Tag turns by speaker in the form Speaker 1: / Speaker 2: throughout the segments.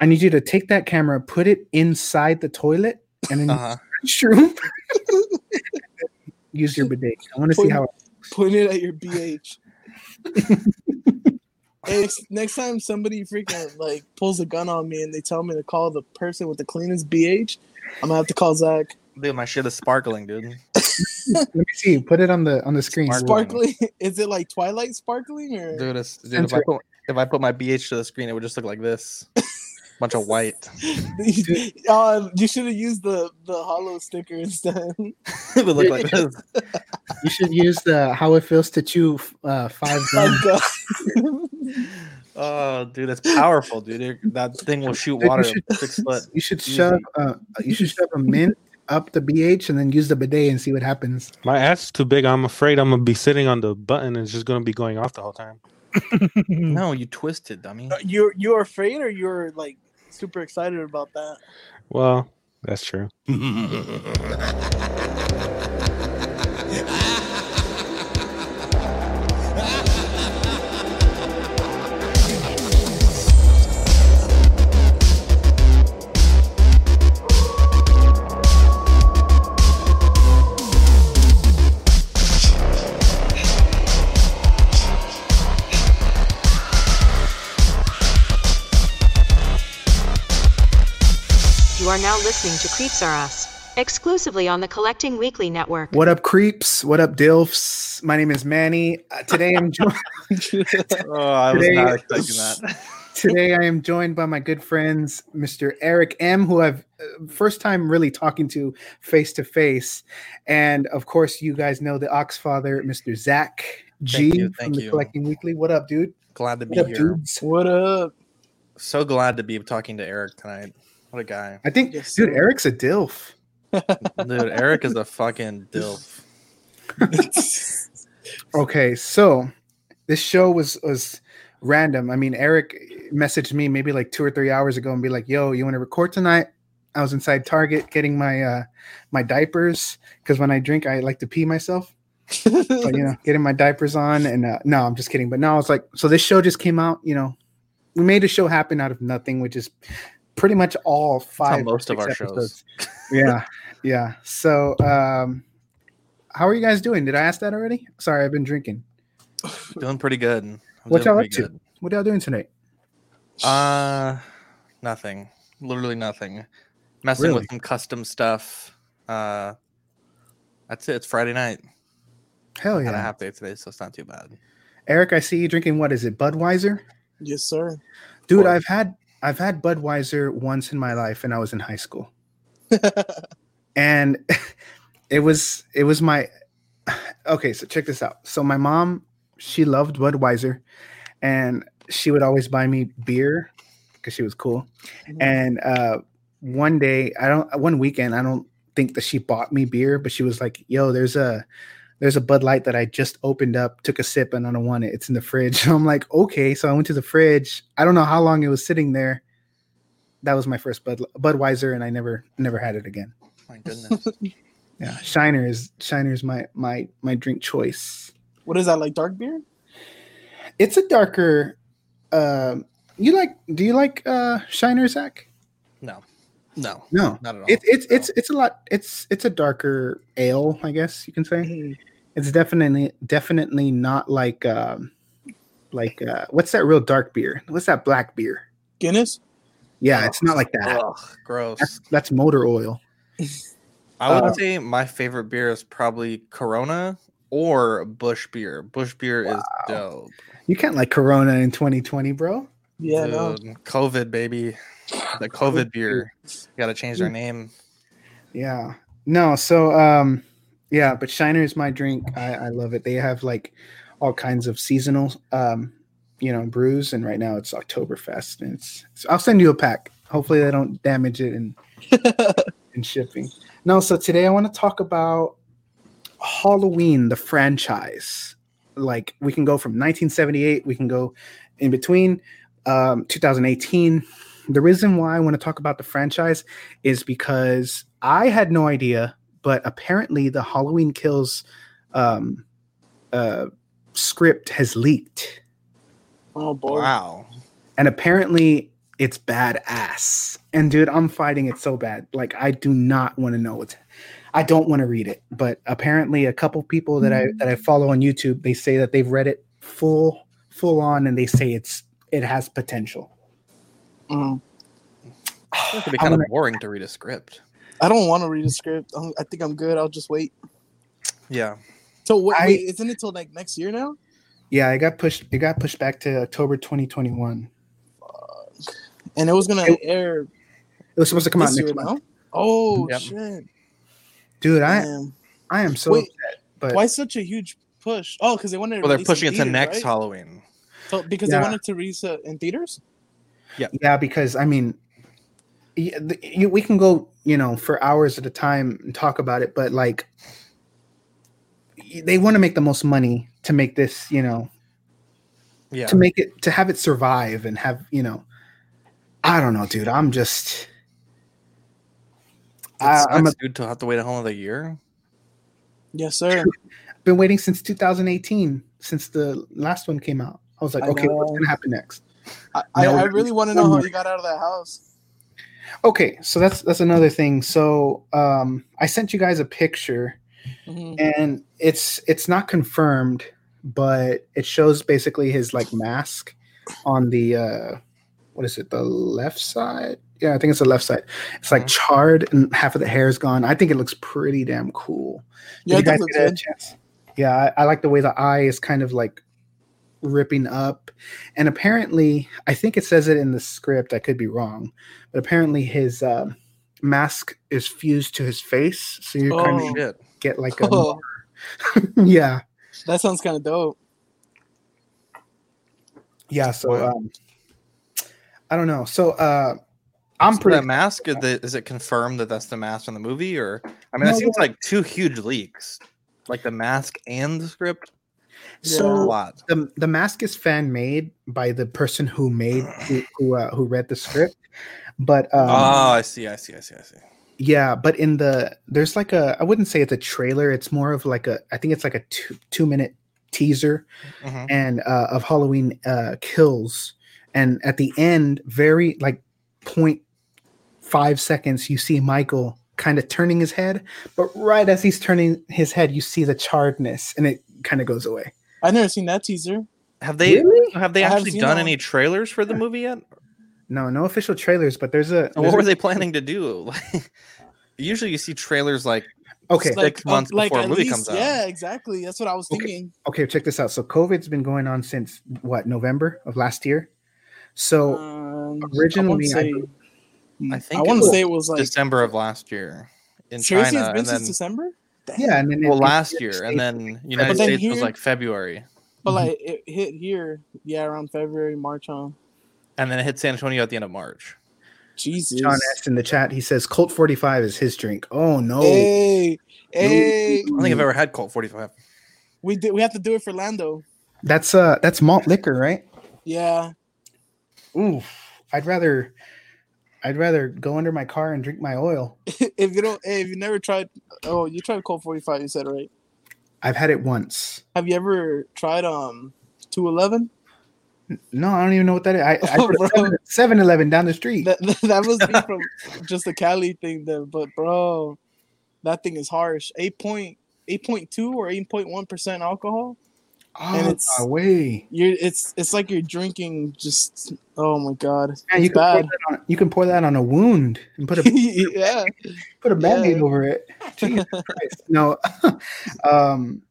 Speaker 1: I need you to take that camera, put it inside the toilet, and then
Speaker 2: Uh-huh.
Speaker 1: restroom. Use your bidet. I want to see how. It,
Speaker 3: Point it at your BH. Next, next time somebody freaking like pulls a gun on me and they tell me to call the person with the cleanest BH, I'm gonna have to call Zach.
Speaker 2: Dude, my shit is sparkling, dude.
Speaker 1: let me see. Put it on the on the screen.
Speaker 2: Spark-
Speaker 3: Sparkling? Is it like Twilight sparkling or?
Speaker 2: Dude, it's, dude if, I put, if I put my BH to the screen, it would just look like this. Bunch of white
Speaker 3: uh, you should have used the the hollow sticker instead.
Speaker 2: it would look like this.
Speaker 1: You should use the how it feels to chew uh, five gum.
Speaker 3: Like, uh,
Speaker 2: Oh, dude, that's powerful, dude. It- That thing will shoot
Speaker 1: Dude,
Speaker 2: water
Speaker 1: you
Speaker 2: six foot.
Speaker 1: You should shove. Uh, you should shove a mint up the BH and then use the bidet and see what happens.
Speaker 4: My ass is too big. I'm afraid I'm gonna be sitting on the button and it's just gonna be going off the whole time.
Speaker 2: No, you twisted, dummy.
Speaker 3: you're you're afraid or you're like super excited about that?
Speaker 4: Well, that's true.
Speaker 5: You are now listening to Creeps Are Us, exclusively on the Collecting Weekly Network.
Speaker 1: What up, creeps? What up, dilfs? My name is Manny. Uh, today I'm joined.
Speaker 2: Oh, I was
Speaker 1: Today-
Speaker 2: not expecting that.
Speaker 1: Today I am joined by my good friends, Mr. Eric M, who I've uh, first time really talking to face to face, and of course you guys know the Oxfather, Mr. Zach G
Speaker 2: Thank you,
Speaker 1: from
Speaker 2: thank
Speaker 1: the
Speaker 2: you.
Speaker 1: Collecting Weekly. What up, dude?
Speaker 2: Glad to be
Speaker 1: What up,
Speaker 2: here.
Speaker 1: dudes?
Speaker 3: What up?
Speaker 2: So glad to be talking to Eric tonight. What a guy,
Speaker 1: I think,
Speaker 3: Yes,
Speaker 1: dude,
Speaker 3: sir.
Speaker 1: Eric's a dilf.
Speaker 2: dude. Eric is a fucking dilf.
Speaker 1: Okay, so this show was was random. I mean, Eric messaged me maybe like two or three hours ago and be like, "Yo, you want to record tonight?" I was inside Target getting my uh my diapers because when I drink, I like to pee myself. so you know, getting my diapers on, and uh, no, I'm just kidding. But no, I was like, so this show just came out. You know, we made a show happen out of nothing, which is pretty much all five.
Speaker 2: how most of
Speaker 1: six
Speaker 2: our shows.
Speaker 1: shows. yeah, yeah. So, um, how are you guys doing? Did I ask that already? Sorry, I've been drinking.
Speaker 2: Doing pretty good. I'm
Speaker 1: What
Speaker 2: doing
Speaker 1: y'all
Speaker 2: pretty
Speaker 1: up to? What y'all doing tonight?
Speaker 2: good. Uh, nothing. Literally nothing. Messing
Speaker 1: Really?
Speaker 2: with some custom stuff. Uh, that's it. It's Friday night.
Speaker 1: Hell
Speaker 2: Had a
Speaker 1: yeah,
Speaker 2: half day today, so it's not too bad.
Speaker 1: Eric. I see you drinking. What is it, Budweiser?
Speaker 3: yes, sir.
Speaker 1: Dude,
Speaker 2: course.
Speaker 1: I've had I've had Budweiser once in my life, and I was in high school. and it was it was my okay so check this out so my mom she loved budweiser and she would always buy me beer because she was cool
Speaker 3: Mhm.
Speaker 1: and uh one day i don't one weekend i don't think that she bought me beer but she was like yo there's a there's a bud light that i just opened up took a sip and i don't want it it's in the fridge so i'm like okay so i went to the fridge i don't know how long it was sitting there that was my first bud budweiser and i never never had it again
Speaker 2: My goodness.
Speaker 1: yeah, Shiner is Shiner is my my my drink choice.
Speaker 3: What is that like? Dark beer?
Speaker 1: It's a darker. Um, you like? Do you like uh Shiner, Zach?
Speaker 2: no, no,
Speaker 1: No,
Speaker 2: not at all.
Speaker 1: it, it's it's it's a lot. It's it's a darker ale, I guess you can say.
Speaker 3: Mhm.
Speaker 1: It's definitely definitely not like um like uh what's that real dark beer? What's that black beer?
Speaker 3: Guinness.
Speaker 1: Yeah, it's not like that.
Speaker 2: Ugh, gross.
Speaker 1: That's, that's motor oil.
Speaker 2: I would
Speaker 1: Uh,
Speaker 2: say my favorite beer is probably Corona or Bush beer. Bush beer is dope.
Speaker 1: You can't like Corona in 2020, bro.
Speaker 3: Yeah, no.
Speaker 2: Dude, COVID baby, the COVID beer. Got to change their name.
Speaker 1: Yeah. No, so um yeah, but Shiner is my drink. I, I love it. They have like all kinds of seasonal um you know brews and right now it's Oktoberfest and it's so I'll send you a pack. Hopefully they don't damage it in in shipping. No, so today I want to talk about Halloween, the franchise. Like we can go from 1978, we can go in between um 2018. The reason why I want to talk about the franchise is because I had no idea, but apparently the Halloween Kills um, uh, script has leaked,
Speaker 3: Oh boy.
Speaker 2: Wow.
Speaker 1: and apparently it's badass. And dude, I'm fighting it so bad. Like I do not want to know what's I don't want to read it, but apparently a couple people that
Speaker 3: Mm.
Speaker 1: I that I follow on YouTube, they say that they've read it full full on and they say it's it has potential.
Speaker 3: Mm.
Speaker 2: It could be
Speaker 1: I'm
Speaker 2: kind of
Speaker 1: gonna-
Speaker 2: boring to read a script.
Speaker 3: I don't want to read a script. I'm, I think I'm good. I'll just wait.
Speaker 2: Yeah.
Speaker 3: So what?
Speaker 1: I-
Speaker 3: wait, isn't it till like next year now?
Speaker 1: Yeah, it got pushed it got pushed back to October 2021.
Speaker 3: And it was gonna
Speaker 1: It-
Speaker 3: air
Speaker 1: It was supposed to come out
Speaker 3: this
Speaker 1: next
Speaker 3: year
Speaker 1: month.
Speaker 3: now. Oh
Speaker 2: Yep.
Speaker 3: shit!
Speaker 1: Dude, I
Speaker 3: Damn.
Speaker 1: I am so
Speaker 3: Wait.
Speaker 1: upset, but
Speaker 3: Why such a huge push? Oh, because they wanted. To
Speaker 2: Well, they're
Speaker 3: release in
Speaker 2: pushing it to
Speaker 3: theaters,
Speaker 2: next
Speaker 3: right?
Speaker 2: Halloween.
Speaker 3: So, because
Speaker 1: Yeah.
Speaker 3: they wanted to release it in theaters.
Speaker 1: yeah because i mean y- the- you, we can go you know for hours at a time and talk about it but like y- they want to make the most money to make this you know
Speaker 2: Yeah.
Speaker 1: to make it to have it survive and have you know i don't know dude i'm just I,
Speaker 2: It
Speaker 1: i'm a,
Speaker 2: sucks, dude to have to wait a whole other year.
Speaker 3: Yes, sir.
Speaker 1: been waiting since 2018 since the last one came out i was like
Speaker 3: I
Speaker 1: okay what's
Speaker 3: know.
Speaker 1: gonna happen next
Speaker 3: I, I,
Speaker 1: No.
Speaker 3: I really want to know how you got out of that house.
Speaker 1: okay so that's that's another thing so um i sent you guys a picture
Speaker 3: Mhm.
Speaker 1: and it's it's not confirmed but it shows basically his like mask on the uh what is it the left side yeah i think it's the left side it's like
Speaker 2: Mhm.
Speaker 3: Mm-hmm.
Speaker 1: charred and half of the hair is gone i think it looks pretty damn cool Did
Speaker 3: Yeah,
Speaker 1: you
Speaker 3: it
Speaker 1: guys
Speaker 3: does look
Speaker 1: get a
Speaker 3: good.
Speaker 1: chance? yeah I, I like the way the eye is kind of like ripping up and apparently i think it says it in the script i could be wrong but apparently his uh, mask is fused to his face so you kind
Speaker 3: Oh.
Speaker 1: of
Speaker 2: Shit.
Speaker 1: get like a
Speaker 3: Oh,
Speaker 1: yeah
Speaker 3: that sounds kind of dope.
Speaker 1: yeah so
Speaker 2: Wow.
Speaker 1: um, i don't know so uh i'm
Speaker 2: So
Speaker 1: pretty
Speaker 2: that mask. Is, the, is it confirmed that that's the mask in the movie, or I mean, that
Speaker 1: No,
Speaker 2: seems like two huge leaks, like the mask and the script.
Speaker 1: so
Speaker 2: A
Speaker 3: Yeah.
Speaker 2: lot.
Speaker 1: the, the mask is fan made by the person who made who who, uh, who read the script but um,
Speaker 2: oh, I see. I see. I see. I see.
Speaker 1: yeah but in the there's like a i wouldn't say it's a trailer it's more of like a i think it's like a two two minute teaser
Speaker 2: Mhm.
Speaker 1: and uh, of Halloween uh, kills. And at the end, very like 0.5 seconds, you see Michael kind of turning his head, but right as he's turning his head, you see the charredness and it kind of goes away.
Speaker 3: I never seen that teaser.
Speaker 2: Have they?
Speaker 1: Really?
Speaker 2: Have they
Speaker 3: I haven't
Speaker 2: actually
Speaker 3: seen
Speaker 2: done
Speaker 3: that
Speaker 2: any trailers for the movie yet?
Speaker 1: No, no official trailers, but there's a.
Speaker 2: what
Speaker 1: there's
Speaker 2: were
Speaker 1: a-
Speaker 2: they planning to do? Like, usually, you see trailers like
Speaker 1: Okay,
Speaker 3: It's
Speaker 2: Six months before a
Speaker 3: at
Speaker 2: movie comes out.
Speaker 3: Yeah, exactly. That's what I was
Speaker 1: Okay.
Speaker 3: thinking.
Speaker 1: okay, check this out. So COVID's been going on since what November of last year. So
Speaker 2: Uh,
Speaker 3: Um,
Speaker 1: originally, I,
Speaker 3: I want to say,
Speaker 2: I
Speaker 3: I
Speaker 2: think it
Speaker 3: want to
Speaker 2: was
Speaker 3: say it was like
Speaker 2: December of last year in
Speaker 3: seriously,
Speaker 2: China,
Speaker 3: it's been
Speaker 2: and
Speaker 3: since
Speaker 2: then
Speaker 3: December. Damn.
Speaker 1: yeah, and then it-
Speaker 2: well
Speaker 1: it-
Speaker 2: last
Speaker 1: it
Speaker 2: year,
Speaker 1: stayed-
Speaker 2: and then United
Speaker 3: then
Speaker 2: States was
Speaker 3: here-
Speaker 2: like February,
Speaker 3: but
Speaker 1: Mhm.
Speaker 3: like it hit here, yeah, around February, March on.
Speaker 2: and then it hit San Antonio at the end of March.
Speaker 3: Jesus.
Speaker 1: John S in the chat. He says Colt 45 is his drink. Oh no.
Speaker 3: Hey, hey,
Speaker 2: I don't think I've ever had Colt 45.
Speaker 3: we did. We have to do it for Lando.
Speaker 1: That's uh that's malt liquor, right?
Speaker 3: Yeah,
Speaker 1: Ooh, I'd rather I'd rather go under my car and drink my oil.
Speaker 3: if you don't, hey, if you never tried, oh, you tried Cold Forty Five. You said right.
Speaker 1: I've had it once.
Speaker 3: Have you ever tried um two eleven?
Speaker 1: No, I don't even know what that is. I, I
Speaker 3: Oh,
Speaker 1: put a
Speaker 3: bro.
Speaker 1: 7 7-Eleven down the street.
Speaker 3: That that must be from just the Cali thing, then. But bro, that thing is harsh. Eight point eight point two or eight point one percent alcohol. and
Speaker 1: oh,
Speaker 3: it's-
Speaker 1: no way.
Speaker 3: You're it's it's like you're drinking just oh my god,
Speaker 1: Man, you, can
Speaker 3: it's
Speaker 1: pour
Speaker 3: bad.
Speaker 1: that on, you can pour that on a wound and put a
Speaker 3: yeah,
Speaker 1: put a band-aid
Speaker 3: Yeah.
Speaker 1: over it. Jesus Christ. No. um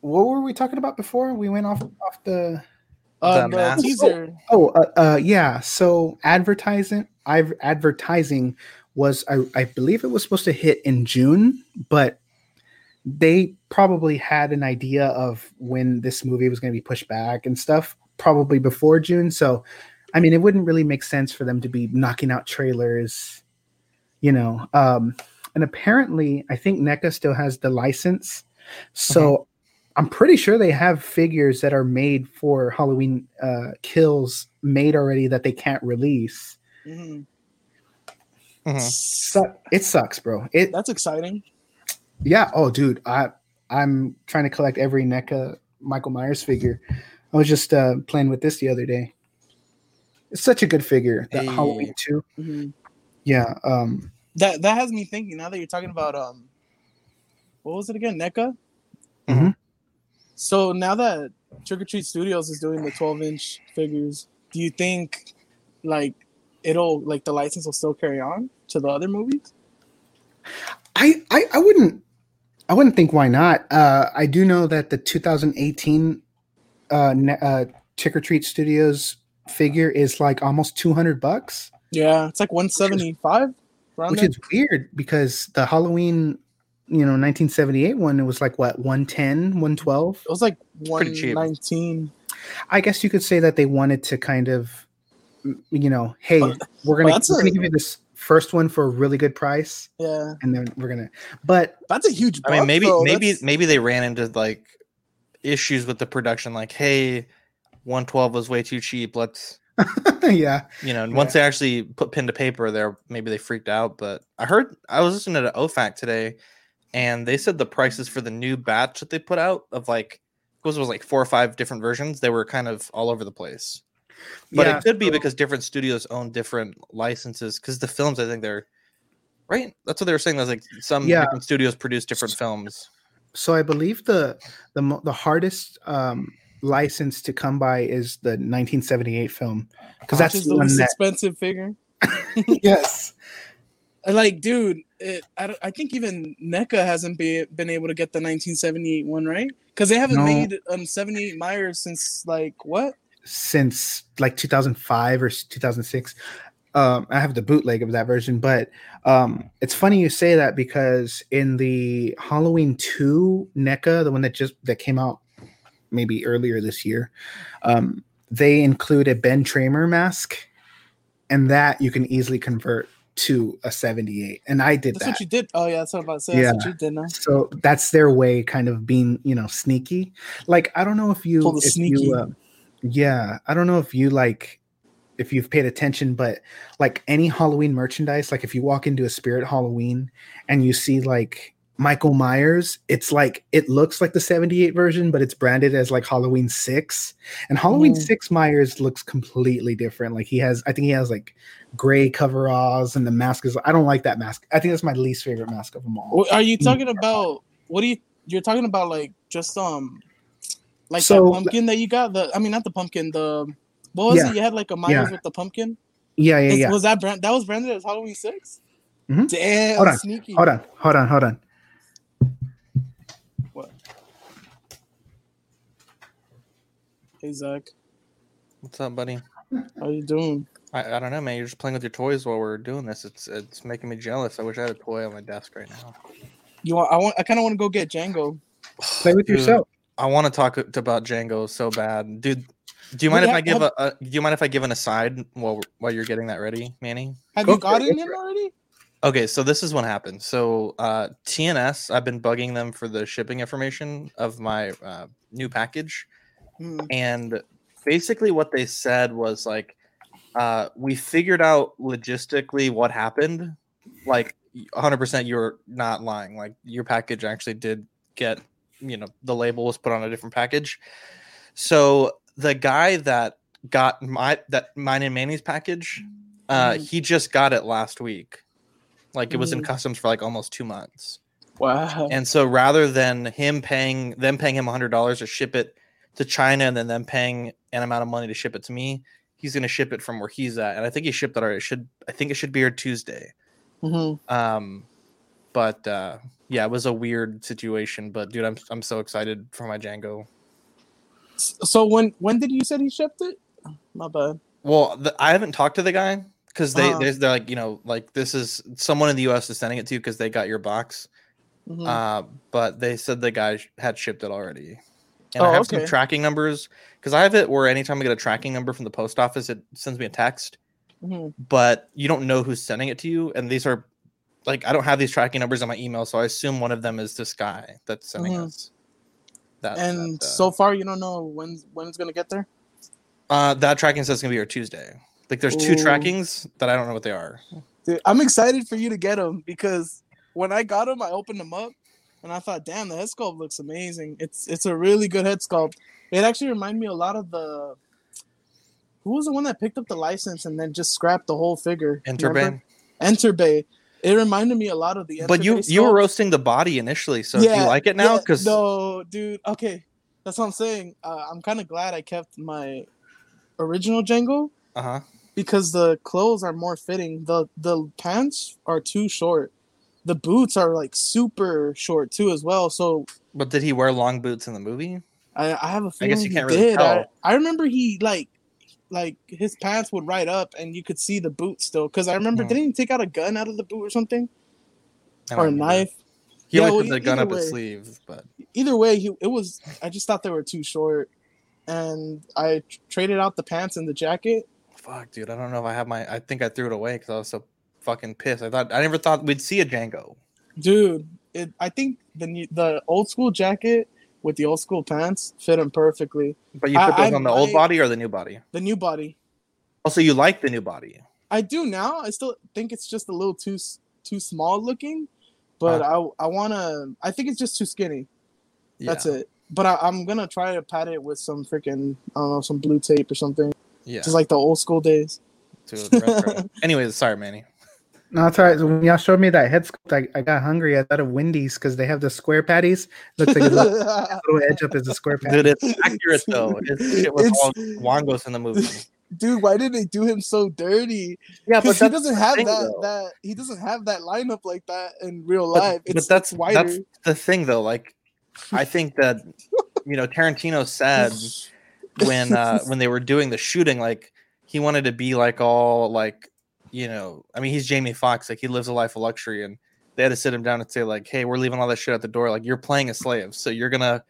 Speaker 1: what were we talking about before? We went off off the
Speaker 2: The
Speaker 3: uh, the
Speaker 2: mask.
Speaker 3: teaser.
Speaker 1: Oh, uh, uh, yeah. So advertising, I've advertising was I, I believe it was supposed to hit in June, but they probably had an idea of when this movie was going to be pushed back and stuff, probably before June. So, I mean, it wouldn't really make sense for them to be knocking out trailers, you know. Um, and apparently, I think NECA still has the license, so I'm pretty sure they have figures that are made for Halloween uh, kills made already that they can't release.
Speaker 3: Mhm.
Speaker 1: Su- it sucks, bro. It
Speaker 3: That's exciting.
Speaker 1: yeah. Oh, dude, I I'm trying to collect every NECA Michael Myers figure. I was just uh, playing with this the other day. It's such a good figure. That
Speaker 2: Hey.
Speaker 1: Halloween too.
Speaker 3: Mhm.
Speaker 1: Yeah. Um.
Speaker 3: That that has me thinking now that you're talking about um, what was it again? NECA.
Speaker 1: Mhm.
Speaker 3: So now that Trick or Treat Studios is doing the 12 inch figures, do you think like it'll like the license will still carry on to the other movies?
Speaker 1: I, I I wouldn't I wouldn't think why not. Uh, I do know that the 2018 uh, ne- uh, Trick or Treat Studios figure is like almost 200 bucks,
Speaker 3: Yeah, it's like 175.
Speaker 2: Oh,
Speaker 3: around
Speaker 1: which
Speaker 3: there.
Speaker 1: is weird because the Halloween, you know, 1978 one it was like what 110, 112.
Speaker 3: it was like
Speaker 2: pretty cheap.
Speaker 3: 119.
Speaker 1: I guess you could say that they wanted to kind of, m- you know, hey,
Speaker 2: Oh,
Speaker 1: we're gonna,
Speaker 3: that's
Speaker 1: we're
Speaker 3: a-
Speaker 1: gonna give you this first one for a really good price,
Speaker 3: Yeah,
Speaker 1: and then we're gonna. But
Speaker 3: that's a huge.
Speaker 2: I mean,
Speaker 3: buck,
Speaker 2: maybe
Speaker 3: though.
Speaker 2: maybe
Speaker 3: That's-
Speaker 2: maybe they ran into like issues with the production, like, hey, 112 was way too cheap. Let's
Speaker 1: yeah,
Speaker 2: you know, and once they actually put pen to paper there, maybe they freaked out. But I heard I was listening to OFAC today, and they said the prices for the new batch that they put out of like it was, was like four or five different versions, they were kind of all over the place. But
Speaker 1: Yeah,
Speaker 2: it could be
Speaker 1: so-
Speaker 2: because different studios own different licenses. Because the films, I think they're right. That's what they were saying. That's like some
Speaker 1: Yeah.
Speaker 2: different studios produce different films.
Speaker 1: so I believe the the mo- the hardest um, license to come by is the 1978 film because
Speaker 3: Which
Speaker 1: that's
Speaker 3: is
Speaker 1: the
Speaker 3: the
Speaker 1: one
Speaker 3: least
Speaker 1: that
Speaker 3: expensive figure.
Speaker 1: yes
Speaker 3: And, Like, dude, it, I, don't- I think even NECA hasn't be, been able to get the 1978 one, right? Because they haven't
Speaker 1: No.
Speaker 3: made um 78 Myers since like what?
Speaker 1: since like 2005 or s- 2006. Um, I have the bootleg of that version, but um, it's funny you say that because in the Halloween two NECA, the one that just that came out maybe earlier this year, um, they include a Ben Tramer mask, and that you can easily convert to a 78. And I did
Speaker 3: That's
Speaker 1: that.
Speaker 3: what you did. Oh yeah, that's what I'm about to say. That's what you did now.
Speaker 1: so that's their way kind of being you know sneaky like i don't know if you,
Speaker 3: Pull the
Speaker 1: if you,
Speaker 3: sneaky.
Speaker 1: uh, yeah i don't know if you like if you've paid attention but like any halloween merchandise like if you walk into a spirit halloween and you see like michael myers it's like it looks like the 78 version but it's branded as like halloween 6 and halloween
Speaker 3: Mhm.
Speaker 1: 6 myers looks completely different like he has i think he has like gray coveralls and the mask is i don't like that mask i think that's my least favorite mask of them all
Speaker 3: Wh- Are you talking about what do you? You're talking about like just um, like
Speaker 1: So-
Speaker 3: that pumpkin that you got. The I mean, not the pumpkin. The what was
Speaker 1: Yeah.
Speaker 3: it? You had like a Myers
Speaker 1: Yeah.
Speaker 3: with the pumpkin.
Speaker 1: Yeah, yeah,
Speaker 3: Is-
Speaker 1: yeah.
Speaker 3: Was that brand? That was branded as Halloween 6
Speaker 1: Mhm.
Speaker 3: Damn,
Speaker 1: Hold on,
Speaker 3: sneaky.
Speaker 1: Hold on, hold on, hold on.
Speaker 3: Hey Zach,
Speaker 2: What's up, buddy?
Speaker 3: how you doing?
Speaker 2: I, I don't know, man. You're just playing with your toys while we're doing this. It's it's making me jealous. I wish I had a toy on my desk right now.
Speaker 3: You want? I want. I kind of want to go get Django.
Speaker 1: Play with
Speaker 2: Dude,
Speaker 1: yourself.
Speaker 2: I want to talk a- about Django so bad, dude. Do you mind
Speaker 3: Wait,
Speaker 2: if
Speaker 3: ha-
Speaker 2: I give
Speaker 3: have-
Speaker 2: a, a? Do you mind if I give an aside while while you're getting that ready, Manny?
Speaker 3: Have
Speaker 1: Go
Speaker 3: you
Speaker 1: for it,
Speaker 3: gotten
Speaker 1: go
Speaker 3: him
Speaker 1: for it.
Speaker 3: already?
Speaker 2: Okay, so this is what happened. So uh, TNS, I've been bugging them for the shipping information of my uh, new package,
Speaker 3: Hmm.
Speaker 2: and basically what they said was like, uh, we figured out logistically what happened. Like, 100, percent you're not lying. Like your package actually did get, you know, the label was put on a different package. So the guy that got my that mine and Manny's package, uh,
Speaker 3: Mhm.
Speaker 2: he just got it last week. Like it was in
Speaker 3: Mhm.
Speaker 2: customs for like almost two months.
Speaker 3: Wow.
Speaker 2: And so rather than him paying them paying him hundred dollars to ship it to China and then them paying an amount of money to ship it to me, he's gonna ship it from where he's at. And I think he shipped it already. It should I think it should be here Tuesday.
Speaker 3: Mhm.
Speaker 2: Um but uh yeah, it was a weird situation. But dude, I'm I'm so excited for my Django.
Speaker 3: S- So when when did you said he shipped it? My bad.
Speaker 2: Well, the, I haven't talked to the guy because they
Speaker 3: Uh-huh.
Speaker 2: they're, they're like you know like this is someone in the U.S. is sending it to you because they got your box.
Speaker 3: Mhm.
Speaker 2: Uh, but they said the guy sh- had shipped it already, and
Speaker 3: Oh,
Speaker 2: I have some
Speaker 3: okay.
Speaker 2: tracking numbers because I have it where anytime I get a tracking number from the post office, it sends me a text.
Speaker 3: Mhm.
Speaker 2: uh, But you don't know who's sending it to you, and these are like I don't have these tracking numbers on my email, so I assume one of them is this guy that's sending
Speaker 3: Mhm.
Speaker 2: us. That,
Speaker 3: And
Speaker 2: that, uh,
Speaker 3: so far, you don't know when when it's gonna get there.
Speaker 2: uh, that tracking says it's gonna be here Tuesday. Like there's two
Speaker 3: Ooh.
Speaker 2: trackings that I don't know what they are.
Speaker 3: Dude, I'm excited for you to get them because when I got them, I opened them up and I thought, damn, the head sculpt looks amazing. It's it's a really good head sculpt. It actually reminded me a lot of the who was the one that picked up the license and then just scrapped the whole figure?
Speaker 2: Enterbane.
Speaker 3: Enter Bay. It reminded me a lot of the.
Speaker 2: But you
Speaker 3: Enterbay
Speaker 2: you were
Speaker 3: sculpt.
Speaker 2: roasting the body initially, so do you like it now?
Speaker 3: yeah,
Speaker 2: Because
Speaker 3: no, dude. Okay, that's what I'm saying. Uh, I'm kind of glad I kept my original Django
Speaker 2: uh huh.
Speaker 3: because the clothes are more fitting. the The pants are too short. The boots are like super short too, as well. So
Speaker 2: But did he wear long boots in the movie?
Speaker 3: I, I have a
Speaker 2: I
Speaker 3: feeling
Speaker 2: guess you
Speaker 3: he
Speaker 2: can't really
Speaker 3: did. I,
Speaker 2: tell.
Speaker 3: I remember he like like his pants would ride up and you could see the boot still because I remember
Speaker 2: Hmm.
Speaker 3: didn't he take out a gun out of the boot or something
Speaker 2: I don't
Speaker 3: or a
Speaker 2: remember.
Speaker 3: knife?
Speaker 2: He
Speaker 3: Yeah,
Speaker 2: only
Speaker 3: well,
Speaker 2: put the gun
Speaker 3: either
Speaker 2: up
Speaker 3: way.
Speaker 2: his sleeve, but
Speaker 3: either way, he, it was. I just thought they were too short, and I tr- traded out the pants and the jacket.
Speaker 2: fuck, dude, I don't know if I have my. I think I threw it away because I was so fucking pissed. I thought I never thought we'd see a Django.
Speaker 3: Dude, it, I think the new- the old school jacket with the old school pants fit him perfectly.
Speaker 2: But you
Speaker 3: I-
Speaker 2: put those
Speaker 3: I
Speaker 2: on the old
Speaker 3: might-
Speaker 2: body or the new body?
Speaker 3: The new body,
Speaker 2: Also, you like the new body.
Speaker 3: I do now. I still think it's just a little too s- too small looking, but
Speaker 2: Uh.
Speaker 3: I I wanna. I think it's just too skinny. That's it. But I, I'm gonna try to pat it with some freaking I don't know some blue tape or something,
Speaker 2: Yeah.
Speaker 3: just like the old school days.
Speaker 2: Dude, retro. Anyways, sorry, Manny.
Speaker 1: No, it's all right. When y'all showed me that head sculpt, I, I got hungry. I thought of Wendy's because they have the square patties. Looks like a little little edge up is a square patty.
Speaker 2: Dude, it's accurate though. It's shit with
Speaker 3: It's-
Speaker 2: all Wongos in the movie.
Speaker 3: dude, why did they do him so dirty?
Speaker 2: Yeah,
Speaker 3: Because he doesn't have
Speaker 2: thing,
Speaker 3: that
Speaker 2: though.
Speaker 3: that he doesn't have that lineup like that in real
Speaker 2: But-
Speaker 3: life.
Speaker 2: But,
Speaker 3: it's,
Speaker 2: that's
Speaker 3: it's wider.
Speaker 2: that's the thing though. Like, I think that you know Tarantino said when uh, when they were doing the shooting, like he wanted to be like all like you know. I mean, he's Jamie Foxx. Like he lives a life of luxury, and they had to sit him down and say like, "Hey, we're leaving all that shit at the door. Like you're playing a slave, so you're gonna."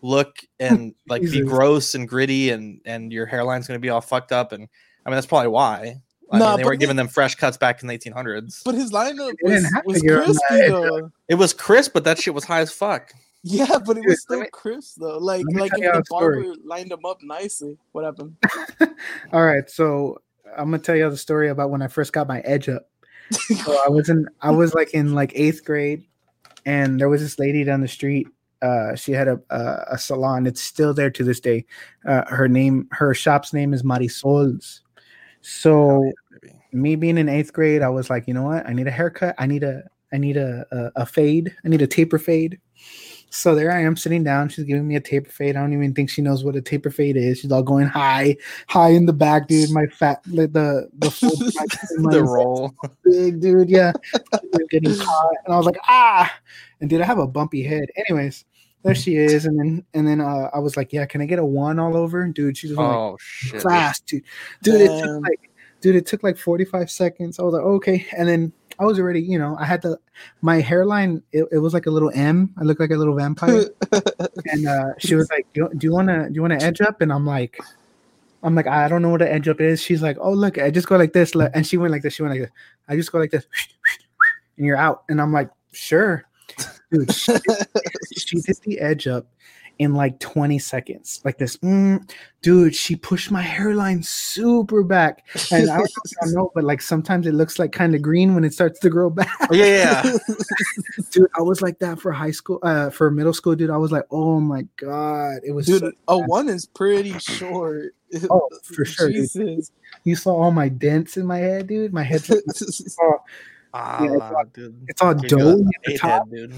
Speaker 2: look and like be
Speaker 1: Jesus.
Speaker 2: gross and gritty and and your hairline's going to be all fucked up and i mean that's probably why I
Speaker 3: Nah,
Speaker 2: mean, they
Speaker 3: but
Speaker 2: were
Speaker 3: he-
Speaker 2: giving them fresh cuts back in the 1800s
Speaker 3: but his lineup
Speaker 1: They didn't
Speaker 3: was,
Speaker 1: have to
Speaker 3: was
Speaker 1: give him
Speaker 3: crispy
Speaker 1: that.
Speaker 3: though.
Speaker 2: it was crisp but that shit was high as fuck
Speaker 3: Yeah, but it was
Speaker 1: Dude, let
Speaker 3: still
Speaker 1: me-
Speaker 3: crisp though. Like
Speaker 1: let me
Speaker 3: like
Speaker 1: tell
Speaker 3: if
Speaker 1: y'all
Speaker 3: the
Speaker 1: a story.
Speaker 3: barber lined him up nicely. What happened?
Speaker 1: All right, so I'm gonna tell you the story about when I first got my edge up. so I was in, I was like in like eighth grade, and there was this lady down the street. Uh, she had a, a a salon. It's still there to this day. Uh, her name, her shop's name is Marisol's. So
Speaker 2: Maybe.
Speaker 1: me being in eighth grade, I was like, you know what? I need a haircut. I need a I need a a, a fade. I need a taper fade. So there I am sitting down. She's giving me a taper fade. I don't even think she knows what a taper fade is. She's all going high, high in the back, dude. My fat like the the full, my, my
Speaker 2: the roll
Speaker 1: big dude. Yeah, We're getting caught, and I was like, ah, and dude, I have a bumpy head. Anyways, there she is, and then and then uh, I was like, yeah, can I get a one all over, dude? She was like
Speaker 2: oh shit
Speaker 1: fast, dude. Dude, it
Speaker 3: Damn.
Speaker 1: took like dude, it took like 45 seconds. I was like, okay. And then I was already, you know, I had the my hairline, it, it was like a little M. I looked like a little vampire. and uh she was like, Do, do you wanna do you wanna edge up? And I'm like, I'm like, I don't know what an edge up is. She's like, Oh look, I just go like this. like- And she went like this, she went like this. I just go like this, and you're out. And I'm like, sure. Dude, she she did the edge up in like 20 seconds like this mm, dude she pushed my hairline super back and i don't know, if y'all know but like sometimes it looks like kind of green when it starts to grow back
Speaker 2: Oh, yeah yeah, yeah
Speaker 1: dude i was like that for high school uh for middle school dude i was like oh my god it was so-
Speaker 2: uh,
Speaker 3: Dude, a one is pretty short.
Speaker 1: oh for sure dude.
Speaker 3: Jesus.
Speaker 1: you saw all my dents in my head dude my head's like,
Speaker 2: Ah,
Speaker 1: Yeah, it's all-
Speaker 2: dude.
Speaker 1: it's all
Speaker 2: You're good.
Speaker 1: doughy at the
Speaker 2: Hey,
Speaker 1: top
Speaker 2: Dad, dude.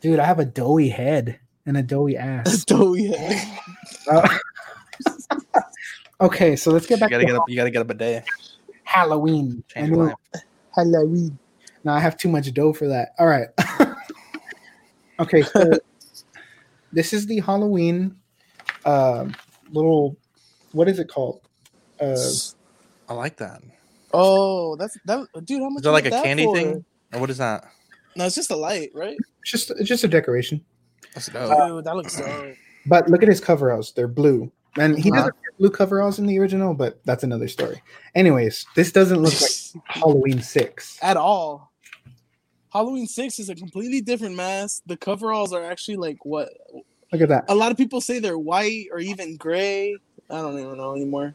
Speaker 1: dude i have a doughy head and a doughy ass
Speaker 3: So yeah.
Speaker 1: Uh, okay so let's get
Speaker 2: You
Speaker 1: back
Speaker 2: gotta
Speaker 1: to
Speaker 2: get up. You gotta get up a day.
Speaker 1: halloween
Speaker 2: Change
Speaker 1: I
Speaker 2: your
Speaker 1: know-
Speaker 2: life.
Speaker 3: Halloween.
Speaker 1: No, I have too much dough for that. All right. okay, so this is the Halloween um little what is it called? Uh,
Speaker 2: I like that.
Speaker 3: Oh, that's that, dude. How much
Speaker 2: Is that like
Speaker 3: was
Speaker 2: a candy
Speaker 3: for?
Speaker 2: thing? Or what is that?
Speaker 3: No, it's just a light, right?
Speaker 1: it's just it's just a decoration.
Speaker 2: That's dope.
Speaker 1: Uh,
Speaker 3: Dude, that looks so.
Speaker 1: But look at his coveralls; they're blue. And he
Speaker 2: Uh-huh.
Speaker 1: doesn't wear blue coveralls in the original, but that's another story. Anyways, this doesn't look like Halloween six.
Speaker 3: at all. Halloween six is a completely different mask. The coveralls are actually like what
Speaker 1: Look at that.
Speaker 3: a lot of people say they're white or even gray. I don't even know anymore.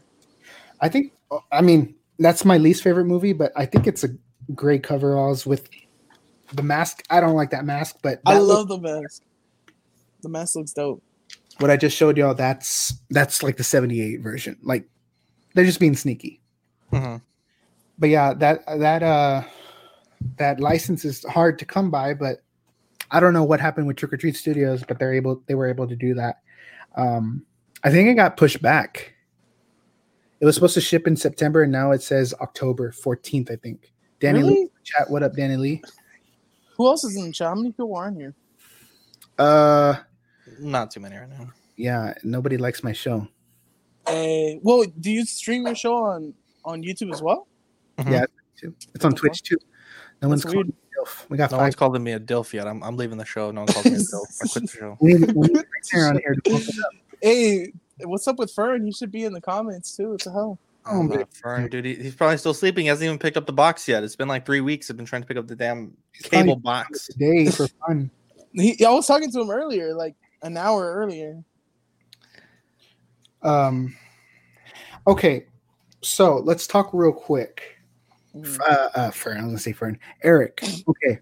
Speaker 1: I think I mean that's my least favorite movie, but I think it's a gray coveralls with the mask. I don't like that mask, but
Speaker 3: I
Speaker 1: that looks-
Speaker 3: love the mask. The mask looks dope.
Speaker 1: what I just showed y'all, that's that's like the 78 version. Like they're just being sneaky.
Speaker 2: Mhm.
Speaker 1: But yeah, that that uh that license is hard to come by, but I don't know what happened with Trick or Treat Studios, but they're able they were able to do that. Um I think it got pushed back. It was supposed to ship in September and now it says October 14th, I think. Danny Lee
Speaker 3: really?
Speaker 1: in the chat, what up, Danny Lee?
Speaker 3: Who else is in the chat? How many people are in here?
Speaker 1: Uh
Speaker 2: Not too many right now.
Speaker 1: yeah, nobody likes my show.
Speaker 3: Uh, well, do you stream your show on on YouTube as well?
Speaker 1: It's on
Speaker 3: Okay.
Speaker 1: Twitch too. No one's
Speaker 3: That's
Speaker 1: called Dilf. We got
Speaker 2: No
Speaker 1: five.
Speaker 2: one's called me a dilf yet. I'm, I'm leaving the show. No one called me a dilf. I quit the show.
Speaker 1: We need, we need Fern on here to bump it up.
Speaker 3: Hey, what's up with Fern? He should be in the comments too. What the hell?
Speaker 1: Oh,
Speaker 2: Um,
Speaker 1: man.
Speaker 2: uh, Fern, dude, he- he's probably still sleeping. He hasn't even picked up the box yet. It's been like three weeks. I've been trying to pick up the damn cable box.
Speaker 1: today for fun.
Speaker 3: He, I was talking to him earlier, like an hour earlier.
Speaker 1: Um, okay, so let's talk real quick.
Speaker 3: Mm.
Speaker 1: Uh, uh, Fern, I was gonna say Fern. Eric. Okay,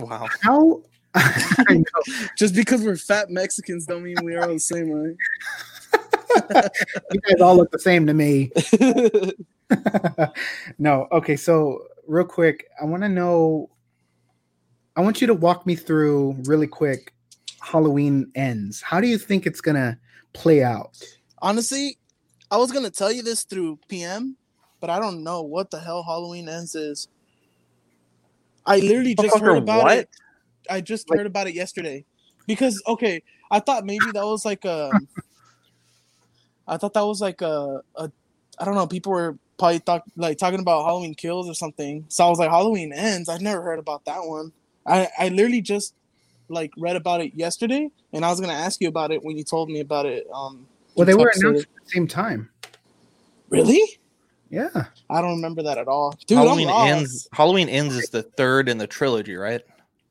Speaker 2: Wow.
Speaker 1: how? I know.
Speaker 3: Just because we're fat Mexicans don't mean we're all the same, right?
Speaker 1: you guys all look the same to me. no, okay, so real quick, I want to know. I want you to walk me through really quick. Halloween ends. How do you think it's gonna play out?
Speaker 3: Honestly, I was gonna tell you this through PM, but I don't know what the hell Halloween ends is. I literally just
Speaker 2: Motherfucker,
Speaker 3: heard about
Speaker 2: what?
Speaker 3: it. I just
Speaker 1: Like-
Speaker 3: heard about it yesterday, because okay, I thought maybe that was like a. I thought that was like a, a I don't know. People were probably talk, like talking about Halloween kills or something. So I was like, Halloween ends. I've never heard about that one. I I literally just like read about it yesterday, and I was gonna ask you about it when you told me about it. Um,
Speaker 1: Well, they
Speaker 3: you
Speaker 1: were
Speaker 3: talked to-
Speaker 1: announced at the same time.
Speaker 3: Really?
Speaker 1: Yeah.
Speaker 3: I don't remember that at all. Dude,
Speaker 2: Halloween
Speaker 3: I'm lost.
Speaker 2: ends. Halloween ends is the third in the trilogy, right?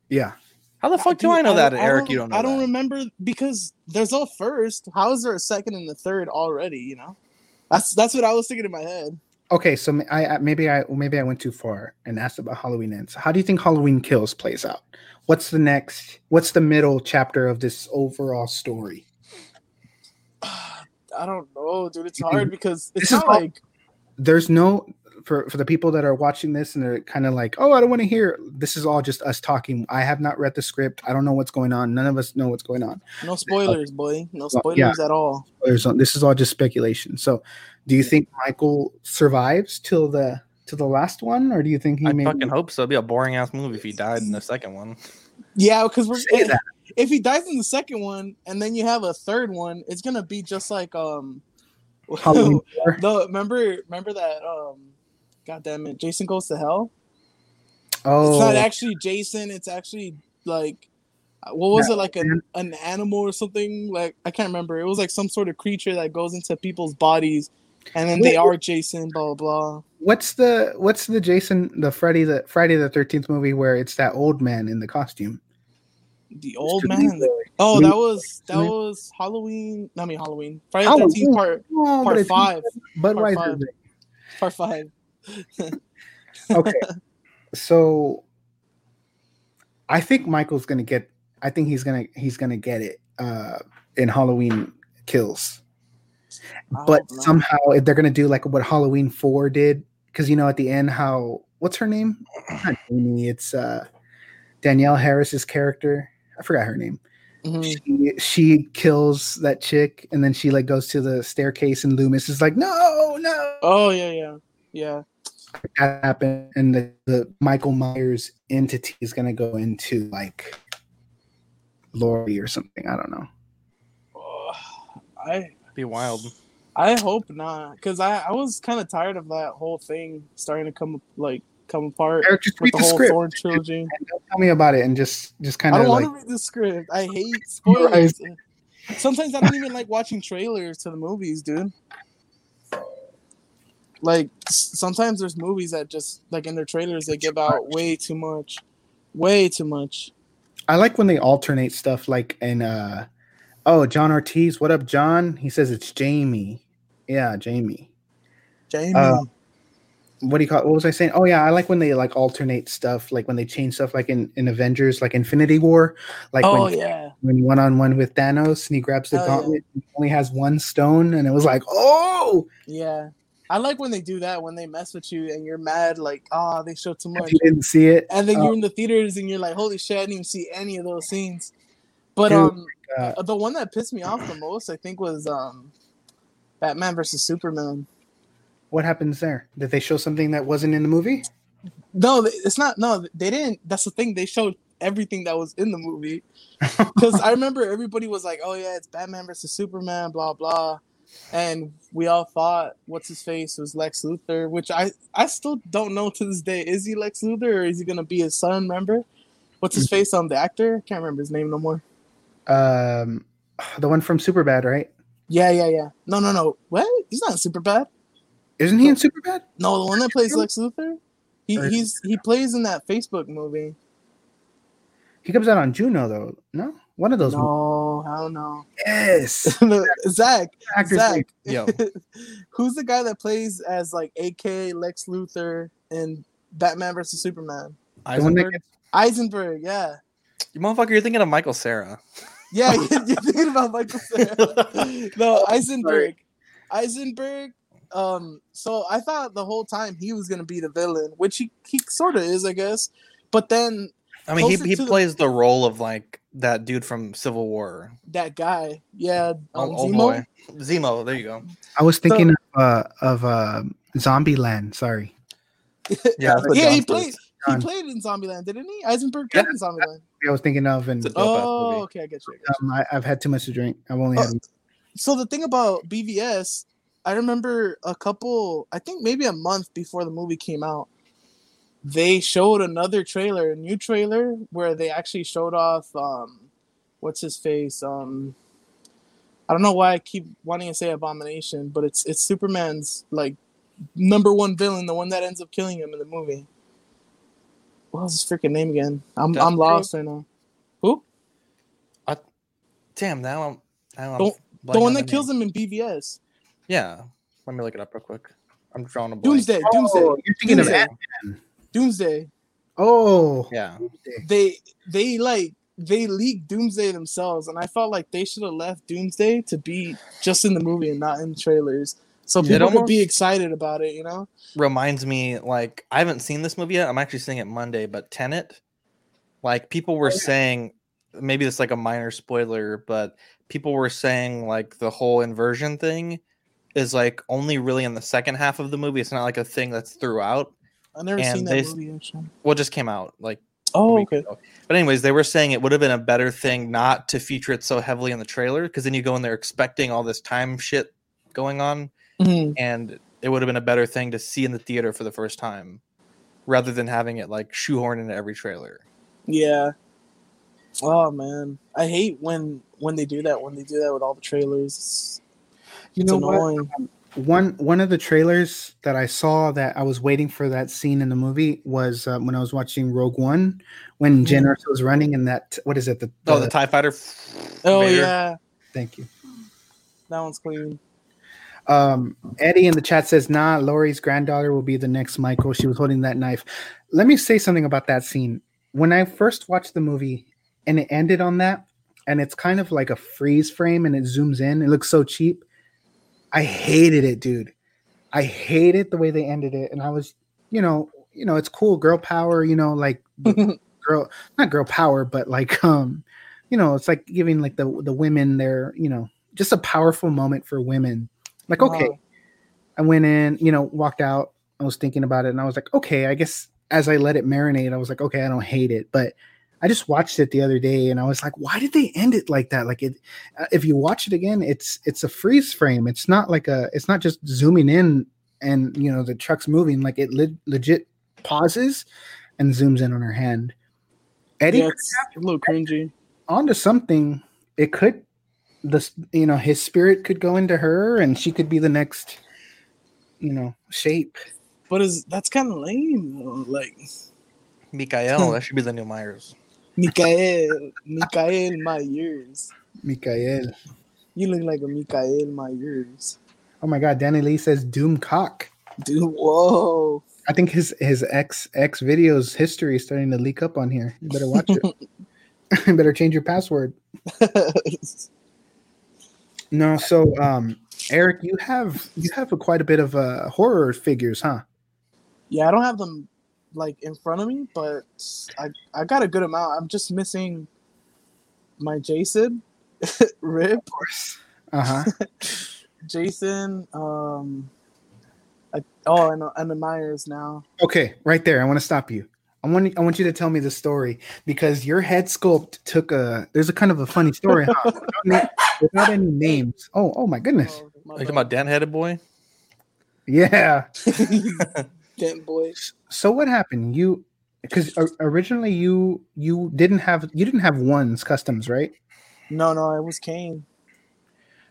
Speaker 1: Yeah.
Speaker 2: How the fuck do
Speaker 3: Uh, Dude,
Speaker 2: I know that,
Speaker 3: don't-
Speaker 2: Eric? You don't know.
Speaker 3: I don't
Speaker 2: that.
Speaker 3: remember because there's no first. How is there a second and a third already? You know, that's that's what I was thinking in my head.
Speaker 1: Okay, so m- I, I- maybe I maybe I went too far and asked about Halloween ends. How do you think Halloween Kills plays out? What's the next? What's the middle chapter of this overall story?
Speaker 3: I don't know, dude. It's hard because
Speaker 1: This is
Speaker 3: it's not
Speaker 1: all-
Speaker 3: like
Speaker 1: There's no for for the people that are watching this and they're kind of like, oh, I don't want to hear. This is all just us talking. I have not read the script. I don't know what's going on. None of us know what's going on.
Speaker 3: no spoilers, boy. No
Speaker 1: Well, yeah.
Speaker 3: spoilers at all.
Speaker 1: There's this is all just speculation. So, do you think Michael survives till the till the last one, or do you think he
Speaker 2: I
Speaker 1: may
Speaker 2: fucking hope so. It'd be a boring ass movie if he died in the second one.
Speaker 3: Yeah, because we're
Speaker 1: say that?
Speaker 3: if he dies in the second one and then you have a third one, it's gonna be just like um.
Speaker 1: Halloween four?
Speaker 3: no, remember remember that um. God damn it, Jason goes to hell.
Speaker 1: Oh,
Speaker 3: It's not actually Jason. It's actually like, uh, what was it like an, an animal or something? Like I can't remember. It was like some sort of creature that goes into people's bodies, and then they are Jason. Blah blah. blah.
Speaker 1: What's the what's the Jason the Freddy the Friday the Thirteenth movie where it's that old man in the costume?
Speaker 3: The old man. Oh, that was that was Halloween. I mean Halloween. Friday the
Speaker 1: Halloween.
Speaker 3: Thirteenth part
Speaker 1: Oh,
Speaker 3: part five.
Speaker 1: Budweiser.
Speaker 3: five. Part five.
Speaker 1: Okay, so I think Michael's gonna get. I think he's gonna he's gonna get it uh, in Halloween Kills,
Speaker 3: I
Speaker 1: but
Speaker 3: hope not.
Speaker 1: somehow if they're gonna do like what Halloween Four did, because you know at the end how what's her name? Not Jamie. It's uh, Danielle Harris's character. I forgot her name.
Speaker 3: Mhm.
Speaker 1: she, she kills that chick and then she like goes to the staircase and Loomis is like, no, no,
Speaker 3: Oh yeah yeah yeah.
Speaker 1: that happened. And the, the Michael Myers entity is going to go into like Lori or something. I don't know.
Speaker 3: Oh, I
Speaker 2: It'd be wild.
Speaker 3: I hope not, because I, I was kind of tired of that whole thing starting to come like come apart
Speaker 1: Eric, just read
Speaker 3: with the
Speaker 1: the
Speaker 3: whole
Speaker 1: script.
Speaker 3: Thorn trilogy.
Speaker 1: Don't tell me about it and just, just kind
Speaker 3: I
Speaker 1: of
Speaker 3: don't
Speaker 1: like,
Speaker 3: want to read the script. I hate spoilers. Sometimes I don't even like watching trailers to the movies, dude. Like s- sometimes there's movies that just like in their trailers they give out way too much, way too much.
Speaker 1: I like when they alternate stuff like in, uh, oh, John Ortiz, what up, John? He says it's Jamie. Yeah, Jamie.
Speaker 3: Jamie,
Speaker 1: Uh, what do you call it? What was I saying? Oh yeah, I like when they like alternate stuff, like when they change stuff, like in, in Avengers, like Infinity War, like
Speaker 3: oh
Speaker 1: when
Speaker 3: yeah,
Speaker 1: when one on one with Thanos and he grabs the
Speaker 3: Oh, yeah.
Speaker 1: gauntlet and only has one stone, and it was like, oh,
Speaker 3: yeah. I like when they do that when they mess with you and you're mad like ah they show too much
Speaker 1: you didn't see it.
Speaker 3: and then
Speaker 1: Oh.
Speaker 3: you're in the theaters and you're like holy shit I didn't even see any of those scenes. But
Speaker 1: Dude,
Speaker 3: um
Speaker 1: like,
Speaker 3: the one that pissed me off the most I think was um Batman versus Superman.
Speaker 1: What happens there? Did they show something that wasn't in the movie?
Speaker 3: No, th- it's not. No, they didn't. That's the thing. They showed everything that was in the movie. Because I remember everybody was like, "Oh yeah, it's Batman versus Superman," blah blah, and we all thought, "What's his face?" was Lex Luthor, which I I still don't know to this day. Is he Lex Luthor or is he gonna be his son? Remember, what's his face? on the actor. Can't remember his name no more.
Speaker 1: Um, the one from Superbad, right?
Speaker 3: Yeah, yeah, yeah. No, no, no. What? He's not super bad.
Speaker 1: Isn't he in Superbad?
Speaker 3: No, the one that plays Lex Luthor. He,
Speaker 1: Or-
Speaker 3: he's he plays in that Facebook movie.
Speaker 1: He comes out on Juno though. No, one of those. movies.
Speaker 3: No, I don't know.
Speaker 1: Yes,
Speaker 3: Zach,
Speaker 1: actors.
Speaker 3: Zach,
Speaker 2: Yo,
Speaker 3: who's the guy that plays as like AK Lex Luthor in Batman versus Superman?
Speaker 1: The one that
Speaker 2: Eisenberg?
Speaker 1: gets-
Speaker 3: Eisenberg, yeah,
Speaker 2: You motherfucker, you're thinking of Michael Sarah.
Speaker 3: yeah. You're thinking about Michael Cera. no, Eisenberg. Eisenberg. Um, so I thought the whole time he was gonna be the villain, which he he sort of is, I guess. But then
Speaker 2: I mean, he,
Speaker 3: Closer
Speaker 2: he
Speaker 3: to the-
Speaker 2: plays the role of like that dude from Civil War.
Speaker 3: that guy, yeah, um,
Speaker 2: oh, oh
Speaker 3: Zemo?
Speaker 2: boy, Zemo. There you go.
Speaker 1: I was thinking of uh, of uh, Zombieland. Sorry.
Speaker 2: Yeah, that's what
Speaker 3: yeah, he
Speaker 2: John
Speaker 3: played.
Speaker 2: says.
Speaker 3: He
Speaker 1: John.
Speaker 3: played in Zombieland, didn't he? Eisenberg
Speaker 2: Yeah.
Speaker 3: played in Zombieland.
Speaker 1: I was thinking of and
Speaker 2: It's a dope ass
Speaker 3: Oh,
Speaker 2: movie.
Speaker 3: okay, I get you. I get you.
Speaker 1: um, I, I've had too much to drink. I've only
Speaker 3: Oh.
Speaker 1: had
Speaker 3: so the thing about BVS, I remember a couple, I think maybe a month before the movie came out, they showed another trailer, a new trailer where they actually showed off um, what's his face. Um, I don't know why I keep wanting to say Abomination, but it's it's Superman's like number one villain, the one that ends up killing him in the movie. What was his freaking name again? I'm I'm
Speaker 2: Deathstroke?
Speaker 3: lost right now. Who?
Speaker 2: Damn, now I'm now I'm
Speaker 3: Don't-
Speaker 2: blanking
Speaker 3: the
Speaker 2: on
Speaker 3: one that kills
Speaker 2: name.
Speaker 3: him in BVS.
Speaker 2: Yeah, let me look it up real quick. I'm drawing a blank.
Speaker 3: Doomsday. Doomsday.
Speaker 1: Oh, you're thinking of
Speaker 3: Doomsday.
Speaker 1: Ant-
Speaker 3: Doomsday.
Speaker 1: Oh,
Speaker 2: Yeah,
Speaker 3: They they like they leaked Doomsday themselves, and I felt like they should have left Doomsday to be just in the movie and not in trailers, so
Speaker 2: It
Speaker 3: people could be
Speaker 2: almost-
Speaker 3: excited about it. You know?
Speaker 2: reminds me like I haven't seen this movie yet. I'm actually seeing it Monday, but Tenet, like people
Speaker 3: Oh,
Speaker 2: were saying, maybe it's like a minor spoiler, but people were saying like the whole inversion thing is like only really in the second half of the movie. It's not like a thing that's throughout.
Speaker 3: I've never
Speaker 2: And
Speaker 3: seen
Speaker 2: they
Speaker 3: that
Speaker 2: s-
Speaker 3: movie actually.
Speaker 2: Well, it just came out like a
Speaker 3: Oh,
Speaker 2: week
Speaker 3: okay.
Speaker 2: ago. But anyways, they were saying it would have been a better thing not to feature it so heavily in the trailer because then you go in there expecting all this time shit going on,
Speaker 3: Mhm.
Speaker 2: and it would have been a better thing to see in the theater for the first time rather than having it like shoehorned into every trailer.
Speaker 3: Yeah. Oh man, I hate when when they do that. When they do that with all the trailers, it's,
Speaker 1: you
Speaker 3: it's
Speaker 1: know what?
Speaker 3: annoying.
Speaker 1: One one of the trailers that I saw that I was waiting for that scene in the movie was um, when I was watching Rogue One when Jen
Speaker 3: Mhm.
Speaker 1: Erso was running in that what is it the,
Speaker 2: Oh, the
Speaker 1: Mm-hmm. the-
Speaker 2: Tie Fighter.
Speaker 3: Oh
Speaker 2: Vader.
Speaker 3: yeah,
Speaker 1: thank you
Speaker 3: that one's clean.
Speaker 1: um Eddie in the chat says nah Laurie's granddaughter will be the next Michael she was holding that knife let me say something about that scene when I first watched the movie and it ended on that and it's kind of like a freeze frame and it zooms in it looks so cheap I hated it dude I hated the way they ended it, and I was, you know, you know, it's cool, girl power, you know, like girl, not girl power, but like, um, you know, it's like giving like the the women their, you know, just a powerful moment for women. Like, okay,
Speaker 3: Wow.
Speaker 1: I went in, you know, walked out. I was thinking about it, and I was like, okay, I guess as I let it marinate, I was like, okay, I don't hate it, but. I just watched it the other day, and I was like, "Why did they end it like that? Like, it, uh, if you watch it again, it's it's a freeze frame. It's not like a. It's not just zooming in and you know the truck's moving like it le- legit pauses and zooms in on her hand eddie
Speaker 3: Yeah, it's a little cringy.
Speaker 1: onto something it could this you know his spirit could go into her and she could be the next you know shape
Speaker 3: But is that's kind of lame though. Like
Speaker 2: Mikael, that should be the new Myers.
Speaker 3: Mikael, Mikael, my years.
Speaker 1: mikael
Speaker 3: You look like a Mikael, my years.
Speaker 1: oh my god danny lee says doom cock
Speaker 3: Dude, whoa.
Speaker 1: I think his his X X videos history is starting to leak up on here. You better watch it. you better change your password. No, so um, Eric, you have you have a quite a bit of uh, horror figures, huh?
Speaker 3: yeah, I don't have them like in front of me, but I I got a good amount. I'm just missing my Jason, Rip,
Speaker 1: Of course. Uh huh.
Speaker 3: Jason, um, I, oh, and and the Myers now.
Speaker 1: Okay, right there. I want to stop you. I want I want you to tell me the story because your head sculpt took a. There's a kind of a funny story, huh? Without, na- without any names. Oh, oh my goodness.
Speaker 3: Oh, my
Speaker 2: Like
Speaker 3: bad.
Speaker 2: about Dan Headed Boy?
Speaker 1: Yeah.
Speaker 3: Damn boy.
Speaker 1: So what happened? You because originally you you didn't have you didn't have ones customs, right?
Speaker 3: No, no, it was Kane.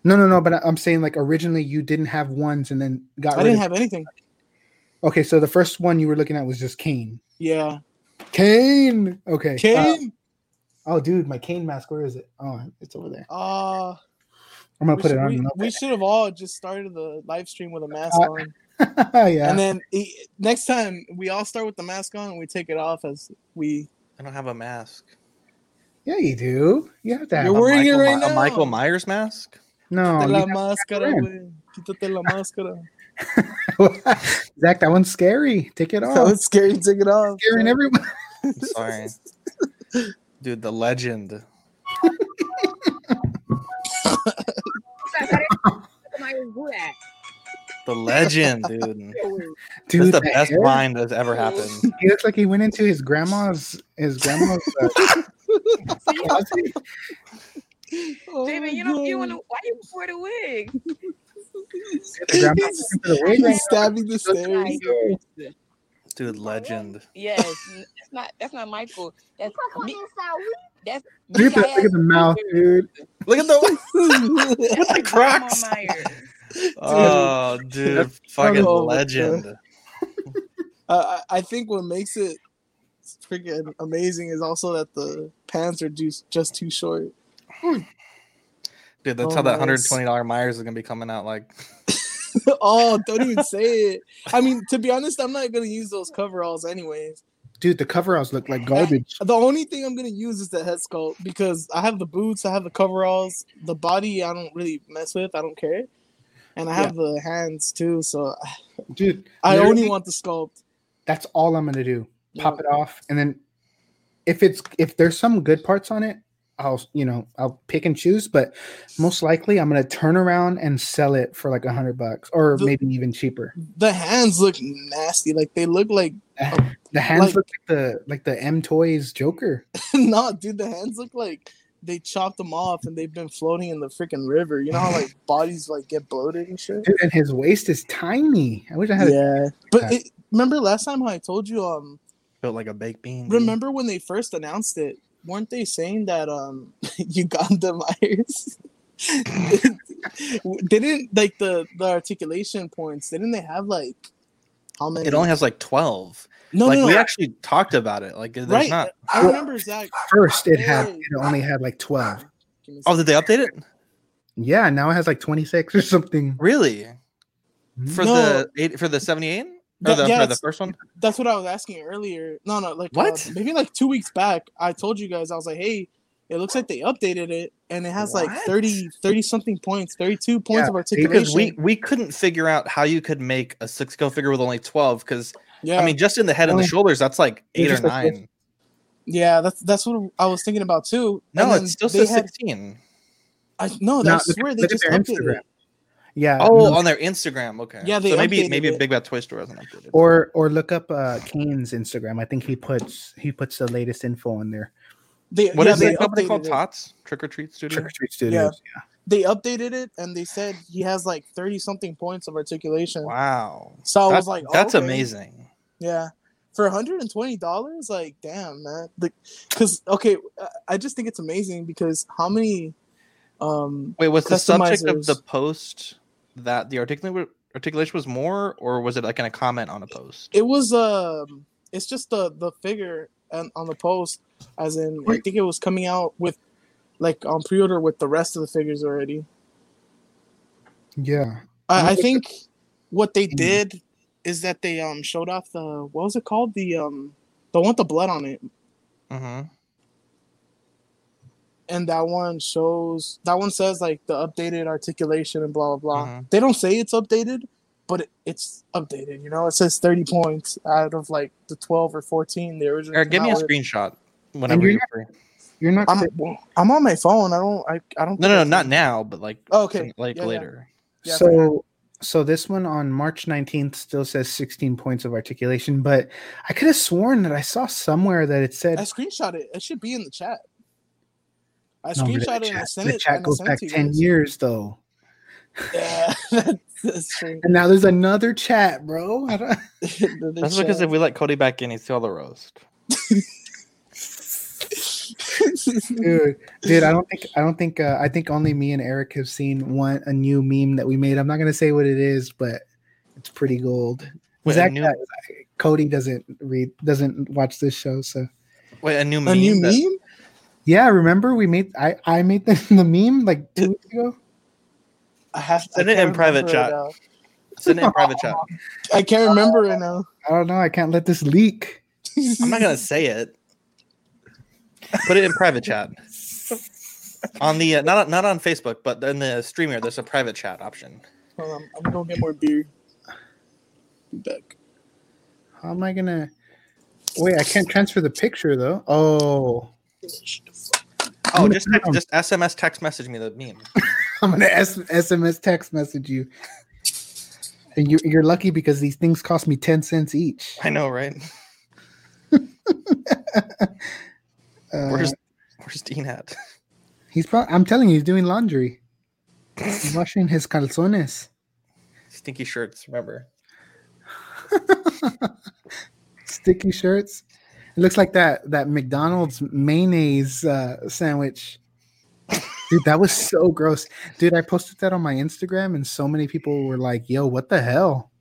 Speaker 1: No, no, no. But I- I'm saying like originally you didn't have ones and then got.
Speaker 3: I
Speaker 1: rid
Speaker 3: didn't
Speaker 1: of-
Speaker 3: have anything.
Speaker 1: Okay, so the first one you were looking at was just Kane.
Speaker 3: Yeah,
Speaker 1: Kane. Okay. uh,
Speaker 3: Kane.
Speaker 1: oh, dude, my Kane mask. Where is it? Oh, it's over there.
Speaker 3: Uh,
Speaker 1: I'm gonna
Speaker 3: we
Speaker 1: put
Speaker 3: should-
Speaker 1: it on.
Speaker 3: we,
Speaker 1: and
Speaker 3: we
Speaker 1: open
Speaker 3: should have all just started the live stream with a mask
Speaker 1: Uh,
Speaker 3: on,
Speaker 1: it. yeah.
Speaker 3: and then e- next time we all start with the mask on and we take it off as we.
Speaker 2: I don't have a mask.
Speaker 1: Yeah, you do. You have to have.
Speaker 3: You're
Speaker 2: A
Speaker 1: one.
Speaker 3: wearing
Speaker 2: Michael
Speaker 3: it right
Speaker 2: Mi- a
Speaker 3: now.
Speaker 2: Michael Myers mask?
Speaker 1: No,
Speaker 3: Quítate
Speaker 1: Oh, you
Speaker 3: la
Speaker 1: have-
Speaker 3: máscara,
Speaker 1: in.
Speaker 3: güey. Quítate la máscara.
Speaker 1: Zach, that one's scary. Take it
Speaker 3: That
Speaker 1: off.
Speaker 3: was scary. Take it off.
Speaker 1: Scaring everyone.
Speaker 2: I'm sorry. Dude, the legend. The legend, dude.
Speaker 6: Oh
Speaker 2: This is
Speaker 1: Dude,
Speaker 2: the
Speaker 1: that
Speaker 2: best
Speaker 1: hair.
Speaker 2: line that's ever happened.
Speaker 1: He looks like he went into his grandma's his grandma's uh, closet.
Speaker 3: Oh my
Speaker 6: Jamie, you don't you
Speaker 3: God.
Speaker 6: want to why you wear the wig?
Speaker 1: The grandma's looking for the wig right
Speaker 3: He's stabbing the stairs.
Speaker 1: now.
Speaker 2: Dude, legend.
Speaker 6: Yes, n- that's not that's not Michael. That's Mi- that's
Speaker 1: Look at that! Look at the mouth, dude.
Speaker 2: Look at the
Speaker 6: With
Speaker 2: the Crocs. Oh dude, fucking
Speaker 3: Oh, my
Speaker 2: legend.
Speaker 3: Uh, I I think what makes it freaking amazing is also that the pants are just just too short.
Speaker 2: Dude, that's
Speaker 3: Oh,
Speaker 2: how that
Speaker 3: nice.
Speaker 2: $120 Myers is gonna be coming out like
Speaker 3: oh, don't even say it. I mean, to be honest, I'm not gonna use those coveralls anyways.
Speaker 1: Dude, the coveralls look like garbage.
Speaker 3: The only thing I'm gonna use is the head sculpt because I have the boots, I have the coveralls, the body I don't really mess with, I don't care, and I have the hands too. So
Speaker 1: Dude,
Speaker 3: I
Speaker 1: literally,
Speaker 3: only want the sculpt.
Speaker 1: that's all I'm gonna do. Pop it off, and then if it's if there's some good parts on it, I'll you know I'll pick and choose. But most likely, I'm gonna turn around and sell it for like a hundred bucks, or
Speaker 3: The-
Speaker 1: maybe even cheaper.
Speaker 3: The hands look nasty. Like they look like
Speaker 1: The hands
Speaker 3: Like-
Speaker 1: look like the like the M Toys Joker.
Speaker 3: no, dude. The hands look like they chopped them off and they've been floating in the freaking river. You know how like bodies like get bloated and shit.
Speaker 1: Dude, and his waist is tiny. I wish I had. A,
Speaker 3: Yeah, but
Speaker 1: that.
Speaker 3: it, remember last time how I told you um
Speaker 2: built like a baked bean. dude.
Speaker 3: remember when they first announced it weren't they saying that um uganda myers didn't like the the articulation points didn't they have like how many
Speaker 2: it only has like 12.
Speaker 3: no
Speaker 2: like
Speaker 3: no,
Speaker 2: we
Speaker 3: no.
Speaker 2: actually talked about it. Like there's
Speaker 3: right
Speaker 2: not
Speaker 3: i remember zach
Speaker 1: First, it had
Speaker 3: Hey.
Speaker 1: it only had like twelve.
Speaker 3: Give me a
Speaker 2: Oh, did they update it?
Speaker 1: Yeah, now it has like twenty six or something.
Speaker 2: Really? For
Speaker 3: No.
Speaker 2: the eight for the 78? Or
Speaker 3: That-
Speaker 2: the,
Speaker 3: yeah,
Speaker 2: for the
Speaker 3: it's-
Speaker 2: first one?
Speaker 3: That's what I was asking earlier. No, no, like uh,
Speaker 2: What?
Speaker 3: maybe like two weeks back, I told you guys I was like, hey, it looks like they updated it, and it has like
Speaker 2: What?
Speaker 3: 30, 30 something points, thirty two points
Speaker 1: Yeah,
Speaker 3: of
Speaker 2: Because
Speaker 3: articulation.
Speaker 2: we we couldn't figure out how you could make a six go figure with only 12 because
Speaker 3: yeah,
Speaker 2: I mean just in the head and the
Speaker 1: Only-
Speaker 2: shoulders that's Oh. like
Speaker 1: It's
Speaker 2: eight or
Speaker 1: just like
Speaker 2: nine.
Speaker 3: yeah, that's that's what I was thinking about too.
Speaker 2: No,
Speaker 3: And then
Speaker 2: it still
Speaker 3: they
Speaker 2: says
Speaker 3: had,
Speaker 2: 16.
Speaker 3: I, no,
Speaker 1: Now, look
Speaker 3: I
Speaker 1: at-
Speaker 3: swear they
Speaker 1: look at
Speaker 3: Oh, just
Speaker 1: their
Speaker 3: updated.
Speaker 1: Instagram.
Speaker 3: It.
Speaker 1: Yeah.
Speaker 2: Oh,
Speaker 1: no,
Speaker 2: on their Instagram. Okay.
Speaker 3: Yeah, they
Speaker 2: so maybe
Speaker 3: updated
Speaker 2: maybe a
Speaker 3: it.
Speaker 2: Big Bad Toy Store hasn't updated. it.
Speaker 1: or or look up uh Kane's Instagram. I think he puts he puts the latest info on there.
Speaker 3: They,
Speaker 2: What
Speaker 3: yeah,
Speaker 2: is
Speaker 3: they
Speaker 2: that company
Speaker 3: updated
Speaker 2: called?
Speaker 3: it.
Speaker 2: Tots Trick or Treat Studio.
Speaker 1: Trick or Treat Studios. Yeah.
Speaker 3: They updated it, and they said he has like thirty something points of articulation.
Speaker 2: Wow,
Speaker 3: So I
Speaker 2: that's,
Speaker 3: was like, oh,
Speaker 2: that's
Speaker 3: okay.
Speaker 2: amazing.
Speaker 3: Yeah. For $120, like, damn, man. Like, cause, okay, I- I just think it's amazing because how many, um,
Speaker 2: Wait, was the subject of the
Speaker 3: Customizers.
Speaker 2: post that the articula- articulation was more, or was it like in a comment on a post?
Speaker 3: it was, um, it's just the, the figure and on the post, as in, I think it was coming out with, like, on pre order with the rest of the figures already.
Speaker 1: Yeah.
Speaker 2: Mm-hmm.
Speaker 3: I, I think what they did is that they um showed off the what was it called the um the one with the blood on it,
Speaker 2: Mm-hmm.
Speaker 3: and that one shows that one says like the updated articulation and blah blah blah.
Speaker 2: Mhm.
Speaker 3: They don't say it's updated, but it, it's updated. You know, it says thirty points out of like the twelve or fourteen the original.
Speaker 2: Eric, give
Speaker 3: came
Speaker 2: me a
Speaker 3: out with.
Speaker 2: screenshot whenever
Speaker 1: you're
Speaker 2: you're
Speaker 1: not-
Speaker 2: free.
Speaker 1: You're not.
Speaker 3: I'm I'm on my phone. I don't I I don't.
Speaker 2: No, no,
Speaker 3: think I
Speaker 2: no,
Speaker 3: can-
Speaker 2: not now, but like
Speaker 3: Oh, okay.
Speaker 2: some- like
Speaker 3: Yeah, yeah.
Speaker 2: later.
Speaker 3: Yeah,
Speaker 1: so so this one on March 19th still says 16 points of articulation, but I could have sworn that I saw somewhere that it said
Speaker 3: I screenshot it. It should be in the chat. I
Speaker 1: No, but the
Speaker 3: screenshot it and I
Speaker 1: chat-
Speaker 3: sent
Speaker 1: the
Speaker 3: it.
Speaker 1: chat
Speaker 3: and I
Speaker 1: goes
Speaker 3: sent it
Speaker 1: back
Speaker 3: to you
Speaker 1: 10
Speaker 3: guys.
Speaker 1: years though.
Speaker 3: Yeah, that's, that's true.
Speaker 1: And now there's another chat, bro. I don't-
Speaker 3: The- the
Speaker 2: That's because
Speaker 3: chat.
Speaker 2: if we let Cody back in, he's still the roast.
Speaker 1: dude,
Speaker 2: Mm-hmm.
Speaker 1: dude, I don't think I don't think uh, I think only me and Eric have seen one a new meme that we made. I'm not gonna say what it is, but it's pretty gold.
Speaker 2: Wait,
Speaker 1: Was
Speaker 2: a
Speaker 1: that
Speaker 2: new-
Speaker 1: guy- Cody doesn't read doesn't watch this show, so
Speaker 2: Wait, a new meme.
Speaker 3: a new
Speaker 2: that-
Speaker 3: meme?
Speaker 1: yeah, remember we made I I made the, the meme like two weeks ago.
Speaker 3: I have to
Speaker 2: Send it in private chat. Send it in private chat.
Speaker 3: I can't remember it now.
Speaker 1: I don't know. I can't let this leak.
Speaker 2: I'm not gonna say it. Put it in private chat. On the uh, not not on Facebook, but in the streamer, there's a private chat option.
Speaker 3: Hold on, I'm gonna go get more beer. Be back.
Speaker 1: How am I gonna? Wait, I can't transfer the picture though. Oh,
Speaker 2: Oh, just text, just SMS text message me the meme.
Speaker 1: I'm gonna S- SMS text message you. And you, you're lucky because these things cost me ten cents each.
Speaker 2: I know, right?
Speaker 1: Uh,
Speaker 2: Where's Where's Dean at?
Speaker 1: he's? Pro- I'm telling you, he's doing laundry, He's washing his calzones.
Speaker 2: Stinky shirts. Remember?
Speaker 1: sticky shirts. It looks like that that McDonald's mayonnaise uh, sandwich. Dude, that was so gross. Dude, I posted that on my Instagram, and so many people were like, "Yo, what the hell?"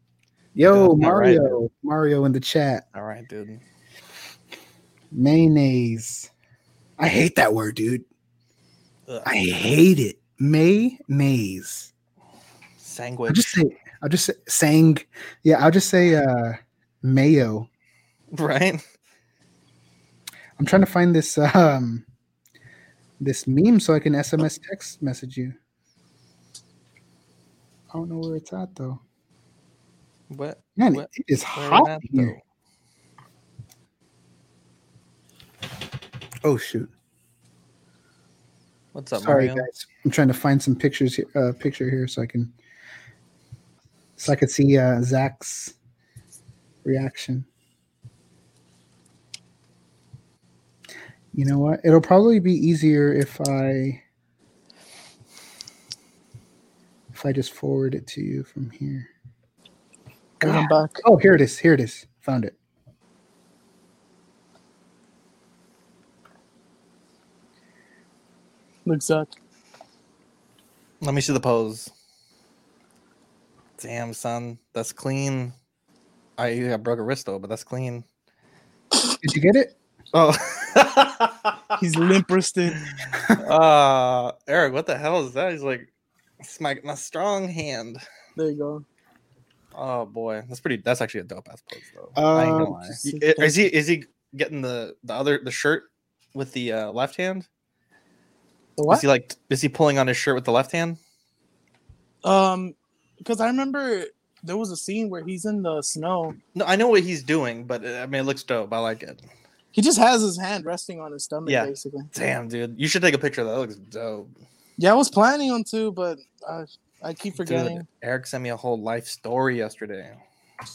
Speaker 1: Yo,
Speaker 2: That's not right.
Speaker 1: Mario, Mario in the chat,
Speaker 2: All right, dude.
Speaker 1: mayonnaise. I hate that word, dude.
Speaker 2: Ugh.
Speaker 1: I hate it. Mayonnaise. I'll
Speaker 2: Sandwich.
Speaker 1: just say, I'll just say, sang. Yeah, I'll just say uh, mayo.
Speaker 2: Right?
Speaker 1: I'm trying to find this um this meme so I can SMS text message you. I don't know where it's at though.
Speaker 2: What?
Speaker 1: Man,
Speaker 2: Where-
Speaker 1: it is
Speaker 2: Where
Speaker 1: hot
Speaker 2: we at,
Speaker 1: in here.
Speaker 2: though?
Speaker 1: Oh shoot!
Speaker 2: What's up,
Speaker 1: Sorry,
Speaker 2: Mario?
Speaker 1: guys. I'm trying to find some pictures here. Uh, picture here so I can so I could see uh, Zach's reaction. You know what? It'll probably be easier if I if I just forward it to you from here.
Speaker 3: Hold on, I'm back.
Speaker 1: Oh, here it is. Here it is. Found it.
Speaker 3: Look, Zach.
Speaker 2: Let me see the pose. Damn, son, that's clean. I, I broke a wrist though, but that's clean.
Speaker 1: Did you get it?
Speaker 2: Oh,
Speaker 3: He's limp wristed.
Speaker 2: uh, Eric, what the hell is that? He's like, it's my my strong hand.
Speaker 3: There you go.
Speaker 2: Oh boy, that's pretty. That's actually a dope ass pose though. I ain't gonna
Speaker 1: Um,
Speaker 2: lie. Y- Is he is he getting the the other the shirt with the uh, left hand?
Speaker 3: The
Speaker 2: Is
Speaker 3: what?
Speaker 2: he like is he pulling on his shirt with the left hand?
Speaker 3: Um, because I remember there was a scene where he's in the snow.
Speaker 2: No, I know what he's doing, but uh, I mean it looks dope. I like it.
Speaker 3: He just has his hand resting on his stomach,
Speaker 2: Yeah.
Speaker 3: basically.
Speaker 2: Damn, dude, you should take a picture. of That That looks dope.
Speaker 3: Yeah, I was planning on to, but I I keep forgetting.
Speaker 2: Dude, Eric sent me a whole life story yesterday.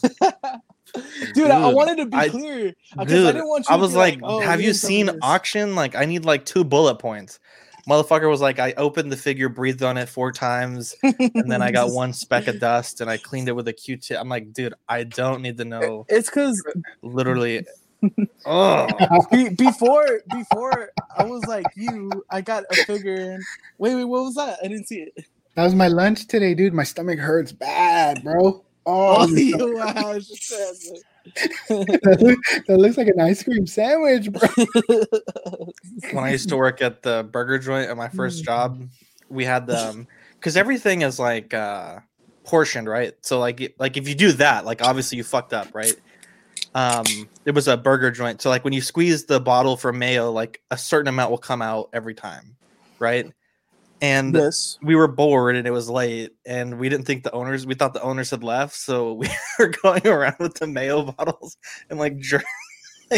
Speaker 3: Dude, I, I
Speaker 2: Dude,
Speaker 3: wanted to be
Speaker 2: I-
Speaker 3: clear. I, 'cause I
Speaker 2: Dude,
Speaker 3: didn't want you
Speaker 2: I
Speaker 3: to
Speaker 2: was
Speaker 3: be
Speaker 2: like,
Speaker 3: "Oh,
Speaker 2: "Have
Speaker 3: he
Speaker 2: you
Speaker 3: didn't tell me
Speaker 2: seen
Speaker 3: this."
Speaker 2: auction? Like, I need like two bullet points." Motherfucker was like, "I opened the figure, breathed on it four times, and then I got one speck of dust, and I cleaned it with a Q-tip." I'm like, "Dude, I don't need to know."
Speaker 3: It's because
Speaker 2: Literally, oh,
Speaker 3: be, before before I was like you, I got a figure. And, wait, wait, what was that? I didn't see it.
Speaker 1: That was my lunch today, dude. My stomach hurts bad, bro. Oh,
Speaker 3: Oh, you- wow, it's just sad,
Speaker 2: Oh,
Speaker 3: but-
Speaker 1: that, look- that looks like an ice cream sandwich, bro.
Speaker 2: when I used to work at the um, burger joint at my first job, we had the because everything is like uh portioned, right? So like it- like if you do that, like obviously you fucked up, right? Um, it was a burger joint. So like when you squeeze the bottle for mayo, like a certain amount will come out every time, right? And
Speaker 3: Yes.
Speaker 2: we were bored and it was late and we didn't think the owners we thought the owners had left so we were going around with the mayo bottles and like jer-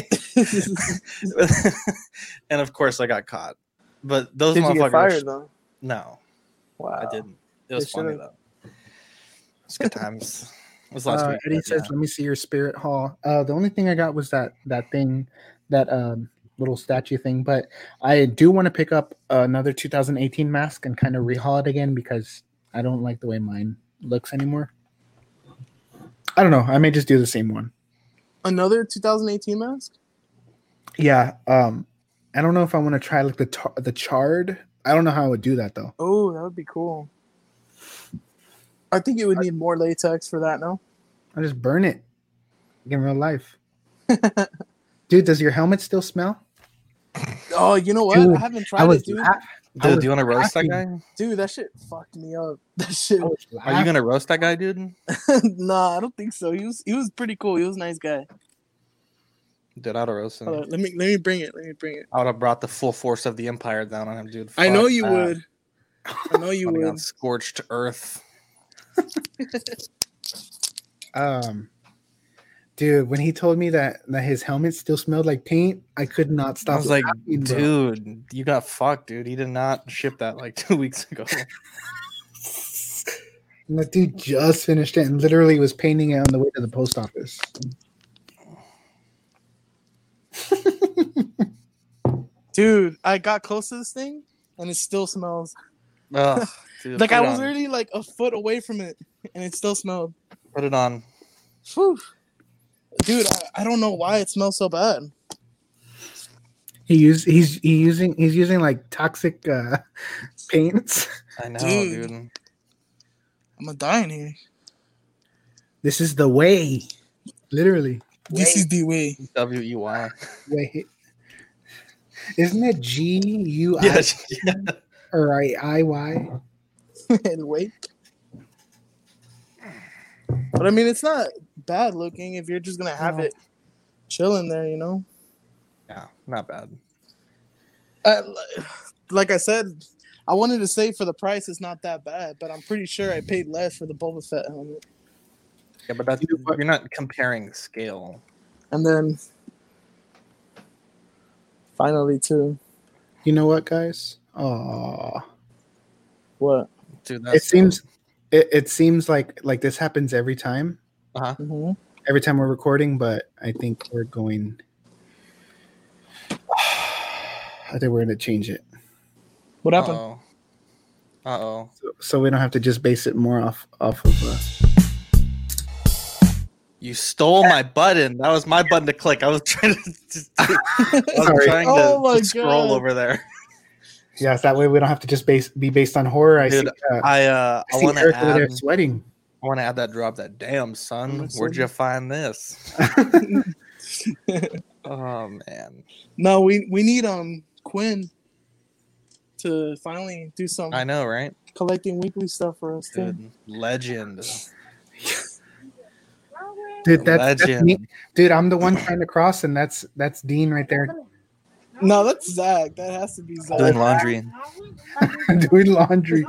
Speaker 2: and of course i got caught but those
Speaker 3: Did you get
Speaker 2: motherfuckers
Speaker 3: fired though?
Speaker 2: no
Speaker 3: Wow.
Speaker 2: i didn't it was funny
Speaker 3: should've.
Speaker 2: though it's good times it was last
Speaker 1: Uh,
Speaker 2: week
Speaker 1: Eddie says, "Let me see your spirit hall." Uh, the only thing I got was that that thing, that um, little statue thing. But I do want to pick up another 2018 mask and kind of rehaul it again because I don't like the way mine looks anymore. I don't know. I may just do the same one.
Speaker 3: Another 2018 mask?
Speaker 1: Yeah. Um, I don't know if I want to try like the tar- the charred. I don't know how I would do that though.
Speaker 3: Oh, that would be cool. I think you would need more latex for that. No.
Speaker 1: I just burn it like in real life. Dude, does your helmet still smell?
Speaker 3: Oh, you know what?
Speaker 1: Dude,
Speaker 3: I haven't
Speaker 1: I
Speaker 3: tried
Speaker 1: was
Speaker 3: it, dude.
Speaker 1: la- I
Speaker 2: dude
Speaker 1: was
Speaker 2: do you want to roast that
Speaker 1: laughing.
Speaker 2: guy
Speaker 3: Dude, that shit fucked me up. That shit.
Speaker 1: I was
Speaker 2: are you
Speaker 1: laughing.
Speaker 2: gonna roast that guy dude
Speaker 3: nah, I don't think so. He was he was pretty cool. He was a nice guy.
Speaker 2: dude i'd have roasted
Speaker 3: Hold
Speaker 2: him
Speaker 3: on, let me let me bring it. Let me bring it.
Speaker 2: i would have brought the full force of the empire down on him dude
Speaker 3: I know
Speaker 2: Fuck
Speaker 3: you
Speaker 2: that.
Speaker 3: would. I know you
Speaker 2: Would've gone
Speaker 3: would.
Speaker 2: scorched earth
Speaker 1: Um, dude, when he told me that that his helmet still smelled like paint, I could not stop.
Speaker 2: I was like,
Speaker 1: laughing, bro.
Speaker 2: dude, you got fucked, dude. He did not ship that like two weeks ago.
Speaker 1: And that dude just finished it and literally was painting it on the way to the post office.
Speaker 3: Dude, I got close to this thing and it still smells.
Speaker 2: Ugh, dude,
Speaker 3: Like
Speaker 2: put
Speaker 3: I
Speaker 2: it on.
Speaker 3: was literally like a foot away from it and it still smelled.
Speaker 2: Put it on.
Speaker 3: Whew. Dude, I, I don't know why it smells so bad.
Speaker 1: He use he's he using he's using like toxic uh paints.
Speaker 2: I know,
Speaker 3: Dude.
Speaker 2: dude.
Speaker 3: I'm gonna die in here.
Speaker 1: This is the way, literally
Speaker 3: This is the way.
Speaker 2: W E Y.
Speaker 1: way. Isn't it G U I
Speaker 2: Yes. yeah.
Speaker 1: or I I Y?
Speaker 3: and wait. But I mean, it's not bad looking if you're just gonna have
Speaker 2: No.
Speaker 3: it chilling there, you know.
Speaker 2: Yeah, not bad.
Speaker 3: Uh, li- like I said, I wanted to say for the price, it's not that bad, but I'm pretty sure I paid less for the Boba Fett helmet.
Speaker 2: Yeah, but that's
Speaker 1: You know what?
Speaker 2: you're not comparing scale.
Speaker 3: And then finally, too,
Speaker 1: You know what, guys? Oh,
Speaker 3: what?
Speaker 2: Dude,
Speaker 1: it
Speaker 2: that's
Speaker 1: seems it, it seems like like this happens every time.
Speaker 3: hmm
Speaker 1: every time we're recording, but I think we're going. I think we're going to change it
Speaker 3: What
Speaker 2: uh
Speaker 3: happened?
Speaker 2: oh. Uh oh.
Speaker 1: so, so we don't have to just base it more off off of. Uh,
Speaker 2: You stole my button. That was my button to click. I was trying to, I was
Speaker 1: Sorry.
Speaker 2: trying to,
Speaker 3: Oh my
Speaker 2: to scroll
Speaker 3: God.
Speaker 2: over there.
Speaker 1: yes, that way we don't have to just base be based on horror. I
Speaker 2: Dude,
Speaker 1: see. Uh, I,
Speaker 2: I uh I
Speaker 1: see
Speaker 2: want to
Speaker 1: Eric over there
Speaker 2: add
Speaker 1: sweating.
Speaker 2: I want to add that drop. That damn son.
Speaker 3: Listen.
Speaker 2: Where'd you find this? oh man,
Speaker 3: No, we we need um Quinn to finally do some
Speaker 2: I know, right?
Speaker 3: collecting weekly stuff for us too.
Speaker 2: Dude, legend.
Speaker 1: Dude, that's, that's
Speaker 2: Legend.
Speaker 1: me. Dude, I'm the one trying to cross, and that's that's Dean right there
Speaker 3: No, that's Zach. That has to be Zach.
Speaker 2: Doing laundry.
Speaker 1: doing laundry.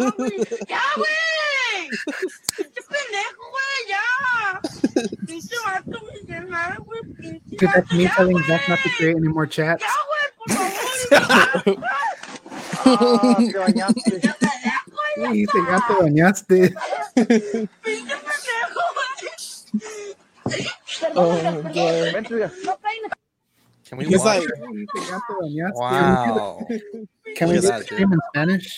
Speaker 1: Dude, that's me telling Zach not to create any more chats.
Speaker 3: Oh,
Speaker 1: He said, "Ya te bañaste."
Speaker 3: Oh my god.
Speaker 2: Can we
Speaker 3: It's
Speaker 2: watch?
Speaker 3: like-
Speaker 1: He said, "Ya te bañaste."
Speaker 2: wow,
Speaker 1: Can we get
Speaker 2: Look at that,
Speaker 1: stream in Spanish?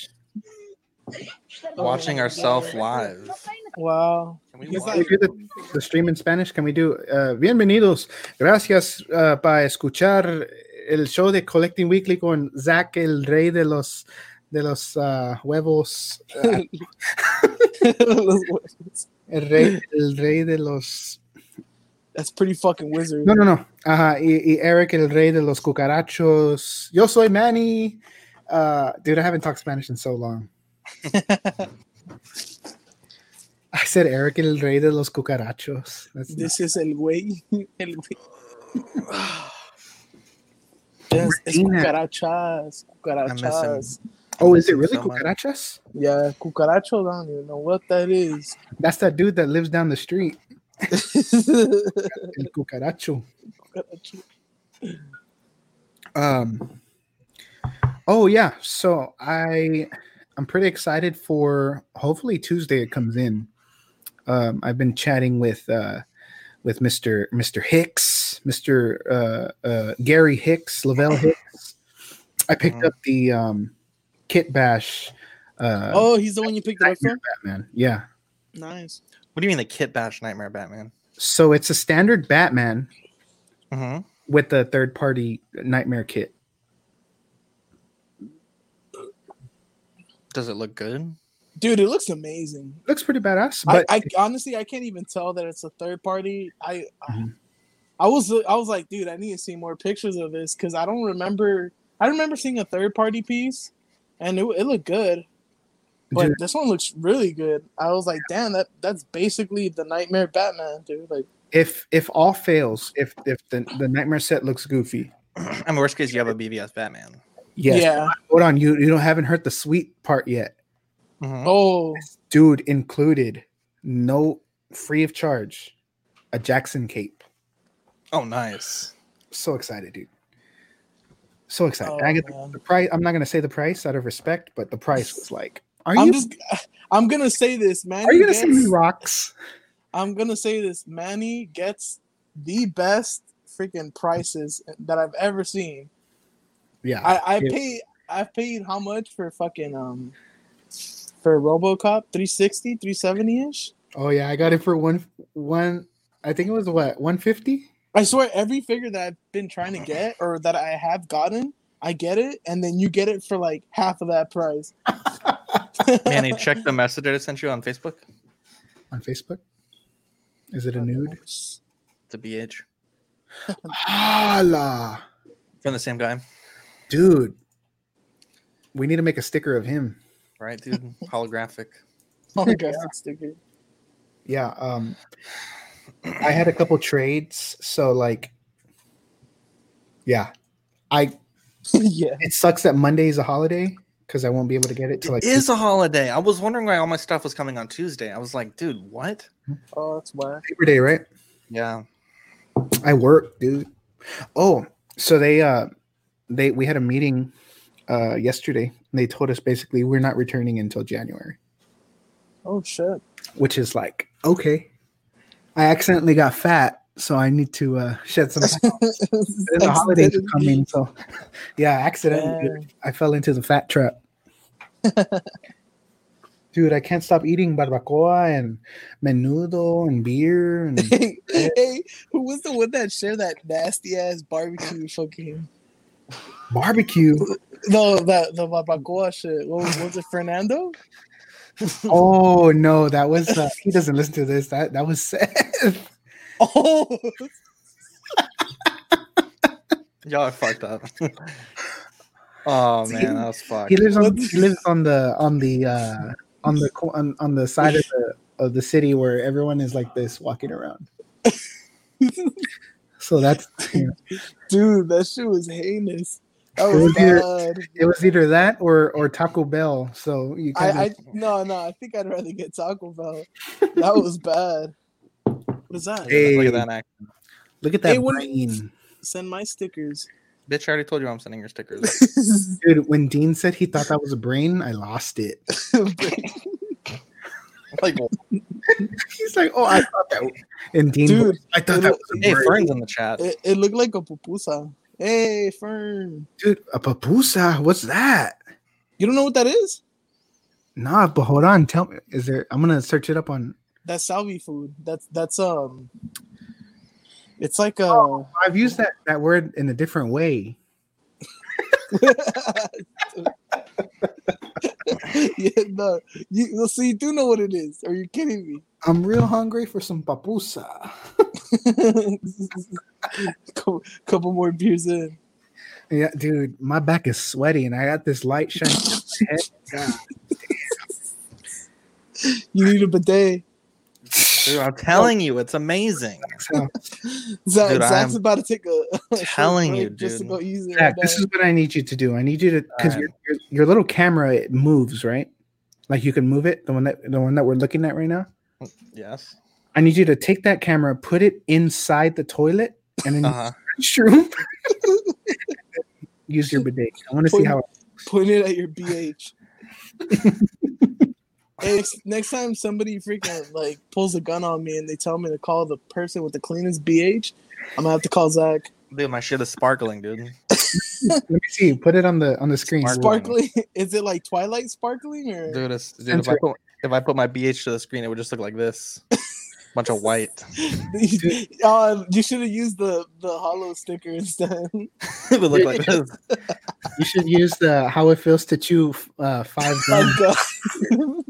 Speaker 2: watching ourselves live.
Speaker 3: Wow.
Speaker 2: Can we
Speaker 3: Oh It's
Speaker 2: watch?
Speaker 1: we
Speaker 3: like-
Speaker 1: do the, the stream in Spanish? Can we do uh, bienvenidos? Gracias uh, para escuchar el show de Collecting Weekly con Zach, el rey de los de los uh, huevos, uh, el rey el rey de los
Speaker 3: That's pretty fucking wizard.
Speaker 1: no no no ajá y, y Eric el rey de los cucarachos. Yo soy Manny. Uh, dude, I haven't talked Spanish in so long. I said Eric el rey de los cucarachos. That's not-
Speaker 3: This is el güey. El güey. Yes, es
Speaker 1: Regina.
Speaker 3: cucarachas. Cucarachas.
Speaker 1: oh, is it really
Speaker 2: so much.
Speaker 1: cucarachas?
Speaker 3: Yeah, cucaracho. I don't even know what that is.
Speaker 1: That's that dude that lives down the street. El cucaracho.
Speaker 3: Cucaracho.
Speaker 1: Um. Oh yeah, so I I'm pretty excited for hopefully Tuesday it comes in. Um, I've been chatting with uh, with Mr. Mr. Hicks, Mr. Uh, uh, Gary Hicks, Lavelle Hicks. I picked up the um, Kit Bash. Uh,
Speaker 3: oh, he's the one you picked it up
Speaker 1: Nightmare
Speaker 3: from?
Speaker 1: Batman. Yeah.
Speaker 3: Nice.
Speaker 2: What do you mean the Kit Bash Nightmare Batman?
Speaker 1: So it's a standard Batman
Speaker 2: Mhm.
Speaker 1: with the third party Nightmare kit.
Speaker 2: Does it look good?
Speaker 3: Dude, it looks amazing.
Speaker 1: Looks pretty badass,
Speaker 3: I,
Speaker 1: but
Speaker 3: I honestly I can't even tell that it's a third party. I
Speaker 1: Mhm.
Speaker 3: I, I was I was like, dude, I need to see more pictures of this because I don't remember. I remember seeing a third party piece, and it, it looked good. But
Speaker 1: Dude.
Speaker 3: this one looks really good. I was like, damn, that that's basically the Nightmare Batman, dude. Like,
Speaker 1: if if all fails, if if the, the nightmare set looks goofy,
Speaker 2: I mean, worst case, you have a BVS Batman.
Speaker 1: yes.
Speaker 3: yeah.
Speaker 1: Hold on, you you don't haven't heard the sweet part yet,
Speaker 2: Mhm.
Speaker 3: Oh,
Speaker 1: dude. Included, no free of charge, a Jackson cape.
Speaker 2: Oh, nice.
Speaker 1: So excited, dude. So excited.
Speaker 3: Oh,
Speaker 1: And I get the,
Speaker 3: man.
Speaker 1: the price. I'm not gonna say the price out of respect, but the price was like, are
Speaker 3: I'm
Speaker 1: you
Speaker 3: just I'm gonna say this, man.
Speaker 1: are you gonna send me rocks?
Speaker 3: I'm gonna say this. Manny gets the best freaking prices that I've ever seen.
Speaker 1: Yeah,
Speaker 3: I, I
Speaker 1: Yeah.
Speaker 3: paid I paid how much for fucking um for RoboCop 360 370 ish.
Speaker 1: Oh yeah, I got it for one one. I think it was what one fifty.
Speaker 3: I swear every figure that I've been trying to get or that I have gotten, I get it, and then you get it for like half of that price.
Speaker 2: Manny, check the message that I sent you on Facebook.
Speaker 1: on Facebook. Is
Speaker 3: Uh,
Speaker 1: it a nude?
Speaker 2: It's a BH
Speaker 1: Hala,
Speaker 2: from the same guy,
Speaker 1: dude. We need to make a sticker of him.
Speaker 2: right, dude? Holographic.
Speaker 3: Oh my god, sticker.
Speaker 1: Yeah. Um, I had a couple trades, so like, yeah, I.
Speaker 3: yeah.
Speaker 1: It sucks that Monday is a holiday because I won't be able to get it till like
Speaker 2: It is a holiday. I was wondering why all my stuff was coming on Tuesday. I was like, dude, what?
Speaker 3: Oh, that's why.
Speaker 1: Labor Day, right?
Speaker 2: Yeah.
Speaker 1: I work, dude. Oh, so they uh they we had a meeting uh yesterday and they told us basically we're not returning until January,
Speaker 3: Oh shit.
Speaker 1: which is like, okay. I accidentally got fat, so I need to uh shed some fat. And the holidays are coming, so yeah, I accidentally
Speaker 3: Dang.
Speaker 1: I fell into the fat trap. Dude, I can't stop eating barbacoa and menudo and beer and
Speaker 3: hey, hey, who was the one that shared that nasty ass barbecue fucking
Speaker 1: barbecue.
Speaker 3: no the the barbacoa shit? What was, was it Fernando?
Speaker 1: Oh no, that was uh, he doesn't listen to this. That that was Seth.
Speaker 3: Oh,
Speaker 2: Y'all are fucked up. oh, man. That was fucked.
Speaker 1: He lives on he lives on the on the uh, on the co- on, on the side of the of the city where everyone is like this walking around. So that's you know,
Speaker 3: dude, that shit was heinous. That
Speaker 1: It
Speaker 3: was
Speaker 1: was either-
Speaker 3: bad.
Speaker 1: it was either that or or Taco Bell. So you
Speaker 3: I,
Speaker 1: kind
Speaker 3: I no no. I think I'd rather get Taco Bell. That was bad. What is that?
Speaker 1: Hey.
Speaker 2: Look at that act.
Speaker 1: look at that
Speaker 3: Hey, when-
Speaker 1: brain,
Speaker 3: Send my stickers.
Speaker 2: Bitch, I already told you I'm sending your stickers.
Speaker 1: dude. When Dean said he thought that was a brain, I lost it.
Speaker 2: like,
Speaker 1: He's like, oh, I thought that, and Dean,
Speaker 3: Dude,
Speaker 1: goes, I thought that was a
Speaker 2: hey,
Speaker 1: brain.
Speaker 2: Fern's in the chat.
Speaker 3: it, it looked like a pupusa. Hey, Fern.
Speaker 1: dude, a papusa. What's that?
Speaker 3: You don't know what that is?
Speaker 1: Nah, but hold on. Tell me, is there? I'm gonna search it up on
Speaker 3: That's salvi food. That's that's um. It's like uh,
Speaker 1: Oh. I've used that, that word in a different way.
Speaker 3: yeah, no, you well, see, you do know what it is. Are you kidding me?
Speaker 1: I'm real hungry for some papusa.
Speaker 3: couple, couple more beers in.
Speaker 1: Yeah, dude, my back is sweaty and I got this light shining. on my head.
Speaker 3: You need a bidet.
Speaker 2: Dude, I'm telling you, it's amazing.
Speaker 1: So,
Speaker 3: Zach,
Speaker 2: Dude,
Speaker 3: Zach's
Speaker 2: I'm
Speaker 3: about to take a, a short
Speaker 2: telling you,
Speaker 3: break just to
Speaker 2: dude.
Speaker 3: go use it.
Speaker 1: Zach, this is what I need you to do. I need you to because your, your your little camera it moves right, like you can move it. The one that the one that we're looking at right now.
Speaker 2: Yes.
Speaker 1: I need you to take that camera, put it inside the toilet, and then
Speaker 2: Uh huh.
Speaker 1: use your restroom. use your bidet. I want to see how.
Speaker 3: Point it at your BH. Hey, next, next time somebody freaking like pulls a gun on me and they tell me to call the person with the cleanest BH, I'm gonna have to call Zach.
Speaker 2: Dude, my shit is sparkling, dude.
Speaker 1: Let me see. Put it on the on the screen.
Speaker 2: Smart.
Speaker 3: Sparkling? Is it like Twilight sparkling or?
Speaker 2: Dude, it's, dude if, I put, if I put my BH to the screen, it would just look like this. Bunch of white.
Speaker 3: uh, you should have used the the hollow sticker instead.
Speaker 2: it would look like this.
Speaker 1: You should use the how it feels to chew uh, five.
Speaker 3: My
Speaker 1: grams.
Speaker 3: God.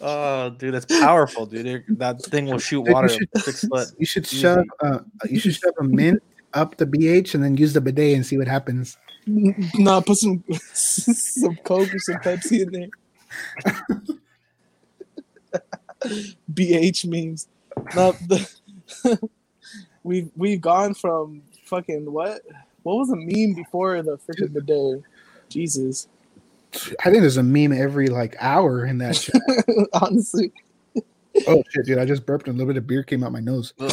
Speaker 2: Oh, dude, that's powerful, dude. It- That thing will shoot
Speaker 1: you
Speaker 2: water
Speaker 1: should-
Speaker 2: six foot.
Speaker 1: You should
Speaker 2: Easy.
Speaker 1: shove. Uh, you should shove a mint up the BH and then use the bidet and see what happens.
Speaker 3: nah, put some some Coke or some Pepsi in there. BH memes. Nah, the, we've we've gone from fucking what? What was a meme before the freaking bidet? Jesus,
Speaker 1: I think there's a meme every like hour in that. shit.
Speaker 3: honestly,
Speaker 1: oh shit, dude! I just burped and a little bit of beer came out my nose.
Speaker 2: Ugh.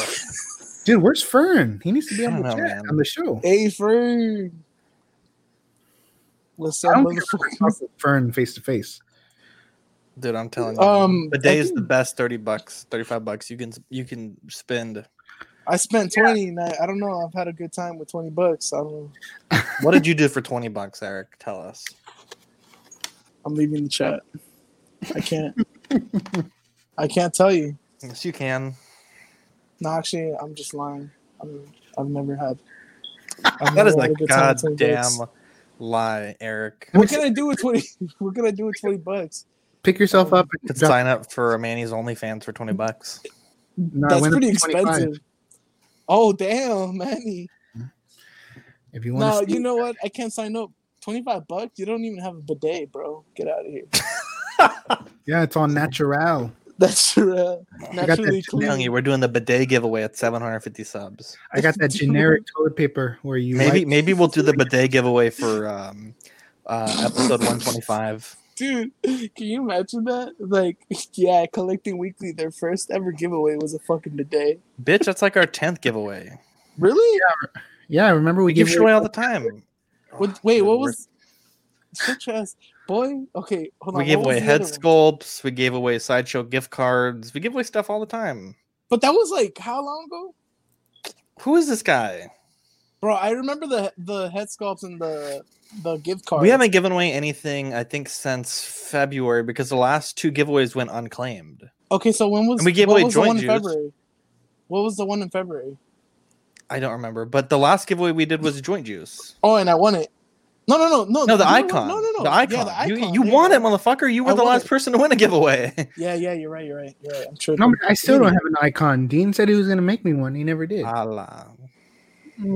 Speaker 1: Dude, where's Fern? He needs to be
Speaker 2: I
Speaker 1: on the
Speaker 2: don't know,
Speaker 1: chat,
Speaker 2: man.
Speaker 1: on the show.
Speaker 3: a for. What's up,
Speaker 1: I don't think I've ever
Speaker 3: motherfucker?
Speaker 1: talked with Fern face to face.
Speaker 2: Dude, I'm telling you.
Speaker 3: Um,
Speaker 2: the
Speaker 3: I
Speaker 2: day is
Speaker 3: think-
Speaker 2: the best 30 bucks, 35 bucks you can you can spend.
Speaker 3: I spent twenty, and I, I don't know. I've had a good time with twenty bucks. I don't know.
Speaker 2: What did you do for 20 bucks, Eric? Tell us.
Speaker 3: I'm leaving the chat. I can't. I can't tell you.
Speaker 2: Yes, you can.
Speaker 3: No, actually, I'm just lying. I'm, I've never had.
Speaker 2: That
Speaker 3: I've never
Speaker 2: is
Speaker 3: had
Speaker 2: a
Speaker 3: a good time with 20
Speaker 2: goddamn
Speaker 3: bucks.
Speaker 2: lie, Eric.
Speaker 3: What can I do with twenty? What can I do with twenty bucks?
Speaker 1: Pick yourself up and
Speaker 2: Could
Speaker 1: drop.
Speaker 2: sign up for Manny's OnlyFans for 20 bucks.
Speaker 1: No, I
Speaker 3: That's
Speaker 1: went up
Speaker 3: pretty
Speaker 1: to 25.
Speaker 3: expensive. Oh damn, Manny.
Speaker 1: If you
Speaker 3: No,
Speaker 1: want to,
Speaker 3: you know what? I can't sign up. Twenty five bucks. You don't even have a bidet, bro. Get out of here.
Speaker 1: yeah, it's all natural.
Speaker 3: That's uh,
Speaker 1: got that
Speaker 3: naturally
Speaker 2: I'm telling
Speaker 3: clean.
Speaker 2: you, we're doing the bidet giveaway at 750 subs.
Speaker 1: I got that generic toilet paper where you
Speaker 2: Maybe
Speaker 1: wipe-
Speaker 2: maybe we'll do the bidet giveaway for um, uh, episode 125.
Speaker 3: Dude, can you imagine that? Like, yeah, collecting weekly. Their first ever giveaway was a fucking bidet.
Speaker 2: Bitch, that's like our 10th giveaway.
Speaker 3: Really?
Speaker 1: yeah. Remember we,
Speaker 2: We give
Speaker 1: gave
Speaker 2: shit away all the time.
Speaker 3: What, wait,
Speaker 2: Dude,
Speaker 3: what
Speaker 2: we're-
Speaker 3: was? Shut your ass, boy. Okay, hold on.
Speaker 2: We gave
Speaker 3: what was
Speaker 2: away
Speaker 3: the
Speaker 2: head
Speaker 3: other one?
Speaker 2: sculpts. We gave away sideshow gift cards. We give away stuff all the time.
Speaker 3: But that was like how long ago,
Speaker 2: Who is this guy?
Speaker 3: bro? I remember the the head sculpts and the the gift card.
Speaker 2: We haven't given away anything, I think, since February because the last two giveaways went unclaimed.
Speaker 3: Okay, so when was
Speaker 2: And we gave
Speaker 3: what
Speaker 2: away
Speaker 3: was the
Speaker 2: joint
Speaker 3: one
Speaker 2: juice.
Speaker 3: in February? What was the one in February?
Speaker 2: I don't remember, but the last giveaway we did was joint juice.
Speaker 3: Oh, and I won it. No, no, no, Oh, no.
Speaker 2: No, the
Speaker 3: you know what?
Speaker 2: icon.
Speaker 3: No, no, no.
Speaker 2: The icon.
Speaker 3: Yeah, the icon.
Speaker 2: You, you
Speaker 3: yeah,
Speaker 2: won
Speaker 3: yeah.
Speaker 2: it, motherfucker. You were
Speaker 3: I
Speaker 2: the
Speaker 3: won
Speaker 2: last
Speaker 3: it.
Speaker 2: person to win a giveaway.
Speaker 3: Yeah, yeah, you're right, you're right, you're right. I'm tripping.
Speaker 1: No, I still don't have an icon. Dean said he was gonna make me one. He never did.
Speaker 2: Allah.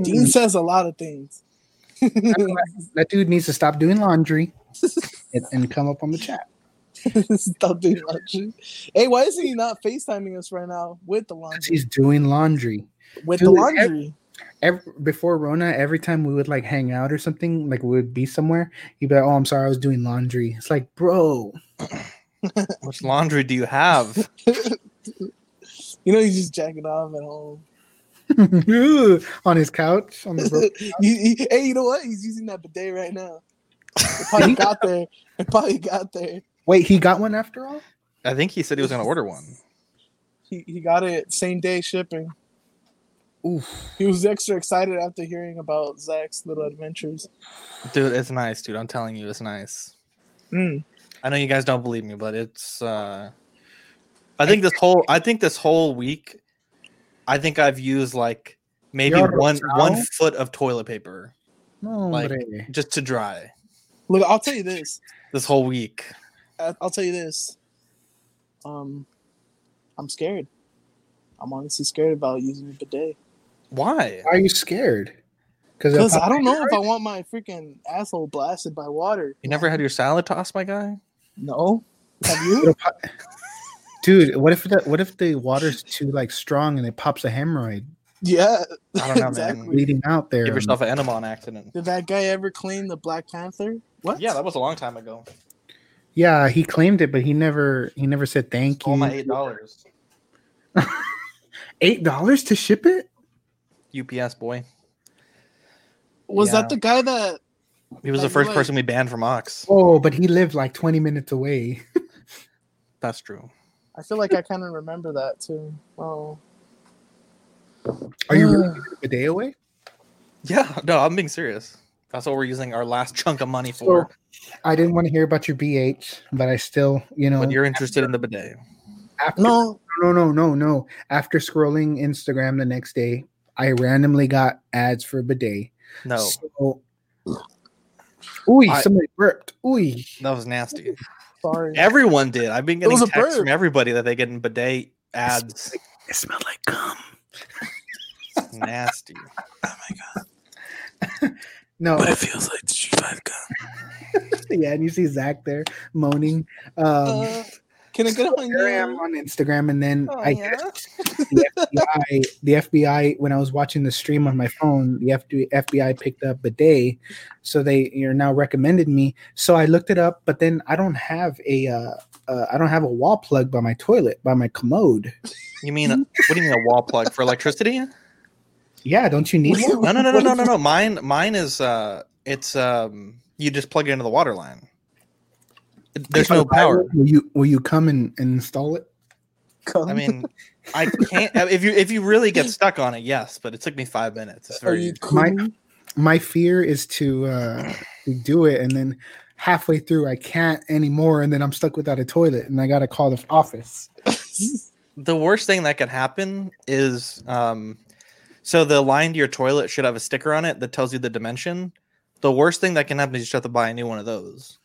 Speaker 3: Dean says a lot of things.
Speaker 1: that dude needs to stop doing laundry and, and come up on the chat.
Speaker 3: Stop doing laundry. Hey, why is he not FaceTiming us right now with the
Speaker 1: 'Cause
Speaker 3: laundry?
Speaker 1: He's doing laundry.
Speaker 3: With the
Speaker 1: doing ev-
Speaker 3: laundry.
Speaker 1: Every, before Rona, every time we would like hang out or something, like we would be somewhere, he'd be like, "Oh, I'm sorry, I was doing laundry." It's like, bro,
Speaker 2: Which laundry do you have?
Speaker 3: You know, he's just jacking off at home.
Speaker 1: on his couch on the bro-
Speaker 3: He- he- hey, you know what? He's using that bidet right now. It probably got there. It probably got there.
Speaker 1: Wait, he got one after all.
Speaker 2: I think he said he was going to order one.
Speaker 3: He, he got it same day shipping.
Speaker 1: Oof.
Speaker 3: He was extra excited after hearing about Zach's little adventures.
Speaker 2: Dude, it's nice, dude. I'm telling you, it's nice.
Speaker 3: Mm.
Speaker 2: I know you guys don't believe me, but it's uh I think this whole I think this whole week I think I've used like maybe
Speaker 1: Your
Speaker 2: one one
Speaker 1: towel?
Speaker 2: foot of toilet paper
Speaker 1: No,
Speaker 2: Like-
Speaker 1: hombre.
Speaker 2: just to dry
Speaker 3: Look, I'll tell you this.
Speaker 2: this whole week.
Speaker 3: I- I'll tell you this. Um, I'm scared. I'm honestly scared about using a bidet
Speaker 2: Why?
Speaker 1: why are you scared?
Speaker 3: because I don't know if I want my freaking asshole blasted by water.
Speaker 2: You never had your salad tossed, my guy?
Speaker 3: No, have you?
Speaker 1: It'll, po- Dude, what if the what if the water's too like strong and it pops a hemorrhoid
Speaker 3: Yeah.
Speaker 2: I don't know, man.
Speaker 3: Exactly.
Speaker 1: bleeding out there?
Speaker 2: Give yourself an enema on accident.
Speaker 3: Did that guy ever claim the Black Panther? What?
Speaker 2: Yeah, that was a long time ago.
Speaker 1: yeah, he claimed it, but he never he never said thank you.
Speaker 2: All my eight dollars.
Speaker 1: Eight dollars to ship it?
Speaker 2: UPS boy.
Speaker 3: was
Speaker 2: Yeah.
Speaker 3: that the guy that
Speaker 2: He was the
Speaker 3: Like,
Speaker 2: first
Speaker 3: like-
Speaker 2: person we banned from Ox.
Speaker 1: Oh, but he lived like twenty minutes away.
Speaker 2: That's true.
Speaker 3: I feel like I kind of remember that too. Oh,
Speaker 1: Are you really a day away?
Speaker 2: Yeah, no, I'm being serious. That's what we're using our last chunk of money for.
Speaker 1: I didn't want to hear about your BH, but I still, you know,
Speaker 2: But you're interested in the bidet.
Speaker 1: after, no,
Speaker 3: no,
Speaker 1: no, no, no, no. After scrolling Instagram the next day, I randomly got ads for bidet.
Speaker 2: No,
Speaker 1: So, ooh,
Speaker 2: I-
Speaker 1: somebody burped. Ooh,
Speaker 2: that was nasty.
Speaker 3: sorry.
Speaker 2: Everyone did. I've been getting
Speaker 3: was a
Speaker 2: texts from
Speaker 3: bird.
Speaker 2: everybody that they get in bidet ads.
Speaker 1: it smelled like cum.
Speaker 2: nasty.
Speaker 1: No,
Speaker 3: feels like five gun.
Speaker 1: yeah, and you see Zach there moaning.
Speaker 2: Uh.
Speaker 1: Um,
Speaker 3: Uh, Can I get on
Speaker 1: Instagram
Speaker 3: your?
Speaker 1: on Instagram, and then
Speaker 6: Oh,
Speaker 1: I
Speaker 6: yeah.
Speaker 1: the FBI, the FBI, when I was watching the stream on my phone, the FD, FBI picked up bidet, so they you're now recommended me. So I looked it up, but then I don't have a uh, uh, I don't have a wall plug by my toilet by my commode.
Speaker 2: You mean what do you mean a wall plug for electricity?
Speaker 1: Yeah, don't you need one?
Speaker 2: No, no, no, no, no, no, no. Mine, mine is uh, it's um, you just plug it into the water line. There's
Speaker 1: If I
Speaker 2: no
Speaker 1: buy
Speaker 2: power.
Speaker 1: one, Will you will you come and, and install it?
Speaker 2: I mean, I can't. If you if you really get stuck on it, yes. But it took me five minutes. It's
Speaker 3: are
Speaker 2: very.
Speaker 3: Oh, you cool?
Speaker 1: My my fear is to uh, to do it and then halfway through I can't anymore, and then I'm stuck without a toilet, and I gotta call the office.
Speaker 2: the worst thing that could happen is um so the line to your toilet should have a sticker on it that tells you the dimension the worst thing that can happen is you just have to buy a new one of those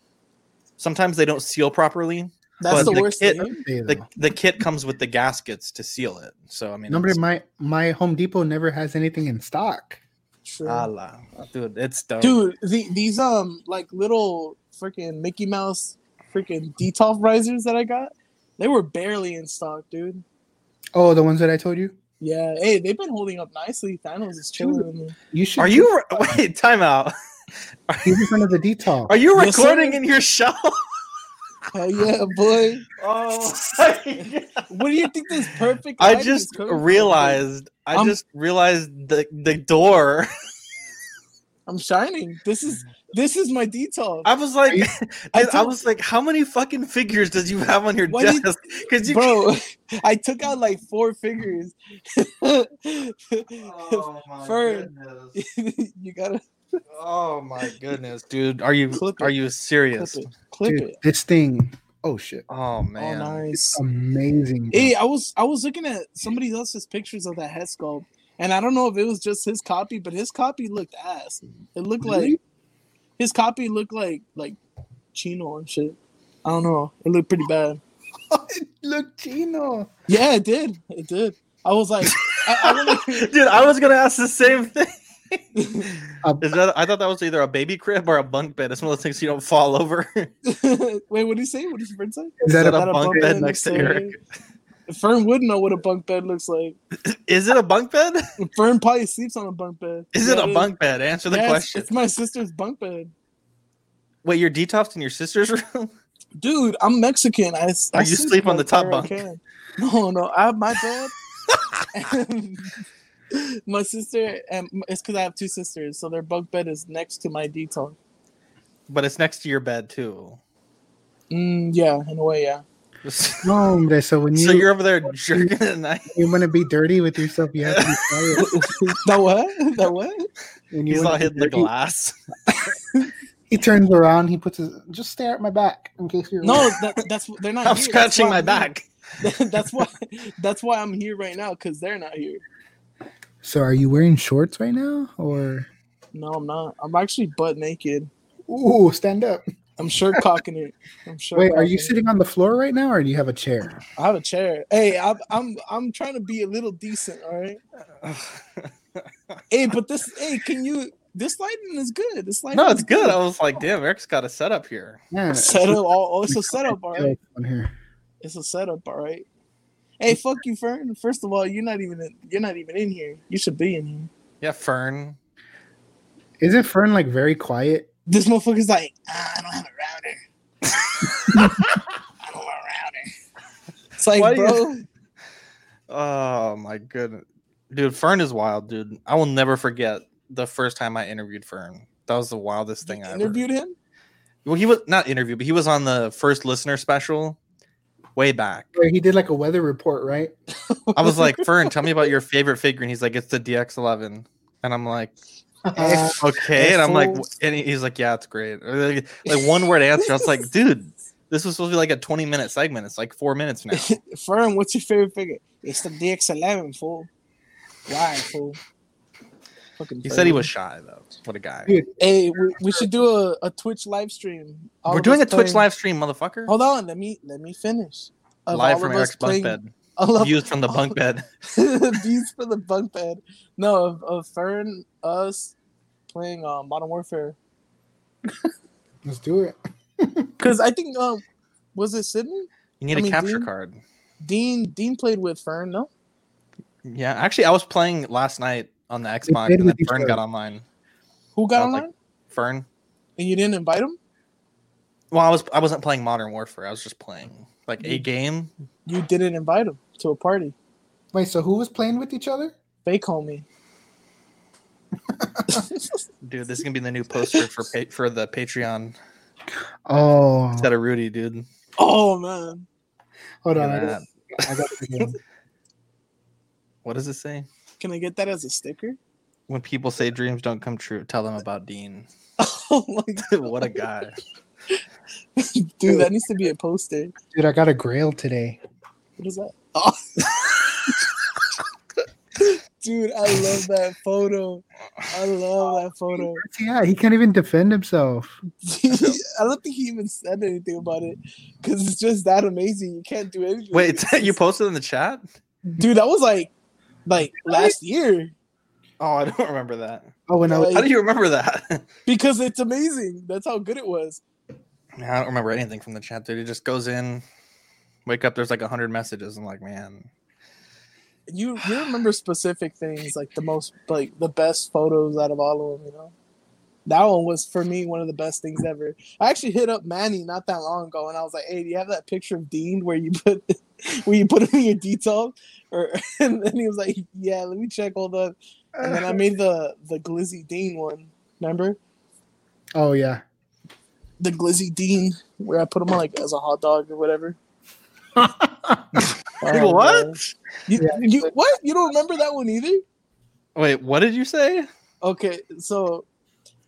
Speaker 2: sometimes they don't seal properly
Speaker 3: That's
Speaker 2: but
Speaker 3: the
Speaker 2: the
Speaker 3: worst
Speaker 2: kid-
Speaker 3: thing.
Speaker 2: the, the kit comes with the gaskets to seal it so i mean
Speaker 1: Number
Speaker 2: it's,
Speaker 1: my my Home Depot never has anything in stock.
Speaker 3: True.
Speaker 2: Allah. dude it's dope.
Speaker 3: Dude, the, these um like little freaking Mickey Mouse freaking detolf risers that I got, they were barely in stock, dude.
Speaker 1: Oh, the ones that I told you.
Speaker 3: Yeah, hey, they've been holding up nicely. Thanos is chilling. with me.
Speaker 1: You should.
Speaker 2: are you wait time out
Speaker 1: He's in front of the detail.
Speaker 2: are you
Speaker 3: Yes, sir.
Speaker 2: recording in your shell
Speaker 3: Hell yeah, boy!
Speaker 2: oh my God.
Speaker 3: What do you think this perfect?
Speaker 2: i
Speaker 3: lighting is
Speaker 2: just
Speaker 3: coming from, dude?
Speaker 2: realized i
Speaker 3: I'm-
Speaker 2: just realized the the door
Speaker 3: I'm shining. This is this is my detox.
Speaker 2: I was like,
Speaker 3: I
Speaker 2: I, I
Speaker 3: told-
Speaker 2: was like, how many fucking figures does you have on your
Speaker 3: Why
Speaker 2: desk?
Speaker 3: did-
Speaker 2: Because you,
Speaker 3: Bro, I took out like four fingers.
Speaker 2: oh my
Speaker 3: Fern.
Speaker 2: goodness,
Speaker 3: you gotta
Speaker 2: oh my goodness, dude, are you
Speaker 3: Clip
Speaker 2: are
Speaker 3: it.
Speaker 2: you
Speaker 3: clip
Speaker 2: serious?
Speaker 3: it. Clip
Speaker 1: Dude,
Speaker 3: it.
Speaker 1: this thing. Oh shit!
Speaker 2: Oh man,
Speaker 3: Oh, nice.
Speaker 1: Amazing. bro.
Speaker 3: Hey, I was I was looking at somebody else's pictures of that head sculpt, and I don't know if it was just his copy, but his copy looked ass. It looked like his copy looked like like Chino and shit. I don't know. It looked pretty bad.
Speaker 1: Look, Chino.
Speaker 3: Yeah, it did. It did. I was like, I, I wanna-
Speaker 2: dude, I was gonna ask the same thing.
Speaker 1: Uh,
Speaker 2: Is that? I thought that was either a baby crib or a bunk bed. It's one of those things you don't fall over.
Speaker 3: Wait, what did he say? What did Fern say?
Speaker 1: Is that
Speaker 2: Set
Speaker 1: a
Speaker 2: up bunk bed next to Eric.
Speaker 3: Fern would know what a bunk bed looks like.
Speaker 2: Is it a bunk bed?
Speaker 3: Fern probably sleeps on a bunk bed.
Speaker 2: Is
Speaker 3: Yeah,
Speaker 2: it a bunk bed? Answer the
Speaker 3: Yes,
Speaker 2: question.
Speaker 3: It's my sister's bunk bed.
Speaker 2: Wait, you're detoxed in your sister's room?
Speaker 3: Dude, I'm Mexican. I, s- I
Speaker 2: Or Oh, you sleep on the top
Speaker 3: wherever I
Speaker 2: bunk.
Speaker 3: can. No, no, I have my bed. And my sister, and it's because I have two sisters, so their bunk bed is next to my detox.
Speaker 2: But it's next to your bed too.
Speaker 3: Mm, yeah, in a way, yeah.
Speaker 2: So
Speaker 1: no, hombre, so when you
Speaker 2: you're over there jerking at night.
Speaker 1: you want to be dirty with yourself, you have to be quiet.
Speaker 3: that what? That what?
Speaker 1: When you
Speaker 2: He's
Speaker 1: wanna
Speaker 2: all
Speaker 1: be
Speaker 2: hitting the
Speaker 1: dirty,
Speaker 2: glass.
Speaker 1: He turns around. He puts his just stare at my back in case you're
Speaker 3: No, that, that's they're not.
Speaker 2: I'm
Speaker 3: here. That's
Speaker 2: scratching
Speaker 3: why
Speaker 2: my
Speaker 3: I'm
Speaker 2: back.
Speaker 3: here. that's why. That's why I'm here right now because they're not here.
Speaker 1: So are you wearing shorts right now or?
Speaker 3: No, I'm not. I'm actually butt naked.
Speaker 1: Ooh, stand up.
Speaker 3: I'm shirt cocking it. I'm sure.
Speaker 1: Wait, are you sitting on the floor right now, or do you have a chair?
Speaker 3: I have a chair. Hey, I'm I'm I'm trying to be a little decent. All right. Hey, but this. Hey, can you? This lighting is good. This lighting.
Speaker 2: no,
Speaker 3: is
Speaker 2: it's good. I was like, damn, Eric's got a setup here.
Speaker 1: Yeah,
Speaker 3: Set up. All, all it's a oh, setup. All right.
Speaker 1: on here.
Speaker 3: It's a setup, all right. Hey, fuck you, Fern. First of all, you're not even in, you're not even in here. You should be in here.
Speaker 2: Yeah, Fern.
Speaker 1: Isn't Fern like very quiet?
Speaker 3: This motherfucker's like, ah, I don't have a router. I don't want a router. It's like,
Speaker 2: Why do you-
Speaker 3: bro,
Speaker 2: Oh my goodness, dude, Fern is wild, dude. I will never forget the first time I interviewed Fern. That was the wildest thing I ever.
Speaker 3: interviewed him.
Speaker 2: Well, he was not interviewed, but he was on the first listener special way back.
Speaker 1: Where he did like a weather report, right?
Speaker 2: I was like, Fern, tell me about your favorite figure, and he's like, it's the DX11, and I'm like, Uh-huh.
Speaker 3: Uh,
Speaker 2: okay, and I'm like,
Speaker 3: Fools.
Speaker 2: and he- he's like, yeah, it's great. Or Like, like one word answer. I was like, dude, this was supposed to be like a 20 minute segment. It's like four minutes now.
Speaker 3: Fern, what's your favorite figure? It's the DX11, fool. Why, fool? Fucking
Speaker 2: He said he
Speaker 3: Fern.
Speaker 2: was shy though. What a guy.
Speaker 1: Dude,
Speaker 3: Hey, we, we should do a, a Twitch live stream. All
Speaker 2: We're
Speaker 3: of
Speaker 2: doing a
Speaker 3: us
Speaker 2: Twitch
Speaker 3: playing-
Speaker 2: live stream, motherfucker.
Speaker 3: Hold on, let me let me finish. Of all
Speaker 2: Live
Speaker 3: of
Speaker 2: from
Speaker 3: us
Speaker 2: Eric's bunk
Speaker 3: playing-
Speaker 2: bed.
Speaker 3: all of-
Speaker 2: Views from the bunk bed.
Speaker 3: Views for the bunk bed. No, of, of Fern, us playing um, Modern Warfare.
Speaker 1: let's do it.
Speaker 3: Because I think um, was it Sydney?
Speaker 2: You need
Speaker 3: I
Speaker 2: a
Speaker 3: mean,
Speaker 2: capture
Speaker 3: Dean-
Speaker 2: card.
Speaker 3: Dean Dean played with Fern. No,
Speaker 2: Yeah, actually, I was playing last night on the Xbox,
Speaker 1: played
Speaker 2: and then
Speaker 1: with each
Speaker 2: Fern
Speaker 1: other.
Speaker 2: got online.
Speaker 3: who got
Speaker 2: Sounds like-
Speaker 3: online?
Speaker 2: Fern.
Speaker 3: and you didn't invite him.
Speaker 2: Well, I was I wasn't playing Modern Warfare. I was just playing like
Speaker 3: Mm-hmm.
Speaker 2: a game.
Speaker 3: You didn't invite him to a party.
Speaker 1: Wait, so who was playing with each other?
Speaker 3: They call me.
Speaker 2: Dude, this is gonna be the new poster for pa- for the Patreon
Speaker 1: Oh,
Speaker 2: instead of Rudy, dude.
Speaker 3: oh man,
Speaker 1: hold
Speaker 2: Look
Speaker 1: on.
Speaker 2: at
Speaker 1: I
Speaker 2: that.
Speaker 1: got, I got the game.
Speaker 2: What does it say?
Speaker 3: can I get that as a sticker?
Speaker 2: When people say dreams don't come true, tell them about Dean.
Speaker 3: Oh my
Speaker 2: what a guy.
Speaker 3: dude, that needs to be a poster.
Speaker 1: dude. I got a grail today.
Speaker 3: What is that? Oh. Dude, I love that photo. I love that photo.
Speaker 1: Yeah, he can't even defend himself.
Speaker 3: I don't think he even said anything about it because it's just that amazing. You can't do anything.
Speaker 2: Wait, it's- you posted in the chat?
Speaker 3: dude, that was like, like last year
Speaker 2: Oh, I don't remember that.
Speaker 1: Oh, and I was
Speaker 2: How do you remember that?
Speaker 3: because it's amazing. That's how good it was.
Speaker 2: Man, I don't remember anything from the chat, dude. It just goes in, wake up, there's like a hundred messages. I'm like, man,
Speaker 3: You you remember specific things like the most like the best photos out of all of them. You know, that one was for me one of the best things ever. I actually hit up Manny not that long ago and I was like, "Hey, do you have that picture of Dean where you put where you put him in your detail?" Or and then he was like, "Yeah, let me check all the." And then I made the the Glizzy Dean one. Remember
Speaker 1: oh yeah.
Speaker 3: the Glizzy Dean where I put him on like as a hot dog or whatever. Oh,
Speaker 2: what?
Speaker 3: man. You, you what? You don't remember that one either?
Speaker 2: Wait, what did you say?
Speaker 3: Okay, so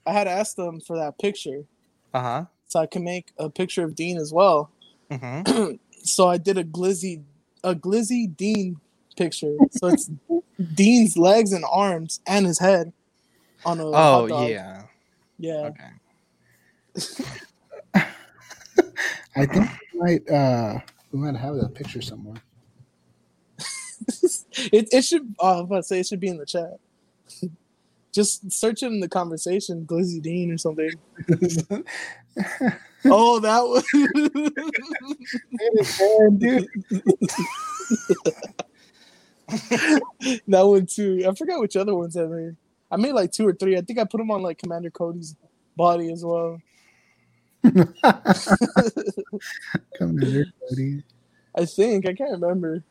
Speaker 3: I had asked them for that picture
Speaker 2: Uh huh.
Speaker 3: so I can make a picture of Dean as well.
Speaker 2: hmm
Speaker 3: So I did a glizzy a glizzy Dean picture. So it's Dean's legs and arms and his head on a hot
Speaker 2: Oh
Speaker 3: dog.
Speaker 2: yeah.
Speaker 3: Yeah.
Speaker 2: Okay.
Speaker 1: I think we might uh we might have that picture somewhere.
Speaker 3: it it should oh, I was about to say it should be in the chat. Just search it in the conversation, Glizzy Dean or something. Oh, that one.
Speaker 1: dude.
Speaker 3: that one too. I forgot which other ones I made. I made like two or three. I think I put them on like Commander Cody's body as well.
Speaker 1: Come here, buddy.
Speaker 3: I think I can't remember.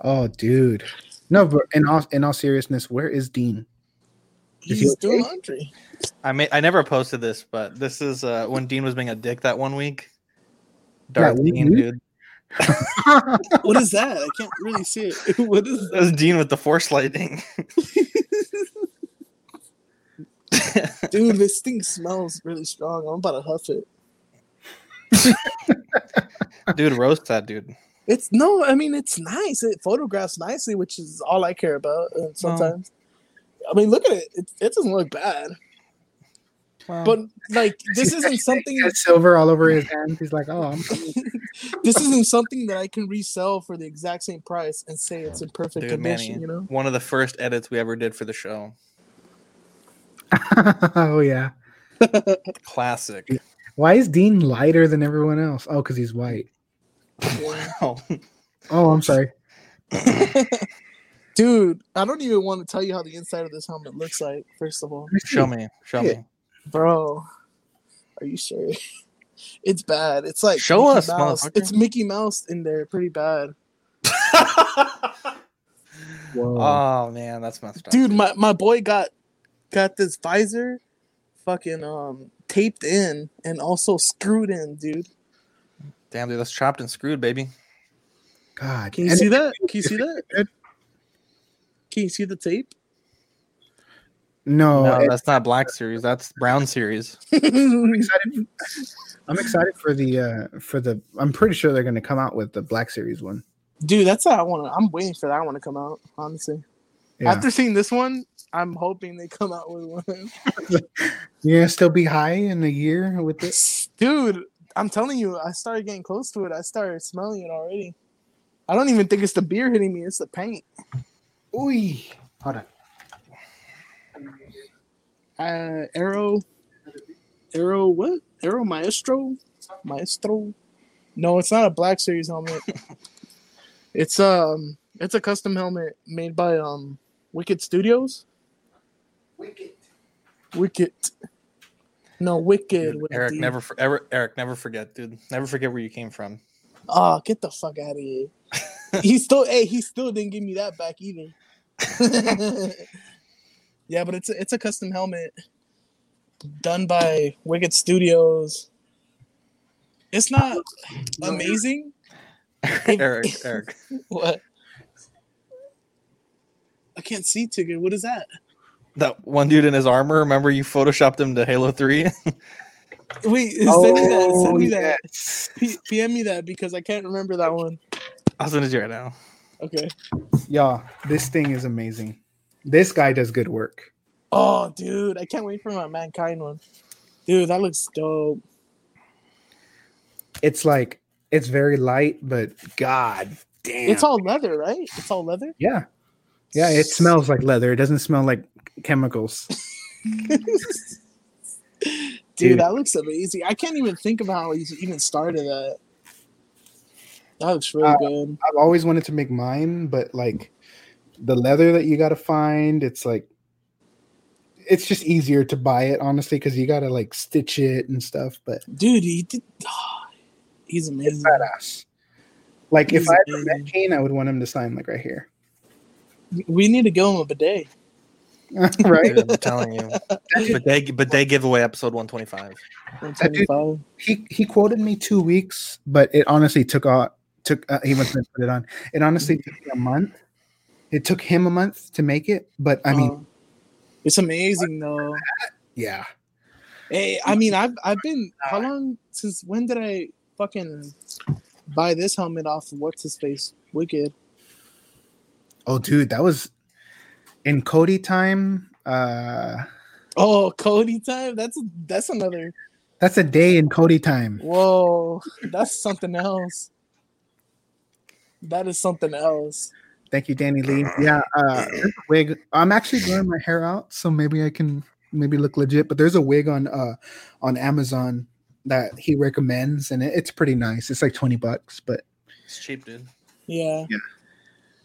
Speaker 1: Oh, dude. No, but in all in all seriousness, where is Dean? Is he
Speaker 3: He's doing
Speaker 1: okay?
Speaker 3: laundry.
Speaker 2: I made. I never posted this, but this is uh, when Dean was being a dick that one week.
Speaker 1: That
Speaker 2: Dark
Speaker 1: one
Speaker 2: Dean,
Speaker 1: week?
Speaker 2: dude.
Speaker 3: What is that? I can't really see it. What is
Speaker 2: That was Dean with the force lightning.
Speaker 3: that? Dude, this thing smells really strong. I'm about to huff it.
Speaker 2: dude, roast that dude.
Speaker 3: It's no, I mean it's nice. It photographs nicely, which is all I care about. And sometimes, I mean, look at it. It, it doesn't look bad,
Speaker 2: Well,
Speaker 3: but like this isn't something.
Speaker 1: He has silver all over his hands. He's like, oh, I'm
Speaker 3: this isn't something that I can resell for the exact same price and say it's in perfect
Speaker 2: dude,
Speaker 3: condition,
Speaker 2: Manny,
Speaker 3: you know?
Speaker 2: one of the first edits we ever did for the show.
Speaker 1: oh yeah.
Speaker 2: Classic.
Speaker 1: Why is Dean lighter than everyone else? Oh, because he's white.
Speaker 2: Wow.
Speaker 1: Oh, I'm sorry.
Speaker 3: Dude, I don't even want to tell you how the inside of this helmet looks like, first of all.
Speaker 2: Show me. Show me.
Speaker 3: Bro, are you sure? It's bad. It's like
Speaker 2: Show us,
Speaker 3: Mouse.
Speaker 2: motherfucker.
Speaker 3: It's Mickey Mouse in there, pretty bad.
Speaker 1: Whoa.
Speaker 2: oh man, that's messed up.
Speaker 3: Dude, my, my boy got got this visor fucking um taped in and also screwed in, dude.
Speaker 2: Damn, dude, that's chopped and screwed, baby.
Speaker 1: God.
Speaker 3: Can you
Speaker 1: And
Speaker 3: see
Speaker 1: it-
Speaker 3: that? Can you see that? Can you see the tape?
Speaker 1: No,
Speaker 2: no,
Speaker 1: Oh, it-
Speaker 2: that's not Black Series. That's Brown Series.
Speaker 1: I'm excited. I'm excited for the uh for the. I'm pretty sure they're going to come out with the Black Series one.
Speaker 3: Dude, that's how I want to. I'm waiting for that one to come out. Honestly,
Speaker 1: Yeah,
Speaker 3: after seeing this one, I'm hoping they come out with one.
Speaker 1: you're gonna still be high in a year with this.
Speaker 3: Dude, I'm telling you, I started getting close to it. I started smelling it already. I don't even think it's the beer hitting me; it's the paint.
Speaker 1: Ooh, hold on.
Speaker 3: Uh, Arrow, Arrow, what? Arrow Maestro, Maestro. No, it's not a Black Series helmet. it's um, it's a custom helmet made by um, Wicked Studios. Wicked. No, Wicked.
Speaker 2: Dude,
Speaker 3: with a
Speaker 2: Eric,
Speaker 3: D.
Speaker 2: never, for, ever, Eric, never forget, dude. Never forget where you came from.
Speaker 3: Oh, get the fuck out of here. he still hey, he still didn't give me that back either. yeah, but it's a, it's a custom helmet done by Wicked Studios. It's not amazing.
Speaker 2: Eric, Eric,
Speaker 3: What? I can't see too good. What is that?
Speaker 2: that one dude in his armor. Remember you photoshopped him to Halo Three?
Speaker 3: Wait, send me that. Send me that. P- PM me that because I can't remember that one.
Speaker 2: I'll send it to you right now.
Speaker 3: Okay.
Speaker 1: Y'all, this thing is amazing. This guy does good work.
Speaker 3: Oh, dude, I can't wait for my mankind one. Dude, that looks dope.
Speaker 1: It's like it's very light, but god damn.
Speaker 3: It's all leather, right? It's all leather.
Speaker 1: yeah. Yeah, it smells like leather. It doesn't smell like chemicals.
Speaker 3: Dude,
Speaker 1: Dude.
Speaker 3: that looks amazing. I can't even think about how he even started that. That looks really
Speaker 1: Uh,
Speaker 3: good.
Speaker 1: I've always wanted to make mine, but like the leather that you got to find, it's like it's just easier to buy it honestly because you got to like stitch it and stuff. But
Speaker 3: Dude, he did. he's amazing.
Speaker 1: badass. Like if
Speaker 3: He's
Speaker 1: I
Speaker 3: a
Speaker 1: ever
Speaker 3: baby.
Speaker 1: met Kane, I would want him to sign like right here,
Speaker 3: We need to give him a bidet.
Speaker 1: right?
Speaker 2: Dude, I'm telling you. But they, but they give away episode 125.
Speaker 1: That dude-
Speaker 3: 125.
Speaker 1: he he quoted me two weeks, but it honestly took a took uh, he must have put it on. It honestly took me a month. It took him a month to make it, but I mean,
Speaker 3: Uh, it's amazing though.
Speaker 1: yeah,
Speaker 3: Hey, I mean, I've I've been how long since when did I fucking buy this helmet off of what's his face? Wicked.
Speaker 1: Oh, dude, that was in Cody time. Uh,
Speaker 3: Oh, Cody time. That's that's another.
Speaker 1: that's a day in Cody time.
Speaker 3: Whoa, that's something else. That is something else.
Speaker 1: Thank you, Danny Lee. Yeah, uh, there's a wig. I'm actually growing my hair out, so maybe I can maybe look legit. But there's a wig on uh on Amazon that he recommends, and it, it's pretty nice. It's like twenty bucks, but
Speaker 2: It's cheap, dude.
Speaker 3: Yeah.
Speaker 1: Yeah.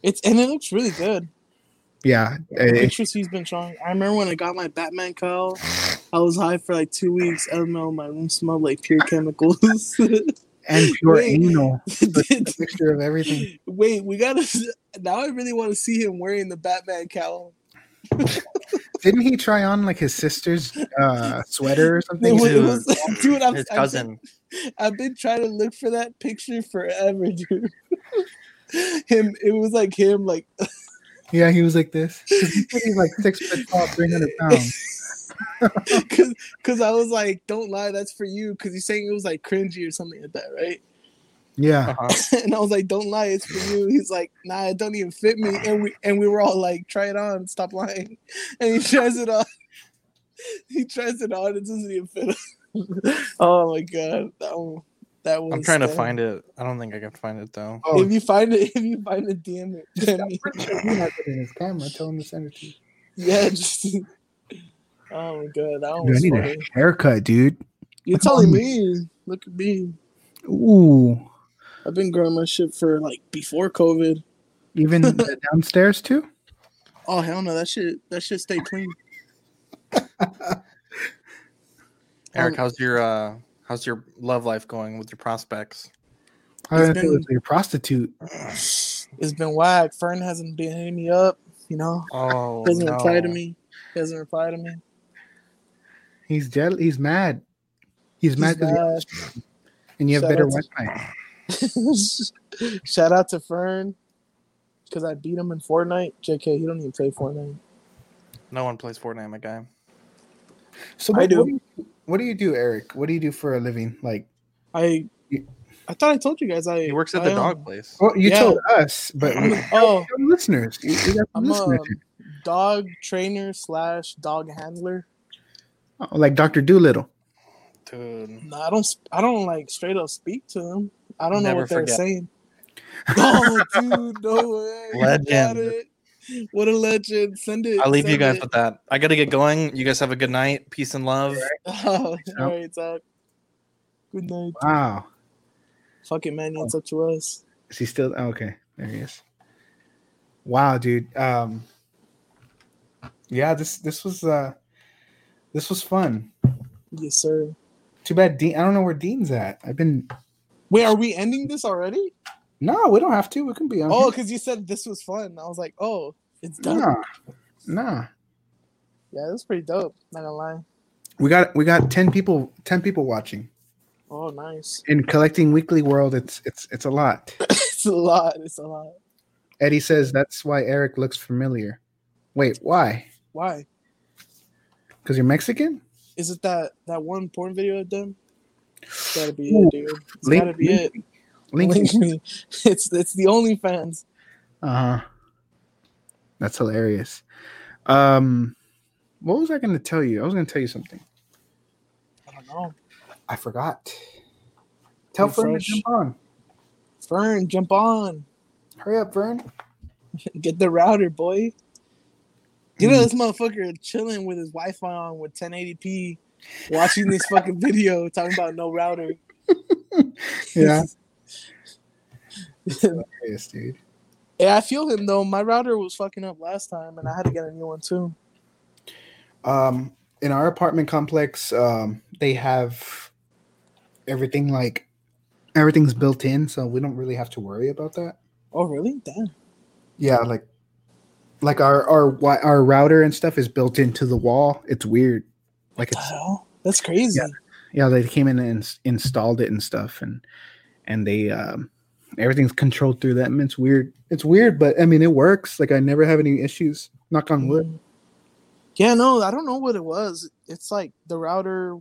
Speaker 3: It's and it looks really good.
Speaker 1: yeah,
Speaker 3: The
Speaker 1: it-
Speaker 3: pictures he's been showing. I remember when I got my Batman cowl, I was high for like two weeks. LML, my room smelled like pure chemicals.
Speaker 1: and pure
Speaker 3: Wait.
Speaker 1: anal, a mixture of everything.
Speaker 3: Wait, we gotta. Now I really want to see him wearing the Batman cowl.
Speaker 1: Didn't he try on like his sister's uh sweater or
Speaker 3: It
Speaker 1: something?
Speaker 3: was, it
Speaker 2: Dude.
Speaker 3: was, dude, I'm,
Speaker 2: His
Speaker 3: I'm-
Speaker 2: cousin.
Speaker 3: I've been trying to look for that picture forever, dude. him, it was like him, like
Speaker 1: Yeah, he was like this. 'Cause he said He's like six foot tall, three hundred pounds.
Speaker 3: Cause, cause I was like, don't lie, that's for you. Cause you're saying it was like cringy or something like that, right?
Speaker 1: Yeah.
Speaker 2: Uh-huh.
Speaker 3: And I was like, don't lie, it's for you. He's like, nah, it don't even fit me. And we and we were all like, try it on, stop lying. And he tries it on. He tries it on, it doesn't even fit. him. oh my god, that one, that was.
Speaker 2: I'm trying to find it. I don't think I can find it though.
Speaker 1: Oh,
Speaker 3: If you find it, if you find it, DM it. DM me.
Speaker 1: he has it in his camera. Tell him to send it to you.
Speaker 3: Yeah, just. Oh my god, that one
Speaker 1: Dude, I
Speaker 3: was
Speaker 1: need
Speaker 3: funny.
Speaker 1: a haircut, dude.
Speaker 3: You're telling me? Look at me.
Speaker 1: Ooh,
Speaker 3: I've been growing my shit for like before COVID.
Speaker 1: even the downstairs too.
Speaker 3: Oh hell no, that shit that shit stay clean.
Speaker 2: Eric,
Speaker 3: Um,
Speaker 2: how's your uh how's your love life going with your prospects?
Speaker 1: I was
Speaker 3: It's
Speaker 1: gonna say it
Speaker 3: been-
Speaker 1: was like a prostitute.
Speaker 3: It's been whack. Fern hasn't been hitting me up. You know,
Speaker 2: Oh,
Speaker 3: doesn't
Speaker 2: no.
Speaker 3: reply to me. Doesn't reply to me.
Speaker 1: He's jealous. He's mad. He's, mad 'cause you-
Speaker 3: mad.
Speaker 1: and you have
Speaker 3: Shout
Speaker 1: better
Speaker 3: out to-
Speaker 1: Wi-Fi.
Speaker 3: Shout out to Fern because I beat him in Fortnite. JK, he don't even play Fortnite.
Speaker 2: No one plays Fortnite, my guy.
Speaker 1: So
Speaker 3: I
Speaker 1: what,
Speaker 3: do.
Speaker 1: What, do you, what do you do, Eric? What do you do for a living? Like,
Speaker 3: I I thought I told you guys I
Speaker 2: He works at
Speaker 3: I,
Speaker 2: the
Speaker 3: um,
Speaker 2: dog place.
Speaker 1: well, you
Speaker 3: Yeah.
Speaker 1: told us, but we
Speaker 3: Oh,
Speaker 1: some listeners, we, we got some
Speaker 3: I'm um, a
Speaker 1: listeners.
Speaker 3: dog trainer slash dog handler.
Speaker 1: here. Oh, like Doctor Doolittle.
Speaker 2: Dude.
Speaker 3: No, I don't. sp- I don't like straight up speak to them. I don't know
Speaker 2: Never
Speaker 3: what they're
Speaker 2: forget.
Speaker 3: saying. oh, dude, no way! You got
Speaker 2: Legend.
Speaker 3: it. What a legend! Send it.
Speaker 2: I'll leave you
Speaker 3: send
Speaker 2: guys
Speaker 3: it.
Speaker 2: with that. I gotta get going. You guys have a good night. Peace and love.
Speaker 3: Oh, all right, Zach. Good night.
Speaker 1: Wow.
Speaker 3: Fuck it, man.
Speaker 2: Oh.
Speaker 3: It's up to us.
Speaker 1: Is he still oh, okay? There he is. Wow, dude. Um, yeah this this was uh this was fun.
Speaker 3: Yes, sir.
Speaker 1: Too bad Dean. I don't know where Dean's at. I've been
Speaker 3: Wait, are we ending this already?
Speaker 1: no. We don't have to. We can
Speaker 2: Mm-hmm.
Speaker 1: be on.
Speaker 3: Oh,
Speaker 1: here.
Speaker 3: because you said this was fun. I was like, oh, it's done.
Speaker 1: nah, nah.
Speaker 3: Yeah, that's pretty dope. Not gonna lie.
Speaker 1: We got we got ten people ten people watching
Speaker 3: Oh, nice.
Speaker 1: and collecting weekly world. It's it's it's a lot.
Speaker 3: it's a lot. It's a lot.
Speaker 1: Eddie says that's why Eric looks familiar. Wait, why?
Speaker 3: Why?
Speaker 1: Because you're Mexican?
Speaker 3: Is it that that one porn video I've done? It's gotta be
Speaker 1: Ooh,
Speaker 3: it, dude. It's
Speaker 1: Link-
Speaker 3: gotta be
Speaker 1: link-
Speaker 3: it.
Speaker 1: Link.
Speaker 3: Link me. It's it's the OnlyFans.
Speaker 1: Uh huh. That's hilarious. Um, what was I going to tell you? I was going to tell you something.
Speaker 3: I don't know.
Speaker 1: I forgot. Tell Vern to
Speaker 3: Refresh.
Speaker 1: jump on.
Speaker 3: Fern, jump on.
Speaker 1: Hurry up, Vern.
Speaker 3: Get the router, boy. You
Speaker 1: Mm.
Speaker 3: know this motherfucker chilling with his Wi-Fi on with 1080p, watching this fucking video talking about no router.
Speaker 1: Yeah. Hilarious, dude.
Speaker 3: yeah, I feel him though. My router was fucking up last time, and I had to get a new one too.
Speaker 1: Um, in our apartment complex, um, they have everything like everything's built in, so we don't really have to worry about that.
Speaker 3: Oh really? Damn.
Speaker 1: Yeah, like like our our wi- our router and stuff is built into the wall. It's weird. Like
Speaker 3: The
Speaker 1: it's
Speaker 3: hell? That's crazy.
Speaker 1: yeah, they came in and ins- installed it and stuff and and they um everything's controlled through them. It's weird. It's weird, but I mean it works. Like I never have any issues. Knock on wood.
Speaker 3: Mm. Yeah, no, I don't know what it was. It's like the router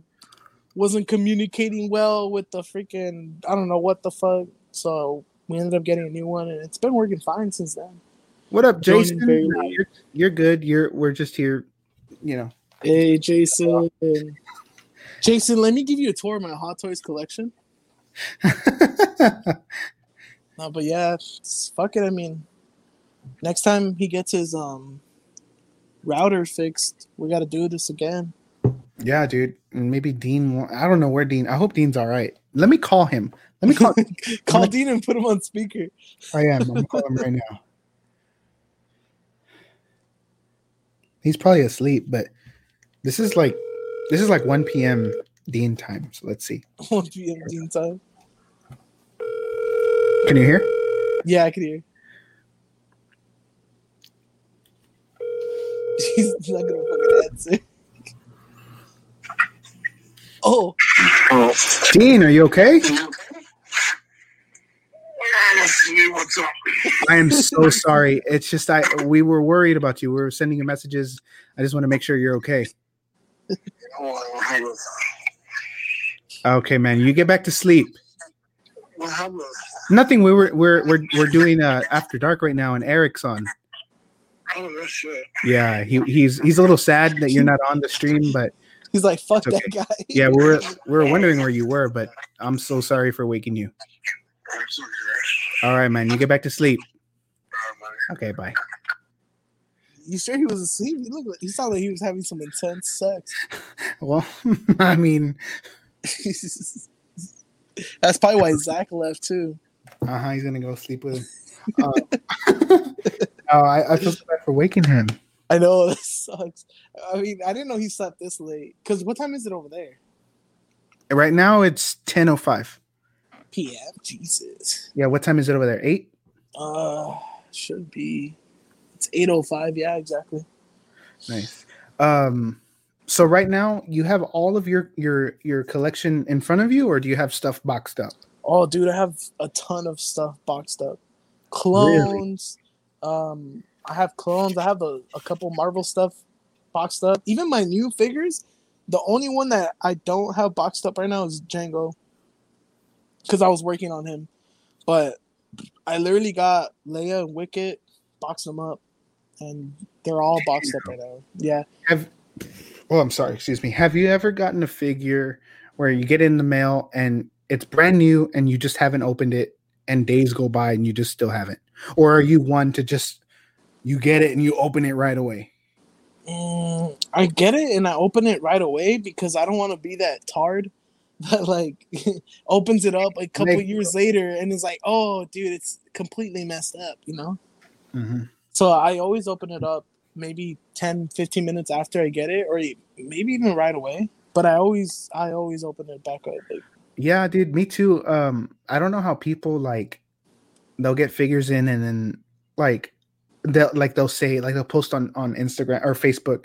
Speaker 3: wasn't communicating well with the freaking I don't know what the fuck. So we ended up getting a new one, and it's been working fine since then.
Speaker 1: What up,
Speaker 3: Joining
Speaker 1: Jason?
Speaker 3: very
Speaker 1: Nah,
Speaker 3: late.
Speaker 1: you're, you're good. You're we're just here, you know.
Speaker 3: Hey, Jason. Jason, let me give you a tour of my Hot Toys collection. No, but yeah, it's- fuck it. I mean, next time he gets his um router fixed, we got to do this again.
Speaker 1: yeah, dude. And Maybe Dean. will I don't know where Dean. I hope Dean's all right. Let me call him. Let me call.
Speaker 3: Call Dean and put him on speaker.
Speaker 1: I am. I'm calling him right now. He's probably asleep, but this is like this is like 1 p.m. Dean time. So let's see.
Speaker 3: 1 p.m. Dean time.
Speaker 1: Can you hear?
Speaker 3: Yeah, I could hear. He's not gonna fucking answer. Oh,
Speaker 1: Dean, are you okay?
Speaker 7: Honestly, what's up?
Speaker 1: I am so sorry. It's just I we were worried about you. We were sending you messages. I just want to make sure you're okay.
Speaker 7: What happened?
Speaker 1: Okay, man. You get back to sleep.
Speaker 7: What happened?
Speaker 1: Nothing. We were we're we're we're doing uh after dark right now, and Eric's on.
Speaker 7: Oh, that shit.
Speaker 1: Yeah, he he's he's a little sad that you're not on the stream, but
Speaker 3: he's like, fuck
Speaker 1: It's
Speaker 3: that guy.
Speaker 1: yeah, we were we were wondering where you were, but I'm so sorry for waking you.
Speaker 7: That's okay.
Speaker 1: All right, man. You get back to sleep.
Speaker 7: Alright, man.
Speaker 1: Okay, bye.
Speaker 3: You sure he was asleep? He looked like he sounded like he was having some intense sex.
Speaker 1: Well, I mean,
Speaker 3: That's probably why Zach left too.
Speaker 1: Uh huh. He's gonna go sleep with him. Uh, oh, I, I feel so bad for waking him.
Speaker 3: I know that sucks. I mean, I didn't know he slept this late. Cause what time is it over there?
Speaker 1: Right now it's ten oh five.
Speaker 3: PM. Jesus.
Speaker 1: Yeah. What time is it over there? Eight.
Speaker 3: Uh, should be. It's eight oh five. Yeah, exactly.
Speaker 1: Nice. Um. So right now you have all of your your your collection in front of you, or do you have stuff boxed up?
Speaker 3: Oh, dude, I have a ton of stuff boxed up. Clones. Um, I have clones. I have a, a couple Marvel stuff boxed up. Even my new figures. The only one that I don't have boxed up right now is Django. Because I was working on him, but I literally got Leia and Wicket, boxed them up, and they're all boxed up right now. Yeah.
Speaker 1: Oh, I'm sorry. Excuse me. Have you ever gotten a figure where you get in the mail and it's brand new and you just haven't opened it, and days go by and you just still haven't? Or are you one to just you get it and you open it right away?
Speaker 3: Mm, I get it, and I open it right away because I don't want to be that tard that like opens it up a couple
Speaker 1: Make-
Speaker 3: years later and is like, "Oh, dude, it's completely messed up," you know.
Speaker 1: Mm-hmm.
Speaker 3: So I always open it up maybe 10, 15 minutes after I get it, or e- maybe even right away. But I always, I always open it back up. Like,
Speaker 1: Yeah, dude, me too. Um, I don't know how people like they'll get figures in and then like they'll like they'll say like they'll post on on Instagram or Facebook,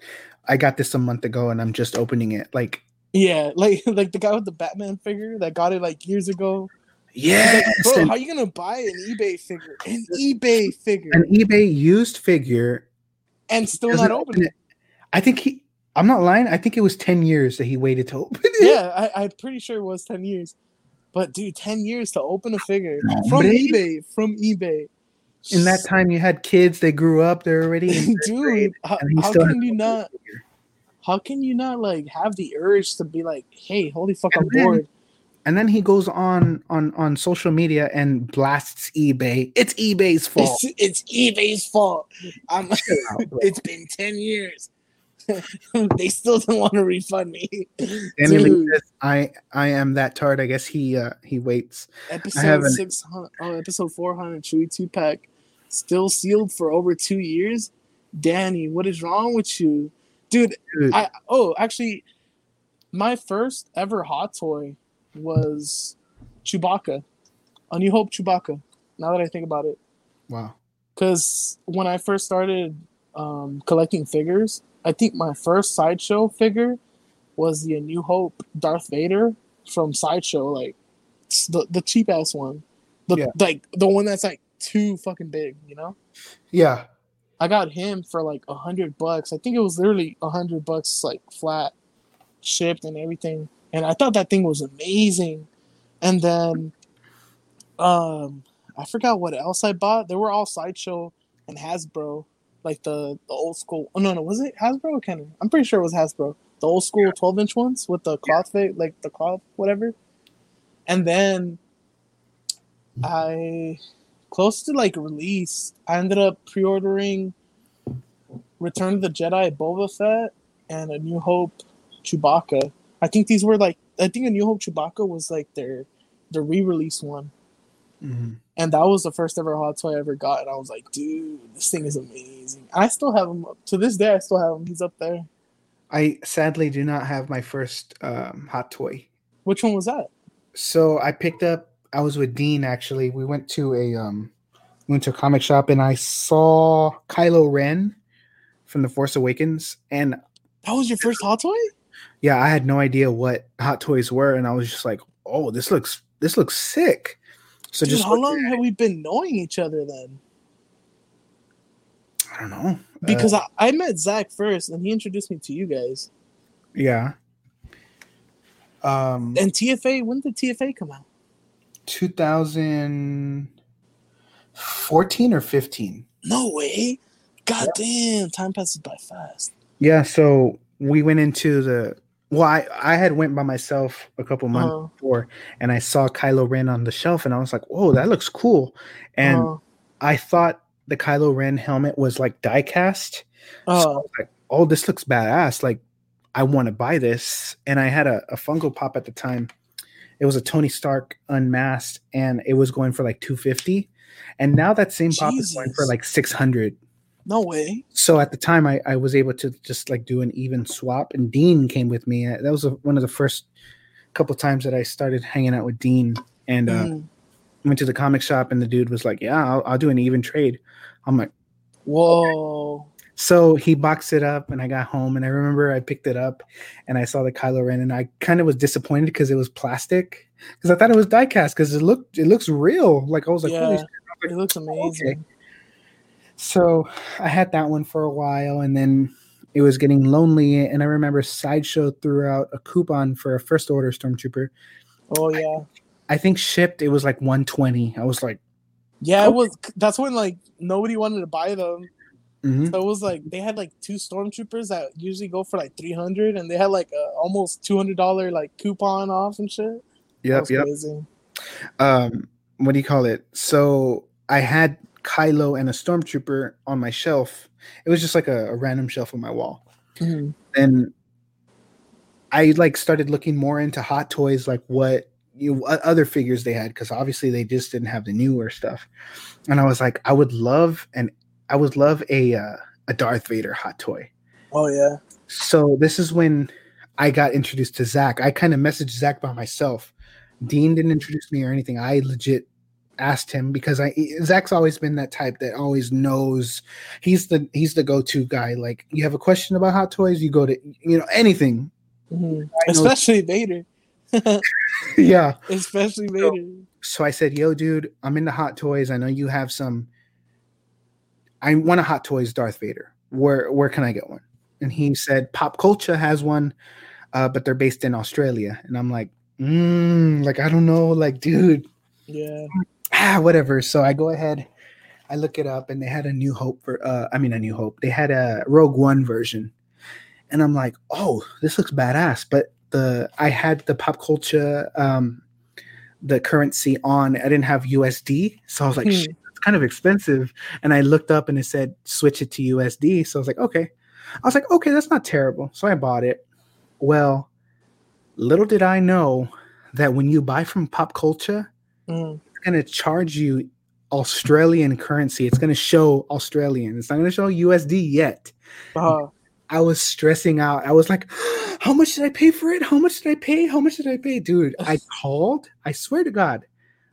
Speaker 1: I got this a month ago and I'm just opening it. Like,
Speaker 3: yeah, like like the guy with the Batman figure that got it like years ago. He's like,
Speaker 1: yes,
Speaker 3: Bro,
Speaker 1: and-
Speaker 3: how you gonna buy an eBay figure, an eBay figure,
Speaker 1: an eBay used figure.
Speaker 3: and still
Speaker 1: doesn't
Speaker 3: not open it?
Speaker 1: I think he I'm not lying, I think it was 10 years that he waited to open it.
Speaker 3: yeah, I, I'm pretty sure it was 10 years. But dude, 10 years to open a figure
Speaker 1: No,
Speaker 3: from
Speaker 1: but it-
Speaker 3: eBay, from eBay.
Speaker 1: In that time you had kids, they grew up, they're already in third grade,
Speaker 3: dude, how,
Speaker 1: and he
Speaker 3: how
Speaker 1: still
Speaker 3: can
Speaker 1: hasn't opened
Speaker 3: you
Speaker 1: his
Speaker 3: not
Speaker 1: figure.
Speaker 3: how can you not like have the urge to be like, hey, holy fuck, I'm
Speaker 1: And then-
Speaker 3: bored.
Speaker 1: and then he goes on on on social media and blasts ebay it's ebay's fault
Speaker 3: It's, it's eBay's fault. I'm,
Speaker 1: Chill out, bro.
Speaker 3: it's been 10 years. they still don't want to refund me.
Speaker 1: Danny Lee
Speaker 3: dude.
Speaker 1: says, i i am that tard i guess he uh he waits
Speaker 3: Episode
Speaker 1: haven't-
Speaker 3: 600, oh, episode 400, Chewy 2 pack, still sealed for over two years. Danny, what is wrong with you? Dude,
Speaker 1: Dude,
Speaker 3: I oh actually, my first ever hot toy was Chewbacca, A New Hope Chewbacca. Now that I think about it,
Speaker 1: wow
Speaker 3: because when I first started um, collecting figures, I think my first sideshow figure was the A New Hope Darth Vader from sideshow, like s- the the cheap ass one, the
Speaker 1: Yeah.
Speaker 3: like the one that's like too fucking big, you know.
Speaker 1: yeah
Speaker 3: I got him for like a hundred bucks. I think it was literally a hundred bucks, like flat, shipped and everything. And I thought that thing was amazing. And then, um, I forgot what else I bought. They were all sideshow and Hasbro, like the the old school. Oh no, no, was it Hasbro or Kenner? I'm pretty sure it was Hasbro. The old school twelve inch ones with the cloth, fa- like the cloth, whatever. And then, I close to like release, I ended up pre-ordering Return of the Jedi Boba Fett and A New Hope Chewbacca. I think these were like I think A New Hope Chewbacca was like their their re-release one.
Speaker 1: Mhm.
Speaker 3: And that was the first ever hot toy I ever got, and I was like, dude, this thing is amazing. I still have him up to this day. I still have him. He's up there.
Speaker 1: i sadly do not have my first um hot toy
Speaker 3: Which one was that?
Speaker 1: so i picked up i was with dean actually we went to a um we went to a comic shop and i saw kylo ren from the force awakens and
Speaker 3: That was your first hot toy?
Speaker 1: yeah, I had no idea what hot toys were, and I was just like, "Oh, this looks this looks sick." So
Speaker 3: Dude,
Speaker 1: just
Speaker 3: how
Speaker 1: looking
Speaker 3: long
Speaker 1: at
Speaker 3: have we been knowing each other then?
Speaker 1: it, I don't know
Speaker 3: Because
Speaker 1: Uh,
Speaker 3: I, I met Zach first and he introduced me to you guys.
Speaker 1: yeah, um,
Speaker 3: And TFA, when did TFA come out?
Speaker 1: 2014 or 15.
Speaker 3: No way. God damn, time passes by fast.
Speaker 1: Yeah, so we went into the well, I, I had went by myself a couple months
Speaker 3: Uh,
Speaker 1: before, and I saw Kylo Ren on the shelf, and I was like, "Whoa, that looks cool!" And
Speaker 3: uh,
Speaker 1: I thought the Kylo Ren helmet was like die cast.
Speaker 3: uh,
Speaker 1: oh, this looks badass. Like, I want to buy this. And I had a, a Funko Pop at the time. It was a Tony Stark unmasked, and it was going for like 250. And now that same pop is going for
Speaker 3: Jesus.
Speaker 1: like 600.
Speaker 3: No way.
Speaker 1: So at the time, I, I was able to just like do an even swap. And Dean came with me. Uh, That was a, one of the first couple times that I started hanging out with Dean. And uh,
Speaker 3: Mm.
Speaker 1: went to the comic shop, and the dude was like, "Yeah, I'll, I'll do an even trade." I'm like.
Speaker 3: Whoa.
Speaker 1: So he boxed it up, and I got home, and I remember I picked it up, and I saw the Kylo Ren, and I kind of was disappointed because it was plastic, because I thought it was diecast, because it looked it looks real. Like I was like, "Oh, "Holy
Speaker 3: yeah.
Speaker 1: shit."
Speaker 3: It looks amazing.
Speaker 1: so I had that one for a while, and then it was getting lonely, and I remember Sideshow threw out a coupon for a first order Stormtrooper.
Speaker 3: Oh yeah.
Speaker 1: I think shipped it was like 120. I was like,
Speaker 3: Yeah,
Speaker 1: Okay.
Speaker 3: it was. That's when like nobody wanted to buy them.
Speaker 1: mhm.
Speaker 3: So it was like they had like two stormtroopers that usually go for like three hundred, and they had like a almost two hundred dollar like coupon off and shit. That
Speaker 1: "Yep,
Speaker 3: was
Speaker 1: yep."
Speaker 3: Crazy.
Speaker 1: um what do you call it so i had kylo and a stormtrooper on my shelf it was just like a, a random shelf on my wall Mm.
Speaker 3: Mhm.
Speaker 1: and i like started looking more into hot toys like what you what other figures they had because obviously they just didn't have the newer stuff and i was like i would love and i would love a uh, a darth vader hot toy
Speaker 3: Oh yeah.
Speaker 1: so this is when I got introduced to Zach. I kind of messaged Zach by myself. Dean didn't introduce me or anything. I legit asked him because I Zach's always been that type that always knows. He's the he's the go-to guy. Like you have a question about hot toys, you go to you know anything.
Speaker 3: Mhm.
Speaker 1: I know-
Speaker 3: Especially Vader.
Speaker 1: yeah.
Speaker 3: Especially Vader.
Speaker 1: So I said, "Yo, dude, I'm into hot toys. I know you have some. I want a hot toys Darth Vader. Where where can I get one?" And he said, "Pop Culture has one, uh, but they're based in Australia." And I'm like, mm, "Like I don't know, like dude,
Speaker 3: Yeah.
Speaker 1: ah, whatever." So I go ahead, I look it up, and they had a New Hope for. Uh, I mean, a New Hope. They had a Rogue One version, and I'm like, "Oh, this looks badass." But the I had the Pop Culture. Um, the currency on. I didn't have USD, so I was like,
Speaker 3: Hmm.
Speaker 1: "Shit, it's kind of expensive." And I looked up and it said switch it to USD. So I was like, "Okay." I was like, "Okay, that's not terrible." So I bought it. Well, little did I know that when you buy from Pop Culture,
Speaker 3: Mhm.
Speaker 1: it's going to charge you Australian currency. It's going to show Australian. It's not going to show USD yet.
Speaker 3: Uh,
Speaker 1: I was stressing out. I was like, how much did I pay for it? How much did I pay? How much did I pay? Dude, I called, I swear to God,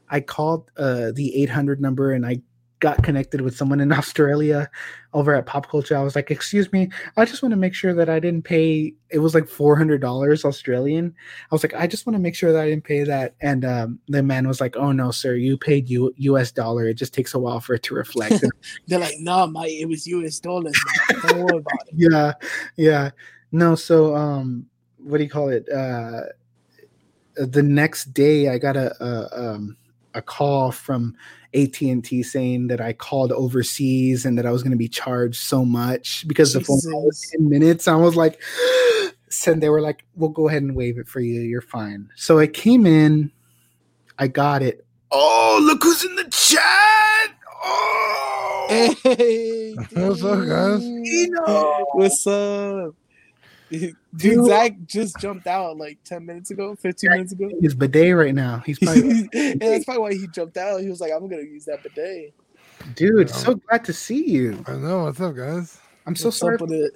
Speaker 1: I called uh, the 800 number and I got connected with someone in Australia over at Pop Culture. I was like, excuse me, I just want to make sure that I didn't pay, it was like $400 Australian. I was like, I just want to make sure that I didn't pay that. And um, the man was like, oh no, sir, you paid U- US dollar. It just takes a while for it to reflect. And
Speaker 3: they're like, nah, mate, it was US dollars. man. Don't worry about it.
Speaker 1: yeah yeah no so um what do you call it uh the next day i got a, a um a call from AT&T saying that I called overseas and that I was going to be charged so much because the phone call was
Speaker 3: Jesus.
Speaker 1: 10 minutes. I was like, and they were like, we'll go ahead and waive it for you. You're fine. So I came in, I got it. Oh, look who's in the chat. Oh,
Speaker 3: Hey,
Speaker 8: What's up, guys?
Speaker 3: dude.
Speaker 1: Dino.
Speaker 3: What's up? Dude, Zach just jumped out like 10 minutes ago, 15 minutes ago.
Speaker 1: his bidet right now. He's probably
Speaker 3: yeah, that's probably why he jumped out. He was like, I'm gonna use that bidet.
Speaker 1: Dude,
Speaker 8: Yeah.
Speaker 1: so glad to see you.
Speaker 8: I know what's up, guys.
Speaker 1: I'm so
Speaker 3: What's
Speaker 1: sorry.
Speaker 3: up with it.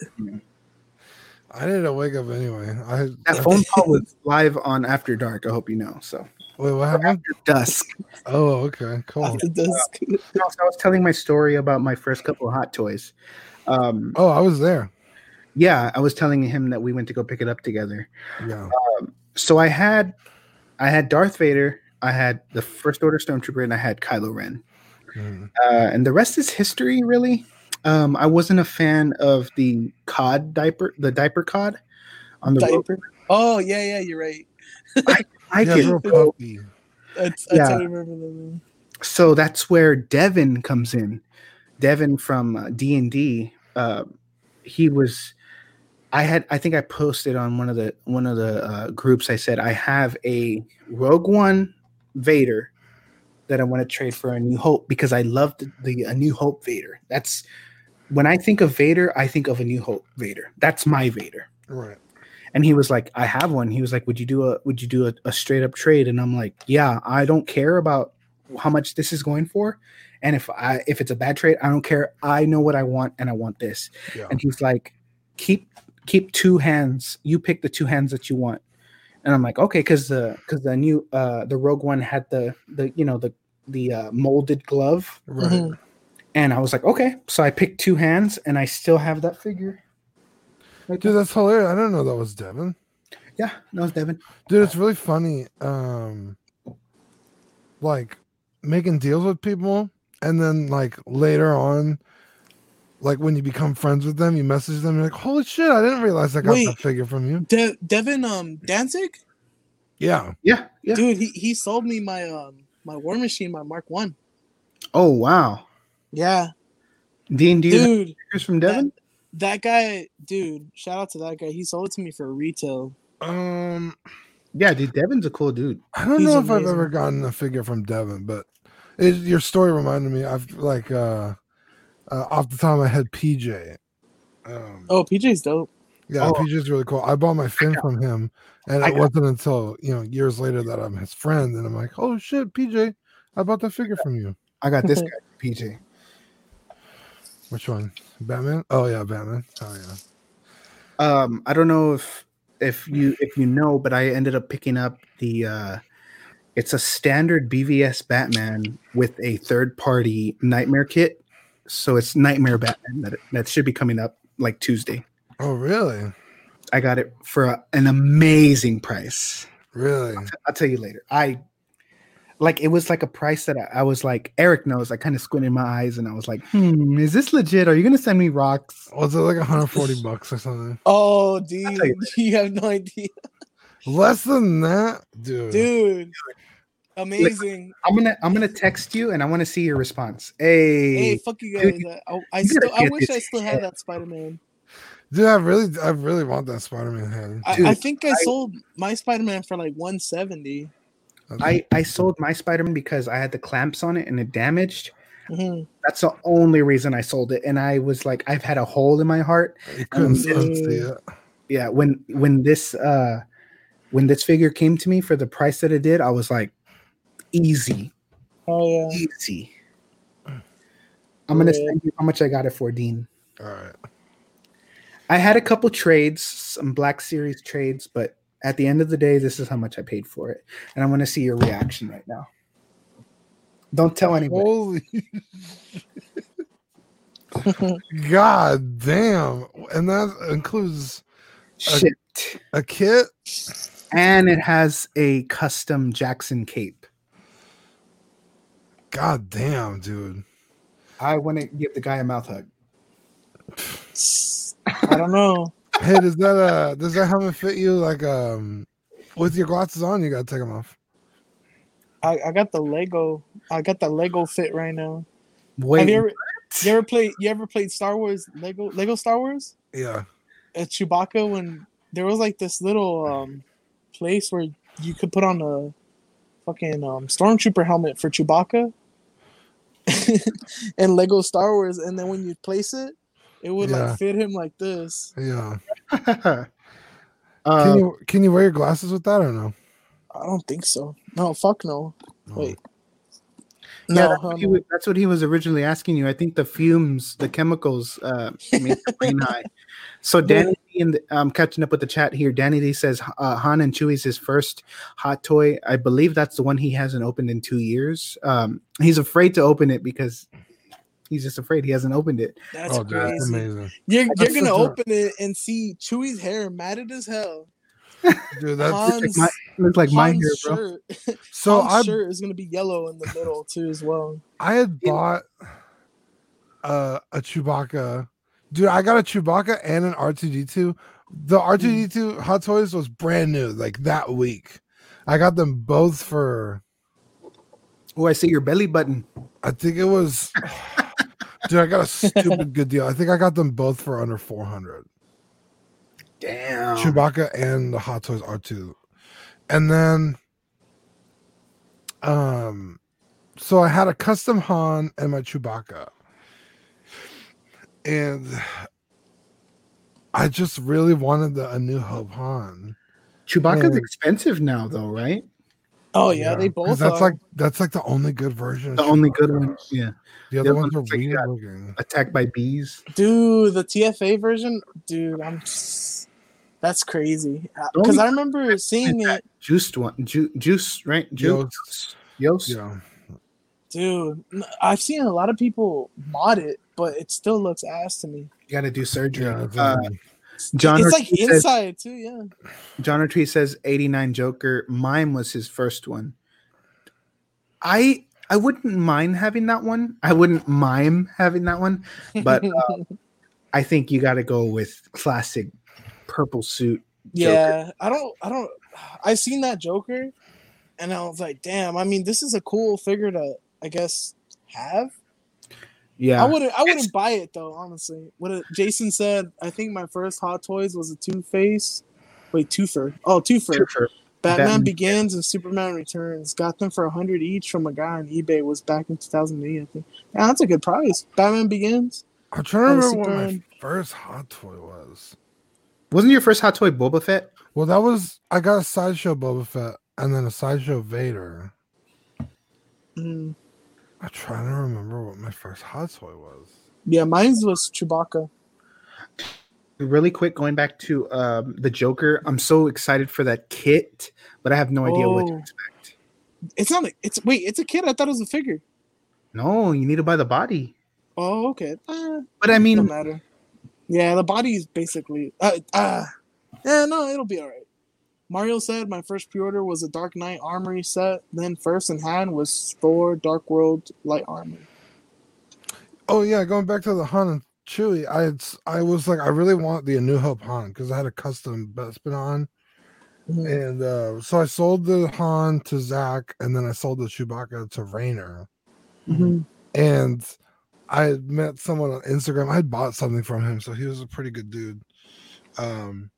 Speaker 8: I need to wake up anyway. I
Speaker 1: That phone call was live on After Dark. I hope you know. So
Speaker 8: wait. What
Speaker 1: Uh-huh.
Speaker 8: happened?
Speaker 1: dusk.
Speaker 8: Oh, okay, cool.
Speaker 3: After dusk.
Speaker 1: No, so I was telling my story about my first couple of hot toys. Um,
Speaker 8: Oh, I was there.
Speaker 1: yeah, I was telling him that we went to go pick it up together.
Speaker 8: Yeah.
Speaker 1: So I had, I had Darth Vader, I had the First Order Stormtrooper, and I had Kylo Ren.
Speaker 8: Mhm.
Speaker 1: uh, and the rest is history really um, i wasn't a fan of the cod diaper the diaper cod on the rope.
Speaker 3: Diaper. Oh yeah, yeah, you're right.
Speaker 1: I
Speaker 8: Yeah, it's real
Speaker 1: could.
Speaker 8: puffy.
Speaker 3: I, I
Speaker 1: Yeah.
Speaker 3: totally remember that. Man.
Speaker 1: so that's where devin comes in devin from uh, d&d uh, he was i had i think i posted on one of the one of the uh, groups i said i have a rogue one vader that i want to trade for a new hope because i love the, the a new hope vader that's when i think of vader i think of a new hope vader that's my vader
Speaker 8: Right.
Speaker 1: and he was like i have one he was like would you do a would you do a, a straight up trade and i'm like yeah i don't care about how much this is going for and if i if it's a bad trade i don't care i know what i want and i want this
Speaker 8: Yeah.
Speaker 1: and he's like keep keep two hands you pick the two hands that you want and i'm like okay because the because the new uh the rogue one had the the you know the the uh, molded glove
Speaker 8: Right.
Speaker 1: Mm-hmm.
Speaker 3: Mhm.
Speaker 1: and i was like okay so i picked two hands and i still have that figure Right
Speaker 8: Dude,
Speaker 1: there.
Speaker 8: that's hilarious. I don't know that was Devin.
Speaker 1: yeah that was devin
Speaker 8: Dude, it's really funny. Um like making deals with people and then like later on like when you become friends with them, you message them, you're like, holy shit, I didn't realize I got
Speaker 3: Wait.
Speaker 8: that figure from you.
Speaker 3: De- Devin um Danzig,
Speaker 8: Yeah.
Speaker 1: yeah yeah
Speaker 3: dude, he, he sold me my um my War Machine, my Mark One.
Speaker 1: oh wow
Speaker 3: Yeah,
Speaker 1: dean do you have
Speaker 3: dude,
Speaker 1: figures from devin
Speaker 3: that guy, dude, shout out to that guy. He sold it to me for retail.
Speaker 8: Um
Speaker 1: yeah dude devin's a cool dude
Speaker 8: I don't
Speaker 3: He's
Speaker 8: know if I've
Speaker 3: amazing.
Speaker 8: ever gotten a figure from Devin, but it, your story reminded me. I've like uh, uh off the top of my head, PJ. Um,
Speaker 3: Oh, PJ's dope.
Speaker 8: Yeah,
Speaker 1: Oh.
Speaker 8: PJ's really cool. I bought my fin from him, and
Speaker 1: I
Speaker 8: it
Speaker 1: got-
Speaker 8: wasn't until you know years later that I'm his friend, and I'm like, oh shit, PJ, I bought that figure from you.
Speaker 1: i got this guy pj
Speaker 8: Which one? Batman? Oh yeah, Batman. Oh yeah.
Speaker 1: um i don't know if if you if you know but i ended up picking up the uh it's a standard bvs batman with a third party nightmare kit so it's nightmare batman that that should be coming up like tuesday
Speaker 8: Oh really?
Speaker 1: i got it for a, an amazing price
Speaker 8: Really?
Speaker 1: i'll tell you later i like it was like a price that I, I was like eric knows i kind of squinted my eyes and i was like hmm is this legit are you gonna send me rocks
Speaker 8: Was it like 140 bucks or something?
Speaker 3: Oh, dude,
Speaker 1: tell you
Speaker 3: you have no idea,
Speaker 8: Less than that, dude.
Speaker 3: dude. Amazing.
Speaker 1: i'm gonna i'm gonna text you and i want to see your response hey,
Speaker 3: Hey, fuck you guys.
Speaker 1: dude,
Speaker 3: I, I
Speaker 1: you gotta
Speaker 3: still, I
Speaker 1: get
Speaker 3: wish I
Speaker 1: this
Speaker 3: still
Speaker 1: shit.
Speaker 3: had that Spider Man.
Speaker 8: Dude, I really, I really want that Spider-Man head.
Speaker 3: I,
Speaker 1: Dude,
Speaker 3: I think I, sold my Spider Man for like 170.
Speaker 1: I, I sold my Spider-Man because I had the clamps on it and it damaged.
Speaker 3: Mhm.
Speaker 1: That's the only reason I sold it. And I was like, I've had a hole in my heart.
Speaker 8: You couldn't
Speaker 1: dude.
Speaker 8: unsee it.
Speaker 1: Yeah, when when this uh when this figure came to me for the price that it did, I was like, easy,
Speaker 3: Oh yeah.
Speaker 1: easy. I'm gonna
Speaker 3: Yeah.
Speaker 1: send you how much I got it for, Dean.
Speaker 8: All right.
Speaker 1: I had a couple trades, some Black Series trades, but at the end of the day, this is how much I paid for it. And I want to see your reaction right now. Don't tell anybody.
Speaker 8: Holy god damn! And that includes
Speaker 3: uh,
Speaker 1: Shit.
Speaker 8: a kit.
Speaker 1: and it has a custom Jackson cape.
Speaker 8: God damn, dude.
Speaker 1: I want to give the guy a mouth hug.
Speaker 3: I don't know.
Speaker 8: Hey, does that uh does that helmet fit you like um with your glasses on? You gotta take them off.
Speaker 3: I, I got the Lego. I got the Lego fit right now.
Speaker 1: Wait,
Speaker 3: Have you ever, you ever played? You ever played Star Wars Lego? Lego Star Wars?
Speaker 8: Yeah.
Speaker 3: At Chewbacca, when there was like this little um place where you could put on a fucking um stormtrooper helmet for Chewbacca, and Lego Star Wars, and then when you place it, it would
Speaker 8: Yeah.
Speaker 3: like fit him like this.
Speaker 8: Yeah. Can
Speaker 1: Uh,
Speaker 8: you can you wear your glasses with that or no?
Speaker 3: I don't think so. No, fuck no.
Speaker 8: No.
Speaker 3: Wait.
Speaker 1: yeah,
Speaker 3: No,
Speaker 1: that's,
Speaker 3: hell
Speaker 1: what he
Speaker 3: no.
Speaker 1: was, that's what he was originally asking you. I think the fumes, the chemicals, uh, made the brain high. So Danny, and I'm catching up with the chat here. Danny D says uh, Han and Chewie's his first hot toy. I believe that's the one he hasn't opened in two years. Um, he's afraid to open it because he's just afraid he hasn't opened it.
Speaker 3: that's
Speaker 8: Oh dude, that's
Speaker 3: crazy.
Speaker 8: amazing.
Speaker 3: You're,
Speaker 8: That's
Speaker 3: you're gonna
Speaker 8: such a-
Speaker 3: open it and see Chewie's hair matted as hell.
Speaker 8: Dude, that's
Speaker 3: Han's,
Speaker 1: my- Looks like my hair,
Speaker 3: Han's
Speaker 1: bro.
Speaker 3: shirt,
Speaker 8: so
Speaker 3: Han's
Speaker 8: I
Speaker 3: shirt is gonna be yellow in the middle too as well.
Speaker 8: I had bought uh, a Chewbacca. Dude, I got a Chewbacca and an R2D2. The
Speaker 3: Mm.
Speaker 8: R2D2 Hot Toys was brand new, like that week. I got them both for,
Speaker 1: Oh, I see your belly button.
Speaker 8: I think it was, dude, I got a stupid good deal. I think I got them both for under 400.
Speaker 1: Damn.
Speaker 8: Chewbacca and the Hot Toys R2. And then um so I had a custom Han and my Chewbacca. And I just really wanted the A New Hope Han.
Speaker 1: Chewbacca's
Speaker 8: Yeah.
Speaker 1: expensive now, though, right?
Speaker 3: Oh yeah, they
Speaker 8: 'Cause
Speaker 3: both.
Speaker 8: That's
Speaker 3: are.
Speaker 8: like that's like the only good version. of
Speaker 1: The only good
Speaker 8: Chewbacca.
Speaker 1: one. Yeah.
Speaker 8: The other ones are weird
Speaker 1: yeah.
Speaker 8: looking.
Speaker 1: Attacked by bees.
Speaker 3: dude, the TFA version, dude. I'm just that's crazy because I remember seeing it,
Speaker 1: Juiced one. Ju- juice, right? Juice. Yos.
Speaker 8: Yeah.
Speaker 3: dude. n- I've seen a lot of people mod it, but it still looks ass to me.
Speaker 1: You got to do surgery.
Speaker 8: Yeah.
Speaker 1: uh,
Speaker 8: exactly.
Speaker 1: John,
Speaker 3: it's like
Speaker 1: Ortiz says,
Speaker 3: inside too, yeah.
Speaker 1: John Ortiz says 89 Joker. Mime was his first one. I I wouldn't mind having that one. I wouldn't mime having that one, but uh, I think you got to go with classic purple suit.
Speaker 3: Yeah, I don't, I don't. I've seen that Joker, and I was like, damn. I mean, this is a cool figure to, I guess, have.
Speaker 1: Yeah.
Speaker 3: I wouldn't, I wouldn't buy it though, honestly. What it- Jason said, I think my first Hot Toys was a Two Face, wait, Twofer. Oh, Twofer.
Speaker 1: Joker.
Speaker 3: Batman,
Speaker 1: Batman.
Speaker 3: Begins and Superman Returns. Got them for a hundred each from a guy on eBay. Was back in 2008, I think. Yeah, that's a good price. Batman Begins.
Speaker 8: I'm trying to
Speaker 3: Oh,
Speaker 8: remember what my
Speaker 3: Superman.
Speaker 8: first hot toy was.
Speaker 1: Wasn't your first hot toy Boba Fett?
Speaker 8: Well, that was I got a sideshow Boba Fett and then a sideshow Vader.
Speaker 3: Mm.
Speaker 8: I'm trying to remember what my first hot toy was.
Speaker 3: Yeah, mine was Chewbacca.
Speaker 1: Really quick, going back to um, the Joker. I'm so excited for that kit, but I have no idea what to
Speaker 3: Oh.
Speaker 1: expect.
Speaker 3: It's not. A, it's wait. It's a kid. I thought it was a figure.
Speaker 1: No, you need to buy the body.
Speaker 3: Oh, okay. Uh,
Speaker 1: But I mean,
Speaker 3: don't matter. Yeah, the body is basically. Uh, uh, yeah, no, it'll be all right. Mario said my first pre-order was a Dark Knight Armory set. Then first in hand was Thor Dark World Light Armor.
Speaker 8: Oh yeah, going back to the Han and Chewie, I had, s- I was like, I really want the A New Hope Han because I had a custom Bespin Han,
Speaker 3: Mhm.
Speaker 8: and uh, so I sold the Han to Zach, and then I sold the Chewbacca to Rainer,
Speaker 3: Mhm.
Speaker 8: and I had met someone on Instagram. I had bought something from him, so he was a pretty good dude. Um,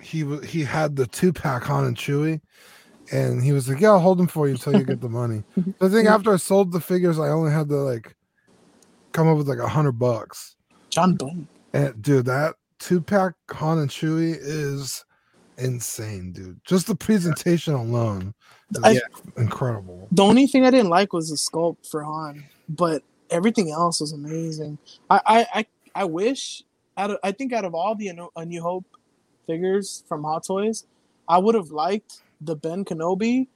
Speaker 8: he was he had the two pack Han and Chewie, and he was like, "Yeah, I'll hold them for you until you get the money." So I think after I sold the figures, I only had to like come up with like a hundred bucks.
Speaker 3: John Boyne.
Speaker 8: And dude, that two pack Han and Chewie is insane, dude. Just the presentation alone is
Speaker 3: I-
Speaker 8: incredible.
Speaker 3: The only thing I didn't like was the sculpt for Han, but everything else was amazing. I I I, I wish out of, I think out of all the A No- A New Hope figures from Hot Toys, I would have liked the Ben Kenobi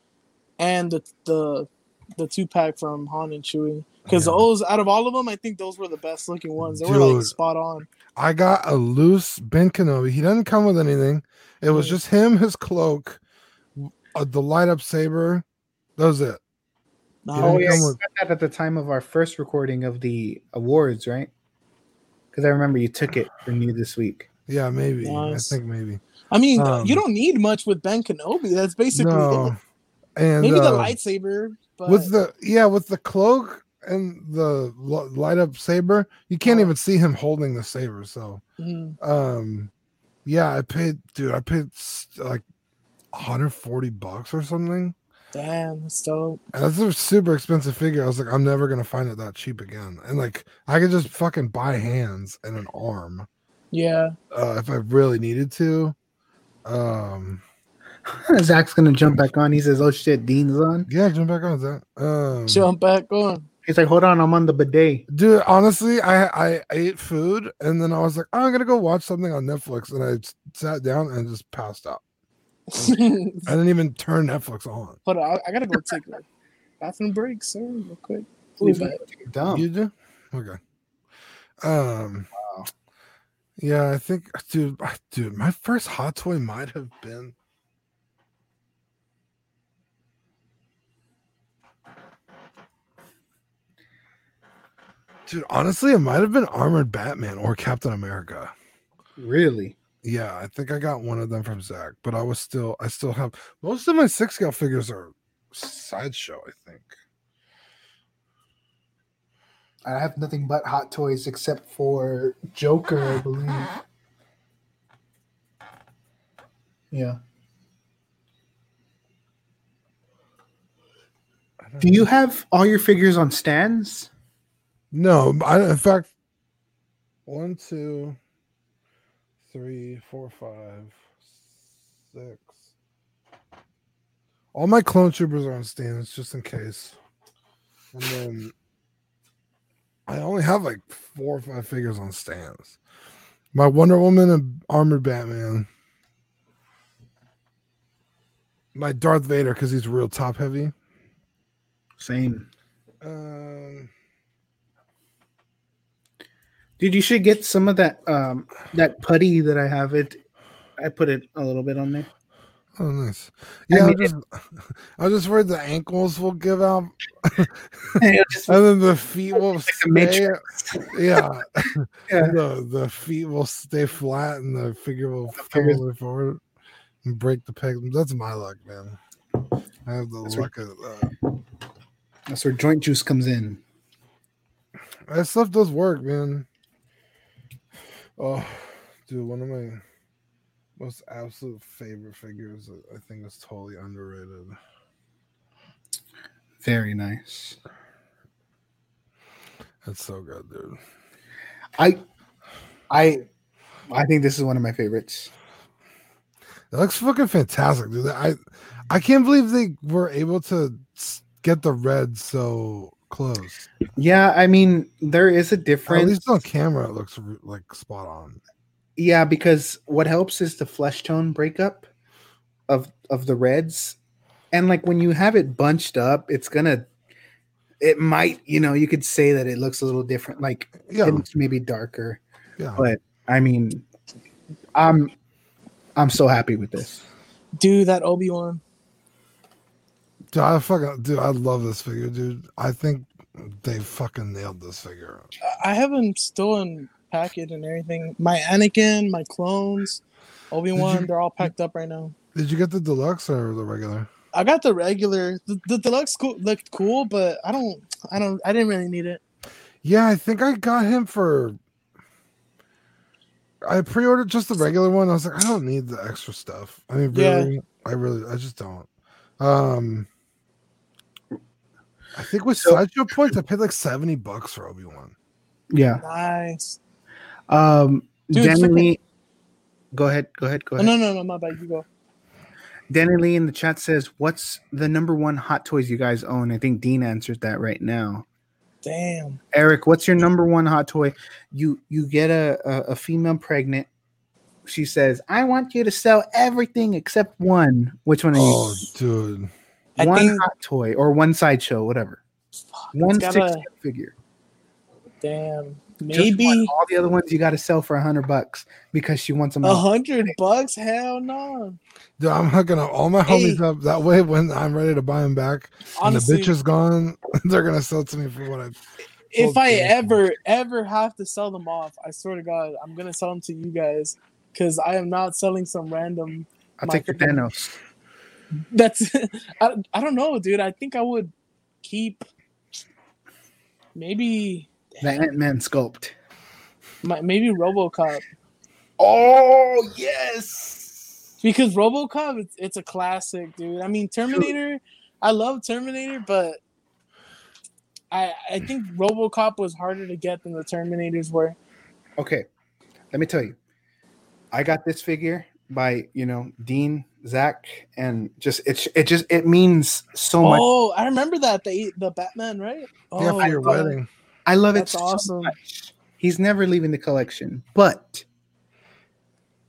Speaker 3: and the the the two pack from Han and Chewie because
Speaker 8: Yeah.
Speaker 3: those out of all of them, I think those were the best looking ones. They were like
Speaker 8: Dude.
Speaker 3: spot on.
Speaker 8: I got a loose Ben Kenobi. He doesn't come with anything. It was
Speaker 3: Mm.
Speaker 8: just him, his cloak, w- uh, the light up saber. That was it.
Speaker 1: Oh
Speaker 8: Oh,
Speaker 1: yeah,
Speaker 8: yeah,
Speaker 1: I
Speaker 8: you
Speaker 1: got that at the time of our first recording of the awards, right? Because I remember you took it from you this week.
Speaker 8: Yeah, maybe.
Speaker 3: Nice.
Speaker 8: I think maybe.
Speaker 3: I mean,
Speaker 8: Um,
Speaker 3: you don't need much with Ben Kenobi. That's basically
Speaker 8: No.
Speaker 3: it.
Speaker 8: And
Speaker 3: Maybe the
Speaker 8: uh,
Speaker 3: lightsaber. But
Speaker 8: with the yeah with the cloak and the lo- light up saber, you can't
Speaker 3: Oh.
Speaker 8: even see him holding the saber. So
Speaker 3: Mhm.
Speaker 8: um yeah i paid dude i paid s- like 140 bucks or something
Speaker 3: damn, that's dope.
Speaker 8: and that's a super expensive figure i was like i'm never gonna find it that cheap again and like i could just fucking buy hands and an arm
Speaker 3: Yeah.
Speaker 8: uh if i really needed to um
Speaker 1: Zach's gonna jump back on. He says, "Oh shit, Dean's on."
Speaker 8: yeah jump back on that um
Speaker 3: Jump back on.
Speaker 1: He's like, "Hold on, I'm on the bidet."
Speaker 8: dude honestly i i ate food and then i was like i'm gonna go watch something on netflix and i s- sat down and just passed out i
Speaker 3: Hold
Speaker 8: didn't even turn netflix on
Speaker 3: on, I, I gotta go take a bathroom break, sir, real quick. Be back.
Speaker 1: Dumb.
Speaker 8: You do? Okay. Um. Yeah, I think, dude, I- dude, my first hot toy might have been. Dude, honestly, it might have been Armored Batman or Captain America.
Speaker 1: really?
Speaker 8: Yeah, I think I got one of them from Zach, but I was still, I still have most of my six scale figures are sideshow. I think.
Speaker 1: I have nothing but hot toys except for Joker, I believe. Yeah.
Speaker 8: I don't
Speaker 1: Do you have all your figures on stands?
Speaker 8: No, I, in fact, one, two, three, four, five, six. All my clone troopers are on stands just in case. And then I only have like four or five figures on stands. My Wonder Woman and Armored Batman. My Darth Vader because he's real top heavy.
Speaker 1: Same.
Speaker 8: Um,
Speaker 1: Dude, you should get some of that um that putty that I have it. I put it a little bit on there.
Speaker 8: Oh, nice.
Speaker 1: I
Speaker 8: Yeah, I am
Speaker 1: mean,
Speaker 8: just, I was just worried the ankles will give out,
Speaker 1: It'll just look
Speaker 8: and then the feet will
Speaker 1: like a
Speaker 8: stay.
Speaker 1: matrix.
Speaker 8: Yeah,
Speaker 1: Yeah.
Speaker 8: the the feet will stay flat, and the figure will come
Speaker 1: figure's-
Speaker 8: all the way forward and break the peg. That's my luck, man. I have the
Speaker 1: That's
Speaker 8: luck of. Uh,
Speaker 1: That's where joint juice comes in.
Speaker 8: that stuff does work, man. Oh, dude, one of my most absolute favorite figures, that I think, is totally underrated.
Speaker 1: Very nice.
Speaker 8: It's so good, dude.
Speaker 1: I I I think this is one of my favorites.
Speaker 8: That looks fucking fantastic, dude. I I can't believe they were able to s- get the red so close.
Speaker 1: Yeah, I mean there is a
Speaker 8: At
Speaker 1: difference.
Speaker 8: least on camera, it looks r- like spot on.
Speaker 1: Yeah, because what helps is the flesh tone breakup of of the reds. And like when you have it bunched up, it's gonna it might, you know, you could say that it looks a little different. Like
Speaker 8: Yeah,
Speaker 1: it looks maybe darker.
Speaker 8: yeah.
Speaker 1: But I mean I'm I'm so happy with this.
Speaker 3: Do that Obi Wan.
Speaker 8: Dude, I fucking dude, I love this figure, dude. I think they fucking nailed this figure.
Speaker 3: I have them still in packet and everything. My Anakin, my clones, Obi Wan,
Speaker 8: you-
Speaker 3: they're all packed up right now.
Speaker 8: Did you get the deluxe or the regular?
Speaker 3: I got the regular. The, the deluxe cool, looked cool, but I don't, I don't, I didn't really need it.
Speaker 8: Yeah, I think I got him for. I pre-ordered just the regular one. I was like, I don't need the extra stuff. I mean,
Speaker 3: Yeah.
Speaker 8: really, I really, I just don't. Um, I think with
Speaker 1: So-
Speaker 8: Sideshow Points, I paid like seventy bucks for Obi Wan.
Speaker 1: Yeah.
Speaker 3: Nice.
Speaker 1: Um
Speaker 3: Dude,
Speaker 1: Danny
Speaker 3: freaking-
Speaker 1: Lee Go ahead, go ahead, go
Speaker 3: Oh,
Speaker 1: ahead.
Speaker 3: no, no, no, my bad. You go.
Speaker 1: Danny Lee in the chat says, What's the number one hot toys you guys own? I think Dean answered that right now.
Speaker 3: Damn.
Speaker 1: Eric, what's your number one hot toy? You you get a, a, a female pregnant. She says, "I want you to sell everything except one. Which one? Are
Speaker 8: Oh,
Speaker 1: you?
Speaker 8: dude,
Speaker 3: I
Speaker 1: one
Speaker 3: think-
Speaker 1: hot toy or one sideshow, whatever. One
Speaker 3: gotta-
Speaker 1: six figure.
Speaker 3: Damn.
Speaker 1: Just one.
Speaker 3: Maybe
Speaker 1: all the other ones you got to sell for a hundred bucks because she wants them.
Speaker 3: a
Speaker 1: all.
Speaker 3: hundred bucks? Hell no.
Speaker 8: dude, I'm hooking up all my
Speaker 3: Hey.
Speaker 8: homies up that way. When I'm ready to buy them back,
Speaker 3: Honestly,
Speaker 8: and the bitch is gone, they're gonna sell it to me for what I.
Speaker 3: if I
Speaker 8: Okay.
Speaker 3: ever, ever have to sell them off, I swear to God, I'm gonna sell them to you guys because I am not selling some random.
Speaker 1: I'll
Speaker 3: my
Speaker 1: take the
Speaker 3: freaking-
Speaker 1: Thanos.
Speaker 3: That's I, I don't know, dude. I think I would keep maybe
Speaker 1: The Ant Man sculpt.
Speaker 3: my, maybe RoboCop
Speaker 1: Oh yes.
Speaker 3: because RoboCop it's, it's a classic, dude. I mean Terminator, I love Terminator, but I I think RoboCop was harder to get than the Terminators were.
Speaker 1: Okay, let me tell you. I got this figure by you know Dean, Zach, and just it. It just it means so much.
Speaker 3: Oh, I remember that the the Batman, right? Oh,
Speaker 8: Yeah, for your
Speaker 3: God.
Speaker 8: wedding.
Speaker 1: I love
Speaker 3: That's
Speaker 1: it. so
Speaker 3: awesome.
Speaker 1: much. He's never leaving the collection, but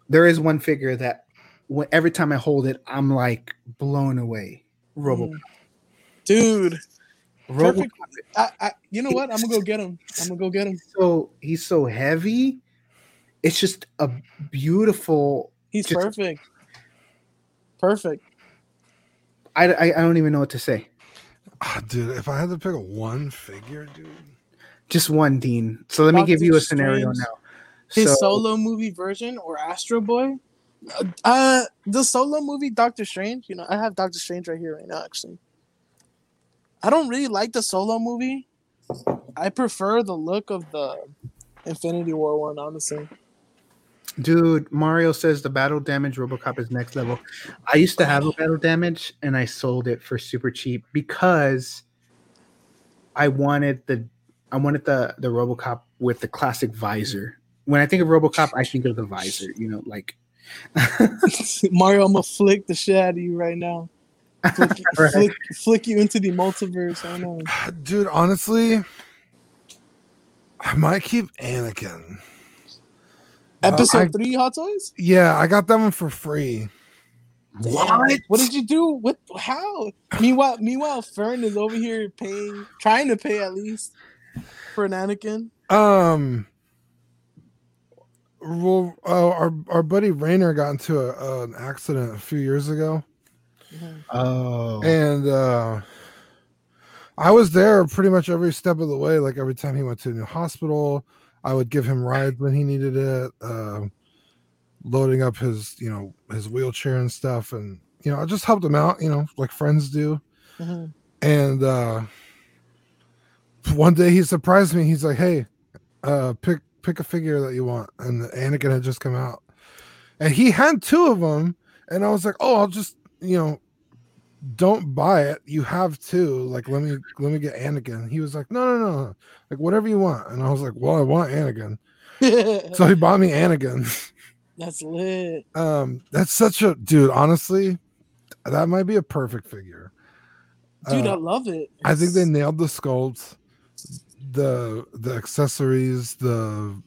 Speaker 1: there is one figure that when, every time I hold it, I'm like blown away. Robo,
Speaker 3: Mm. Dude,
Speaker 1: Robo.
Speaker 3: perfect. I, I, you know what? I'm gonna go get him. I'm gonna go get him.
Speaker 1: So he's so heavy. It's just a beautiful.
Speaker 3: He's
Speaker 1: Just-
Speaker 3: perfect. Perfect.
Speaker 1: I, I, I don't even know what to say.
Speaker 8: Ah, dude, if I had to pick one figure, dude,
Speaker 1: Just one, Dean. So let me give
Speaker 3: Doctor
Speaker 1: you a scenario
Speaker 3: Strange.
Speaker 1: now.
Speaker 3: his
Speaker 1: So-
Speaker 3: solo movie version or Astro Boy. Uh, the solo movie Doctor Strange. You know, I have Doctor Strange right here right now. Actually, I don't really like the solo movie. I prefer the look of the Infinity War one. Honestly,
Speaker 1: Dude, Mario says the battle damage Robocop is next level. I used to have a battle damage and I sold it for super cheap because I wanted the I wanted the the Robocop with the classic visor when I think of RoboCop, I think of the visor. You know, like
Speaker 3: Mario, I'm gonna flick the shit out of you right now. Flick,
Speaker 1: Right.
Speaker 3: flick, flick you into the multiverse. I know.
Speaker 8: Uh, Dude, honestly, I might keep Anakin. Uh,
Speaker 3: Episode
Speaker 8: I-
Speaker 3: three, Hot Toys.
Speaker 8: Yeah, I got that one for free.
Speaker 3: What? What did you do? What? How? Meanwhile, meanwhile, Fern is over here paying, trying to pay at least for an Anakin.
Speaker 8: Um, well, uh, our our buddy Rainer got into a, uh, an accident a few years ago,
Speaker 3: Uh-huh,
Speaker 1: oh
Speaker 8: and uh, I was there pretty much every step of the way. Like every time he went to a new hospital, I would give him rides when he needed it, um, loading up his you know his wheelchair and stuff, and you know I just helped him out, you know, like friends do.
Speaker 3: Mhm.
Speaker 8: and uh one day he surprised me he's like hey uh pick pick a figure that you want and anakin had just come out and he had two of them and i was like oh i'll just you know don't buy it you have two like let me let me get anakin he was like no no no like whatever you want and i was like well i want anakin so he bought me anakin
Speaker 3: uh-huh. That's lit.
Speaker 8: um that's such a dude honestly that might be a perfect figure
Speaker 3: Dude,
Speaker 8: Uh,
Speaker 3: I love it.
Speaker 8: I think they nailed the sculpt, the the accessories, the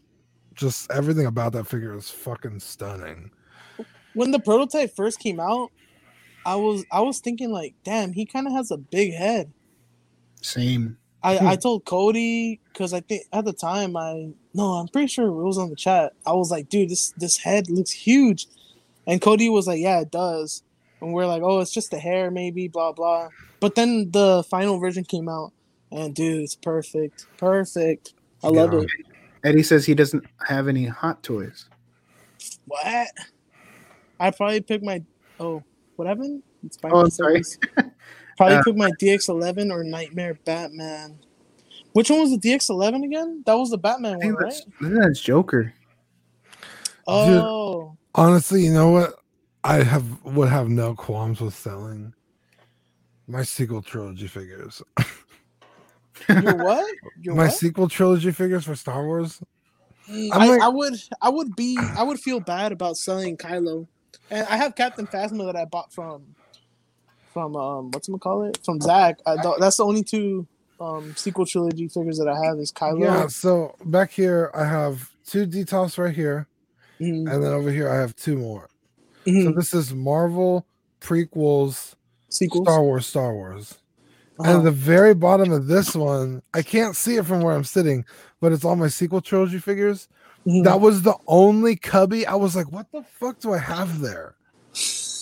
Speaker 8: just everything about that figure is fucking stunning.
Speaker 3: when the prototype first came out, I was I was thinking like, damn, he kind of has a big head.
Speaker 1: same.
Speaker 3: I, I
Speaker 1: Hmm.
Speaker 3: told Cody because I think at the time I no I'm pretty sure it was on the chat. I was like, dude, this this head looks huge, and Cody was like, yeah, it does. And we're like, oh, it's just the hair, maybe, blah blah. But then the final version came out, and dude, it's perfect, perfect. I love
Speaker 8: Yeah.
Speaker 3: it.
Speaker 1: Eddie says he doesn't have any hot toys.
Speaker 3: What? I probably picked my oh what happened? It's my
Speaker 1: Oh, I'm sorry.
Speaker 3: service. Probably
Speaker 1: Uh,
Speaker 3: picked my DX11 or Nightmare Batman. Which one was the DX11 again? That was the Batman
Speaker 1: I
Speaker 3: one,
Speaker 1: think
Speaker 3: right?
Speaker 1: that's, I think that's Joker.
Speaker 3: Oh,
Speaker 8: Honestly, you know what? I have would have no qualms with selling my sequel trilogy figures.
Speaker 3: your what? Your
Speaker 8: my
Speaker 3: what?
Speaker 8: sequel trilogy figures for Star Wars.
Speaker 3: Mm,
Speaker 8: I'm
Speaker 3: I,
Speaker 8: like-
Speaker 3: I would, I would be, I would feel bad about selling Kylo, and I have Captain Phasma that I bought from, from um, what's call it? From Zach. I, th- that's the only two um sequel trilogy figures that I have is Kylo.
Speaker 8: Yeah, so back here I have two detox right here,
Speaker 3: Mhm,
Speaker 8: and then over here I have two more.
Speaker 3: mhm.
Speaker 8: So this is Marvel prequels,
Speaker 3: Sequels.
Speaker 8: Star Wars, Star Wars.
Speaker 3: Uh-huh.
Speaker 8: And the very bottom of this one, I can't see it from where I'm sitting, but it's all my sequel trilogy figures.
Speaker 3: Mhm.
Speaker 8: That was the only cubby. I was like, what the fuck do I have there?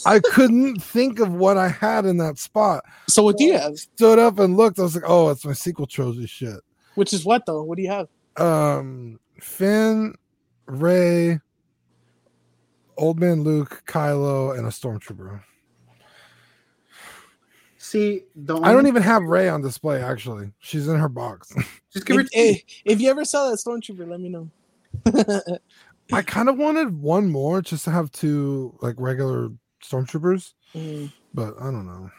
Speaker 8: I couldn't think of what I had in that spot.
Speaker 3: So what do you have?
Speaker 8: Stood up and looked. I was like, oh, it's my sequel trilogy shit.
Speaker 3: Which is what though? What do you have?
Speaker 8: Um, Finn, Ray, Old Man Luke, Kylo, and a stormtrooper.
Speaker 1: See, the
Speaker 8: I don't even have Ray on display. Actually, she's in her box.
Speaker 1: just give her.
Speaker 3: If, eh, if you ever sell that stormtrooper, let me know.
Speaker 8: I kind of wanted one more just to have two like regular stormtroopers,
Speaker 3: Mm.
Speaker 8: but I don't know.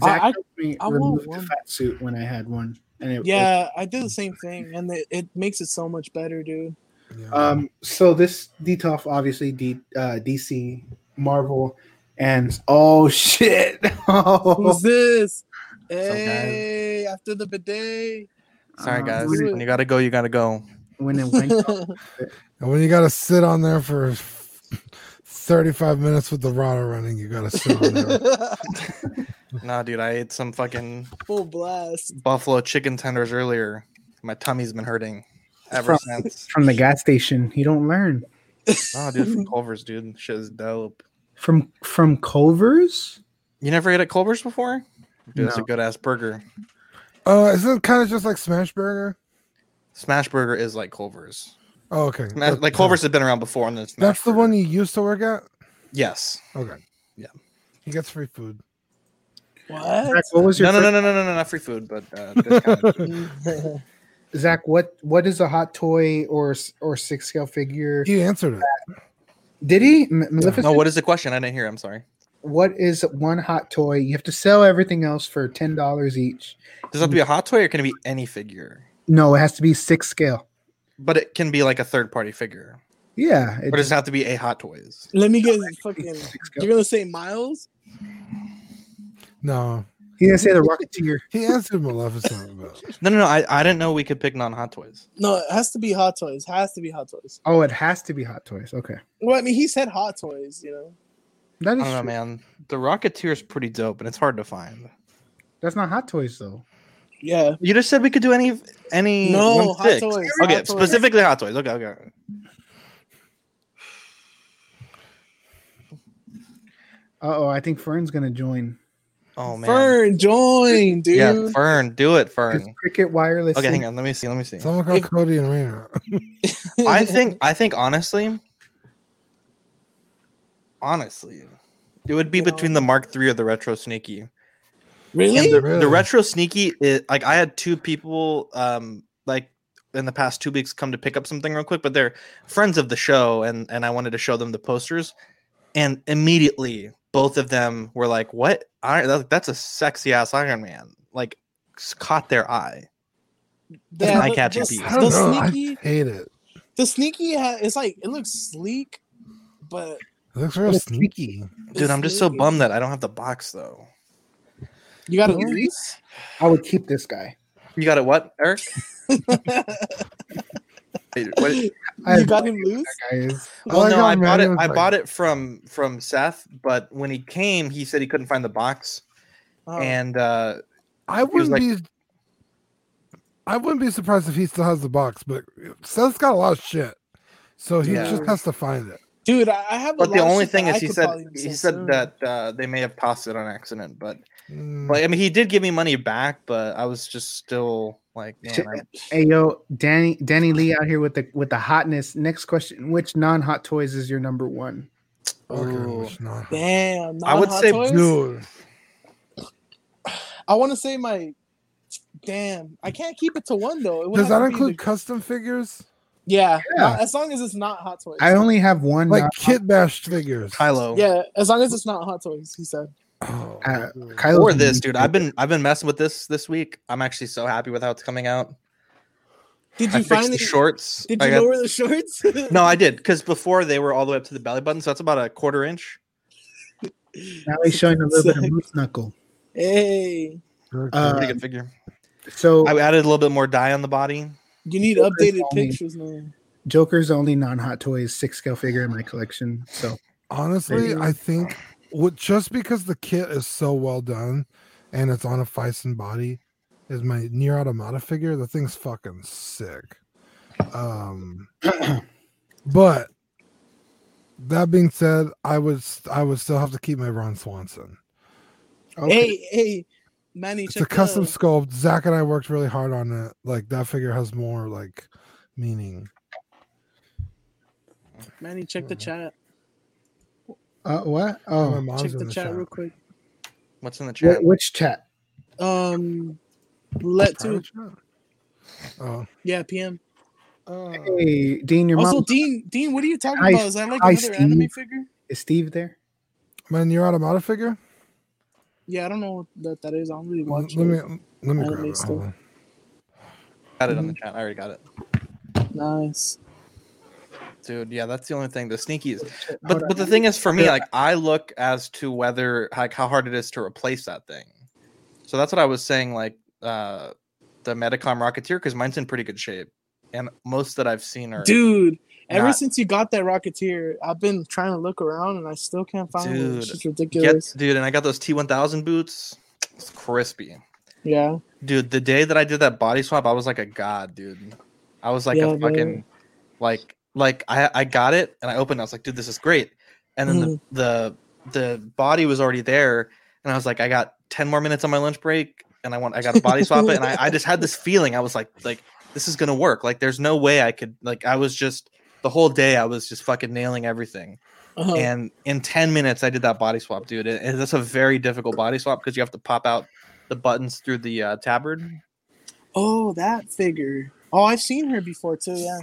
Speaker 1: Zach
Speaker 3: I- I-
Speaker 1: helped me
Speaker 3: I want
Speaker 1: remove the
Speaker 3: one.
Speaker 1: fat suit when I had one, and it
Speaker 3: yeah, I did the same thing, and it, it makes it so much better, dude.
Speaker 8: Yeah.
Speaker 1: Um, so this DTOF obviously D, uh, DC, Marvel, and oh shit! Oh.
Speaker 3: Who's this?
Speaker 2: guy.
Speaker 3: Hey, after the bidet.
Speaker 2: Sorry,
Speaker 1: Uh,
Speaker 2: guys.
Speaker 1: what
Speaker 3: is-
Speaker 2: When you gotta go, you gotta go.
Speaker 1: when it went,
Speaker 8: and when you gotta sit on there for thirty-five minutes with the rotor running, you gotta sit on there.
Speaker 2: Nah, dude, I ate some fucking
Speaker 3: Full blast.
Speaker 2: buffalo chicken tenders earlier. My tummy's been hurting ever
Speaker 1: From-
Speaker 2: since.
Speaker 1: from the gas station, you don't learn
Speaker 2: Oh, dude, from Culver's, dude. Shit is dope.
Speaker 1: from from Culver's.
Speaker 2: You never ate at Culver's before? Dude, that's a good ass burger.
Speaker 8: uh, isn't it kind of just like Smash Burger?
Speaker 2: Smash Burger is like Culver's.
Speaker 8: Oh, okay.
Speaker 2: Smash,
Speaker 8: That-
Speaker 2: like Culver's had been around before, and then Smash
Speaker 8: That's the
Speaker 2: Burger.
Speaker 8: one you used to work at.
Speaker 2: Yes.
Speaker 8: Okay.
Speaker 2: Yeah.
Speaker 8: He gets free food.
Speaker 3: What?
Speaker 1: Zach, what was your
Speaker 2: No, no, no,
Speaker 1: first-
Speaker 2: no, no, no, no, not free food, but uh, discounted.
Speaker 1: Zach? What what is a hot toy or s- or six scale figure?
Speaker 8: He answered it.
Speaker 1: Did he? M- Maleficent?
Speaker 2: no. What is the question? I didn't hear. I'm sorry.
Speaker 1: what is one hot toy? You have to sell everything else for ten dollars each.
Speaker 2: Does it have to be a hot toy or can it be any figure?
Speaker 1: No, it has to be six scale.
Speaker 2: but it can be like a third party figure.
Speaker 1: Yeah, it
Speaker 2: But it doesn't have to be a Hot Toys.
Speaker 3: Let me get fucking.
Speaker 1: Six
Speaker 3: You're gonna say Miles?
Speaker 8: No,
Speaker 1: He's gonna say the Rocketeer.
Speaker 8: he answered Maleficent. But
Speaker 2: No, no, no. I, I didn't know we could pick non Hot Toys.
Speaker 3: No, it has to be Hot Toys. Has to be Hot Toys.
Speaker 1: Oh, it has to be Hot Toys. Okay,
Speaker 3: Well, I mean, he said Hot Toys. You know,
Speaker 1: that
Speaker 2: I
Speaker 1: is
Speaker 2: don't know,
Speaker 1: true.
Speaker 2: man. The Rocketeer is pretty dope, and it's hard to find.
Speaker 1: that's not Hot Toys though.
Speaker 3: yeah.
Speaker 2: You just said we could do any any
Speaker 3: No,
Speaker 2: one
Speaker 3: Hot
Speaker 2: six.
Speaker 3: Toys,
Speaker 2: Okay,
Speaker 3: Hot Toys.
Speaker 2: specifically Hot Toys. Okay, okay.
Speaker 1: Uh oh, I think Fern's gonna join.
Speaker 2: Oh man.
Speaker 3: Fern, join, dude.
Speaker 2: Yeah, Fern, do it,
Speaker 1: 'Cause
Speaker 2: Fern.
Speaker 1: Cricket Wireless.
Speaker 2: Okay, hang on. Let me see. Let me see.
Speaker 8: someone called
Speaker 3: If-
Speaker 8: Cody and Raina.
Speaker 2: I think I think honestly, honestly, it would be
Speaker 3: You know-
Speaker 2: between the Mark III or the Retro Sneaky.
Speaker 3: really.
Speaker 2: And the,
Speaker 8: Really?
Speaker 2: the Retro Sneaky, is, like I had two people, um, like in the past two weeks, come to pick up something real quick, but they're friends of the show, and and I wanted to show them the posters, and immediately both of them were like, "What? Iron, that- that's a sexy ass Iron Man!" Like s- caught their eye.
Speaker 3: The-
Speaker 2: an eye-catching
Speaker 3: the-
Speaker 2: piece.
Speaker 8: I
Speaker 1: Oh,
Speaker 8: don't
Speaker 3: the
Speaker 8: know. I
Speaker 3: sneaky,
Speaker 8: hate it.
Speaker 3: the sneaky. Ha- it's like it looks sleek, but
Speaker 8: It looks real
Speaker 1: It's
Speaker 8: sneaky.
Speaker 2: Dude,
Speaker 3: it's
Speaker 2: I'm just so
Speaker 3: sneaky.
Speaker 2: bummed that I don't have the box though.
Speaker 3: You got a
Speaker 1: Really?
Speaker 3: lease?
Speaker 1: I would keep this guy.
Speaker 2: You got it, what, Eric? Wait, what-
Speaker 1: I
Speaker 3: you got him loose?
Speaker 1: that guy is.
Speaker 8: I
Speaker 3: Oh
Speaker 2: Well,
Speaker 8: like
Speaker 2: no,
Speaker 8: how
Speaker 2: I bought
Speaker 8: Manny
Speaker 2: it.
Speaker 8: was
Speaker 2: I
Speaker 8: like-
Speaker 2: bought it from from Seth, but when he came, he said he couldn't find the box,
Speaker 3: Oh.
Speaker 2: and uh,
Speaker 8: I
Speaker 2: was
Speaker 8: wouldn't be. I wouldn't be surprised if he still has the box, but Seth's got a lot of shit, so he
Speaker 2: Yeah.
Speaker 8: just has to find it.
Speaker 3: Dude, I, I have.
Speaker 2: but
Speaker 3: a
Speaker 2: the
Speaker 3: lot of
Speaker 2: only
Speaker 3: shit that
Speaker 2: thing
Speaker 3: I
Speaker 2: is, he
Speaker 3: could
Speaker 2: said
Speaker 3: probably even
Speaker 2: he
Speaker 3: say
Speaker 2: said
Speaker 3: soon.
Speaker 2: that uh, they may have tossed it on accident, but
Speaker 8: Mm,
Speaker 2: like I mean, he did give me money back, but I was just still like, man,
Speaker 1: Shit.
Speaker 2: I-
Speaker 1: Hey yo, Danny Danny Lee out here with the with the hotness. Next question: Which non-hot toys is your number one?
Speaker 2: Ooh.
Speaker 8: okay, which not.
Speaker 3: Damn.
Speaker 2: I would
Speaker 3: non-Hot
Speaker 2: say
Speaker 3: Toys?
Speaker 8: Dude,
Speaker 3: I want to say my. Damn, I can't keep it to one though. It would
Speaker 8: does
Speaker 3: have
Speaker 8: that
Speaker 3: to be the-
Speaker 8: include custom figures
Speaker 3: Yeah,
Speaker 1: Yeah.
Speaker 3: not- as long as it's not Hot Toys.
Speaker 1: I only have one. uh,
Speaker 8: like
Speaker 1: non-
Speaker 8: kit bashed figures?
Speaker 2: Kylo,
Speaker 3: Yeah, as long as it's not Hot Toys, he said.
Speaker 8: Oh,
Speaker 1: Uh,
Speaker 8: dude.
Speaker 1: Kylo's
Speaker 2: or this dude.
Speaker 1: name-
Speaker 2: I've been I've been messing with this this week. I'm actually so happy with how it's coming out.
Speaker 3: Did
Speaker 2: I
Speaker 3: you
Speaker 2: fixed
Speaker 3: finally?
Speaker 2: the shorts.
Speaker 3: Did
Speaker 2: I
Speaker 3: you
Speaker 2: got-
Speaker 3: lower the shorts?
Speaker 2: no, I did because before they were all the way up to the belly button, so that's about a quarter inch.
Speaker 1: Now he's showing a little bit of moose knuckle.
Speaker 3: Hey,
Speaker 1: Uh,
Speaker 2: Pretty good figure.
Speaker 1: So
Speaker 2: Um, I added a little bit more dye on the body.
Speaker 3: you need
Speaker 1: Joker's
Speaker 3: updated
Speaker 1: only-
Speaker 3: pictures, man.
Speaker 1: Joker's the only non-hot toys six scale figure in my collection. So
Speaker 8: Honestly,
Speaker 1: Maybe.
Speaker 8: I think what just because the kit is so well done and it's on a Fison body is my near automata figure. The thing's fucking sick. Um but that being said, I would s- I would still have to keep my Ron Swanson.
Speaker 3: Hey, hey, Manny,
Speaker 8: It's
Speaker 3: check
Speaker 8: a custom
Speaker 3: the-
Speaker 8: sculpt. Zach and I worked really hard on it. Like that figure has more like meaning.
Speaker 3: Manny, check the chat.
Speaker 1: uh, what?
Speaker 8: my
Speaker 1: Oh,
Speaker 8: mom's
Speaker 3: check
Speaker 8: in
Speaker 3: the,
Speaker 8: the
Speaker 3: chat,
Speaker 8: chat.
Speaker 3: real quick.
Speaker 2: What's in the chat?
Speaker 1: wh- which chat?
Speaker 3: Um, roulette too.
Speaker 8: Private chat? Oh,
Speaker 3: Yeah, PM.
Speaker 8: uh,
Speaker 1: Hey, Dean, your
Speaker 3: Also,
Speaker 1: mom
Speaker 3: Dean, Dean, what are you talking
Speaker 1: Hi,
Speaker 3: about? Is that like
Speaker 1: hi,
Speaker 3: another anime
Speaker 1: Steve.
Speaker 3: figure?
Speaker 1: is Steve there?
Speaker 8: my near automata figure.
Speaker 3: Yeah, I don't know what that, that is. I'm really
Speaker 8: Well,
Speaker 3: watching.
Speaker 8: Let me let me
Speaker 3: Anime
Speaker 8: grab it.
Speaker 3: stuff.
Speaker 8: Hold on.
Speaker 2: Got it on the chat. I already got it,
Speaker 3: Nice.
Speaker 2: dude. Yeah, that's the only thing. The sneaky is,
Speaker 1: Hold
Speaker 2: but
Speaker 1: on.
Speaker 2: but the thing is, for me,
Speaker 1: Yeah.
Speaker 2: like I look as to whether like how hard it is to replace that thing. So that's what I was saying, like uh the Metacom Rocketeer, because mine's in pretty good shape, and most that I've seen are
Speaker 3: Dude, ever
Speaker 2: Not-
Speaker 3: since you got that Rocketeer, I've been trying to look around and I still can't find it. It's
Speaker 2: Dude,
Speaker 3: just
Speaker 2: Get,
Speaker 3: ridiculous.
Speaker 2: dude, and I got those T1000 boots. It's crispy,
Speaker 3: yeah.
Speaker 2: dude. The day that I did that body swap, I was like a god, dude. I was like
Speaker 3: Yeah,
Speaker 2: a
Speaker 3: man.
Speaker 2: fucking like like I I got it and I opened. it, I was like, dude, this is great. And then
Speaker 3: Mhm.
Speaker 2: the the the body was already there, and I was like, I got ten more minutes on my lunch break, and I want I got to body swap it, and I, I just had this feeling. I was like, like this is gonna work. Like there's no way I could like I was just the whole day I was just fucking nailing everything.
Speaker 3: Uh-huh.
Speaker 1: Oh.
Speaker 2: And in ten minutes I did that body swap, dude. And and that's a very difficult body swap because you have to pop out the buttons through the uh, tabard.
Speaker 3: Oh, that figure. Oh, I've seen her before too. Yeah.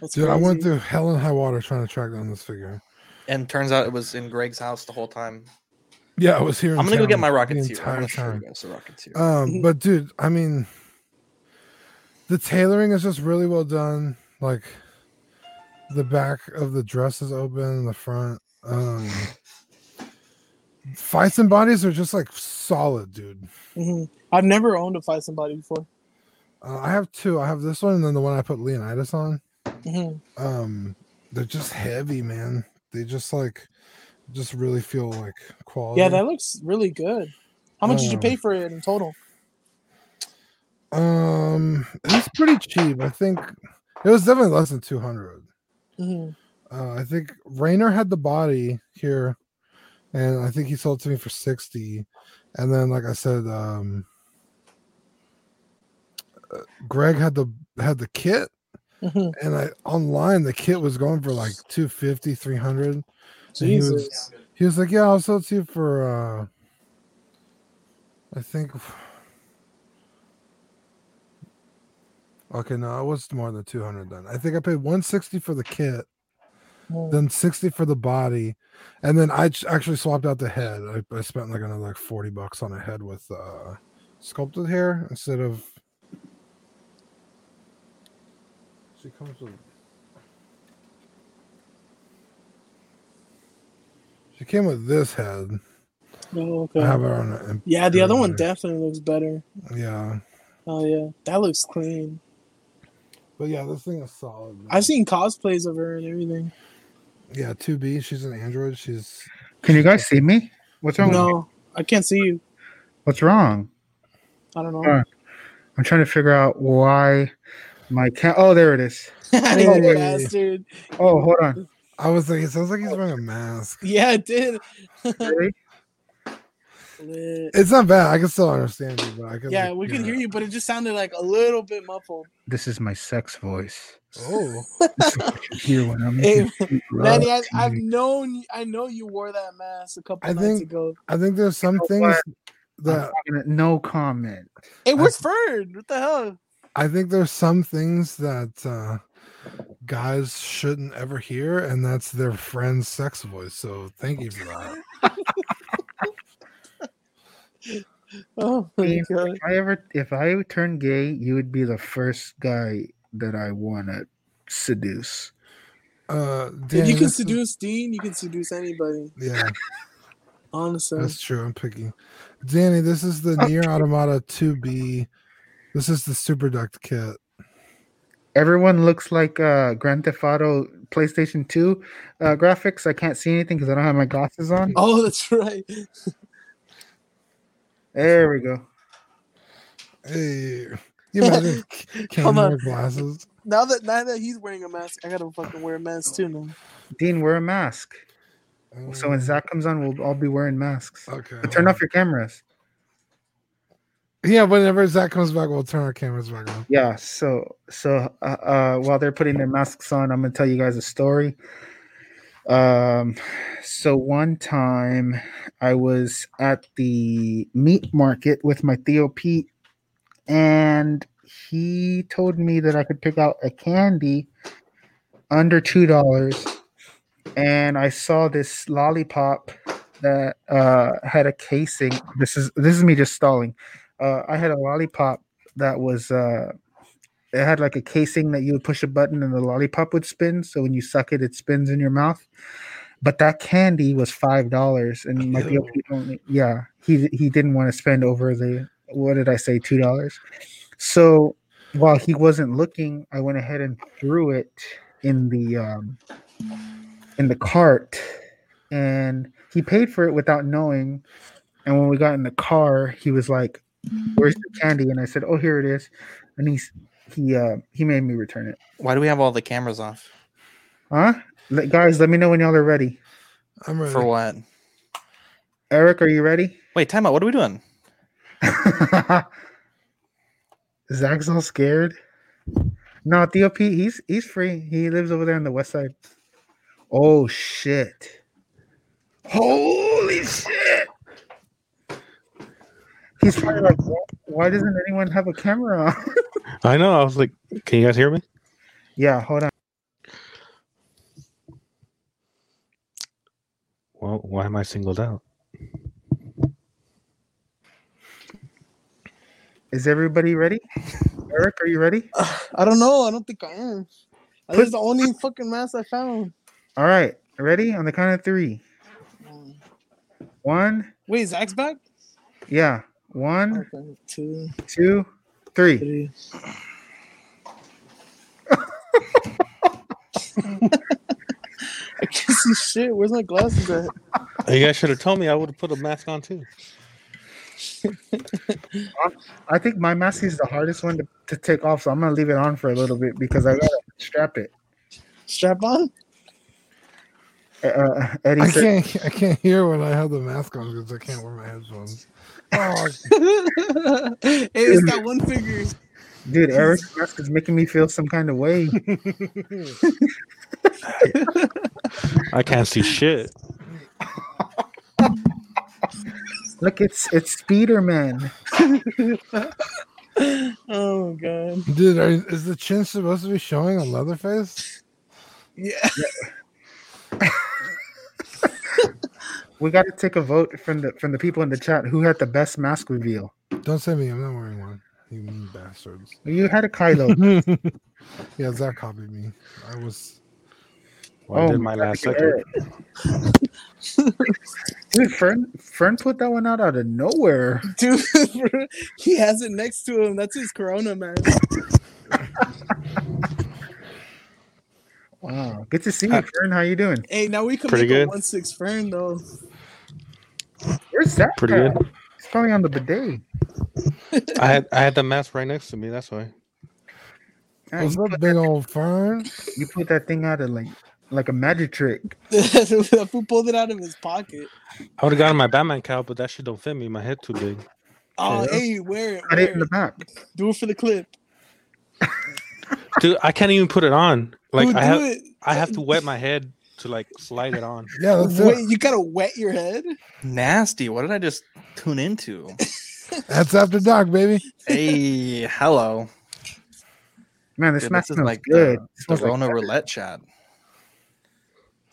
Speaker 3: That's
Speaker 8: Dude, I went
Speaker 3: crazy.
Speaker 8: through hell and high water trying to track down this figure.
Speaker 2: And turns out it was in Greg's house the whole time.
Speaker 8: Yeah, I was here. in
Speaker 2: I'm gonna go
Speaker 8: town
Speaker 2: get my
Speaker 8: the
Speaker 2: rockets here. I'm
Speaker 8: entire Um,
Speaker 1: Uh,
Speaker 2: gonna show you
Speaker 8: time.
Speaker 2: guys the rockets here.
Speaker 8: Um, but dude, I mean, the tailoring is just really well done. Like the back of the dress is open, the front. Um, fights and bodies are just like solid, dude.
Speaker 3: Mhm. I've never owned a fight somebody before.
Speaker 8: Uh, I have two. I have this one and then the one I put Leonidas on.
Speaker 3: Mhm.
Speaker 8: Um, they're just heavy, man. They just like just really feel like quality.
Speaker 3: Yeah, that looks really good. How much did you
Speaker 8: Um,
Speaker 3: pay for it in total?
Speaker 8: Um, it's pretty cheap. I think it was definitely less than two hundred.
Speaker 3: hmm
Speaker 8: Uh, I think Rainer had the body here, and I think he sold it to me for sixty. And then, like I said, um, uh, Greg had the had the kit,
Speaker 3: hmm
Speaker 8: and I online the kit was going for like 250 300 So he was-
Speaker 3: Jesus.
Speaker 8: He was like, "Yeah, I'll sell it to you for." uh I think. Okay, no, it was more than two hundred then. I think I paid one sixty for the kit,
Speaker 3: Mm.
Speaker 8: then sixty for the body, and then I ch- actually swapped out the head. I, I spent like another like forty bucks on a head with uh sculpted hair instead of. She comes with. She came with this head.
Speaker 3: Oh,
Speaker 8: I
Speaker 3: okay.
Speaker 8: have her on an
Speaker 3: Yeah, the other one
Speaker 8: Yeah.
Speaker 3: definitely looks better.
Speaker 8: Yeah.
Speaker 3: Oh yeah, that looks clean.
Speaker 8: But yeah, this thing is solid. man.
Speaker 3: I've seen cosplays of her and everything.
Speaker 8: yeah, 2B. She's an android. She's
Speaker 1: Can you guys see me? What's wrong? with me?
Speaker 3: No, I can't see you.
Speaker 1: What's wrong?
Speaker 3: I don't know.
Speaker 1: Alright. I'm trying to figure out why my cat. Oh, there it is.
Speaker 3: you
Speaker 8: Hey.
Speaker 3: bastard.
Speaker 1: Oh, hold on.
Speaker 8: I was like, it sounds like he's wearing a mask.
Speaker 3: Yeah, it did.
Speaker 1: Really?
Speaker 3: Lit.
Speaker 8: It's not bad. I can still understand you, but I can
Speaker 3: Yeah, we can hear you, but it just sounded like a little bit muffled.
Speaker 1: This is my sex voice.
Speaker 8: Oh.
Speaker 1: This is what you hear when I'm
Speaker 3: Hey,
Speaker 1: making love
Speaker 3: Manny, I,
Speaker 1: to
Speaker 3: I've
Speaker 1: you.
Speaker 3: known, you- I know you wore that mask a couple
Speaker 8: I
Speaker 3: nights
Speaker 8: think-
Speaker 3: ago.
Speaker 8: I think there's some
Speaker 1: know
Speaker 8: things
Speaker 1: what?
Speaker 8: that
Speaker 1: I'm gonna- no comment.
Speaker 3: Hey, where's Ferd? What the hell?
Speaker 8: I think there's some things that uh guys shouldn't ever hear, and that's their friend's sex voice. So thank you for that.
Speaker 3: Oh my
Speaker 1: Damn.
Speaker 3: god.
Speaker 1: If I ever, if I turn gay, you would be the first guy that I want to seduce.
Speaker 8: Uh
Speaker 3: If
Speaker 8: Danny,
Speaker 3: you can
Speaker 8: this is-
Speaker 3: seduce Dean, you can seduce anybody.
Speaker 8: Yeah,
Speaker 3: Honestly.
Speaker 8: that's true. I'm picky. Danny, this is the near automata 2B. This is the super duct kit.
Speaker 1: Everyone looks like uh, Grand Theft Auto PlayStation 2 uh, graphics. I can't see anything because I don't have my glasses on.
Speaker 3: Oh, that's right.
Speaker 1: There we go.
Speaker 8: Hey, you imagine c-
Speaker 3: Hold
Speaker 8: can
Speaker 3: on.
Speaker 8: wear glasses?
Speaker 3: Now that now that he's wearing a mask, I gotta fucking wear a mask too now.
Speaker 1: Dean, wear a mask. So when
Speaker 8: Um,
Speaker 1: Zach comes on, we'll all be wearing masks.
Speaker 8: okay,
Speaker 1: But turn
Speaker 8: hold
Speaker 1: off your cameras.
Speaker 8: on. Yeah, whenever Zach comes back, we'll turn our cameras back on.
Speaker 1: Yeah. So so uh, uh, while they're putting their masks on, I'm gonna tell you guys a story. Um, so one time I was at the meat market with my Theo Pete, and he told me that I could pick out a candy under two dollars, and I saw this lollipop that uh, had a casing. This is this is me just stalling. Uh, I had a lollipop that was uh it had like a casing that you would push a button and the lollipop would spin so when you suck it it spins in your mouth but that candy was five dollars and my
Speaker 8: Ew.
Speaker 1: DOP only yeah he he didn't want to spend over the what did i say two dollars so while he wasn't looking i went ahead and threw it in the um in the cart and he paid for it without knowing and when we got in the car he was like where's the candy? And I said, oh, here it is. And he's he uh he made me return it.
Speaker 2: Why do we have all the cameras off?
Speaker 1: Huh? Let, guys, let me know when y'all are ready.
Speaker 8: I'm ready.
Speaker 2: For what?
Speaker 1: Eric, are you ready?
Speaker 2: Wait, time out. What are we doing?
Speaker 1: Zach's all scared. No, DOP, he's he's free. He lives over there on the west side. Oh shit. Holy shit. He's probably like, "Why- why doesn't anyone have a camera on?
Speaker 4: I know. I was like, can you guys hear me?
Speaker 1: yeah, hold on.
Speaker 4: Well, why am I singled out?
Speaker 1: Is everybody ready? Eric, are you ready?
Speaker 3: I don't know. I don't think I am. This is the only fucking mask I found.
Speaker 1: All right, ready on the count of three. One,
Speaker 3: Wait, Zach's back?
Speaker 1: yeah, one,
Speaker 3: Okay, two,
Speaker 1: two, three.
Speaker 3: three. I can't see shit. Where's my glasses at?
Speaker 4: You guys should have told me. I would have put a mask on too.
Speaker 1: I think my mask is the hardest one to, to take off, so I'm gonna leave it on for a little bit because I gotta strap it.
Speaker 3: Strap on?
Speaker 1: Uh, Uh, Eddie,
Speaker 8: I
Speaker 1: said-
Speaker 8: can't I can't hear when I have the mask on because I can't wear my headphones. Oh,
Speaker 3: hey, it's that one finger.
Speaker 1: dude, Eric's mask is making me feel some kind of way.
Speaker 4: I can't see shit.
Speaker 1: Look, it's it's Spider-Man.
Speaker 3: Oh god.
Speaker 8: dude, are, is the chin supposed to be showing on Leatherface?
Speaker 3: Yeah.
Speaker 1: We got to take a vote from the from the people in the chat who had the best mask reveal.
Speaker 8: Don't say me. I'm not wearing one. You mean bastards.
Speaker 1: You had a Kylo.
Speaker 8: yeah, Zach copied me. I was.
Speaker 4: Well, I did my
Speaker 1: God,
Speaker 4: last
Speaker 1: look at
Speaker 4: second.
Speaker 1: Eric. Dude, Fern Fern put that one out out of nowhere.
Speaker 3: Dude, bro, he has it next to him. That's his corona man.
Speaker 1: Wow, good to see you, Fern. How you doing?
Speaker 3: Hey, now we can
Speaker 4: Pretty
Speaker 3: make a
Speaker 4: good.
Speaker 3: one six fern though.
Speaker 1: Where's that?
Speaker 4: Pretty
Speaker 1: at?
Speaker 4: good.
Speaker 1: It's probably on the bidet.
Speaker 4: I had I had the mask right next to me. That's why.
Speaker 1: Ah,
Speaker 8: What's
Speaker 1: you,
Speaker 8: up,
Speaker 1: put
Speaker 8: big old fern?
Speaker 1: that, you put that thing out of like like a magic trick.
Speaker 3: that fool pulled it out of his pocket.
Speaker 4: I would have gotten my Batman cap, but that shit don't fit me. My head too big.
Speaker 3: Oh,
Speaker 1: Yeah.
Speaker 3: hey, wear it.
Speaker 1: Got
Speaker 3: Wear
Speaker 1: it in the
Speaker 3: it.
Speaker 1: back.
Speaker 3: Do it for the clip.
Speaker 4: Dude, I can't even put it on. Like
Speaker 3: Dude,
Speaker 4: I
Speaker 3: do
Speaker 4: have
Speaker 3: it.
Speaker 4: I have to wet my head to like slide it on.
Speaker 8: Yeah, that's
Speaker 3: Wait,
Speaker 8: it.
Speaker 3: you gotta wet your head?
Speaker 2: Nasty. What did I just tune into?
Speaker 8: That's after dark, baby.
Speaker 2: hey, hello.
Speaker 1: Man, this
Speaker 2: Dude,
Speaker 1: mask
Speaker 2: this is
Speaker 1: smells
Speaker 2: like uh,
Speaker 1: good.
Speaker 2: the,
Speaker 1: It
Speaker 2: the
Speaker 1: smells like
Speaker 2: Rona
Speaker 1: pepper.
Speaker 2: roulette chat.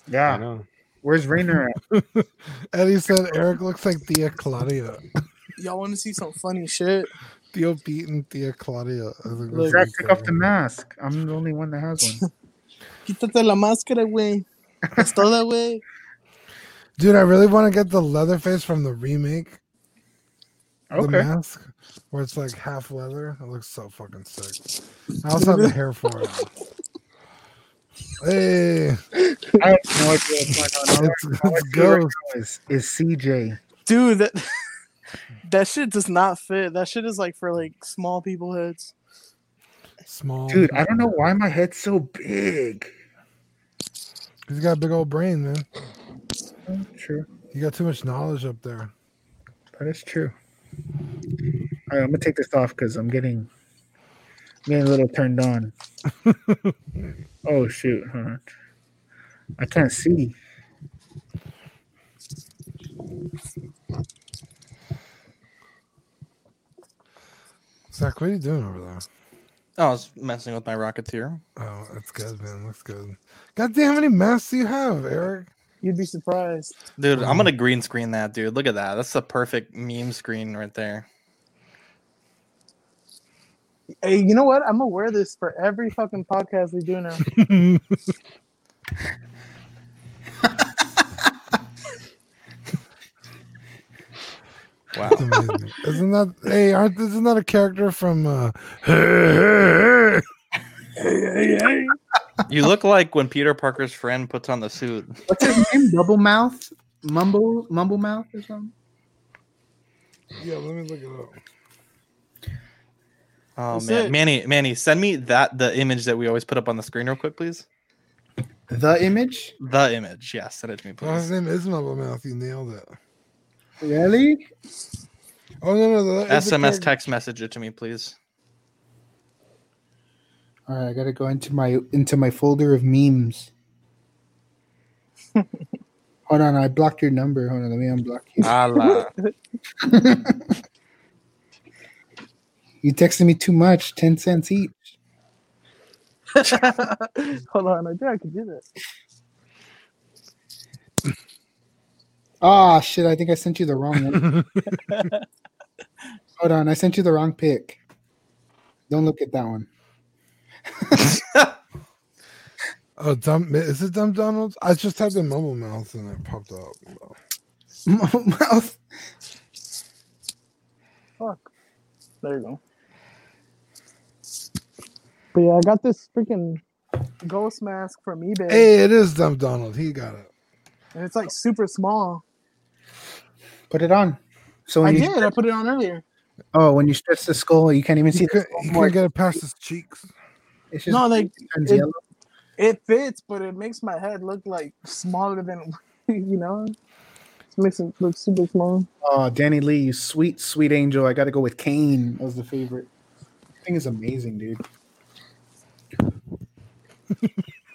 Speaker 4: I
Speaker 1: yeah.
Speaker 4: know.
Speaker 1: Where's Rainer at?
Speaker 8: Eddie said Eric looks like Thea Claudia.
Speaker 3: Y'all wanna see some funny shit?
Speaker 8: Theo Pete and Thea Claudia. I think
Speaker 3: Look.
Speaker 1: Zach
Speaker 8: that's
Speaker 1: took
Speaker 8: what
Speaker 1: off the mask. I'm the only one that has one.
Speaker 3: Quítate la máscara, güey. It's toda, güey.
Speaker 8: Dude, I really want to get the Leatherface from the remake. The
Speaker 1: Okay.
Speaker 8: mask, where it's like half leather. It looks so fucking sick. I also have the hair for it. Hey,
Speaker 1: I have no idea what's going on.
Speaker 8: it's,
Speaker 1: All I see
Speaker 8: it's
Speaker 1: right
Speaker 8: ghost.
Speaker 1: now Is, is CJ.
Speaker 3: Dude, that that shit does not fit. That shit is like for like small people heads.
Speaker 8: Small.
Speaker 1: Dude, I don't know why Oh my head's so big.
Speaker 8: He's got a big old brain, man.
Speaker 1: True.
Speaker 8: You got too much knowledge up there.
Speaker 1: That is true. All right, I'm gonna take this off because I'm getting I'm getting a little turned on. oh shoot, hold on. I can't see.
Speaker 8: Zach, what are you doing over there?
Speaker 2: Oh, I was messing with my Rocketeer.
Speaker 8: Oh, that's good, man. Looks good. God damn, how many masks do you have, Eric?
Speaker 3: You'd be surprised.
Speaker 2: Dude,
Speaker 1: Oh.
Speaker 8: Mhm.
Speaker 2: I'm gonna green screen that, dude. Look at that. That's the perfect meme screen right there.
Speaker 3: Hey, you know what? I'm gonna wear this for every fucking podcast we do now.
Speaker 2: Wow.
Speaker 8: It's amazing. isn't that hey? Aren't isn't that a character from? Uh, hey, hey,
Speaker 2: you look like when Peter Parker's friend puts on the suit.
Speaker 1: What's his name? Double mouth? Mumble mumble mouth or something?
Speaker 8: hey. Yeah, let me look it up.
Speaker 2: Oh
Speaker 3: That's
Speaker 2: man,
Speaker 3: it.
Speaker 2: Manny, Manny, send me that the image that we always put up on the screen real quick, please.
Speaker 1: The image?
Speaker 2: The image, yes, send it to me,
Speaker 8: Oh, his
Speaker 2: please.
Speaker 8: name is Mumble Mouth. You nailed it.
Speaker 1: Really?
Speaker 8: Oh no, no, that is a
Speaker 2: SMS
Speaker 8: character-
Speaker 2: text message it to me, please.
Speaker 1: All right, I gotta go into my into my folder of memes. Hold on, I blocked your number. Hold on, let me unblock you.
Speaker 2: Allah.
Speaker 1: You texted me too much, ten cents each.
Speaker 3: Hold on, I think I can do that.
Speaker 1: Ah, shit. I think I sent you the wrong one. Hold on. I sent you the wrong pick. Don't look at that one.
Speaker 8: Oh, dumb is it dumb Donald? I just typed in mobile mouth and it popped up.
Speaker 1: Mouth.
Speaker 3: There you go. But yeah, I got this freaking ghost mask from eBay,
Speaker 8: Hey, it is dumb Donald. He got it.
Speaker 3: and it's like super small.
Speaker 1: Put it on. So
Speaker 3: I
Speaker 1: when Oh, you
Speaker 3: did. I put it on earlier.
Speaker 1: oh, when you stretch the skull, you can't even see
Speaker 8: He,
Speaker 1: the
Speaker 8: could,
Speaker 1: skull
Speaker 8: he
Speaker 1: more.
Speaker 8: couldn't get it past his cheeks.
Speaker 1: It's just
Speaker 3: No, like
Speaker 1: turns
Speaker 3: it-
Speaker 1: yellow.
Speaker 3: it fits, but it makes my head look like smaller than you know. It makes it look super small.
Speaker 1: Oh, Danny Lee, you sweet, sweet angel. I got to go with Kane was the favorite. I think it's amazing, dude.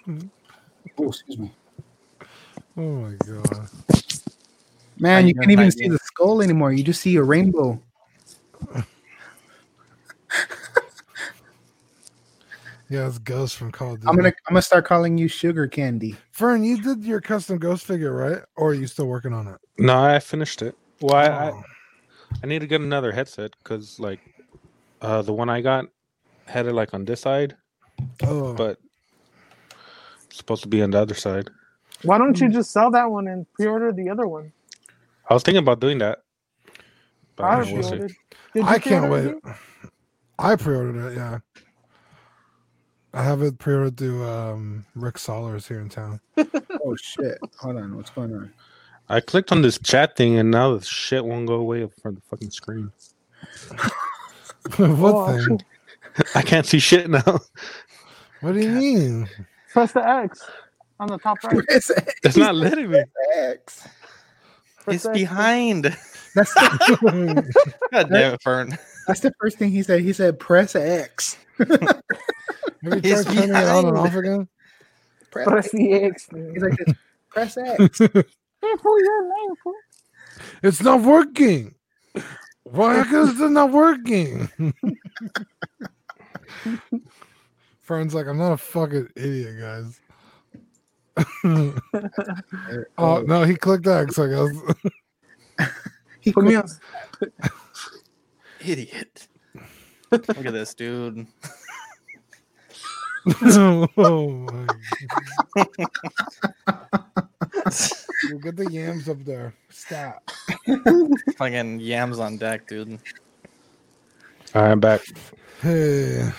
Speaker 1: oh, excuse me.
Speaker 8: Oh my god.
Speaker 1: Man,
Speaker 2: I
Speaker 1: you
Speaker 2: got
Speaker 1: can't
Speaker 2: an
Speaker 1: even see
Speaker 2: idea.
Speaker 1: the skull anymore. You just see a rainbow.
Speaker 8: Yeah, it's Ghost from Call of Duty.
Speaker 1: I'm gonna, I'm gonna start calling you Sugar Candy.
Speaker 8: Fern, you did your custom ghost figure, right? Or are you still working on it?
Speaker 4: No, I finished it. Well, I,
Speaker 8: Oh.
Speaker 4: I, I need to get another headset because like uh the one I got had it like on this side,
Speaker 8: Oh,
Speaker 4: but it's supposed to be on the other side.
Speaker 3: Why don't you just sell that one and pre-order the other one?
Speaker 4: I was thinking about doing that. But
Speaker 3: I
Speaker 4: I, don't know, we'll see.
Speaker 3: pre-ordered. Did you
Speaker 8: I can't
Speaker 3: pre-order
Speaker 8: wait. I pre-ordered it. Yeah, I have it pre-ordered through um, Rick Sollers here in town.
Speaker 1: Oh shit! Hold on, what's going on?
Speaker 4: I clicked on this chat thing and now the shit won't go away from the fucking screen.
Speaker 8: what
Speaker 3: Oh,
Speaker 8: thing?
Speaker 4: I can't see shit now.
Speaker 8: What do you mean?
Speaker 3: Press the X on the top right.
Speaker 1: It's
Speaker 4: It's not letting me.
Speaker 1: X.
Speaker 3: Press
Speaker 2: it's
Speaker 3: the X.
Speaker 2: behind.
Speaker 1: That's the,
Speaker 2: God damn it, Fern.
Speaker 1: that's the first thing he said. He said, "Press X."
Speaker 8: Have you
Speaker 2: It's
Speaker 8: tried turning it on and
Speaker 2: behind.
Speaker 8: off again?
Speaker 1: Press.
Speaker 3: Press
Speaker 1: X.
Speaker 3: the X.
Speaker 1: He's
Speaker 3: man.
Speaker 1: like, this, "Press X."
Speaker 3: Hey, fool, you're lame, fool.
Speaker 8: It's not working. Why is it not working? Fern's like, I'm not a fucking idiot, guys. oh no, he clicked X. I guess.
Speaker 1: He
Speaker 3: Put me
Speaker 1: quit-
Speaker 3: on.
Speaker 2: Idiot. Look at this, dude.
Speaker 8: oh my We'll get the yams up there. Stop.
Speaker 2: Fucking yams on deck, dude.
Speaker 4: All right, I'm back.
Speaker 8: Hey, is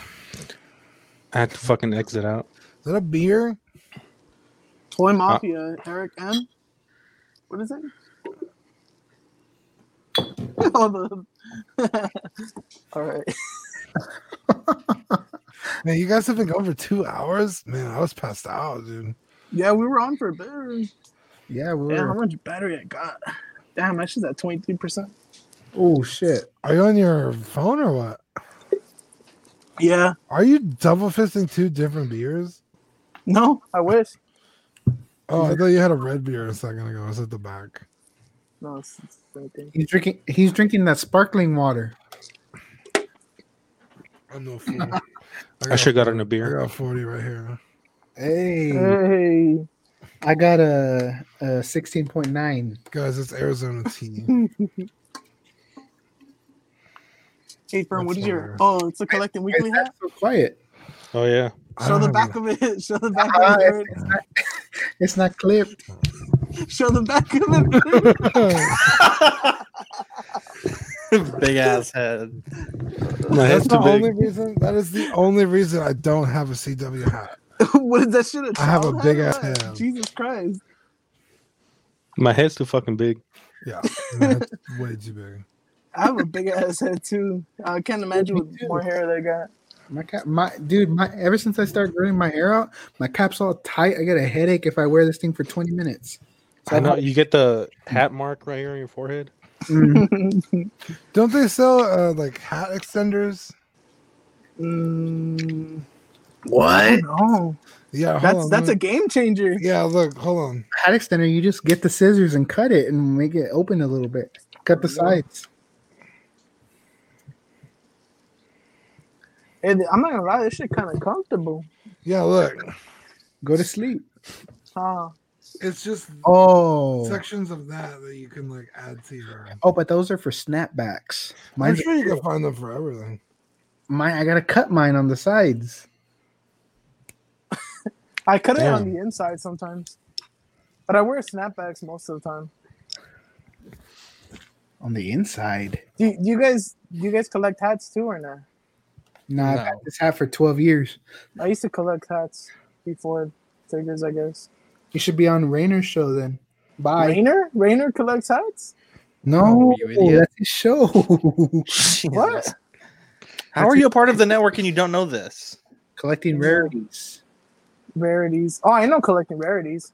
Speaker 4: I had to fucking exit out.
Speaker 8: that a beer?
Speaker 3: Toy Mafia, Eric M. What is it? All the. All right.
Speaker 8: Man, you guys have been gone for two hours? Man, I was passed out, dude.
Speaker 3: Yeah, we were on for a bit.
Speaker 1: Yeah, we
Speaker 3: Damn, how
Speaker 1: were.
Speaker 3: much battery I got? Damn, my shit's at twenty three percent.
Speaker 1: Oh shit!
Speaker 8: Are you on your phone or what?
Speaker 3: Yeah.
Speaker 8: Are you double fisting two different beers?
Speaker 3: No, I wish.
Speaker 8: Oh, I thought you had a red beer a second ago. It's at the back.
Speaker 3: No, it's, it's the same thing.
Speaker 1: He's drinking. He's drinking that sparkling water.
Speaker 8: I'm no fool. I,
Speaker 4: I should got
Speaker 8: a
Speaker 4: in a
Speaker 8: I
Speaker 4: beer.
Speaker 8: got 40 right here.
Speaker 1: Hey,
Speaker 3: Hey,
Speaker 1: I got a, a sixteen point nine.
Speaker 8: Guys, it's Arizona tea.
Speaker 3: hey, Fern, what
Speaker 8: That's
Speaker 3: is
Speaker 8: my
Speaker 3: your?
Speaker 8: beer.
Speaker 3: Oh, it's a collecting weekly hat.
Speaker 1: so quiet.
Speaker 4: Oh yeah.
Speaker 8: I
Speaker 3: Show the
Speaker 8: don't have
Speaker 3: back of it. Show the back
Speaker 1: Ah,
Speaker 3: of
Speaker 1: it's,
Speaker 3: it.
Speaker 1: it's not, it's not clipped.
Speaker 3: Fern. Show the back of it.
Speaker 2: Big ass head.
Speaker 4: My
Speaker 8: That's
Speaker 4: head's
Speaker 8: the
Speaker 4: too big.
Speaker 8: only reason. That is the only reason I don't have a CW hat.
Speaker 3: Fern. what is that shit?
Speaker 8: I have a
Speaker 3: child
Speaker 8: big
Speaker 3: hat?
Speaker 8: ass hand.
Speaker 3: Jesus Christ.
Speaker 4: My head's too fucking big.
Speaker 8: Yeah, that's way too big.
Speaker 3: I have a big ass head too. I can't imagine
Speaker 1: me
Speaker 3: with
Speaker 1: too.
Speaker 3: more hair they got.
Speaker 1: My cap, my dude, my ever since I started growing my hair out, my cap's all tight. I get a headache if I wear this thing for twenty minutes. So
Speaker 4: I know
Speaker 1: I'm-
Speaker 4: you get the hat mark right here on your forehead.
Speaker 1: Mm,
Speaker 8: Don't they sell uh, like hat extenders?
Speaker 3: Mm,
Speaker 1: what
Speaker 8: Oh,
Speaker 3: no,
Speaker 8: Yeah, hold
Speaker 3: that's
Speaker 8: on,
Speaker 3: that's a
Speaker 8: let
Speaker 3: game changer.
Speaker 8: me- yeah. Look, hold on.
Speaker 1: hat extender? You just get the scissors and cut it and make it open a little bit. Cut the sides.
Speaker 3: And I'm not gonna lie, this shit kind of comfortable.
Speaker 8: Yeah, look.
Speaker 1: Go to sleep.
Speaker 3: Huh?
Speaker 8: It's just
Speaker 1: Oh,
Speaker 8: sections of that that you can like add to your.
Speaker 1: oh, but those are for snapbacks.
Speaker 8: I'm
Speaker 1: Mine's
Speaker 8: sure you can find them for everything.
Speaker 1: my I gotta cut mine on the sides.
Speaker 3: I cut it on
Speaker 4: Damn.
Speaker 3: the inside sometimes, but I wear snapbacks most of the time.
Speaker 1: On the inside.
Speaker 3: Do you, do you guys do you guys collect hats too or not?
Speaker 1: No, I've
Speaker 2: No.
Speaker 1: had this hat for twelve years.
Speaker 3: I used to collect hats before figures, I guess.
Speaker 1: You should be on Rayner's show then. Bye.
Speaker 3: Rainer, Rainer collects hats.
Speaker 1: No,
Speaker 2: Oh, you idiot.
Speaker 1: that's his show.
Speaker 3: What?
Speaker 2: How are you a part of the network and you don't know this?
Speaker 1: Collecting rarities.
Speaker 3: Rarities. Oh, I know collecting rarities.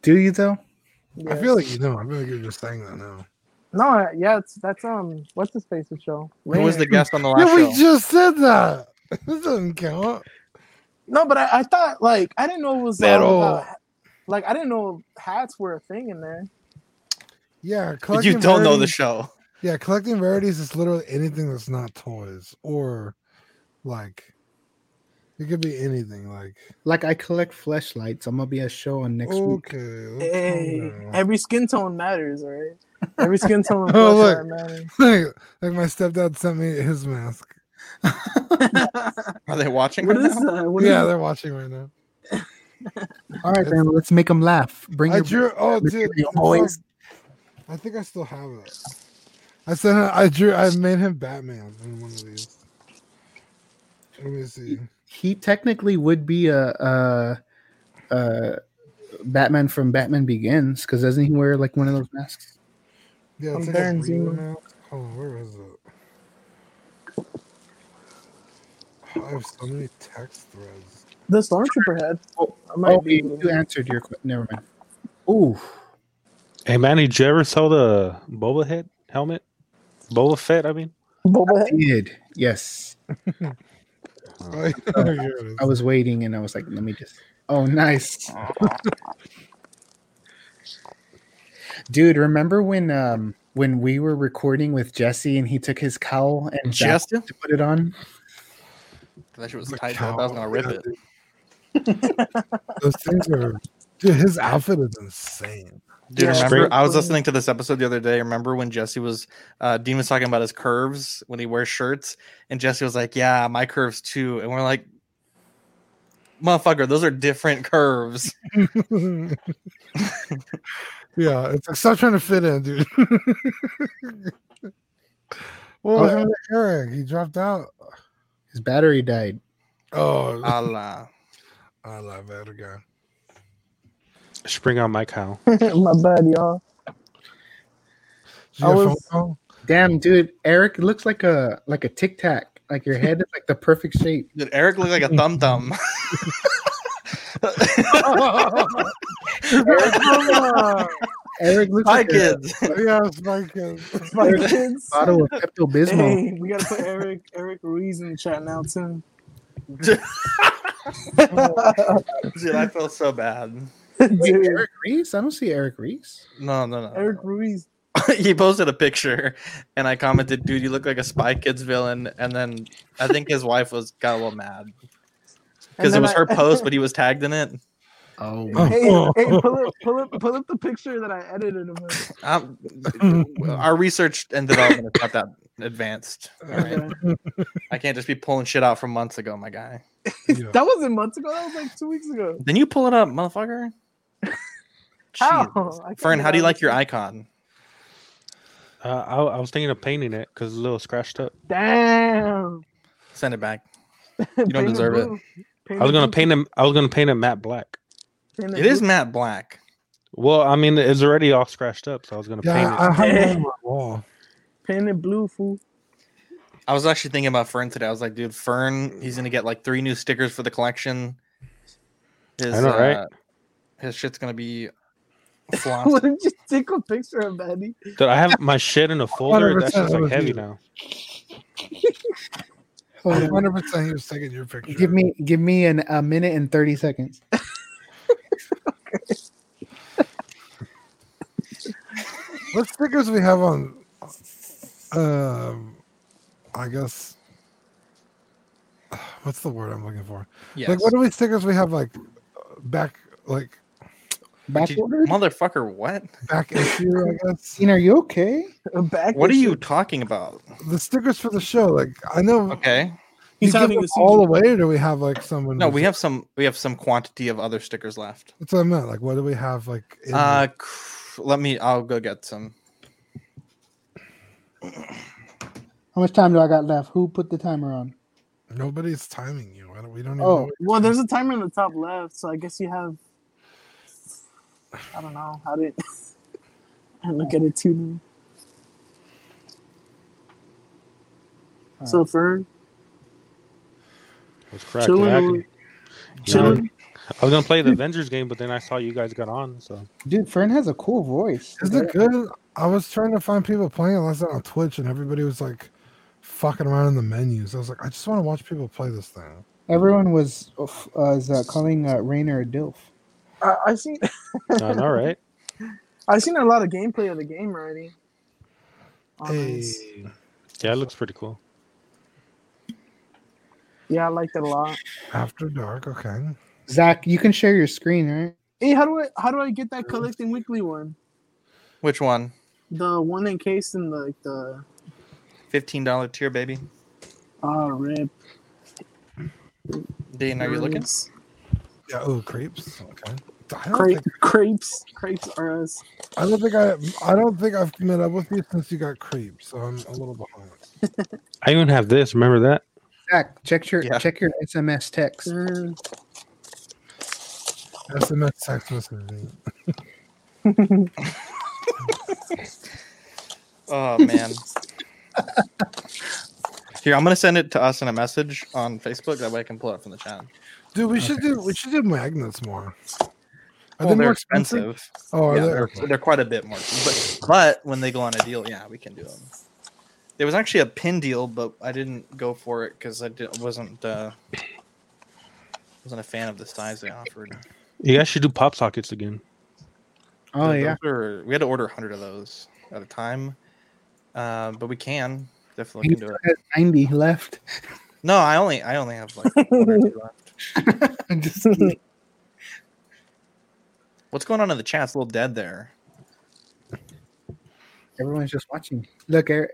Speaker 1: Do you though?
Speaker 8: I
Speaker 3: Yeah.
Speaker 8: feel like you know. I feel like you're just saying that now.
Speaker 3: no, I- yeah, it's, that's um, what's his face with show?
Speaker 2: Who was the guest on the last
Speaker 8: yeah, we
Speaker 2: show?
Speaker 8: just said that. This doesn't count.
Speaker 3: No, but I, I thought like I didn't know it was all
Speaker 8: Pero-
Speaker 3: about- like I didn't know hats were a thing in there.
Speaker 8: Yeah,
Speaker 2: you
Speaker 8: collecting
Speaker 2: don't know the
Speaker 8: rarities-
Speaker 2: show.
Speaker 8: Yeah, collecting rarities is literally anything that's not toys or like it could be anything. Like
Speaker 1: Like I collect fleshlights. I'm gonna be a show on next week.
Speaker 8: okay, let's calm
Speaker 3: Hey,
Speaker 8: down.
Speaker 3: every skin tone matters, all right? Every skin tone and
Speaker 8: Oh,
Speaker 3: flesh
Speaker 8: look.
Speaker 3: tone matters.
Speaker 8: like, like my stepdad sent me his mask.
Speaker 2: Are they watching?
Speaker 3: What
Speaker 2: right
Speaker 3: is
Speaker 2: now?
Speaker 3: that? What is
Speaker 8: yeah, they're watching right now.
Speaker 1: All right, then let's make them laugh. Bring
Speaker 8: I
Speaker 1: your
Speaker 8: drew. Oh, dude,
Speaker 1: material,
Speaker 8: it's
Speaker 1: boys.
Speaker 8: like- I think I still have it. I sent. Him, I drew. I made him Batman in one of these. Let me see.
Speaker 1: He technically would be a, a, a Batman from Batman Begins because doesn't he wear like one of those masks?
Speaker 8: Yeah,
Speaker 3: I'm
Speaker 8: it's like a
Speaker 3: Baron
Speaker 8: breather
Speaker 3: Zemo.
Speaker 8: mask. Hold on, where is it? Oh, I have so many text threads.
Speaker 3: The stormtrooper head.
Speaker 1: Oh,
Speaker 3: I might
Speaker 1: oh,
Speaker 3: be.
Speaker 1: you, you answered your question. Never mind. Ooh,
Speaker 4: Hey man, did you ever sell the Boba Head helmet? Boba Fett, I mean.
Speaker 3: Boba head.
Speaker 1: did yes.
Speaker 8: Oh, yeah, here it is.
Speaker 1: Uh, I was waiting and I was like, let me just. Oh, nice. Dude, remember when um when we were recording with Jesse and he took his cowl and
Speaker 2: Jesse?
Speaker 1: Jesse to put it on?
Speaker 2: That shit was
Speaker 8: The
Speaker 2: tight. though. That was
Speaker 8: cow.
Speaker 2: gonna rip
Speaker 8: Yeah,
Speaker 2: it.
Speaker 8: dude. Those things are. Dude, his outfit is insane.
Speaker 2: Dude,
Speaker 3: Yeah.
Speaker 2: remember
Speaker 4: Straight-
Speaker 2: I was listening to this episode the other day. Remember when Jesse was uh Dean was talking about his curves when he wears shirts, and Jesse was like, Yeah, my curves too. And we're like, Motherfucker, those are different curves.
Speaker 8: yeah, it's like stop trying to fit in, dude. well, what happened to Eric? He dropped out.
Speaker 1: His battery died.
Speaker 8: Oh,
Speaker 2: Allah.
Speaker 8: I love that guy.
Speaker 4: Spring on my cow. Uh,
Speaker 3: My bad, y'all.
Speaker 8: Did you
Speaker 3: I
Speaker 8: get a phone
Speaker 3: was-
Speaker 8: call?
Speaker 1: Damn, dude, Eric, it looks like a like a tic tac. Like your head is like the perfect shape.
Speaker 2: Dude, Eric looked like a thumb thumb.
Speaker 1: Eric looks
Speaker 2: Hi
Speaker 1: like a
Speaker 2: kids.
Speaker 8: Oh, yeah, it's my kid.
Speaker 3: My kids.
Speaker 1: bottle of Pepto Bismol.
Speaker 3: Hey, we gotta put Eric Eric Ruiz in the chat now too.
Speaker 2: Dude, I feel so bad.
Speaker 1: Wait,
Speaker 3: Dude,
Speaker 1: Eric Reese? I don't see Eric Reese.
Speaker 2: No, no, no.
Speaker 3: Eric Ruiz.
Speaker 2: he posted a picture and I commented, dude, you look like a Spy Kids villain. And then I think his wife was got a little mad
Speaker 3: And
Speaker 2: because it
Speaker 3: then
Speaker 2: was
Speaker 3: I-
Speaker 2: her post, but he was tagged in it.
Speaker 1: Oh,
Speaker 8: Oh.
Speaker 3: Hey, hey, pull up, pull up, pull up the picture that I edited of him.
Speaker 2: Um, our research and development is not that advanced. all right? I can't just be pulling shit out from months ago, my guy.
Speaker 8: Yeah.
Speaker 3: That wasn't months ago. That was like two weeks ago.
Speaker 2: Then you pull it up, motherfucker.
Speaker 3: How?
Speaker 2: Jesus.
Speaker 3: I can't
Speaker 2: Fern, how do you
Speaker 3: get
Speaker 2: like your
Speaker 3: out
Speaker 2: icon?
Speaker 4: Uh, I, I was thinking of painting it because it's a little scratched up.
Speaker 3: Damn.
Speaker 2: Send it back. You don't deserve it.
Speaker 4: I was gonna paint him. I was gonna paint it matte black.
Speaker 2: It is matte black.
Speaker 4: Well, I mean, it's already all scratched up, so I was gonna paint
Speaker 8: Yeah,
Speaker 4: it.
Speaker 8: I, I hung it
Speaker 3: Yeah.
Speaker 8: on my wall.
Speaker 3: Paint it blue, fool.
Speaker 2: I was actually thinking about Fern today. I was like, dude, Fern, he's gonna get like three new stickers for the collection. His, uh,
Speaker 4: I know, right?
Speaker 2: His shit's gonna be
Speaker 3: Why
Speaker 2: flopped.
Speaker 3: did you take a picture of Maddie?
Speaker 4: Dude, I have my shit in a folder. That's
Speaker 8: 100%
Speaker 4: just like
Speaker 8: was
Speaker 4: heavy
Speaker 8: you.
Speaker 4: now.
Speaker 1: Hold on.
Speaker 8: 100% he was taking your picture.
Speaker 1: Give me give me an, a minute and thirty seconds.
Speaker 8: What stickers we have on? Um, I guess. What's the word I'm looking for?
Speaker 2: yes.
Speaker 8: Like, what are we stickers we have like uh, back like
Speaker 1: Back
Speaker 2: Did-
Speaker 1: ordered?
Speaker 2: Motherfucker, what?
Speaker 8: Back issue, I guess.
Speaker 1: Dean, are you okay?
Speaker 3: Back
Speaker 2: What are
Speaker 3: issue.
Speaker 2: you talking about?
Speaker 8: The stickers for the show, like I know.
Speaker 2: Okay.
Speaker 8: You
Speaker 3: He's
Speaker 8: give
Speaker 3: having
Speaker 8: them
Speaker 3: a
Speaker 8: all
Speaker 3: seizure.
Speaker 8: away, or do we have like someone?
Speaker 2: No,
Speaker 8: who's-
Speaker 2: we have some we have some quantity of other stickers left.
Speaker 8: That's what I meant. Like, what do we have? Like, in
Speaker 2: Uh cr- let me I'll go get some.
Speaker 9: How much time do I got left? Who put the timer on?
Speaker 8: the- nobody's timing you. I don't, we don't. Even
Speaker 9: Oh,
Speaker 8: know.
Speaker 3: Well, there's a timer in the top left, so I guess you have. I don't know how did. I look at it too. Now. So for
Speaker 4: It's cracked.
Speaker 3: chilling,
Speaker 4: I,
Speaker 3: over-
Speaker 4: can- you know,
Speaker 3: chilling.
Speaker 4: I was gonna play the Avengers game, but then I saw you guys got on, so
Speaker 9: Dude, Fern has a cool voice.
Speaker 8: Is it good? I was trying to find people playing it last night on Twitch, and everybody was like fucking around in the menus. I was like, I just want to watch people play this thing.
Speaker 9: Everyone was uh, was uh, calling uh, Rainer a dilf.
Speaker 3: I, I seen
Speaker 4: done. All right.
Speaker 3: I seen a lot of gameplay of the game already. Oh, nice.
Speaker 8: Hey,
Speaker 4: Yeah, it looks pretty cool.
Speaker 3: Yeah, I liked it a lot.
Speaker 8: after dark. Okay.
Speaker 9: Zach, you can share your screen, right?
Speaker 3: Hey, how do I how do I get that collecting weekly one?
Speaker 2: Which one?
Speaker 3: The one encased in like the
Speaker 2: Fifteen dollar tier, baby.
Speaker 3: ah
Speaker 9: Uh,
Speaker 3: rip.
Speaker 2: Dean, are you looking?
Speaker 3: Nice.
Speaker 8: Yeah. Oh, crepes. Okay. I don't,
Speaker 3: Cra-
Speaker 8: think,
Speaker 3: crepes, crepes are us.
Speaker 8: I don't think I. I don't think I've met up with you since you got crepes, so I'm a little behind.
Speaker 4: I even have this. Remember that?
Speaker 1: Zach, check your
Speaker 2: Yeah.
Speaker 1: check your SMS text.
Speaker 3: Mm.
Speaker 8: SMS text messaging.
Speaker 2: Oh man. Here, I'm gonna send it to us in a message on Facebook. That way I can pull it from the chat.
Speaker 8: Dude, we should do. We should do magnets more. Are
Speaker 2: Well,
Speaker 8: they
Speaker 2: they're
Speaker 8: more
Speaker 2: expensive.
Speaker 8: expensive? Oh, are
Speaker 2: yeah,
Speaker 8: they?
Speaker 2: they're, they're quite a bit more. But, but when they go on a deal, yeah, we can do them. There was actually a pin deal, but I didn't go for it because I did, wasn't uh, wasn't a fan of the size they offered.
Speaker 4: You guys should do pop sockets again.
Speaker 1: Oh
Speaker 2: Th-
Speaker 1: yeah.
Speaker 2: those are- we had to order hundred of those at a time, uh, but we can definitely
Speaker 1: He
Speaker 2: can do
Speaker 1: still has
Speaker 2: it.
Speaker 1: 90 left.
Speaker 2: No, I only I only have like one or two left.
Speaker 1: I'm just kidding.
Speaker 2: What's going on in the chat? It's a little dead there.
Speaker 1: Everyone's just watching. Look, Eric,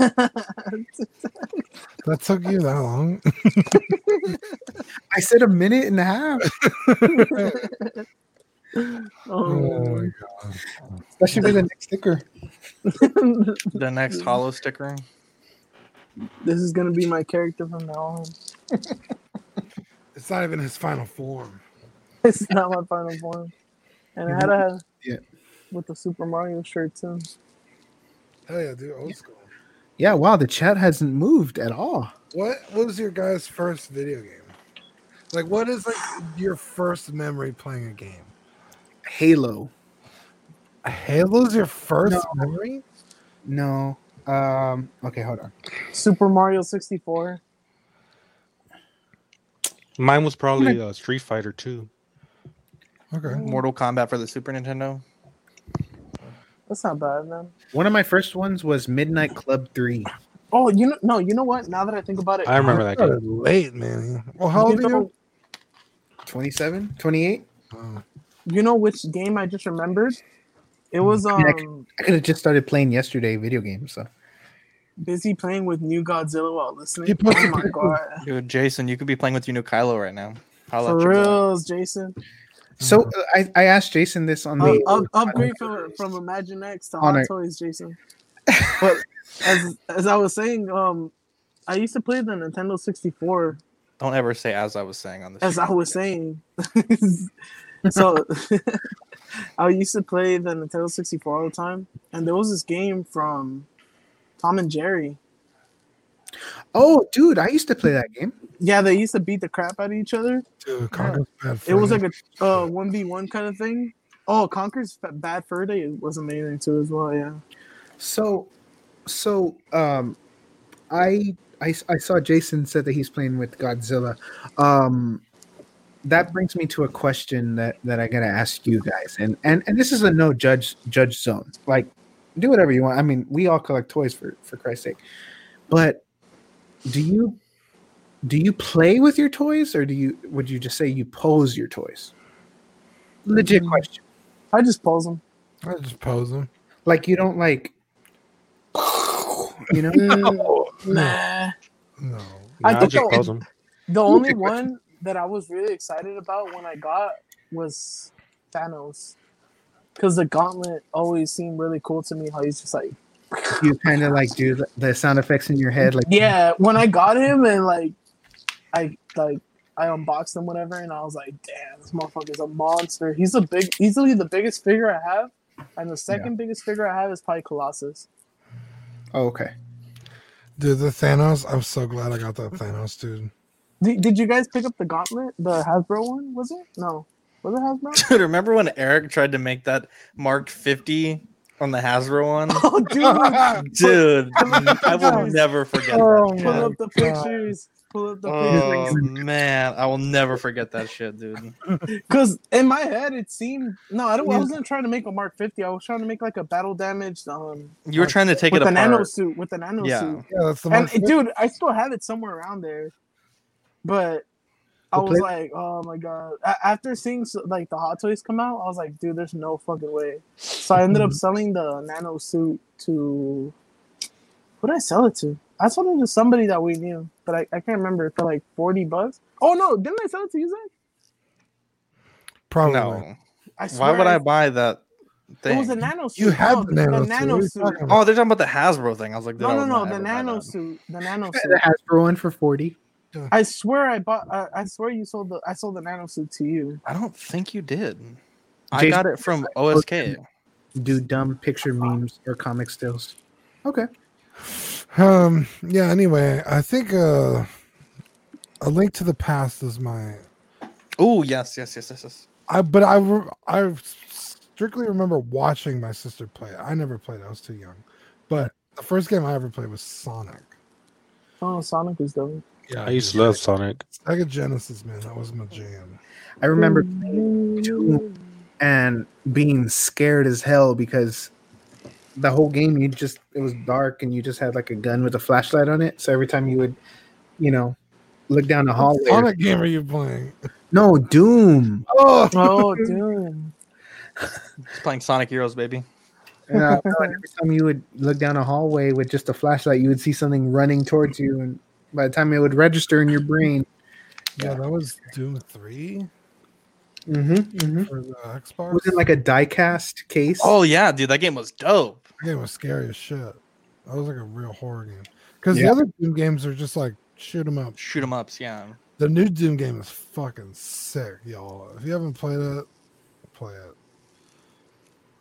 Speaker 8: That took you that long.
Speaker 1: I said a minute and a half.
Speaker 8: Oh
Speaker 3: Oh,
Speaker 8: my
Speaker 1: That should be the next sticker.
Speaker 2: The
Speaker 3: Mm.
Speaker 2: next hollow sticker.
Speaker 3: this is gonna be my character from now on.
Speaker 8: It's not even his final form.
Speaker 3: It's not my final form. And I had a
Speaker 1: Yeah.
Speaker 3: with the Super Mario shirt too.
Speaker 8: Hell yeah, dude, old school.
Speaker 1: Yeah, wow, the chat hasn't moved at all.
Speaker 8: What was your guys' first video game? Like, what is like your first memory playing a game?
Speaker 1: Halo.
Speaker 8: Halo's your first
Speaker 1: No.
Speaker 8: memory?
Speaker 1: No. Um, okay, hold on.
Speaker 3: Super Mario 64.
Speaker 4: Mine was probably uh, Street Fighter 2.
Speaker 8: Okay.
Speaker 2: Mortal Kombat for the Super Nintendo.
Speaker 3: That's not bad, man.
Speaker 1: One of my first ones was Midnight Club 3.
Speaker 3: Oh, you know, no, you know what? Now that I think about it,
Speaker 4: I remember that game.
Speaker 8: Started Late, man. Well, how old
Speaker 3: you
Speaker 8: are
Speaker 3: know,
Speaker 8: you?
Speaker 1: 27? 28?
Speaker 8: Oh,
Speaker 3: you know which game I just remembered? It was um
Speaker 1: I could have just started playing yesterday video games. So
Speaker 3: busy playing with New Godzilla while listening.
Speaker 8: He puts
Speaker 3: Oh
Speaker 8: a
Speaker 3: my
Speaker 8: picture-
Speaker 3: god,
Speaker 2: Dude, Jason, you could be playing with your new Kylo right now. Holla
Speaker 3: for
Speaker 2: at your boy.
Speaker 3: reals, Jason.
Speaker 1: so uh, I, I asked Jason this on
Speaker 3: Uh,
Speaker 1: the
Speaker 3: up, upgrade from, from Imagine X to Hot
Speaker 1: Honor.
Speaker 3: Toys, Jason. But as as I was saying, um, I used to play the Nintendo 64.
Speaker 2: Don't ever say as I was saying on this.
Speaker 3: As I was saying, so I used to play the Nintendo 64 all the time, and there was this game from Tom and Jerry.
Speaker 1: Oh dude, I used to play that game.
Speaker 3: Yeah, they used to beat the crap out of each other.
Speaker 8: dude, Conker's Bad
Speaker 3: It was
Speaker 8: Fur
Speaker 3: like a uh, 1v1 kind of thing. Oh, Conker's F- Bad Fur Day was amazing too, as well. Yeah.
Speaker 1: So so um I I, I saw Jason said that he's playing with Godzilla. Um that brings me to a question that that I gotta ask you guys, and and and this is a no judge judge zone. Like, do whatever you want. I mean, we all collect toys for for Christ's sake, but do you do you play with your toys, or do you would you just say you pose your toys? legit question.
Speaker 3: I just pose them.
Speaker 8: I just pose them.
Speaker 1: Like you don't like, you know?
Speaker 3: Nah. I
Speaker 8: No.
Speaker 4: Nah, I
Speaker 3: think
Speaker 4: just
Speaker 3: I'll-
Speaker 4: pose them.
Speaker 3: The only one that I was really excited about when I got was Thanos, because the gauntlet always seemed really cool to me. How he's just like,
Speaker 1: You kind of like do the- the sound effects in your head, like
Speaker 3: yeah. When I got him and like, I like I unboxed him whatever, and I was like, damn, this motherfucker's a monster. He's a big, easily the biggest figure I have, and the second biggest figure I have is probably Colossus.
Speaker 1: Oh, okay.
Speaker 8: Dude, the Thanos, I'm so glad I got that Thanos, dude.
Speaker 3: Did, did you guys pick up the gauntlet, the Hasbro one? Was it no? Was it Hasbro?
Speaker 2: Dude, remember when Eric tried to make that marked 50 on the Hasbro one?
Speaker 3: oh, dude.
Speaker 2: Dude, I will never forget that.
Speaker 3: Pull
Speaker 2: shit.
Speaker 3: up the pictures. Pull up the
Speaker 2: Oh
Speaker 3: pictures.
Speaker 2: man, I will never forget that shit, dude.
Speaker 3: Because in my head, it seemed no. I, don't, I wasn't trying to make a Mark Fifty. I was trying to make like a battle damaged um
Speaker 2: You were trying to take
Speaker 3: with
Speaker 2: it
Speaker 3: a nano
Speaker 2: apart.
Speaker 3: suit with a nano
Speaker 2: Yeah.
Speaker 3: suit.
Speaker 8: Yeah, that's the
Speaker 3: And
Speaker 8: one.
Speaker 3: dude, I still have it somewhere around there, but I
Speaker 1: The
Speaker 3: was
Speaker 1: play-
Speaker 3: like, oh my god! A- After seeing so- like the Hot Toys come out, I was like, dude, there's no fucking way. So I ended up
Speaker 8: Mm-hmm.
Speaker 3: selling the nano suit to who did I sell it to? I sold it to somebody that we knew, but I, I can't remember for like forty bucks. Oh no, didn't I sell it to you, Zach?
Speaker 8: Probably.
Speaker 2: No,
Speaker 3: I
Speaker 2: why
Speaker 3: swear
Speaker 2: would I buy that
Speaker 3: It was a
Speaker 2: thing?
Speaker 3: nano suit.
Speaker 8: You had
Speaker 3: No,
Speaker 8: the nano suit. What are you
Speaker 3: suit.
Speaker 8: talking about?
Speaker 2: Oh, they're talking about the Hasbro thing. I was like,
Speaker 3: No,
Speaker 2: dude, I
Speaker 3: no,
Speaker 2: will
Speaker 3: no,
Speaker 2: never
Speaker 3: the
Speaker 2: buy
Speaker 3: nano
Speaker 2: that.
Speaker 3: suit. The nano
Speaker 1: the
Speaker 3: suit.
Speaker 1: Hasbro one for forty.
Speaker 3: I swear I bought. I, I swear you sold the. I sold the nano suit to you.
Speaker 2: I don't think you did. I
Speaker 1: Jason-
Speaker 2: got it from OSK.
Speaker 1: Do dumb picture memes or comic stills. Okay.
Speaker 8: Um. Yeah. Anyway, I think uh, a link to the past is my.
Speaker 2: Oh yes, yes, yes, yes, yes.
Speaker 8: I but I re- I strictly remember watching my sister play. it. I never played. I was too young. But the first game I ever played was Sonic.
Speaker 3: Oh, Sonic was dope.
Speaker 8: Yeah.
Speaker 4: I used to love Sonic.
Speaker 8: Sega Genesis, man. That was my jam.
Speaker 1: I remember playing two and being scared as hell because the whole game you just it was dark and you just had like a gun with a flashlight on it. So every time you would, you know, look down the hallway.
Speaker 8: What Sonic game are you playing?
Speaker 1: No, Doom.
Speaker 8: Oh,
Speaker 3: Oh, dude.
Speaker 2: Just playing Sonic Heroes, baby.
Speaker 1: And I- no, and every time you would look down a hallway with just a flashlight, you would see something running towards you, and by the time it would register in your brain,
Speaker 8: yeah, that was Doom Three
Speaker 1: mm-hmm, mm-hmm.
Speaker 8: for the Xbox.
Speaker 1: was it like a diecast case?
Speaker 2: Oh yeah, dude, that game was dope.
Speaker 8: That game was scary as shit. That was like a real horror game. Because
Speaker 1: Yeah.
Speaker 8: the other Doom games are just like shoot 'em up.
Speaker 2: Shoot 'em ups, yeah.
Speaker 8: The new Doom game is fucking sick, y'all. If you haven't played it, play it.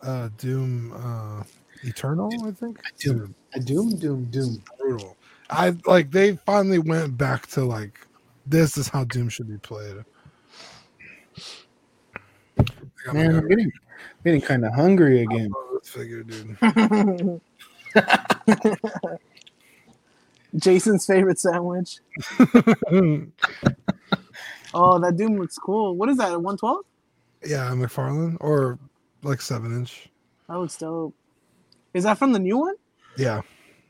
Speaker 8: Uh, Doom uh, Eternal, I think. Dude,
Speaker 9: Doom, doom, doom.
Speaker 8: brutal. I like they finally went back to like this is how Doom should be played. I got my
Speaker 1: man, I'm
Speaker 8: goat
Speaker 1: getting, getting kind of hungry again.
Speaker 8: nose figure, dude.
Speaker 3: Jason's favorite sandwich. Oh, that Doom looks cool. What is that? A one twelve?
Speaker 8: yeah, McFarlane or like seven inch.
Speaker 3: That looks dope. Is that from the new one?
Speaker 8: Yeah,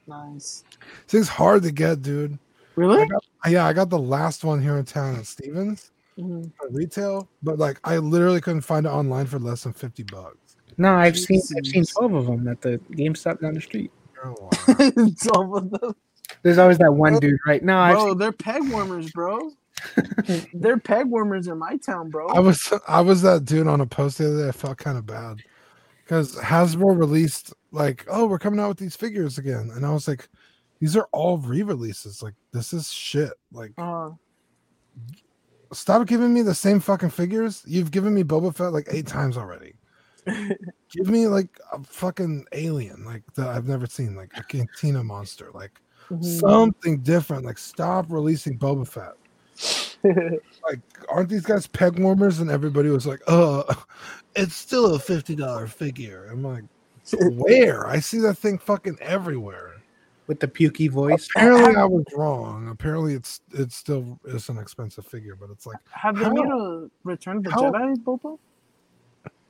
Speaker 3: Nice.
Speaker 8: this thing's hard to get, dude. Uh,
Speaker 3: Really?
Speaker 8: Yeah, I got the last one here in town at Stevens.
Speaker 3: Mhm.
Speaker 8: at retail, but like I literally couldn't find it online for less than fifty bucks.
Speaker 1: No, I've seen I've seen
Speaker 3: Jesus.
Speaker 1: twelve of them at the GameStop down the street.
Speaker 8: You're lying.
Speaker 3: It's all of them.
Speaker 1: There's always that one dude, right? No, I've
Speaker 3: Bro, they're peg warmers, bro. they're peg warmers in my town, bro.
Speaker 8: I was I was that dude on a post the other day. I felt kind of bad because Hasbro released like, oh, we're coming out with these figures again, and I was like, these are all re-releases. Like this is shit. Like
Speaker 3: Uh,
Speaker 8: stop giving me the same fucking figures. You've given me Boba Fett like eight times already. Give me like a fucking alien like that I've never seen, like a cantina monster, like
Speaker 3: mm-hmm. Mhm.
Speaker 8: something different. Like stop releasing Boba Fett. like aren't these guys peg warmers and everybody was like uh it's still a $50 figure i'm like where i see that thing fucking everywhere
Speaker 1: with the pukey voice.
Speaker 8: apparently i was wrong apparently it's it's still it's an expensive figure but it's like
Speaker 3: have they
Speaker 8: How-
Speaker 3: made a Return of the
Speaker 8: how-
Speaker 3: Jedi, Bobo?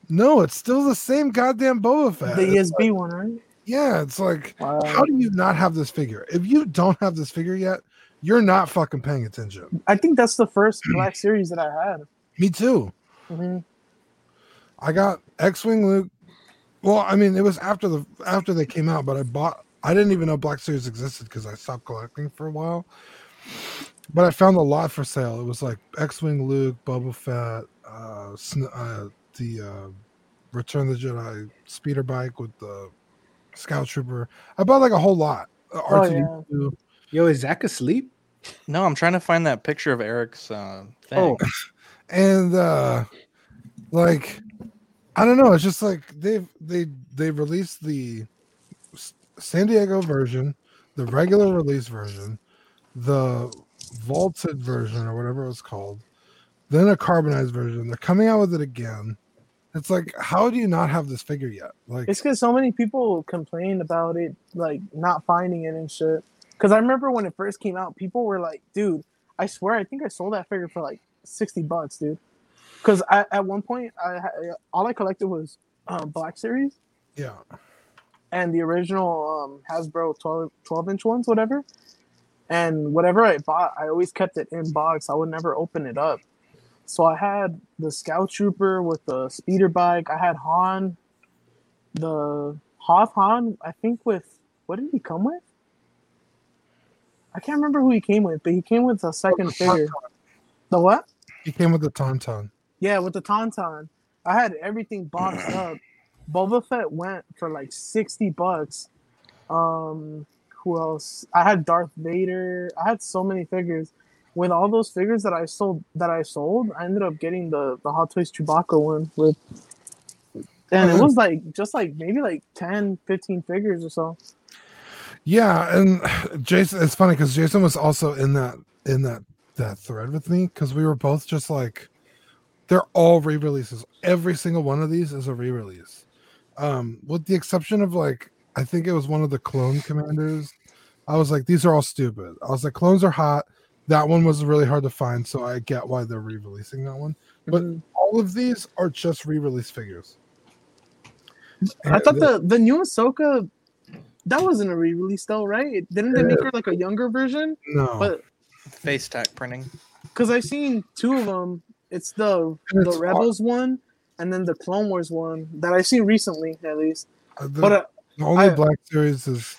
Speaker 8: no it's still the same goddamn boba
Speaker 3: The
Speaker 8: fett It's like-
Speaker 3: ESB one, right?
Speaker 8: yeah it's like
Speaker 3: Wow.
Speaker 8: how do you not have this figure if you don't have this figure yet you're not fucking paying attention
Speaker 3: I think that's the first Black Series that I had.
Speaker 8: me too
Speaker 3: Mhm.
Speaker 8: I got X-wing Luke. Well, I mean, it was after the after they came out, but I bought. I didn't even know Black Series existed because I stopped collecting for a while. But I found a lot for sale. It was like X-wing Luke, Boba Fett, uh, Sn- uh the uh, Return of the Jedi speeder bike with the Scout Trooper. I bought like a whole lot. Uh,
Speaker 3: Oh,
Speaker 8: R2D2.
Speaker 1: Yo, is Zach asleep?
Speaker 2: No, I'm trying to find that picture of Eric's uh, thing.
Speaker 1: Oh.
Speaker 8: and uh like i don't know it's just like they've they they released the S- san diego version the regular release version the vaulted version or whatever it was called then a carbonized version they're coming out with it again it's like how do you not have this figure yet like
Speaker 3: It's because so many people complained about it, like not finding it and shit. Because I remember when it first came out, people were like, "Dude, I swear, I think I sold that figure for like sixty bucks, dude." Because at one point, I ha- all I collected was um, Black Series
Speaker 8: yeah
Speaker 3: and the original um, Hasbro 12, 12 inch ones, whatever. And whatever I bought, I always kept it in box. I would never open it up. So I had the Scout Trooper with the speeder bike. I had Han, the Hoth Han, I think with, what did he come with? I can't remember who he came with, but he came with a second figure. The what?
Speaker 8: he came with the tauntaun
Speaker 3: Yeah, with the Tauntaun. I had everything boxed up. Boba Fett went for like 60 bucks. Um, who else? I had Darth Vader. I had so many figures. With all those figures that I sold that I sold, I ended up getting the, the Hot Toys Chewbacca one with and it was like just like maybe like 10, 15 figures or so.
Speaker 8: Yeah, and Jason, it's funny because Jason was also in that in that that thread with me because we were both just like, they're all re-releases. Every single one of these is a re-release, um, with the exception of like I think it was one of the clone commanders. I was like, these are all stupid. I was like, clones are hot. That one was really hard to find, so I get why they're re-releasing that one. But
Speaker 3: Mm-hmm.
Speaker 8: all of these are just re-release figures.
Speaker 3: I thought the, the new Ahsoka that wasn't a re-release though, right? Didn't they make her like a younger version?
Speaker 8: no,
Speaker 3: but-
Speaker 2: Face tech printing.
Speaker 3: Because I've seen two of them. It's the
Speaker 8: And
Speaker 3: the
Speaker 8: it's hard.
Speaker 3: Rebels one, and then the Clone Wars one that I've seen recently, at least.
Speaker 8: Uh, the-
Speaker 3: But uh,
Speaker 8: The only
Speaker 3: I-
Speaker 8: black series is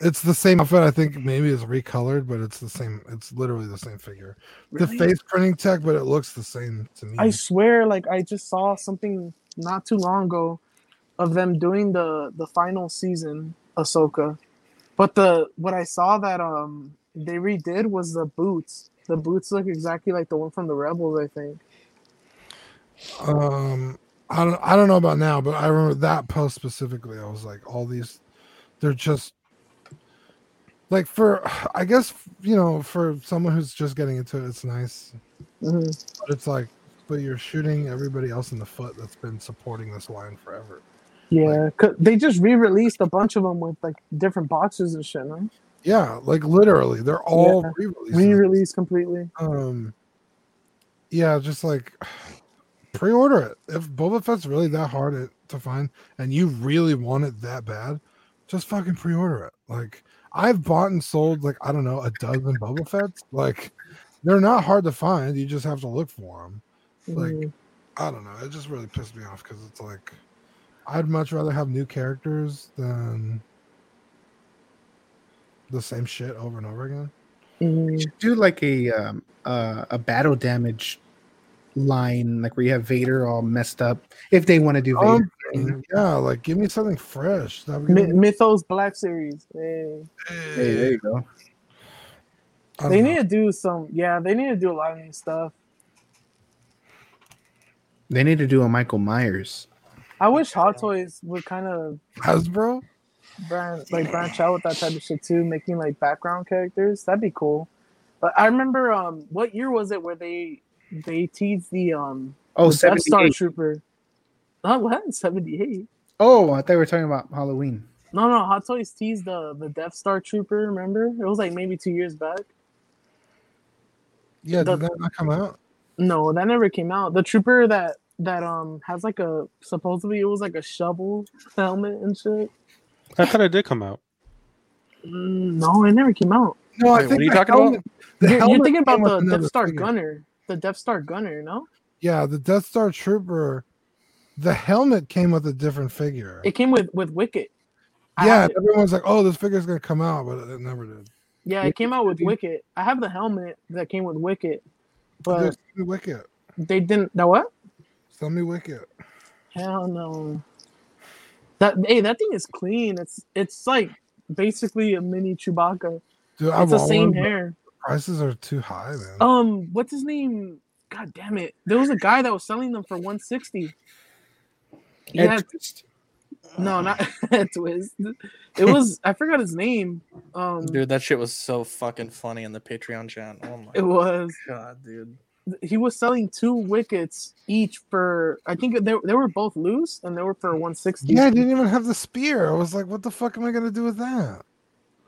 Speaker 8: it's the same outfit. I think maybe it's recolored, but it's the same. It's literally the same figure.
Speaker 3: really?
Speaker 8: The face printing tech, but it looks the same to me.
Speaker 3: I swear, like I just saw something not too long ago of them doing the the final season Ahsoka, but the what I saw that um they redid was the boots. The boots look exactly like the one from the Rebels, I think.
Speaker 8: um, I don't. I don't know about now, but I remember that post specifically. I was like, all these, they're just like for. I guess you know, for someone who's just getting into it, it's nice.
Speaker 3: Mhm.
Speaker 8: But it's like, but you're shooting everybody else in the foot that's been supporting this line forever.
Speaker 3: Yeah, 'cause they just re-released a bunch of them with like different boxes and shit. No?
Speaker 8: Yeah, like literally, they're all
Speaker 3: Yeah.
Speaker 8: re-releases.
Speaker 3: Re-released completely.
Speaker 8: um yeah just like pre-order it if boba fett's really that hard it, to find and you really want it that bad just fucking pre-order it like i've bought and sold like i don't know a dozen boba fett's like they're not hard to find you just have to look for them Like,
Speaker 3: Mhm.
Speaker 8: i don't know it just really pissed me off because it's like i'd much rather have new characters than the same shit over and over again
Speaker 3: Mhm.
Speaker 1: Do like a um, uh, a battle damage line, like where you have Vader all messed up. If they want to do Vader,
Speaker 8: Um, yeah, like give me something fresh. That would
Speaker 3: Mi-
Speaker 8: give me-
Speaker 3: Mythos Black Series. Hey.
Speaker 1: hey, there you go.
Speaker 8: I don't
Speaker 3: They
Speaker 8: know.
Speaker 3: need to do some. Yeah, they need to do a lot of new stuff.
Speaker 1: They need to do a Michael Myers.
Speaker 3: I wish Hot Toys would kind of
Speaker 8: Hasbro.
Speaker 3: branch like branch out with that type of shit too, making like background characters. That'd be cool. But I remember, um, what year was it where they they teased the um
Speaker 1: Oh,
Speaker 3: the Death Star
Speaker 1: 78.
Speaker 3: Trooper? Not what seventy eight.
Speaker 1: Oh, I thought we were talking about Halloween.
Speaker 3: No, no, Hot Toys teased the the Death Star Trooper. Remember, it was like maybe two years back.
Speaker 8: Yeah,
Speaker 3: The-
Speaker 8: did that not come out?
Speaker 3: No, that never came out. The trooper that that um has like a supposedly it was like a shovel helmet and shit.
Speaker 4: I thought it did come out.
Speaker 3: Mm, No, it never came out.
Speaker 8: No,
Speaker 2: Wait, what are you talking about?
Speaker 8: the
Speaker 3: You're, you're
Speaker 8: helmet
Speaker 3: thinking about
Speaker 8: came with
Speaker 3: the
Speaker 8: another
Speaker 3: Death Star
Speaker 8: figure.
Speaker 3: Gunner, the Death Star Gunner, no?
Speaker 8: Yeah, the Death Star Trooper the helmet came with a different figure.
Speaker 3: It came with with Wicket. I
Speaker 8: yeah,
Speaker 3: have
Speaker 8: and
Speaker 3: it.
Speaker 8: everyone's like, "Oh, this figure's gonna come out," but it never did.
Speaker 3: yeah, it came out with Wicket. I have the helmet that came with Wicket,
Speaker 8: Dude,
Speaker 3: but
Speaker 8: send me Wicket.
Speaker 3: they didn't. Now what?
Speaker 8: Send me Wicket.
Speaker 3: Hell no. That hey, that thing is clean. It's it's like basically a mini Chewbacca.
Speaker 8: Dude, I
Speaker 3: It's the
Speaker 8: want
Speaker 3: same
Speaker 8: one, but
Speaker 3: hair.
Speaker 8: Prices are too high, man.
Speaker 3: Um, what's his name? God damn it! There was a guy that was selling them for one sixty.
Speaker 1: Ed
Speaker 3: Yeah,
Speaker 1: Twist.
Speaker 3: no, not twist. It was I forgot his name. Um,
Speaker 2: Dude, that shit was so fucking funny in the Patreon chat. Oh my
Speaker 3: it was
Speaker 2: god, dude.
Speaker 3: he was selling two wickets each for I think they, they were both loose and they were for one sixty.
Speaker 8: Yeah, I didn't even have the spear. I was like, "What the fuck am I gonna do with that?"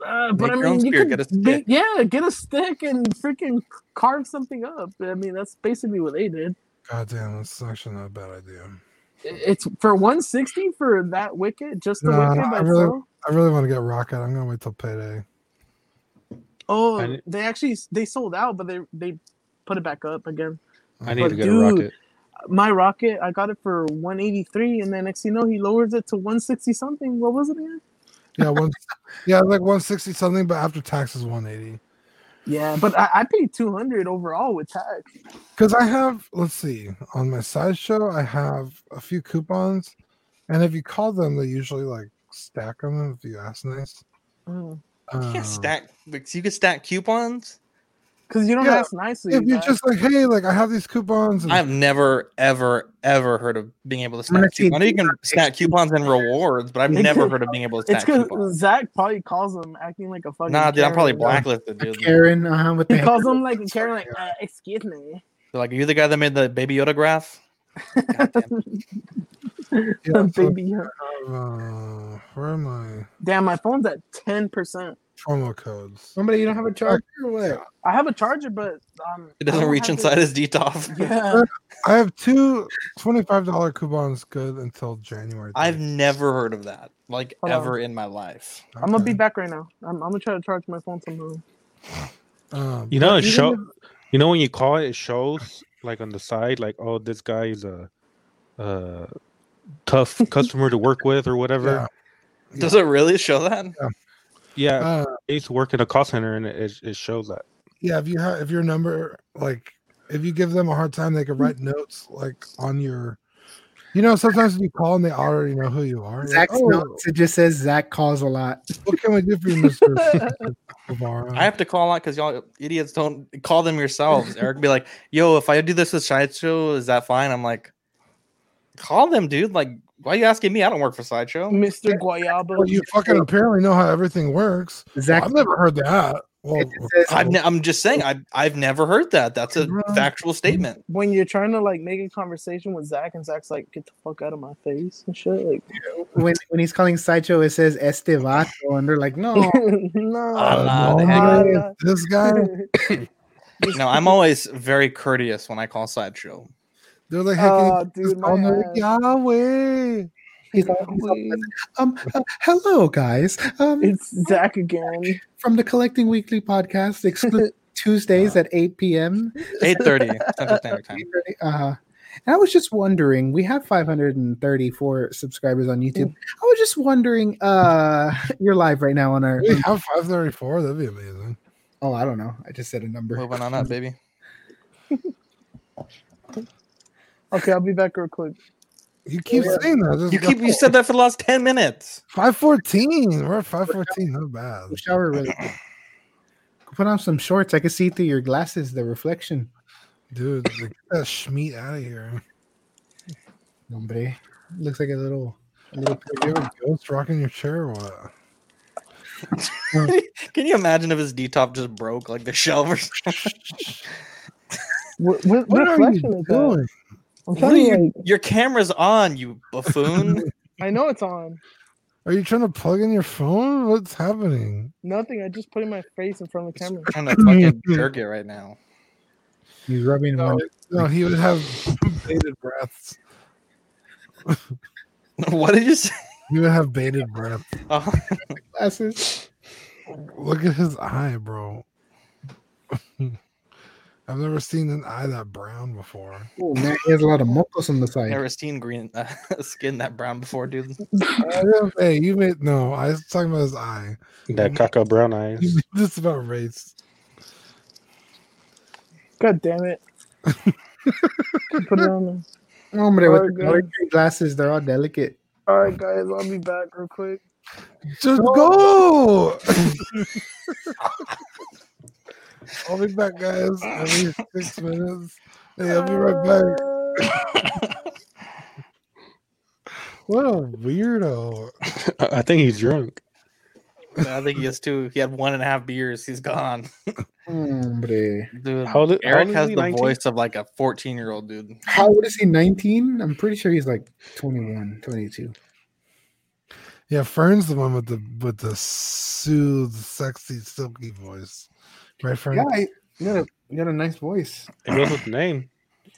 Speaker 3: Uh, but
Speaker 2: Make
Speaker 3: I
Speaker 2: your own
Speaker 3: mean, you
Speaker 2: spear,
Speaker 3: could
Speaker 2: get a
Speaker 3: ma-
Speaker 2: stick.
Speaker 3: yeah, get a stick and freaking carve something up. I mean, that's basically what they did.
Speaker 8: God damn, that's actually not a bad idea.
Speaker 3: I- It's for 160 for that wicket, just the
Speaker 8: Nah,
Speaker 3: wicket
Speaker 8: I
Speaker 3: by
Speaker 8: really-
Speaker 3: itself.
Speaker 8: I really want to get Rocket. I'm gonna wait till payday.
Speaker 3: Oh,
Speaker 4: I didn't-
Speaker 3: they actually they sold out, but they they put it back up again.
Speaker 4: I need
Speaker 3: But
Speaker 4: to get
Speaker 3: dude,
Speaker 4: a rocket.
Speaker 3: My rocket, I got it for 183, and then next thing you know, he lowers it to 160 something. What was it again?
Speaker 8: Yeah, one. yeah, like 160 something, but after taxes 180.
Speaker 3: Yeah, but I, I paid 200 overall with tax.
Speaker 8: Because I have, let's see, on my sideshow, I have a few coupons, and if you call them, they usually like stack them if you ask nice.
Speaker 3: Mm.
Speaker 2: You
Speaker 8: Uh,
Speaker 2: can stack you can stack coupons.
Speaker 3: Cause you don't
Speaker 8: Yeah,
Speaker 3: ask nicely.
Speaker 8: if you
Speaker 3: man.
Speaker 8: just like, hey, like I have these coupons, and
Speaker 2: I've never, ever, ever heard of being able to stack
Speaker 1: see
Speaker 2: coupons. I know you can stack coupons and rewards, but I've
Speaker 3: It's
Speaker 2: never
Speaker 3: good.
Speaker 2: heard of being able to
Speaker 3: It's
Speaker 2: stack
Speaker 3: because
Speaker 2: coupons.
Speaker 3: Zach probably calls him acting like a fucking.
Speaker 2: Nah, dude, I'm probably
Speaker 3: Karen.
Speaker 2: blacklisted, dude. They're
Speaker 1: Karen, uh, with the
Speaker 3: He
Speaker 1: hair.
Speaker 3: calls him like a Karen, like, uh, excuse me.
Speaker 2: like, are you the guy that made the Baby Yoda graph? Goddamn.
Speaker 8: Yeah, so-
Speaker 3: Baby,
Speaker 8: uh, where are my
Speaker 3: damn, my phone's at ten percent.
Speaker 8: promo codes?
Speaker 1: Somebody, you don't have a charger or what?
Speaker 3: I have a charger, but um,
Speaker 2: It
Speaker 3: I
Speaker 2: doesn't
Speaker 3: don't
Speaker 2: reach
Speaker 3: have
Speaker 2: inside
Speaker 3: it.
Speaker 2: his DTOF.
Speaker 3: Yeah,
Speaker 8: I have two $25 coupons good until January.
Speaker 2: I've never heard of that, like
Speaker 3: Hold on.
Speaker 2: ever in my life.
Speaker 3: I'm gonna be back right now. I'm, I'm gonna try to charge my phone somehow.
Speaker 8: Um,
Speaker 4: You know,
Speaker 8: but
Speaker 4: it
Speaker 8: even
Speaker 4: show.
Speaker 8: if-
Speaker 4: You know when you call it, it shows like on the side, like, oh, this guy is a, uh tough customer to work with or whatever.
Speaker 8: Yeah.
Speaker 2: Does it really show that?
Speaker 4: Yeah,
Speaker 8: uh,
Speaker 4: I used to work in a call center, and it, it shows that.
Speaker 8: yeah, if you have if your number like if you give them a hard time, they
Speaker 2: Mm.
Speaker 8: can write notes like on your. You know, sometimes you call and they already know who you are. Like,
Speaker 1: Zach's
Speaker 8: "Oh,
Speaker 1: notes. It just says Zach calls a lot.
Speaker 8: what can we do for you, Mister Guevara?
Speaker 2: I have to call out because y'all idiots don't call them yourselves. Eric be like, "Yo, if I do this with Sideshow, is that fine?" I'm like, "Call them, dude. Like, why are you asking me? I don't work for Sideshow."
Speaker 3: Mr. Guayaba,
Speaker 8: well, you fucking apparently know how everything works.
Speaker 1: Zach,
Speaker 8: I've never heard that. Well,
Speaker 1: It says-
Speaker 8: I
Speaker 2: I've ne- I'm just saying, I I've never heard that. That's a
Speaker 8: Right.
Speaker 2: factual statement.
Speaker 3: when you're trying to like make a conversation with Zach, and Zach's like, "Get the fuck out of my face" and shit. Like,
Speaker 1: when, when he's calling Sideshow, it says Estevato, and they're like, no.
Speaker 3: no.
Speaker 2: Ah,
Speaker 8: no,
Speaker 2: the heck.
Speaker 3: Ah,
Speaker 8: man,
Speaker 3: no.
Speaker 8: this guy,
Speaker 2: No, I'm always very courteous when I call Sideshow.
Speaker 8: they're like, hey, can you
Speaker 3: Oh,
Speaker 8: take this
Speaker 3: dude, my
Speaker 8: call? And they're like,
Speaker 3: ass.
Speaker 8: Yahweh.
Speaker 1: He's all, he's all um, uh, hello, guys. Um,
Speaker 3: It's Zach again.
Speaker 1: from the Collecting Weekly podcast, exclusive Tuesdays at 8 p.m.
Speaker 2: Eight thirty Central Standard Time.
Speaker 1: Uh, and I was just wondering, we have 534 subscribers on YouTube. I was just wondering, uh, you're live right now on our.
Speaker 8: We have five thirty four. That'd be amazing.
Speaker 1: Oh, I don't know. I just said a number.
Speaker 2: Moving on up, baby.
Speaker 3: Okay, I'll be back real quick.
Speaker 8: You keep saying that. Just
Speaker 2: You
Speaker 8: go.
Speaker 2: keep you said that for the last ten minutes.
Speaker 8: 514. We're at 514. Not bad.
Speaker 1: Go Shower really. quick. Put on some shorts. I can see through your glasses the reflection.
Speaker 8: Dude, like, get that schmeat out of here.
Speaker 1: Hombre. Looks like a little. A little
Speaker 8: You have a ghost rocking your chair or what?
Speaker 2: Can you imagine if his D top just broke like the shelf or something?
Speaker 3: What, what,
Speaker 8: What are
Speaker 3: reflection
Speaker 8: you
Speaker 3: is uh, that?
Speaker 8: doing?
Speaker 3: I'm
Speaker 2: What are
Speaker 3: telling you,
Speaker 2: you, your camera's on, you buffoon.
Speaker 3: like, I know it's on.
Speaker 8: Are you trying to plug in your phone? What's happening?
Speaker 3: Nothing. I just put my face in front of the camera.
Speaker 2: trying to fucking jerk it right now.
Speaker 1: He's rubbing
Speaker 8: No,
Speaker 1: one.
Speaker 8: no he would have bated breaths.
Speaker 2: What did you say?
Speaker 8: He would have bated breath.
Speaker 2: Oh,
Speaker 1: Glasses.
Speaker 8: Look at his eye, bro. I've never seen an eye that brown before.
Speaker 1: Oh man, he has a lot of mocos on the side.
Speaker 2: Never seen green uh, skin that brown before, dude.
Speaker 8: I don't- hey, you made no. I was talking about his eye.
Speaker 4: That caca brown eyes.
Speaker 8: This is about race.
Speaker 10: God damn it. Put it on there.
Speaker 1: Hombre, with
Speaker 10: Oh,
Speaker 1: the
Speaker 10: God.
Speaker 1: color green glasses, they're all delicate.
Speaker 10: All right, guys, I'll be back real quick.
Speaker 8: Just go. I'll be back, guys. I need six minutes. Hey, I'll be right back. What a weirdo.
Speaker 4: I think he's drunk.
Speaker 2: I think he has two. He had one and a half beers. He's gone,
Speaker 1: Hombre.
Speaker 2: dude.
Speaker 4: How old- how
Speaker 2: Eric
Speaker 4: old is
Speaker 2: has
Speaker 4: he,
Speaker 2: the
Speaker 4: 19?
Speaker 2: voice of like a 14 year old dude.
Speaker 1: How old is he? 19? I'm pretty sure he's like 21, 22.
Speaker 8: Yeah, Fern's the one with the with the soothed, sexy, silky voice. Right, Fern?
Speaker 1: Yeah, he- you got a, you got a nice voice.
Speaker 4: It goes with the name.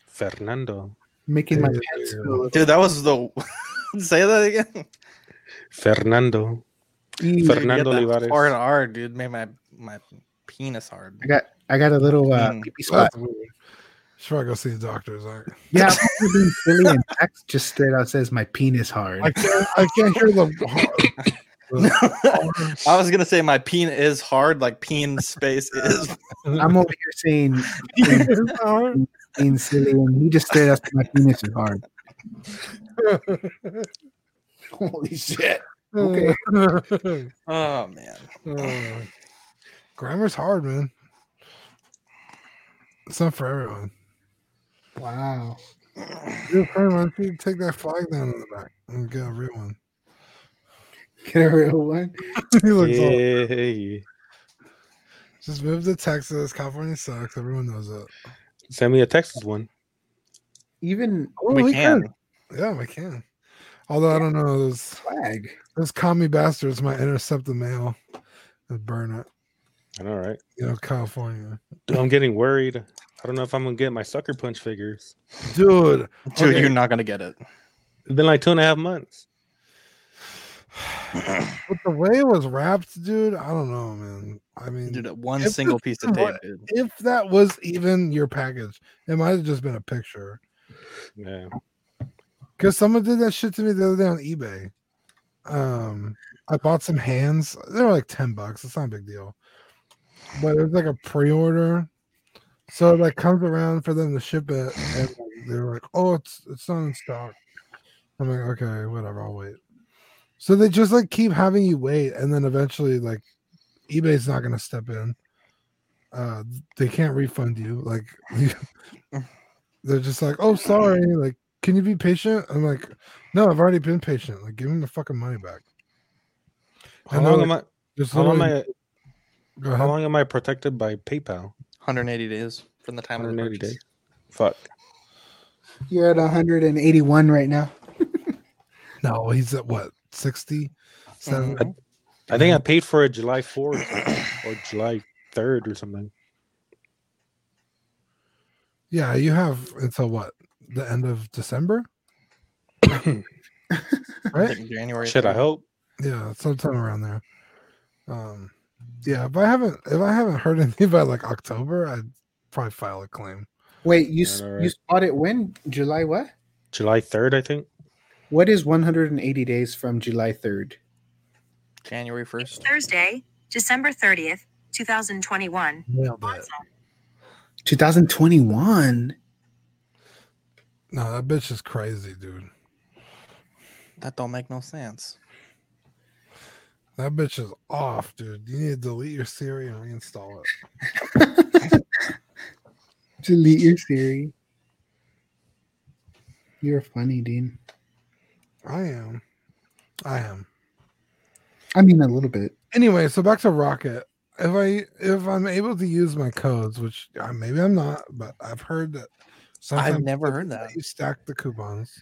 Speaker 4: Fernando.
Speaker 1: Making my
Speaker 8: Yeah.
Speaker 1: pants feel a little
Speaker 2: Dude, that was the. Say that again.
Speaker 4: Fernando.
Speaker 1: easy.
Speaker 4: Fer-
Speaker 2: Get
Speaker 4: Fernando
Speaker 2: that
Speaker 4: Olivares.
Speaker 2: Hard R, dude, made my my penis hard.
Speaker 1: I got I got a little uh,
Speaker 2: Mm.
Speaker 1: pee spot.
Speaker 8: That's weird. Should probably go see the doctors. I,
Speaker 1: Yeah, I'm probably being silly and Max just straight out says my penis hard.
Speaker 8: I can't. I can't hear the.
Speaker 2: I was gonna say my peen is hard, like peen space is.
Speaker 1: I'm over here saying being silly, and he just straight up said my penis is hard. Holy shit! Okay.
Speaker 2: Oh man,
Speaker 8: Uh, grammar's hard, man. It's not for everyone.
Speaker 1: Wow.
Speaker 8: Dude, Fern, why don't you take that flag down in the back and get a real one?
Speaker 1: Get a real one.
Speaker 8: he looks old.
Speaker 4: Yay.
Speaker 8: Just move to Texas. California sucks. Everyone knows it.
Speaker 4: Send me a Texas one.
Speaker 1: Even
Speaker 8: Oh,
Speaker 2: we can.
Speaker 8: Yeah, we can. Although I don't know, those
Speaker 1: flag.
Speaker 8: those commie bastards might intercept the mail and burn it.
Speaker 4: I know, right?
Speaker 8: You know, California,
Speaker 4: Dude, I'm getting worried. I don't know if I'm gonna get my sucker punch figures.
Speaker 8: dude.
Speaker 2: dude,
Speaker 8: Okay.
Speaker 2: you're not gonna get it.
Speaker 4: It's been like two and a half months.
Speaker 8: But the way it was wrapped, dude, I don't know, man. I mean,
Speaker 2: Dude, one
Speaker 8: If
Speaker 2: single piece of tape,
Speaker 8: what-
Speaker 2: dude.
Speaker 8: if that was even your package, it might have just been a picture.
Speaker 4: Yeah.
Speaker 8: Because someone did that shit to me the other day on eBay. Um, I bought some hands. They were like ten bucks. It's not a big deal, but it was like a pre-order, so it like comes around for them to ship it, and like, they were like, "Oh, it's it's not in stock." I'm like, "Okay, whatever. I'll wait." So they just like keep having you wait, and then eventually, like, eBay's not gonna step in. Uh, they can't refund you. Like, they're just like, "Oh, sorry. Like, can you be patient?" I'm like, "No, I've already been patient. Like, give them the fucking money back."
Speaker 4: How
Speaker 8: know,
Speaker 4: long
Speaker 8: like,
Speaker 4: am I
Speaker 8: Just
Speaker 4: how long am
Speaker 8: literally-
Speaker 4: I
Speaker 8: go
Speaker 4: how
Speaker 8: ahead.
Speaker 4: long am I protected by PayPal?
Speaker 2: 180 days from the time of the
Speaker 4: 180
Speaker 2: purchase.
Speaker 4: days. Fuck.
Speaker 1: You're at 181 right now.
Speaker 8: No, he's at what 60, 70?
Speaker 2: Mhm.
Speaker 4: I think I paid for it July 4th or July 3rd or something.
Speaker 8: Yeah, you have until what the end of December,
Speaker 2: I
Speaker 8: right?
Speaker 2: think January.
Speaker 4: Shit, I
Speaker 2: third.
Speaker 4: hope.
Speaker 8: Yeah, sometime around there. Um, yeah, if I haven't if I haven't heard anything by like October, I'd probably file a claim.
Speaker 1: Wait, you
Speaker 4: Yeah,
Speaker 1: s-
Speaker 4: I know,
Speaker 1: you
Speaker 4: right?
Speaker 1: spot it when July what?
Speaker 4: July 3rd, I think.
Speaker 1: What is 180 days from July 3rd?
Speaker 2: January 1st.
Speaker 11: Thursday, December 30th, 2021.
Speaker 8: Nailed it.
Speaker 1: 2021.
Speaker 8: No, that bitch is crazy, dude.
Speaker 2: That don't make no sense.
Speaker 8: That bitch is off, dude. You need to delete your Siri and reinstall it.
Speaker 1: Delete your Siri. You're funny, Dean.
Speaker 8: I am. I am.
Speaker 1: I mean, a little bit.
Speaker 8: anyway, so back to Rocket. If I if I'm able to use my codes, which uh, maybe I'm not, but I've heard that sometimes
Speaker 2: I've never heard that.
Speaker 8: you stack the coupons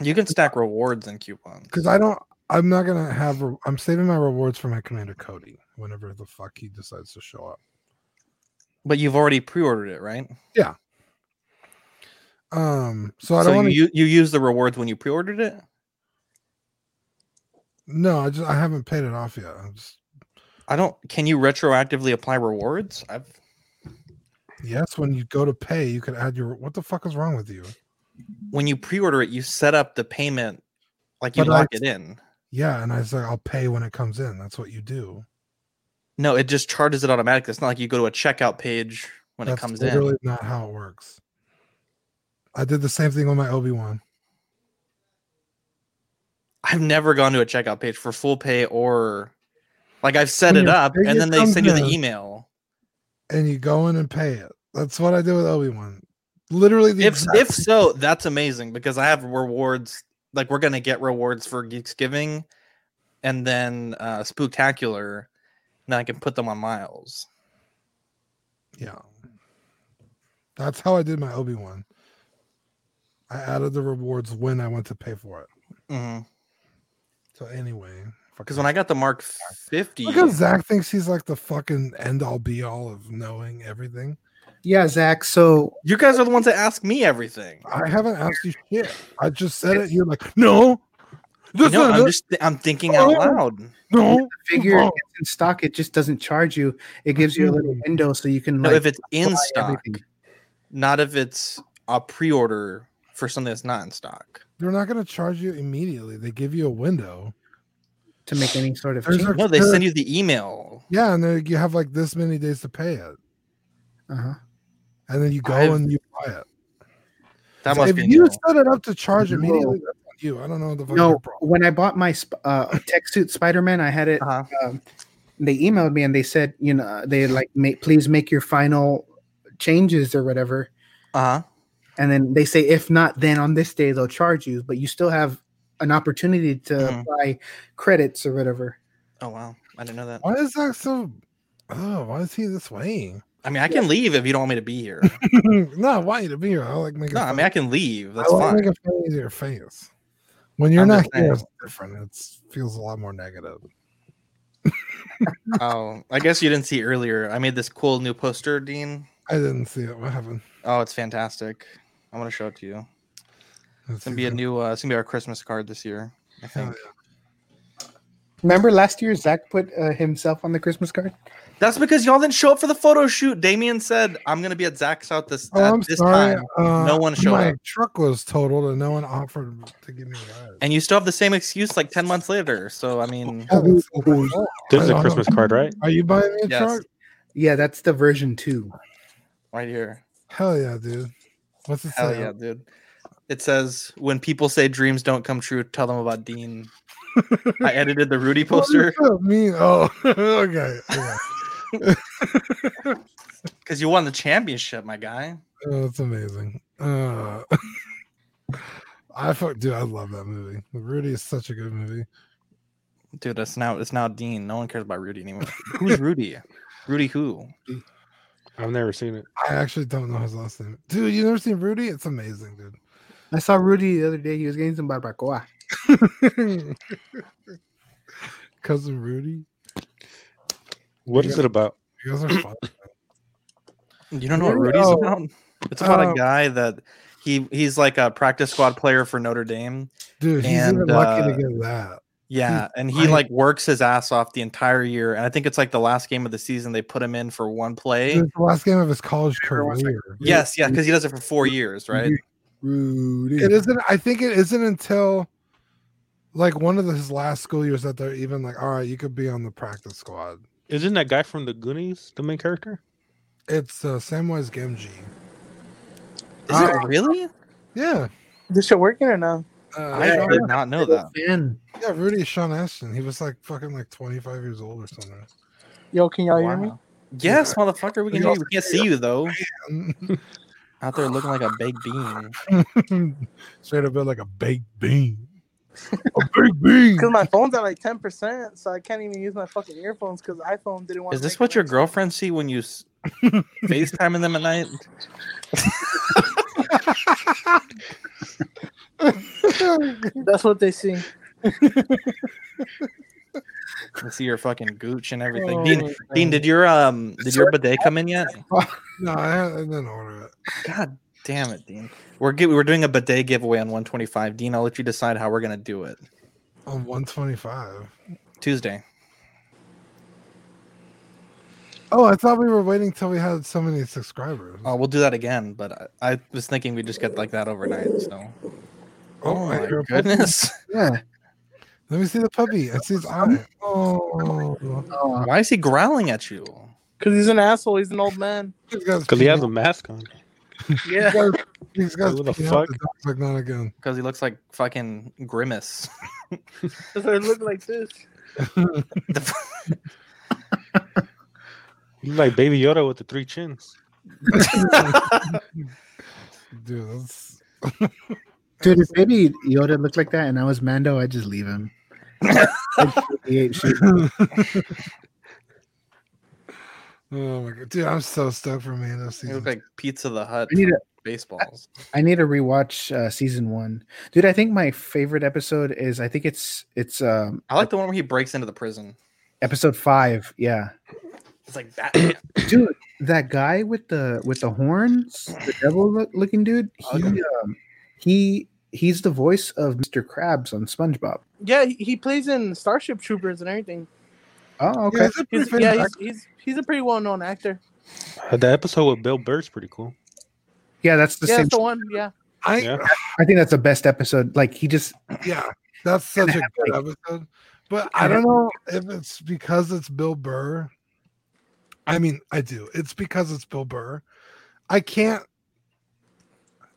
Speaker 2: You can stack rewards and coupons.
Speaker 8: because I don't. I'm not gonna have. re- I'm saving my rewards for my commander Cody whenever the fuck he decides to show up.
Speaker 2: But you've already pre-ordered it, right?
Speaker 8: Um, so I
Speaker 2: so
Speaker 8: don't want to.
Speaker 2: you you use the rewards when you pre-ordered it.
Speaker 8: No, I just I haven't paid it off yet. I'm just
Speaker 2: I don't. Can you retroactively apply rewards? I've
Speaker 8: Yes, when you go to pay, you can add your. What the fuck is wrong with you?
Speaker 2: When you pre-order it, you set up the payment, like you
Speaker 8: But I-
Speaker 2: lock it in.
Speaker 8: Yeah, and I was like, I'll pay when it comes in. That's what you do.
Speaker 2: No, it just charges it automatically. It's not like you go to a checkout page when
Speaker 8: That's
Speaker 2: it comes
Speaker 8: literally
Speaker 2: in.
Speaker 8: not how it works. I did the same thing with my Obi Wan.
Speaker 2: I've never gone to a checkout page for full pay or like I've set
Speaker 8: When
Speaker 2: it
Speaker 8: your
Speaker 2: up and
Speaker 8: figure
Speaker 2: then they
Speaker 8: comes
Speaker 2: send you the
Speaker 8: in,
Speaker 2: email.
Speaker 8: and you go in and pay it. That's what I did with Obi Wan. Literally, the
Speaker 2: If
Speaker 8: exact-
Speaker 2: if so, that's amazing because I have rewards. Like we're gonna get rewards for Geeksgiving, and then uh, Spooktacular, and I can put them on Miles.
Speaker 8: yeah, that's how I did my Obi Wan. I added the rewards when I went to pay for it.
Speaker 2: Because
Speaker 8: So anyway,
Speaker 2: Mm-hmm. when I got the Mark Fifty,
Speaker 8: because Zach thinks he's like the fucking end all be all of knowing everything.
Speaker 1: Yeah, Zach. So
Speaker 2: you guys are the ones that ask me everything.
Speaker 8: I haven't asked you shit. I just said it. You're like, no, This
Speaker 2: no,
Speaker 8: is
Speaker 2: I'm
Speaker 8: it.
Speaker 2: just I'm thinking out
Speaker 8: Oh,
Speaker 2: loud.
Speaker 8: No,
Speaker 1: the figure gets in stock, it just doesn't charge you. It gives you a little window so you can.
Speaker 2: No,
Speaker 1: like,
Speaker 2: if it's in
Speaker 1: buy
Speaker 2: stock,
Speaker 1: everything.
Speaker 2: not if it's a pre-order for something that's not in stock.
Speaker 8: they're not gonna charge you immediately. They give you a window
Speaker 1: to make any sort of.
Speaker 8: change.
Speaker 2: no, they send you the email.
Speaker 8: Yeah, and then you have like this many days to pay it,
Speaker 1: Uh-huh.
Speaker 8: and then you go
Speaker 2: I've-
Speaker 8: and you buy it.
Speaker 2: That
Speaker 8: So
Speaker 2: must
Speaker 8: if
Speaker 2: be a
Speaker 8: you
Speaker 2: deal.
Speaker 8: set it up to charge
Speaker 1: No.
Speaker 8: immediately, that's on you. I don't know what the fuck.
Speaker 1: No,
Speaker 8: your problem-
Speaker 1: when I bought my sp- uh, tech suit Spider Man, I had it.
Speaker 2: Uh-huh.
Speaker 1: Um, they emailed me and they said, you know, they like, make, please make your final changes or whatever.
Speaker 2: Uh huh.
Speaker 1: And then they say, if not, then on this day they'll charge you, but you still have an opportunity to
Speaker 2: Mhm.
Speaker 1: apply credits or whatever.
Speaker 2: Oh wow, I didn't know that.
Speaker 8: Why is that so? Oh, why is he this way?
Speaker 2: I mean, I can leave if you don't want me to be here.
Speaker 8: no, I want you to be here. I like making.
Speaker 2: no, I
Speaker 8: fun-
Speaker 2: mean, I can leave.
Speaker 8: I
Speaker 2: That's
Speaker 8: like
Speaker 2: fine.
Speaker 8: making fun of your face. When you're
Speaker 2: I'm
Speaker 8: not
Speaker 2: just
Speaker 8: here,
Speaker 2: saying.
Speaker 8: it's different. It feels a lot more negative.
Speaker 2: Oh, I guess you didn't see earlier. I made this cool new poster, Dean.
Speaker 8: I didn't see it. What happened?
Speaker 2: Oh, it's fantastic. I'm gonna show it to you.
Speaker 8: It's
Speaker 2: gonna be a new. Uh, it's gonna be our Christmas card this year. I think.
Speaker 1: Remember last year, Zach put uh, himself on the Christmas card?
Speaker 2: That's because y'all didn't show up for the photo shoot. Damien said I'm gonna be at Zach's out this
Speaker 8: Oh,
Speaker 2: at
Speaker 8: I'm
Speaker 2: this
Speaker 8: sorry.
Speaker 2: time.
Speaker 8: Uh,
Speaker 2: no one showed
Speaker 8: my
Speaker 2: up,
Speaker 8: truck was totaled, and no one offered to give me a ride.
Speaker 2: and you still have the same excuse like ten months later. So I mean,
Speaker 8: Yeah, that's not my fault.
Speaker 4: This is
Speaker 8: I
Speaker 4: a
Speaker 8: don't
Speaker 4: Christmas
Speaker 8: know.
Speaker 4: card, right?
Speaker 8: Are you buying me a
Speaker 2: Yes.
Speaker 8: truck?
Speaker 1: Yeah, that's the version two.
Speaker 2: right here.
Speaker 8: Hell yeah, dude. What's it
Speaker 2: Hell
Speaker 8: say?
Speaker 2: yeah, dude. It says when people say dreams don't come true, tell them about Dean. I edited the Rudy
Speaker 8: What does
Speaker 2: poster
Speaker 8: that mean? Oh, okay. okay.
Speaker 2: because you won the championship, my guy.
Speaker 8: Oh, that's amazing. Uh, I fuck, dude. I love that movie. Rudy is such a good movie.
Speaker 2: Dude, it's now it's now Dean. No one cares about Rudy anymore. Who's Rudy? Rudy who?
Speaker 4: I've never seen it.
Speaker 8: I actually don't know his last name, dude. You never seen Rudy? It's amazing, dude.
Speaker 1: I saw Rudy the other day. He was getting some barbacoa.
Speaker 8: Cousin Rudy.
Speaker 4: What
Speaker 8: You
Speaker 4: is
Speaker 8: guys-
Speaker 4: it about?
Speaker 8: You guys are fun.
Speaker 2: You don't know what
Speaker 8: Rudy-
Speaker 2: Rudy's
Speaker 8: oh,
Speaker 2: about? It's about
Speaker 8: um,
Speaker 2: a guy that he he's like a practice squad player for Notre Dame.
Speaker 8: dude. He's even
Speaker 2: and,
Speaker 8: lucky to
Speaker 2: uh,
Speaker 8: get that.
Speaker 2: Yeah, and he
Speaker 8: lying.
Speaker 2: like works his ass off the entire year. And I think it's like the last game of the season they put him in for one play.
Speaker 8: Dude, it's the last game of his college career.
Speaker 2: Yes, yeah, because he does it for four years, right?
Speaker 1: Rudy.
Speaker 8: It isn't. I think it isn't until like one of the, his last school years that they're even like, all right, you could be on the practice squad.
Speaker 4: Isn't that guy from the Goonies the main character?
Speaker 8: It's uh, Samwise Gamgee.
Speaker 2: Is it really?
Speaker 8: Ah. Yeah,
Speaker 3: This shit working or no?
Speaker 8: uh,
Speaker 2: I
Speaker 8: Sean-
Speaker 2: did not know that.
Speaker 1: Fan.
Speaker 8: yeah, Rudy is Sean Ashton. He was like fucking like twenty five years old or something.
Speaker 3: Yo, can y'all hear me?
Speaker 2: Yes, motherfucker, we
Speaker 8: We
Speaker 2: can hear you.
Speaker 8: also
Speaker 2: We can't see you though. Out there looking like a baked bean.
Speaker 8: Straight up like a baked bean. a baked bean.
Speaker 3: Because my phone's at like ten percent, so I can't even use my fucking earphones because iPhone didn't want.
Speaker 2: Is this what your girlfriends see when you s- FaceTiming them at night?
Speaker 3: That's what they see.
Speaker 2: They see your fucking gooch and everything.
Speaker 3: Oh
Speaker 2: Dean,
Speaker 3: my
Speaker 2: Dean,
Speaker 3: God.
Speaker 2: did your um did your bidet come in yet?
Speaker 8: no, I, I didn't order it.
Speaker 2: Oh, God damn it, Dean. We're gi- we're doing a bidet giveaway on 125. Dean, I'll let you decide how we're gonna do it.
Speaker 8: On one twenty five.
Speaker 2: Tuesday.
Speaker 8: Oh, I thought we were waiting till we had so many subscribers.
Speaker 2: Oh, we'll do that again, but I, I was thinking we just get like that overnight. So.
Speaker 8: Oh, I
Speaker 2: my
Speaker 8: hear a puppy.
Speaker 2: goodness!
Speaker 8: Yeah. Let me see the puppy. I see his eye. Oh.
Speaker 2: Why is he growling at you?
Speaker 10: Because he's an asshole. He's an old man.
Speaker 4: Because he has a mask on.
Speaker 2: Yeah.
Speaker 8: These guys
Speaker 4: Who the
Speaker 8: peeing out
Speaker 4: fuck?
Speaker 8: the dogs like not again.
Speaker 2: Because he looks like fucking grimace.
Speaker 10: Does it look like this?
Speaker 4: He's like Baby Yoda with the three chins.
Speaker 8: Dude, that's
Speaker 1: Dude, if maybe Yoda looked like that and I was Mando, I'd just leave him.
Speaker 8: oh my god, dude, I'm so stoked for Mando
Speaker 2: He
Speaker 8: season.
Speaker 2: looks like Pizza the Hut.
Speaker 1: I need
Speaker 2: from
Speaker 1: a-
Speaker 2: baseballs.
Speaker 1: I need to rewatch uh, season one, dude. I think my favorite episode is I think it's it's um,
Speaker 2: I like the one where he breaks into the prison.
Speaker 1: episode five. Yeah,
Speaker 2: It's like Batman.
Speaker 1: dude, that guy with the with the horns, the devil look, looking dude. He um, he he's the voice of Mr. Krabs on SpongeBob.
Speaker 10: Yeah, he, he plays in Starship Troopers and everything.
Speaker 1: Oh, okay.
Speaker 8: Yeah, it's a pretty
Speaker 10: He's,
Speaker 8: famous
Speaker 10: yeah,
Speaker 8: actor.
Speaker 10: he's, he's he's a pretty well known actor.
Speaker 4: Uh, the episode with Bill Burr's pretty cool.
Speaker 1: Yeah, that's the
Speaker 10: yeah,
Speaker 1: same.
Speaker 10: that's the one. Yeah.
Speaker 8: I
Speaker 4: Yeah.
Speaker 1: I think that's the best episode. Like he just
Speaker 8: yeah, that's such a
Speaker 1: have,
Speaker 8: good
Speaker 1: like-
Speaker 8: episode. But I don't know if it's because it's Bill Burr. I mean, I do. It's because it's Bill Burr. I can't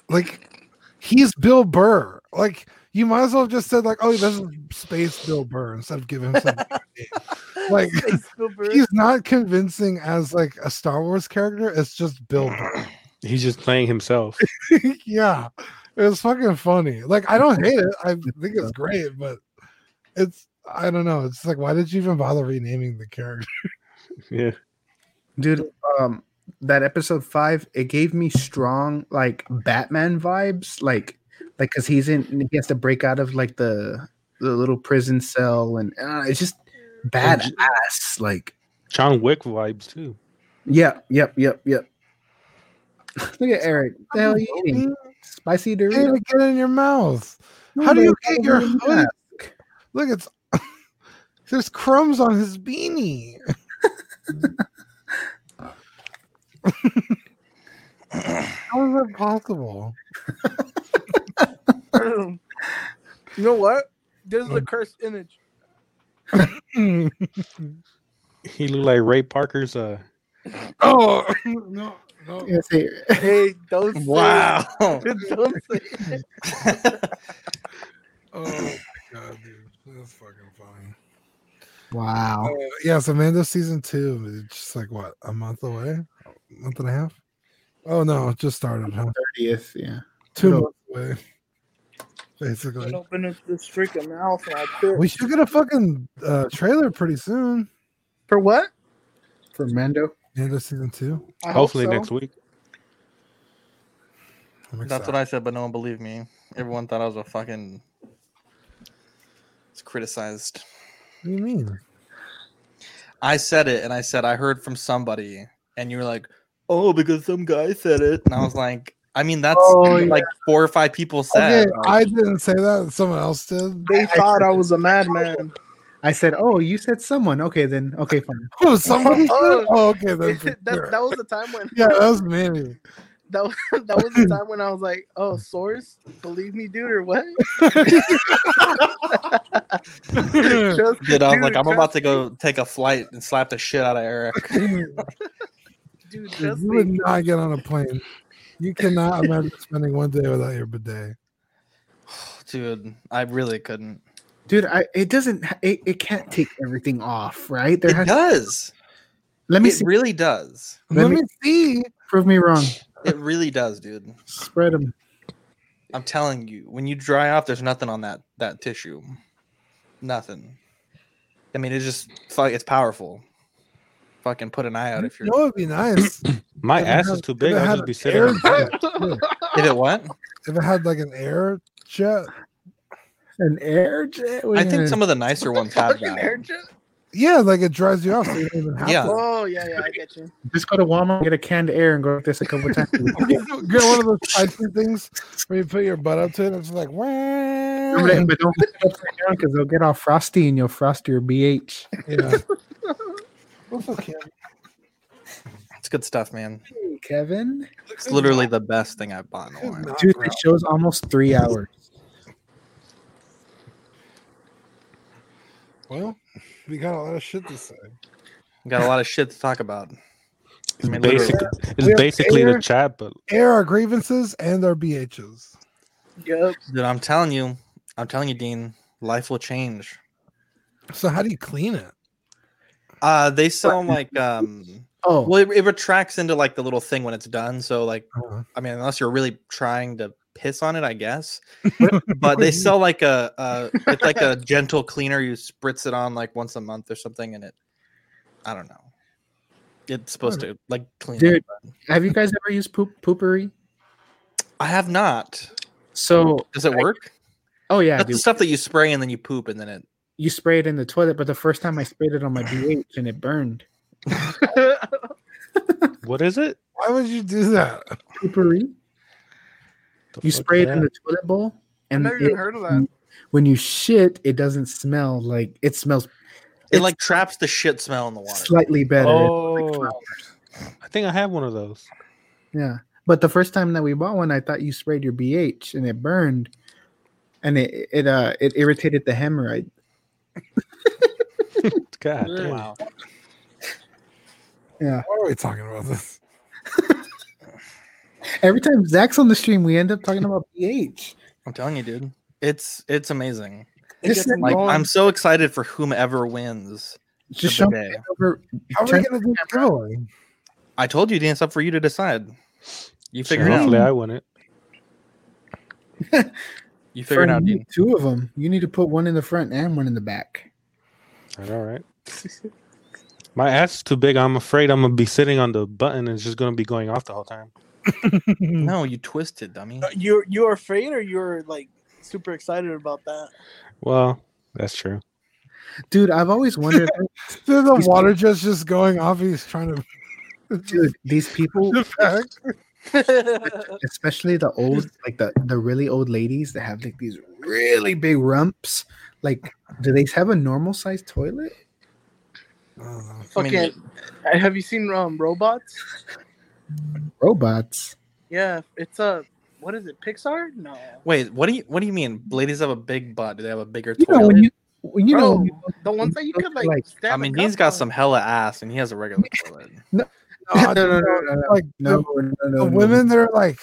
Speaker 8: like he's Bill Burr. Like you might as well have just said like, oh, this is space Bill Burr instead of giving him some name. like
Speaker 10: Space Cooper.
Speaker 8: he's not convincing as like a Star Wars character. It's just Bill Burr.
Speaker 4: He's just playing himself.
Speaker 8: yeah, it was fucking funny. Like I don't hate it. I think it's great, but it's I don't know. It's like why did you even bother renaming the character?
Speaker 4: Yeah.
Speaker 1: dude um that episode five it gave me strong like batman vibes like like because he's in he has to break out of like the the little prison cell and uh, it's just badass like
Speaker 4: John Wick vibes too.
Speaker 1: yep yep yep yep look at eric what the hell are you eating spicy
Speaker 8: You can't
Speaker 1: Dorito?
Speaker 8: even get it in your mouth. How do you get your hood? Look, it's there's crumbs on his beanie. How is that possible?
Speaker 10: you know what? This is a cursed image.
Speaker 4: He looked like Ray Parker's. Uh,
Speaker 8: oh no, no.
Speaker 1: Yes, hey,
Speaker 10: Hey, don't say
Speaker 2: Wow.
Speaker 10: it. Don't say it.
Speaker 8: Oh my god, dude. That's fucking funny.
Speaker 1: wow
Speaker 8: Uh, yeah, so Mando season two is just like what a month away, a month and a half. Oh no, it just started. Huh?
Speaker 1: 30th yeah
Speaker 8: Two
Speaker 1: Middle.
Speaker 8: months away, basically.
Speaker 10: Don't open up this freaking mouth and I quit.
Speaker 8: We should get a fucking uh, trailer pretty soon.
Speaker 10: For what?
Speaker 1: for mando
Speaker 8: Mando season two.
Speaker 10: I hope
Speaker 4: hopefully
Speaker 10: so.
Speaker 4: next week.
Speaker 8: I'm
Speaker 2: That's what I said, but no one believed me. Everyone thought I was a fucking. It's criticized.
Speaker 8: excited. What do you mean?
Speaker 2: I said it, and I said I heard from somebody, and you were like, "Oh, because some guy said it," and I was like, "I mean, that's
Speaker 10: Oh, yeah.
Speaker 2: like four or five people said."
Speaker 8: Okay, I didn't say that. Someone else did.
Speaker 10: uh, They thought I was a madman.
Speaker 1: i said oh you said someone okay then okay fine
Speaker 8: Oh, someone. said-
Speaker 10: Oh.
Speaker 8: Oh, okay. Then for
Speaker 10: that,
Speaker 8: sure.
Speaker 10: that was the time when
Speaker 8: yeah, that was Manny.
Speaker 10: that, was- that was the time when I was like, "Oh, source, believe me, dude, or what?" Just-
Speaker 2: Dude, I was
Speaker 10: dude,
Speaker 2: like, "I'm
Speaker 10: trust
Speaker 2: about to
Speaker 10: me,
Speaker 2: go take a flight and slap the shit out of Eric."
Speaker 10: Dude,
Speaker 8: Dude,
Speaker 10: trust
Speaker 8: you would
Speaker 10: me.
Speaker 8: not get on a plane. You cannot imagine spending one day without your bidet.
Speaker 2: Dude, I really couldn't.
Speaker 1: dude i it doesn't it, it can't take everything off right there
Speaker 2: it
Speaker 1: has
Speaker 2: does.
Speaker 1: let me
Speaker 2: it
Speaker 1: see
Speaker 2: really does.
Speaker 1: Let
Speaker 8: Let,
Speaker 1: me-
Speaker 8: me see.
Speaker 1: prove me wrong
Speaker 2: It really does, dude.
Speaker 1: spread them
Speaker 2: I'm telling you, when you dry off, there's nothing on that that tissue. Nothing. I mean, it's just fuck. It's powerful. Fucking put an eye out if
Speaker 8: You
Speaker 2: you're.
Speaker 8: know, it'd be nice.
Speaker 4: My
Speaker 8: If it
Speaker 4: ass
Speaker 8: had-
Speaker 4: is too
Speaker 8: if
Speaker 4: big.
Speaker 8: it
Speaker 4: I'll just
Speaker 8: had
Speaker 4: be
Speaker 8: an
Speaker 4: sitting.
Speaker 8: air
Speaker 4: on it.
Speaker 8: jet, yeah.
Speaker 2: If it what?
Speaker 8: If it had like an air jet,
Speaker 1: an air jet
Speaker 2: I think some of the nicer ones have
Speaker 10: Fucking
Speaker 2: that.
Speaker 10: hair drip.
Speaker 8: yeah, like it dries you off. So you don't even have
Speaker 2: Yeah.
Speaker 8: to.
Speaker 10: Oh yeah, yeah, I get you.
Speaker 1: just go to walmart get a canned air and go like this a couple times
Speaker 8: You know, Get one of those ice cream things where you put your butt up to it and it's like, "Wah."
Speaker 1: Remember that, but don't put it upside down because they'll get all frosty and you'll frost your bh
Speaker 8: yeah. What's up, Kim?
Speaker 2: It's good stuff, man.
Speaker 1: Kevin.
Speaker 2: It's literally the best thing I've bought in a while.
Speaker 1: Dude, this show's almost three hours.
Speaker 8: Well, we got a lot of shit to say.
Speaker 2: Got a lot of shit to talk about. I mean,
Speaker 4: Basic,
Speaker 2: literally.
Speaker 8: We
Speaker 4: it's
Speaker 8: have
Speaker 4: basically
Speaker 8: air-
Speaker 4: the chat, but
Speaker 8: Air our grievances and our BHs.
Speaker 3: Yep.
Speaker 2: Dude, I'm telling you, I'm telling you, Dean, life will change.
Speaker 8: So how do you clean it?
Speaker 2: Uh they sell 'em like um
Speaker 1: oh
Speaker 2: well it, it retracts into like the little thing when it's done. So like
Speaker 8: Uh-huh.
Speaker 2: I mean unless you're really trying to piss on it, I guess. But they sell like a uh it's like a gentle cleaner. You spritz it on like once a month or something and it I don't know. It's supposed to like clean
Speaker 1: Dude,
Speaker 2: up.
Speaker 1: have you guys ever used poop poopery?
Speaker 2: I have not.
Speaker 1: So
Speaker 2: does it work?
Speaker 1: Oh yeah,
Speaker 2: That's
Speaker 1: dude.
Speaker 2: the stuff that you spray and then you poop and then it
Speaker 1: You spray it in the toilet, but the first time I sprayed it on my BH and it burned.
Speaker 4: what is it?
Speaker 8: Why would you do that?
Speaker 1: Poopery. You spray it in the toilet bowl, and
Speaker 3: never even
Speaker 1: it-
Speaker 3: heard of that.
Speaker 1: When you shit, it doesn't smell like it smells.
Speaker 2: it
Speaker 1: It's
Speaker 2: like traps the shit smell in the water.
Speaker 1: slightly better.
Speaker 4: Oh, I think I have one of those.
Speaker 1: Yeah. But the first time that we bought one, I thought you sprayed your BH and it burned and it it uh it irritated the hemorrhoid.
Speaker 4: God, damn.
Speaker 2: Wow.
Speaker 1: Yeah.
Speaker 8: Why are we talking about this?
Speaker 1: Every time Zach's on the stream, we end up talking about BH.
Speaker 2: I'm telling you, dude. It's it's amazing.
Speaker 1: It gets
Speaker 2: like
Speaker 1: involved.
Speaker 2: I'm so excited for whomever wins.
Speaker 1: Just
Speaker 2: the
Speaker 1: show me
Speaker 2: bidet.
Speaker 1: over.
Speaker 8: How are we
Speaker 1: turn-
Speaker 8: gonna do the giveaway?
Speaker 2: I told you, Dan, it's up for you to decide. You figure
Speaker 4: Sure,
Speaker 2: it
Speaker 4: Hopefully,
Speaker 2: out.
Speaker 4: I win it.
Speaker 2: You figure it
Speaker 1: Fern,
Speaker 2: out,
Speaker 1: you
Speaker 2: Dean.
Speaker 1: need two of them. You need to put one in the front and one in the back.
Speaker 4: All right. My ass is too big. I'm afraid I'm gonna be sitting on the button and it's just gonna be going off the whole time.
Speaker 1: Mm-hmm.
Speaker 2: No, you twisted, dummy.
Speaker 3: Uh, You're you're afraid or you're like super excited about that?
Speaker 4: Well, that's true.
Speaker 1: Dude, I've always wondered
Speaker 8: Dude, the
Speaker 1: He's-
Speaker 8: water just just going off. He's trying to.
Speaker 1: dude, these people
Speaker 8: The fact-
Speaker 1: especially the old like the the really old ladies that have like these really big rumps like do they have a normal sized toilet
Speaker 3: Oh.
Speaker 2: I mean,
Speaker 3: Fucking. I have you seen um robots?
Speaker 1: robots
Speaker 3: Yeah, it's a what is it? Pixar? No.
Speaker 2: Wait, what do you what do you mean? Ladies have a big butt. Do they have a bigger
Speaker 1: you know
Speaker 2: toilet?
Speaker 1: when you when you know
Speaker 3: Bro,
Speaker 1: when you-
Speaker 3: the ones that you could like.
Speaker 1: Like,
Speaker 3: stab
Speaker 2: I
Speaker 3: a
Speaker 2: mean,
Speaker 3: gun
Speaker 2: he's got
Speaker 3: on.
Speaker 2: some hella ass and he has a regular toilet.
Speaker 1: no, Oh, no, no, no, no,
Speaker 8: Like
Speaker 1: no, no,
Speaker 8: the,
Speaker 1: no,
Speaker 8: the
Speaker 1: no.
Speaker 8: women, they're like,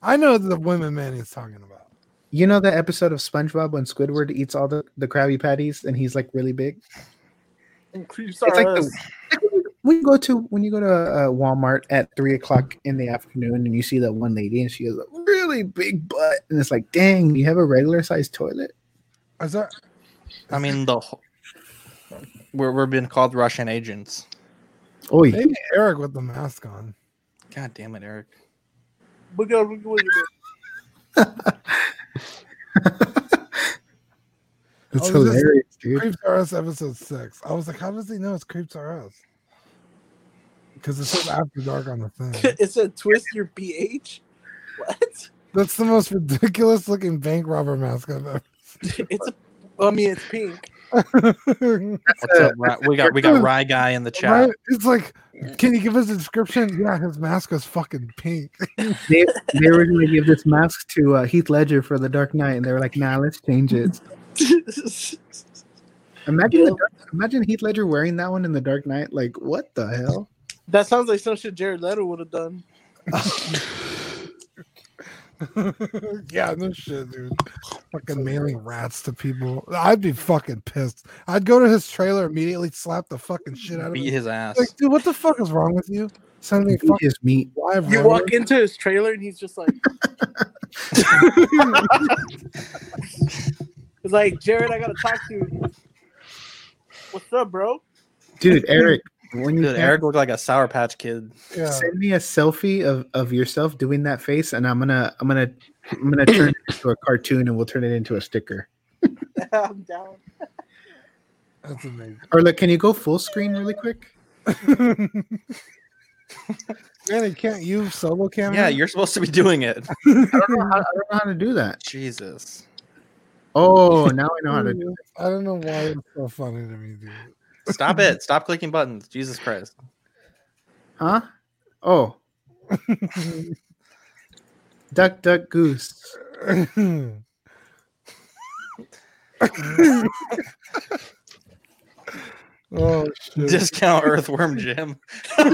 Speaker 8: I know the women Manny's talking about.
Speaker 1: you know that episode of SpongeBob when Squidward eats all the the Krabby Patties and he's like really big
Speaker 3: And
Speaker 1: it's
Speaker 3: creeps our
Speaker 1: like the
Speaker 3: ass.
Speaker 1: when you go to when you go to uh, Walmart at three o'clock in the afternoon and you see that one lady and she has a really big butt and it's like dang you have a regular sized toilet
Speaker 8: Is that
Speaker 2: I mean, the whole, we're we're being called Russian agents.
Speaker 1: oh
Speaker 8: maybe Eric with the mask on?
Speaker 2: God damn it, Eric.
Speaker 3: Look at look at- look at-
Speaker 1: That's
Speaker 8: I was just-
Speaker 1: hilarious, dude.
Speaker 8: Creeps R Us episode six. I was like, how does he know it's Creeps R Us? Because it says After Dark on the thing.
Speaker 3: it said twist your BH. What?
Speaker 8: That's the most ridiculous looking bank robber mask I've ever.
Speaker 3: It's a. I mean, it's pink.
Speaker 8: Right?
Speaker 2: What's up? Ry- We got we got Rye guy in the chat.
Speaker 8: It's like,
Speaker 1: Mm.
Speaker 8: can you give us a description? Yeah, his mask was fucking pink.
Speaker 1: They, they were going to give this mask to uh, Heath Ledger for The Dark Knight, and they were like, "Nah, let's change it." Imagine, the dark, imagine Heath Ledger wearing that one in The Dark Knight. Like, what the hell?
Speaker 3: that sounds like some shit Jared Leto would have done.
Speaker 8: yeah, no shit, dude. Fucking mailing rats to people. I'd be fucking pissed. I'd go to his trailer immediately, slap the fucking shit out of
Speaker 2: Beat
Speaker 8: him.
Speaker 2: his ass.
Speaker 8: Like, dude, what the fuck is wrong with you? Sending
Speaker 1: Eat
Speaker 8: fucking
Speaker 1: his meat.
Speaker 8: live.
Speaker 3: You walk into his trailer and he's just like, it's like Jared, I gotta talk to you. What's up, bro?
Speaker 1: Dude, Eric, when you
Speaker 2: Dude, Eric looked like a Sour Patch Kid.
Speaker 8: Yeah.
Speaker 1: send me a selfie of, of yourself doing that face, and I'm gonna I'm gonna I'm gonna turn it into a cartoon, and we'll turn it into a sticker.
Speaker 3: I'm down.
Speaker 8: That's amazing.
Speaker 1: Or like, can you go full screen really quick?
Speaker 8: Manny, can't you solo camera?
Speaker 2: Yeah, you're supposed to be doing it.
Speaker 1: I don't know how, I don't know how to do that.
Speaker 2: Jesus.
Speaker 1: Oh, now I know how to do.
Speaker 8: I don't know why it's so funny to me, dude.
Speaker 2: Stop it. Stop clicking buttons. Jesus Christ.
Speaker 1: Huh? Oh. duck, duck, goose.
Speaker 8: oh, shit.
Speaker 2: Discount Earthworm Jim.
Speaker 8: Oh,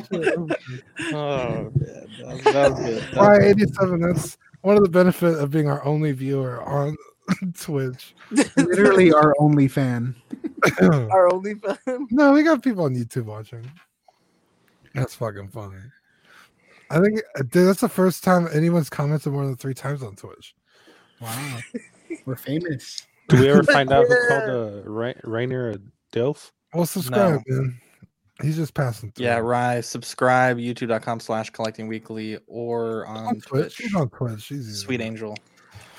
Speaker 8: shit.
Speaker 2: Oh, man. That was, that was good. That
Speaker 8: Why
Speaker 2: was-
Speaker 8: 87? That's one of the benefits of being our only viewer on Twitch.
Speaker 1: Literally our only fan.
Speaker 10: Our only fan.
Speaker 8: No, we got people on YouTube watching. That's fucking funny. I think uh, dude, that's the first time anyone's commented more than three times on Twitch.
Speaker 1: Wow. We're famous.
Speaker 4: Do we ever find out who called uh, Ra- Rainer a Dilf?
Speaker 8: Well, subscribe, man. He's just passing through.
Speaker 2: Yeah, Rye, subscribe youtube.com slash collecting weekly or on
Speaker 8: Twitch.
Speaker 2: Twitch.
Speaker 8: He's on Twitch. He's easy.
Speaker 2: Sweet Angel.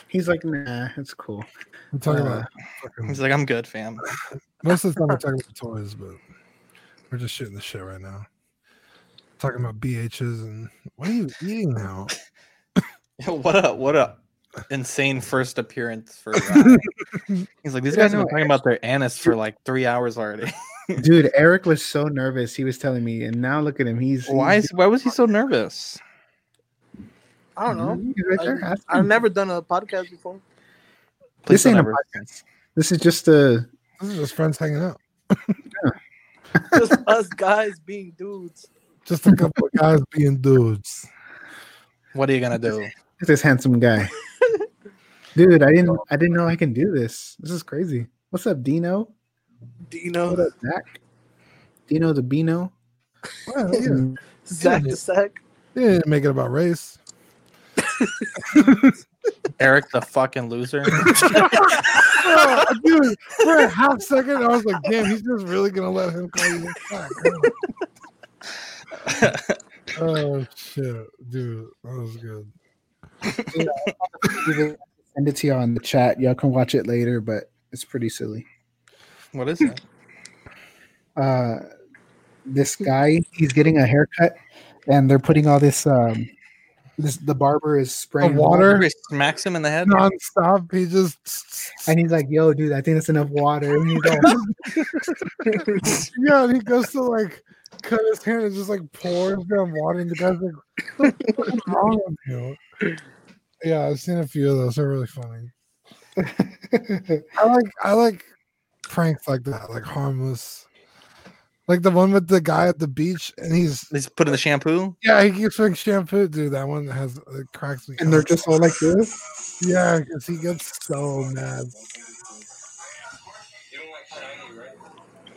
Speaker 1: He's like, nah, it's cool.
Speaker 8: I'm talking
Speaker 2: Uh,
Speaker 8: about fucking-
Speaker 2: He's like, I'm good, fam.
Speaker 8: most of the time we're talking about toys, but we're just shooting the shit right now. Talking about BHs and what are you eating now?
Speaker 2: what a what a insane first appearance for Rye. He's like, these
Speaker 1: Yeah,
Speaker 2: guys
Speaker 1: no,
Speaker 2: have been talking about their anise for like three hours already.
Speaker 1: Dude, Eric was so nervous. He was telling me, and now look at him. He's
Speaker 2: why
Speaker 1: he's-
Speaker 2: is why was he so nervous?
Speaker 10: I don't know.
Speaker 1: He's right there.
Speaker 10: I,
Speaker 1: Ask
Speaker 2: Mm-hmm.
Speaker 10: I've
Speaker 1: him.
Speaker 10: never done a podcast before.
Speaker 1: This
Speaker 2: don't
Speaker 1: ain't a
Speaker 2: ever-
Speaker 1: podcast. This is just a
Speaker 8: This is just friends hanging out.
Speaker 10: Just us guys being dudes.
Speaker 8: Just a couple of guys being dudes.
Speaker 2: What are you gonna do?
Speaker 1: look at this handsome guy. Dude, I didn't I didn't know I can do this. This is crazy. What's up, Dino? What
Speaker 10: Dino,
Speaker 1: up, Zach? Dino the Beano.
Speaker 8: Well, yeah.
Speaker 1: Mm-hmm.
Speaker 10: Zach the Sack.
Speaker 8: They didn't make it about race.
Speaker 2: Eric the fucking loser.
Speaker 8: Oh, dude, for a half second, I was like, damn, he's just really gonna let him call you this back. oh shit, dude. That was good.
Speaker 1: Send it to y'all in the chat. Y'all can watch it later, but it's pretty silly.
Speaker 2: what is it?
Speaker 1: Uh this guy, he's getting a haircut, and they're putting all this um this the barber is spraying
Speaker 8: water?
Speaker 2: Everybody smacks him in the head.
Speaker 8: Non-stop, he just
Speaker 1: and he's like, "Yo, dude, I think that's enough water." And he's all,
Speaker 8: yeah, and he goes to like cut his hand and just like pours down water, and the guy's like, What's wrong with you? Yeah, I've seen a few of those. They're really funny. I like I like pranks like that, like harmless. Like the one with the guy at the beach and he's
Speaker 2: He's put in the shampoo.
Speaker 8: yeah, he keeps putting shampoo, dude. That one has it cracks me.
Speaker 1: and they're
Speaker 8: up.
Speaker 1: just all like this.
Speaker 8: yeah, because he gets so mad.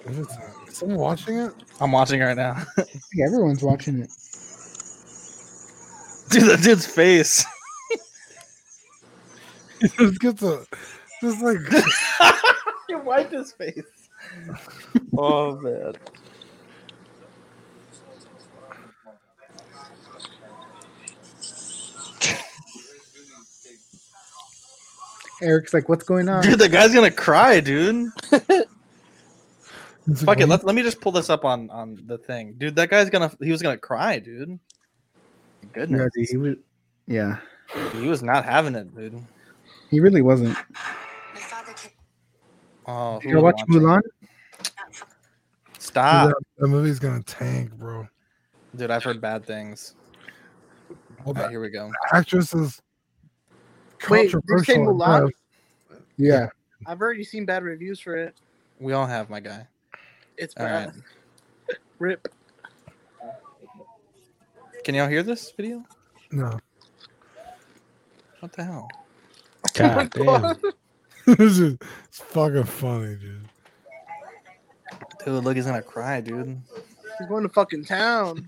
Speaker 8: What is that? Is someone watching it?
Speaker 2: I'm watching right now.
Speaker 1: I think everyone's watching it.
Speaker 2: Dude, that dude's face.
Speaker 8: He just gets a just like
Speaker 2: you wiped his face. oh man.
Speaker 1: Eric's like, "What's going on?"
Speaker 2: Dude, the guy's gonna cry, dude.
Speaker 8: he's like,
Speaker 2: Fuck it.
Speaker 8: "What
Speaker 2: Let, let me just pull this up on on the thing, dude. That guy's gonna he was gonna cry, dude.
Speaker 1: Yeah,
Speaker 2: Goodness,
Speaker 1: dude, he was, yeah,
Speaker 2: he was not having it, dude.
Speaker 1: he really wasn't.
Speaker 2: Oh,
Speaker 1: Did
Speaker 2: who
Speaker 1: you
Speaker 2: was
Speaker 1: watch
Speaker 2: watching?
Speaker 1: Mulan?
Speaker 8: Dude,
Speaker 2: Stop,
Speaker 8: that, that movie's gonna tank, bro.
Speaker 2: dude. I've heard bad things.
Speaker 8: Well,
Speaker 2: All right,
Speaker 8: the
Speaker 2: here we go.
Speaker 8: actress is
Speaker 10: Wait, did you say
Speaker 8: controversial and
Speaker 10: Mulan?
Speaker 8: rough.
Speaker 1: Yeah,
Speaker 10: I've already seen bad reviews for it.
Speaker 2: We all have my guy.
Speaker 10: It's
Speaker 2: All
Speaker 10: bad.
Speaker 2: right.
Speaker 10: Rip.
Speaker 2: Can y'all hear this video?
Speaker 8: No,
Speaker 2: What the hell?
Speaker 4: God damn.
Speaker 8: This is- it's fucking funny, dude.
Speaker 2: Dude, look, he's gonna cry, dude.
Speaker 10: He's going to fucking town.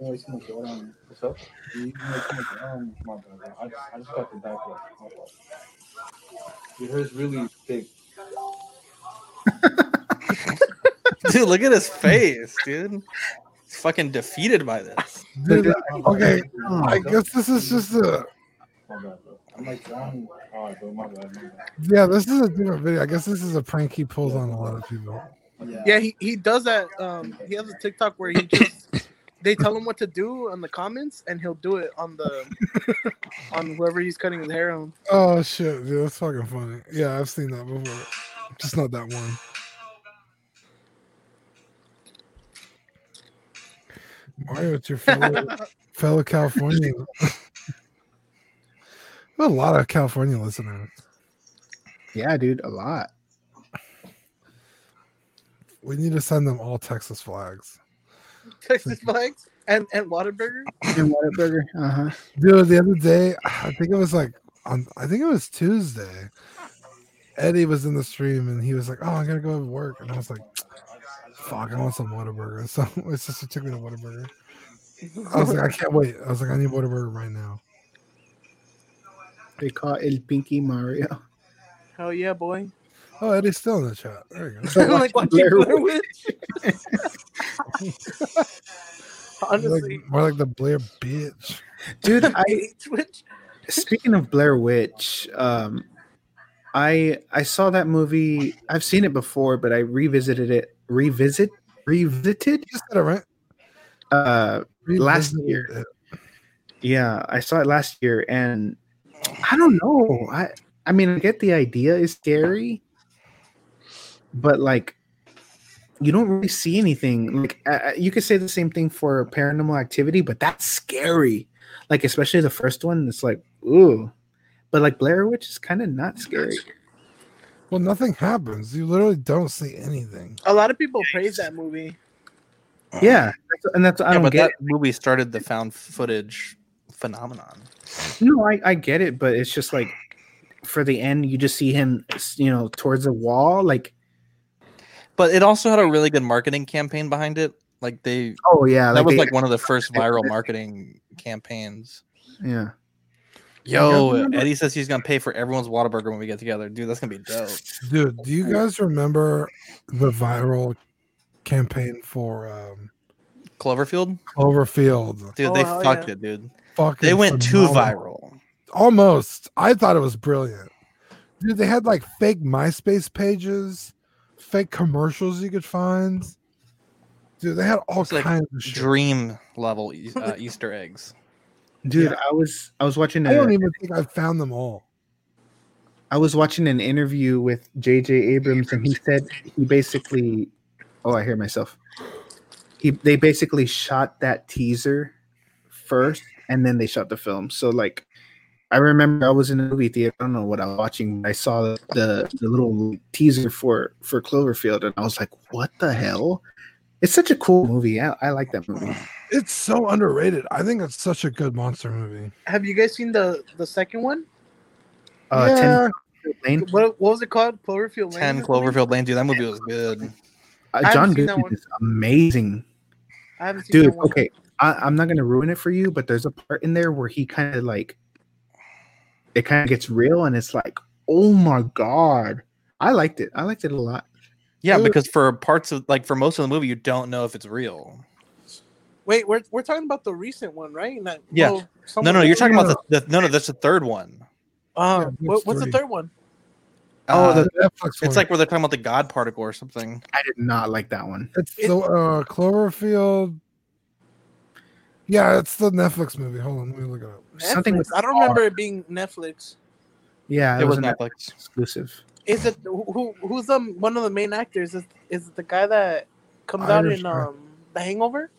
Speaker 2: Dude, look at his face, dude. He's fucking defeated by this.
Speaker 8: Dude, okay, I guess this is just a. Yeah, this is a different video. I guess this is a prank he pulls on a lot of people.
Speaker 10: Yeah, he, he does that. Um, he has a TikTok where he just they tell him what to do on the comments, and he'll do it on the on whoever he's cutting his hair on.
Speaker 8: Oh shit, dude, that's fucking funny. Yeah, I've seen that before. Just not that one. Mario, it's your fellow, fellow Californian. We have a lot of California listeners.
Speaker 1: Yeah, dude, a lot.
Speaker 8: We need to send them all Texas flags.
Speaker 3: Texas flags and and Whataburger.
Speaker 1: And Whataburger. Uh huh.
Speaker 8: Dude, the other day, I think it was like on I think it was Tuesday. Eddie was in the stream and he was like, Oh, I'm gonna go to work. And I was like, Fuck, I want some Whataburger. So my sister took me to Whataburger. I was like, I can't wait. I was like, I need Whataburger right now.
Speaker 1: They call El Pinky Mario.
Speaker 3: Hell yeah, boy.
Speaker 8: Oh, Eddie's still in the chat. There you go.
Speaker 3: like watching Blair Witch. Honestly,
Speaker 8: Like, more like the Blair bitch.
Speaker 1: Dude, I
Speaker 3: Twitch.
Speaker 1: Speaking of Blair Witch, um, I I saw that movie. I've seen it before, but I revisited it. Revisit revisited
Speaker 8: You said it right.
Speaker 1: uh, last
Speaker 8: Revisited
Speaker 1: year.
Speaker 8: it.
Speaker 1: Yeah, I saw it last year, and I don't know. I I mean, I get the idea is scary, but like, you don't really see anything. Like, I- I- you could say the same thing for Paranormal Activity, but that's scary. Like, especially the first one. It's like, ooh, but like Blair Witch is kind of not scary.
Speaker 8: Well, nothing happens. You literally don't see anything.
Speaker 3: A lot of people praise that movie.
Speaker 1: Yeah, that's, and that's I
Speaker 2: yeah,
Speaker 1: don't
Speaker 2: but
Speaker 1: get.
Speaker 2: that movie started the found footage phenomenon.
Speaker 1: it. No, I I get it, but it's just like for the end, you just see him, you know, towards the wall, like.
Speaker 2: But it also had a really good marketing campaign behind it. Like they
Speaker 1: Oh yeah,
Speaker 2: that was
Speaker 1: they-
Speaker 2: like one of the first viral marketing campaigns.
Speaker 1: yeah.
Speaker 2: Yo,
Speaker 1: remember-
Speaker 2: Eddie says he's gonna pay for everyone's Whataburger when we get together. Dude, that's gonna be dope.
Speaker 8: Dude, do you guys remember the viral campaign for um
Speaker 2: Cloverfield?
Speaker 8: Cloverfield?
Speaker 2: Dude,
Speaker 3: Oh,
Speaker 2: they
Speaker 3: hell
Speaker 2: fucked
Speaker 3: yeah.
Speaker 2: it, dude.
Speaker 8: Fucking
Speaker 2: They went too
Speaker 8: phenomenal.
Speaker 2: viral.
Speaker 8: Almost. I thought it was brilliant. Dude, they had like fake MySpace pages, fake commercials you could find. Dude, they had all
Speaker 2: It's like
Speaker 8: kinds of shit.
Speaker 2: Dream level e- uh, Easter eggs.
Speaker 1: Dude, I was I was watching
Speaker 8: I
Speaker 1: a,
Speaker 8: don't
Speaker 1: I,
Speaker 8: even think I found them all.
Speaker 1: was watching an interview with JJ Abrams and he said he basically oh I hear myself. He they basically shot that teaser first and then they shot the film. So like I remember I was in a movie theater. I don't know what I was watching. But I saw the, the little teaser for for Cloverfield, and I was like, "What the hell?" It's such a cool movie. I, I like that movie.
Speaker 8: It's so underrated. I think it's such a good monster movie.
Speaker 3: Have you guys seen the the second one?
Speaker 1: Uh,
Speaker 8: yeah.
Speaker 1: Ten Lane.
Speaker 3: What what was it called? Cloverfield Lane.
Speaker 2: Ten
Speaker 3: or something?
Speaker 2: Cloverfield Lane, dude. That movie was good.
Speaker 1: Uh,
Speaker 3: haven't
Speaker 1: John
Speaker 3: seen that
Speaker 1: Goodman
Speaker 3: one.
Speaker 1: is amazing.
Speaker 3: I haven't seen
Speaker 1: dude
Speaker 3: that one.
Speaker 1: okay I, i'm not gonna ruin it for you but there's a part in there where he kind of like it kind of gets real and it's like oh my god i liked it i liked it a lot
Speaker 2: Yeah,
Speaker 8: Dude.
Speaker 2: because for parts of like for most of the movie, you don't know if it's real.
Speaker 3: Wait, we're we're talking about the recent one, right? Not,
Speaker 2: Yeah.
Speaker 3: well,
Speaker 2: No,
Speaker 3: someone-
Speaker 2: no, you're talking about the, the no, no. That's the third one.
Speaker 3: Uh,
Speaker 8: Yeah, that's
Speaker 3: what, what's the
Speaker 8: three.
Speaker 3: third one?
Speaker 1: Oh,
Speaker 2: Uh,
Speaker 8: the Netflix
Speaker 2: it's
Speaker 8: one.
Speaker 2: like where they're talking about the God particle or something.
Speaker 1: i did not like that one
Speaker 8: It's
Speaker 3: It-
Speaker 8: the uh, Cloverfield. Yeah, it's the Netflix movie. Hold on, let me look it up.
Speaker 1: Something
Speaker 3: Netflix.
Speaker 1: with
Speaker 3: I don't remember it being Netflix.
Speaker 1: yeah
Speaker 2: It was
Speaker 1: an
Speaker 2: Netflix.
Speaker 1: exclusive
Speaker 3: Is it who who- who's um one of the main actors? Is is it the guy that comes out
Speaker 8: Irish
Speaker 3: in
Speaker 8: guy.
Speaker 3: um The Hangover?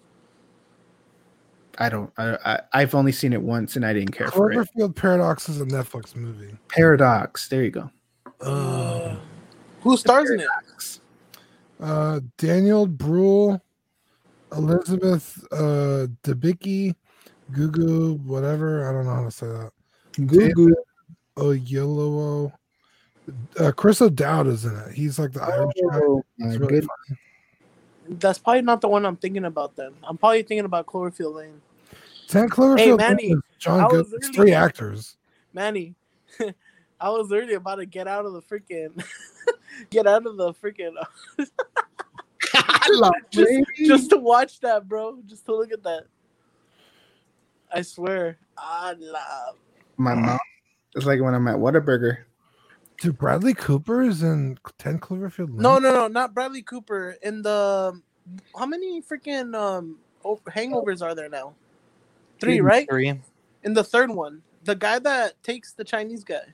Speaker 1: i don't I, I i've only seen it once and i didn't care for it
Speaker 8: Cloverfield Paradox is a Netflix movie.
Speaker 1: paradox there you go
Speaker 8: Uh,
Speaker 3: Who stars in it?
Speaker 8: uh, Daniel Bruhl, Elizabeth uh, Debicki, Gugu, whatever. I don't know how to say that.
Speaker 1: Google.
Speaker 8: Oyelowo. Uh, Chris O'Dowd is in it. He's like the Irish guy.
Speaker 1: Oh,
Speaker 8: It's
Speaker 1: my
Speaker 8: really
Speaker 1: good-
Speaker 3: That's probably not the one I'm thinking about. Then I'm probably thinking about Cloverfield Lane.
Speaker 8: Ten Cloverfield. Lane
Speaker 3: Manny,
Speaker 8: is
Speaker 3: I
Speaker 8: John
Speaker 3: was
Speaker 8: Good.
Speaker 3: literally-
Speaker 8: Three actors.
Speaker 3: Manny, I was literally about to get out of the freaking, get out of the freaking, just, just to watch that, bro. Just to look at that. I swear, I love.
Speaker 1: my mom it's like when i'm at Whataburger.
Speaker 8: Dude, Bradley Cooper is in Ten Cloverfield. Lane?
Speaker 3: No, no, no, not Bradley Cooper. In the how many freaking um o- hangovers are there now? Three, right?
Speaker 2: Three.
Speaker 3: In the third one, the guy that takes the Chinese guy,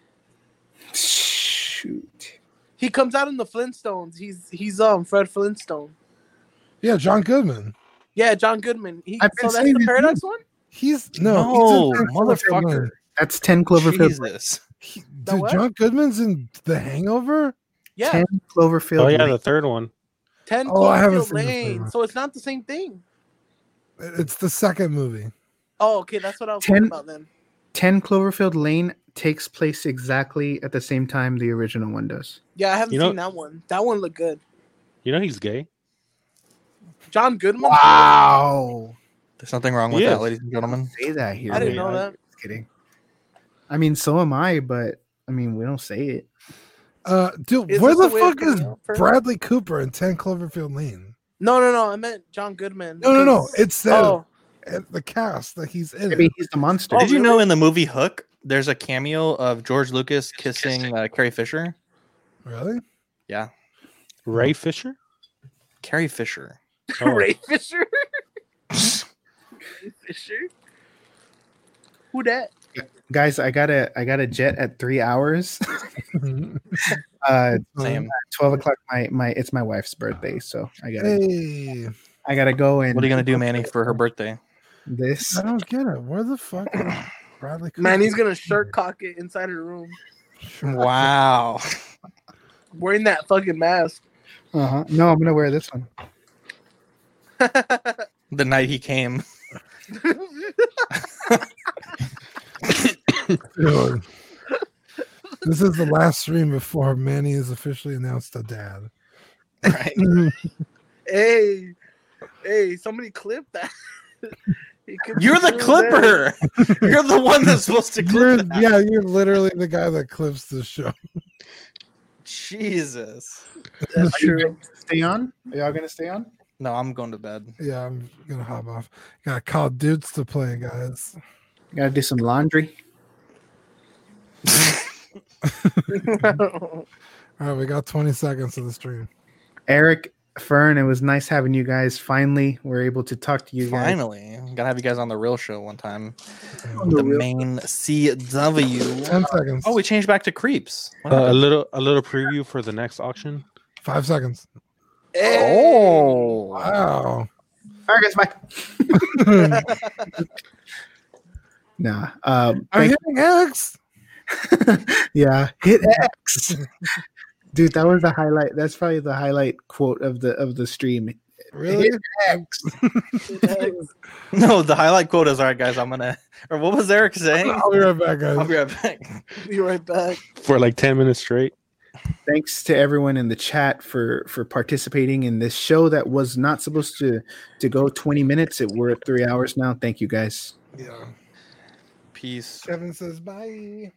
Speaker 1: shoot
Speaker 3: he comes out in the Flintstones. He's he's um Fred Flintstone.
Speaker 8: Yeah, John Goodman.
Speaker 10: Yeah, John Goodman. He,
Speaker 1: I've
Speaker 10: so
Speaker 1: been
Speaker 10: that's
Speaker 1: saying
Speaker 10: the
Speaker 1: his
Speaker 10: Paradox one.
Speaker 8: He's no,
Speaker 1: No,
Speaker 8: he's in
Speaker 1: motherfucker.
Speaker 8: Cloverfield
Speaker 1: That's ten Cloverfield.
Speaker 8: Jesus.
Speaker 2: This.
Speaker 8: Lane.
Speaker 10: The
Speaker 8: Dude,
Speaker 10: what?
Speaker 8: John Goodman's in The Hangover.
Speaker 10: Yeah,
Speaker 1: Ten Cloverfield.
Speaker 4: Oh yeah,
Speaker 1: Lane.
Speaker 4: the third one.
Speaker 10: ten
Speaker 8: Oh, I haven't
Speaker 10: Cloverfield
Speaker 8: seen the third
Speaker 10: Lane.
Speaker 8: one.
Speaker 10: So it's not the same thing.
Speaker 8: It's the second movie.
Speaker 10: Oh, okay, that's what I was
Speaker 1: Ten-
Speaker 10: talking about then.
Speaker 1: ten Cloverfield Lane takes place exactly at the same time the original one does.
Speaker 10: Yeah, I haven't
Speaker 4: You know-
Speaker 10: seen that one. That one looked good.
Speaker 4: You know he's gay.
Speaker 10: John Goodman.
Speaker 1: Wow.
Speaker 2: There's nothing wrong with
Speaker 4: Yes.
Speaker 2: that, ladies and gentlemen.
Speaker 1: Say that here.
Speaker 10: I didn't
Speaker 1: man.
Speaker 10: know that.
Speaker 1: Just kidding. I mean, so am I, but I mean, we don't say it.
Speaker 8: Uh, dude,
Speaker 10: Is
Speaker 8: where
Speaker 10: this
Speaker 8: the
Speaker 10: the way of
Speaker 8: fuck is
Speaker 10: coming out for-
Speaker 8: Bradley Cooper in Ten Cloverfield Lane?
Speaker 10: No, no, no. I meant John Goodman.
Speaker 8: No, no, no.
Speaker 10: 'cause-
Speaker 8: It's the
Speaker 10: oh,
Speaker 8: at the cast that he's in.
Speaker 1: Maybe
Speaker 8: it.
Speaker 1: he's the monster.
Speaker 2: Did you know in the movie Hook, there's a cameo of George Lucas kissing uh, Carrie Fisher?
Speaker 8: Really?
Speaker 2: Yeah,
Speaker 4: Ray Fisher.
Speaker 2: Carrie Fisher.
Speaker 4: Oh,
Speaker 10: Ray Fisher. Ray Fisher. Who that?
Speaker 1: Guys, I gotta I got to jet at three hours. uh
Speaker 2: Same.
Speaker 1: twelve o'clock my my it's my wife's birthday, so I gotta
Speaker 8: hey,
Speaker 1: I gotta go and
Speaker 2: What are you gonna do, Manny, for her birthday?
Speaker 1: this.
Speaker 8: I don't get it. Where the fuck is Bradley Cooper?
Speaker 10: Man, he's gonna shirt cock it inside her room,
Speaker 8: Sure.
Speaker 2: Wow.
Speaker 10: wearing that fucking mask.
Speaker 1: Uh-huh. No, I'm gonna wear this one.
Speaker 2: The night he came.
Speaker 8: Dude. this is the last stream before Manny is officially announced a dad.
Speaker 2: Right.
Speaker 10: hey, hey, somebody clip that. He could be
Speaker 2: You're the
Speaker 10: doing that.
Speaker 2: clipper. You're the one that's supposed to
Speaker 8: You're,
Speaker 2: clip that.
Speaker 8: yeah, you're literally the guy that clips the show.
Speaker 2: Jesus.
Speaker 10: That's true.
Speaker 1: Stay on? Are y'all gonna stay on?
Speaker 2: No, I'm going to bed.
Speaker 8: Yeah, I'm gonna hop off. Got call dudes to play, guys.
Speaker 1: gotta do some laundry.
Speaker 8: All right, we got 20 seconds of the stream.
Speaker 1: Eric Fern, it was nice having you guys. Finally, we're able to talk to you guys.
Speaker 2: Finally, gotta have you guys on the real show one time.
Speaker 1: the
Speaker 2: The, main CW.
Speaker 8: 10 seconds.
Speaker 2: Oh, we changed back to creeps. What
Speaker 4: Uh, a
Speaker 2: happened?
Speaker 4: little a little preview for the next auction.
Speaker 8: Five seconds.
Speaker 2: Oh.
Speaker 10: Hey,
Speaker 8: Wow.
Speaker 1: All right, guys, bye. nah. Um,
Speaker 8: I'm
Speaker 1: thank-
Speaker 8: hitting X.
Speaker 1: yeah, hit X. Dude, that was the highlight. That's probably the highlight quote of the of the stream.
Speaker 8: Really?
Speaker 1: X.
Speaker 2: No, the highlight quote is all right, guys. I'm gonna. Or what was Eric saying?
Speaker 8: I'll be right back, guys.
Speaker 2: I'll be right back.
Speaker 10: be right back.
Speaker 4: for like 10 minutes straight.
Speaker 1: Thanks to everyone in the chat for for participating in this show that was not supposed to to go 20 minutes. It we're at three hours now. Thank you guys.
Speaker 8: Yeah.
Speaker 2: Peace.
Speaker 8: Kevin says bye.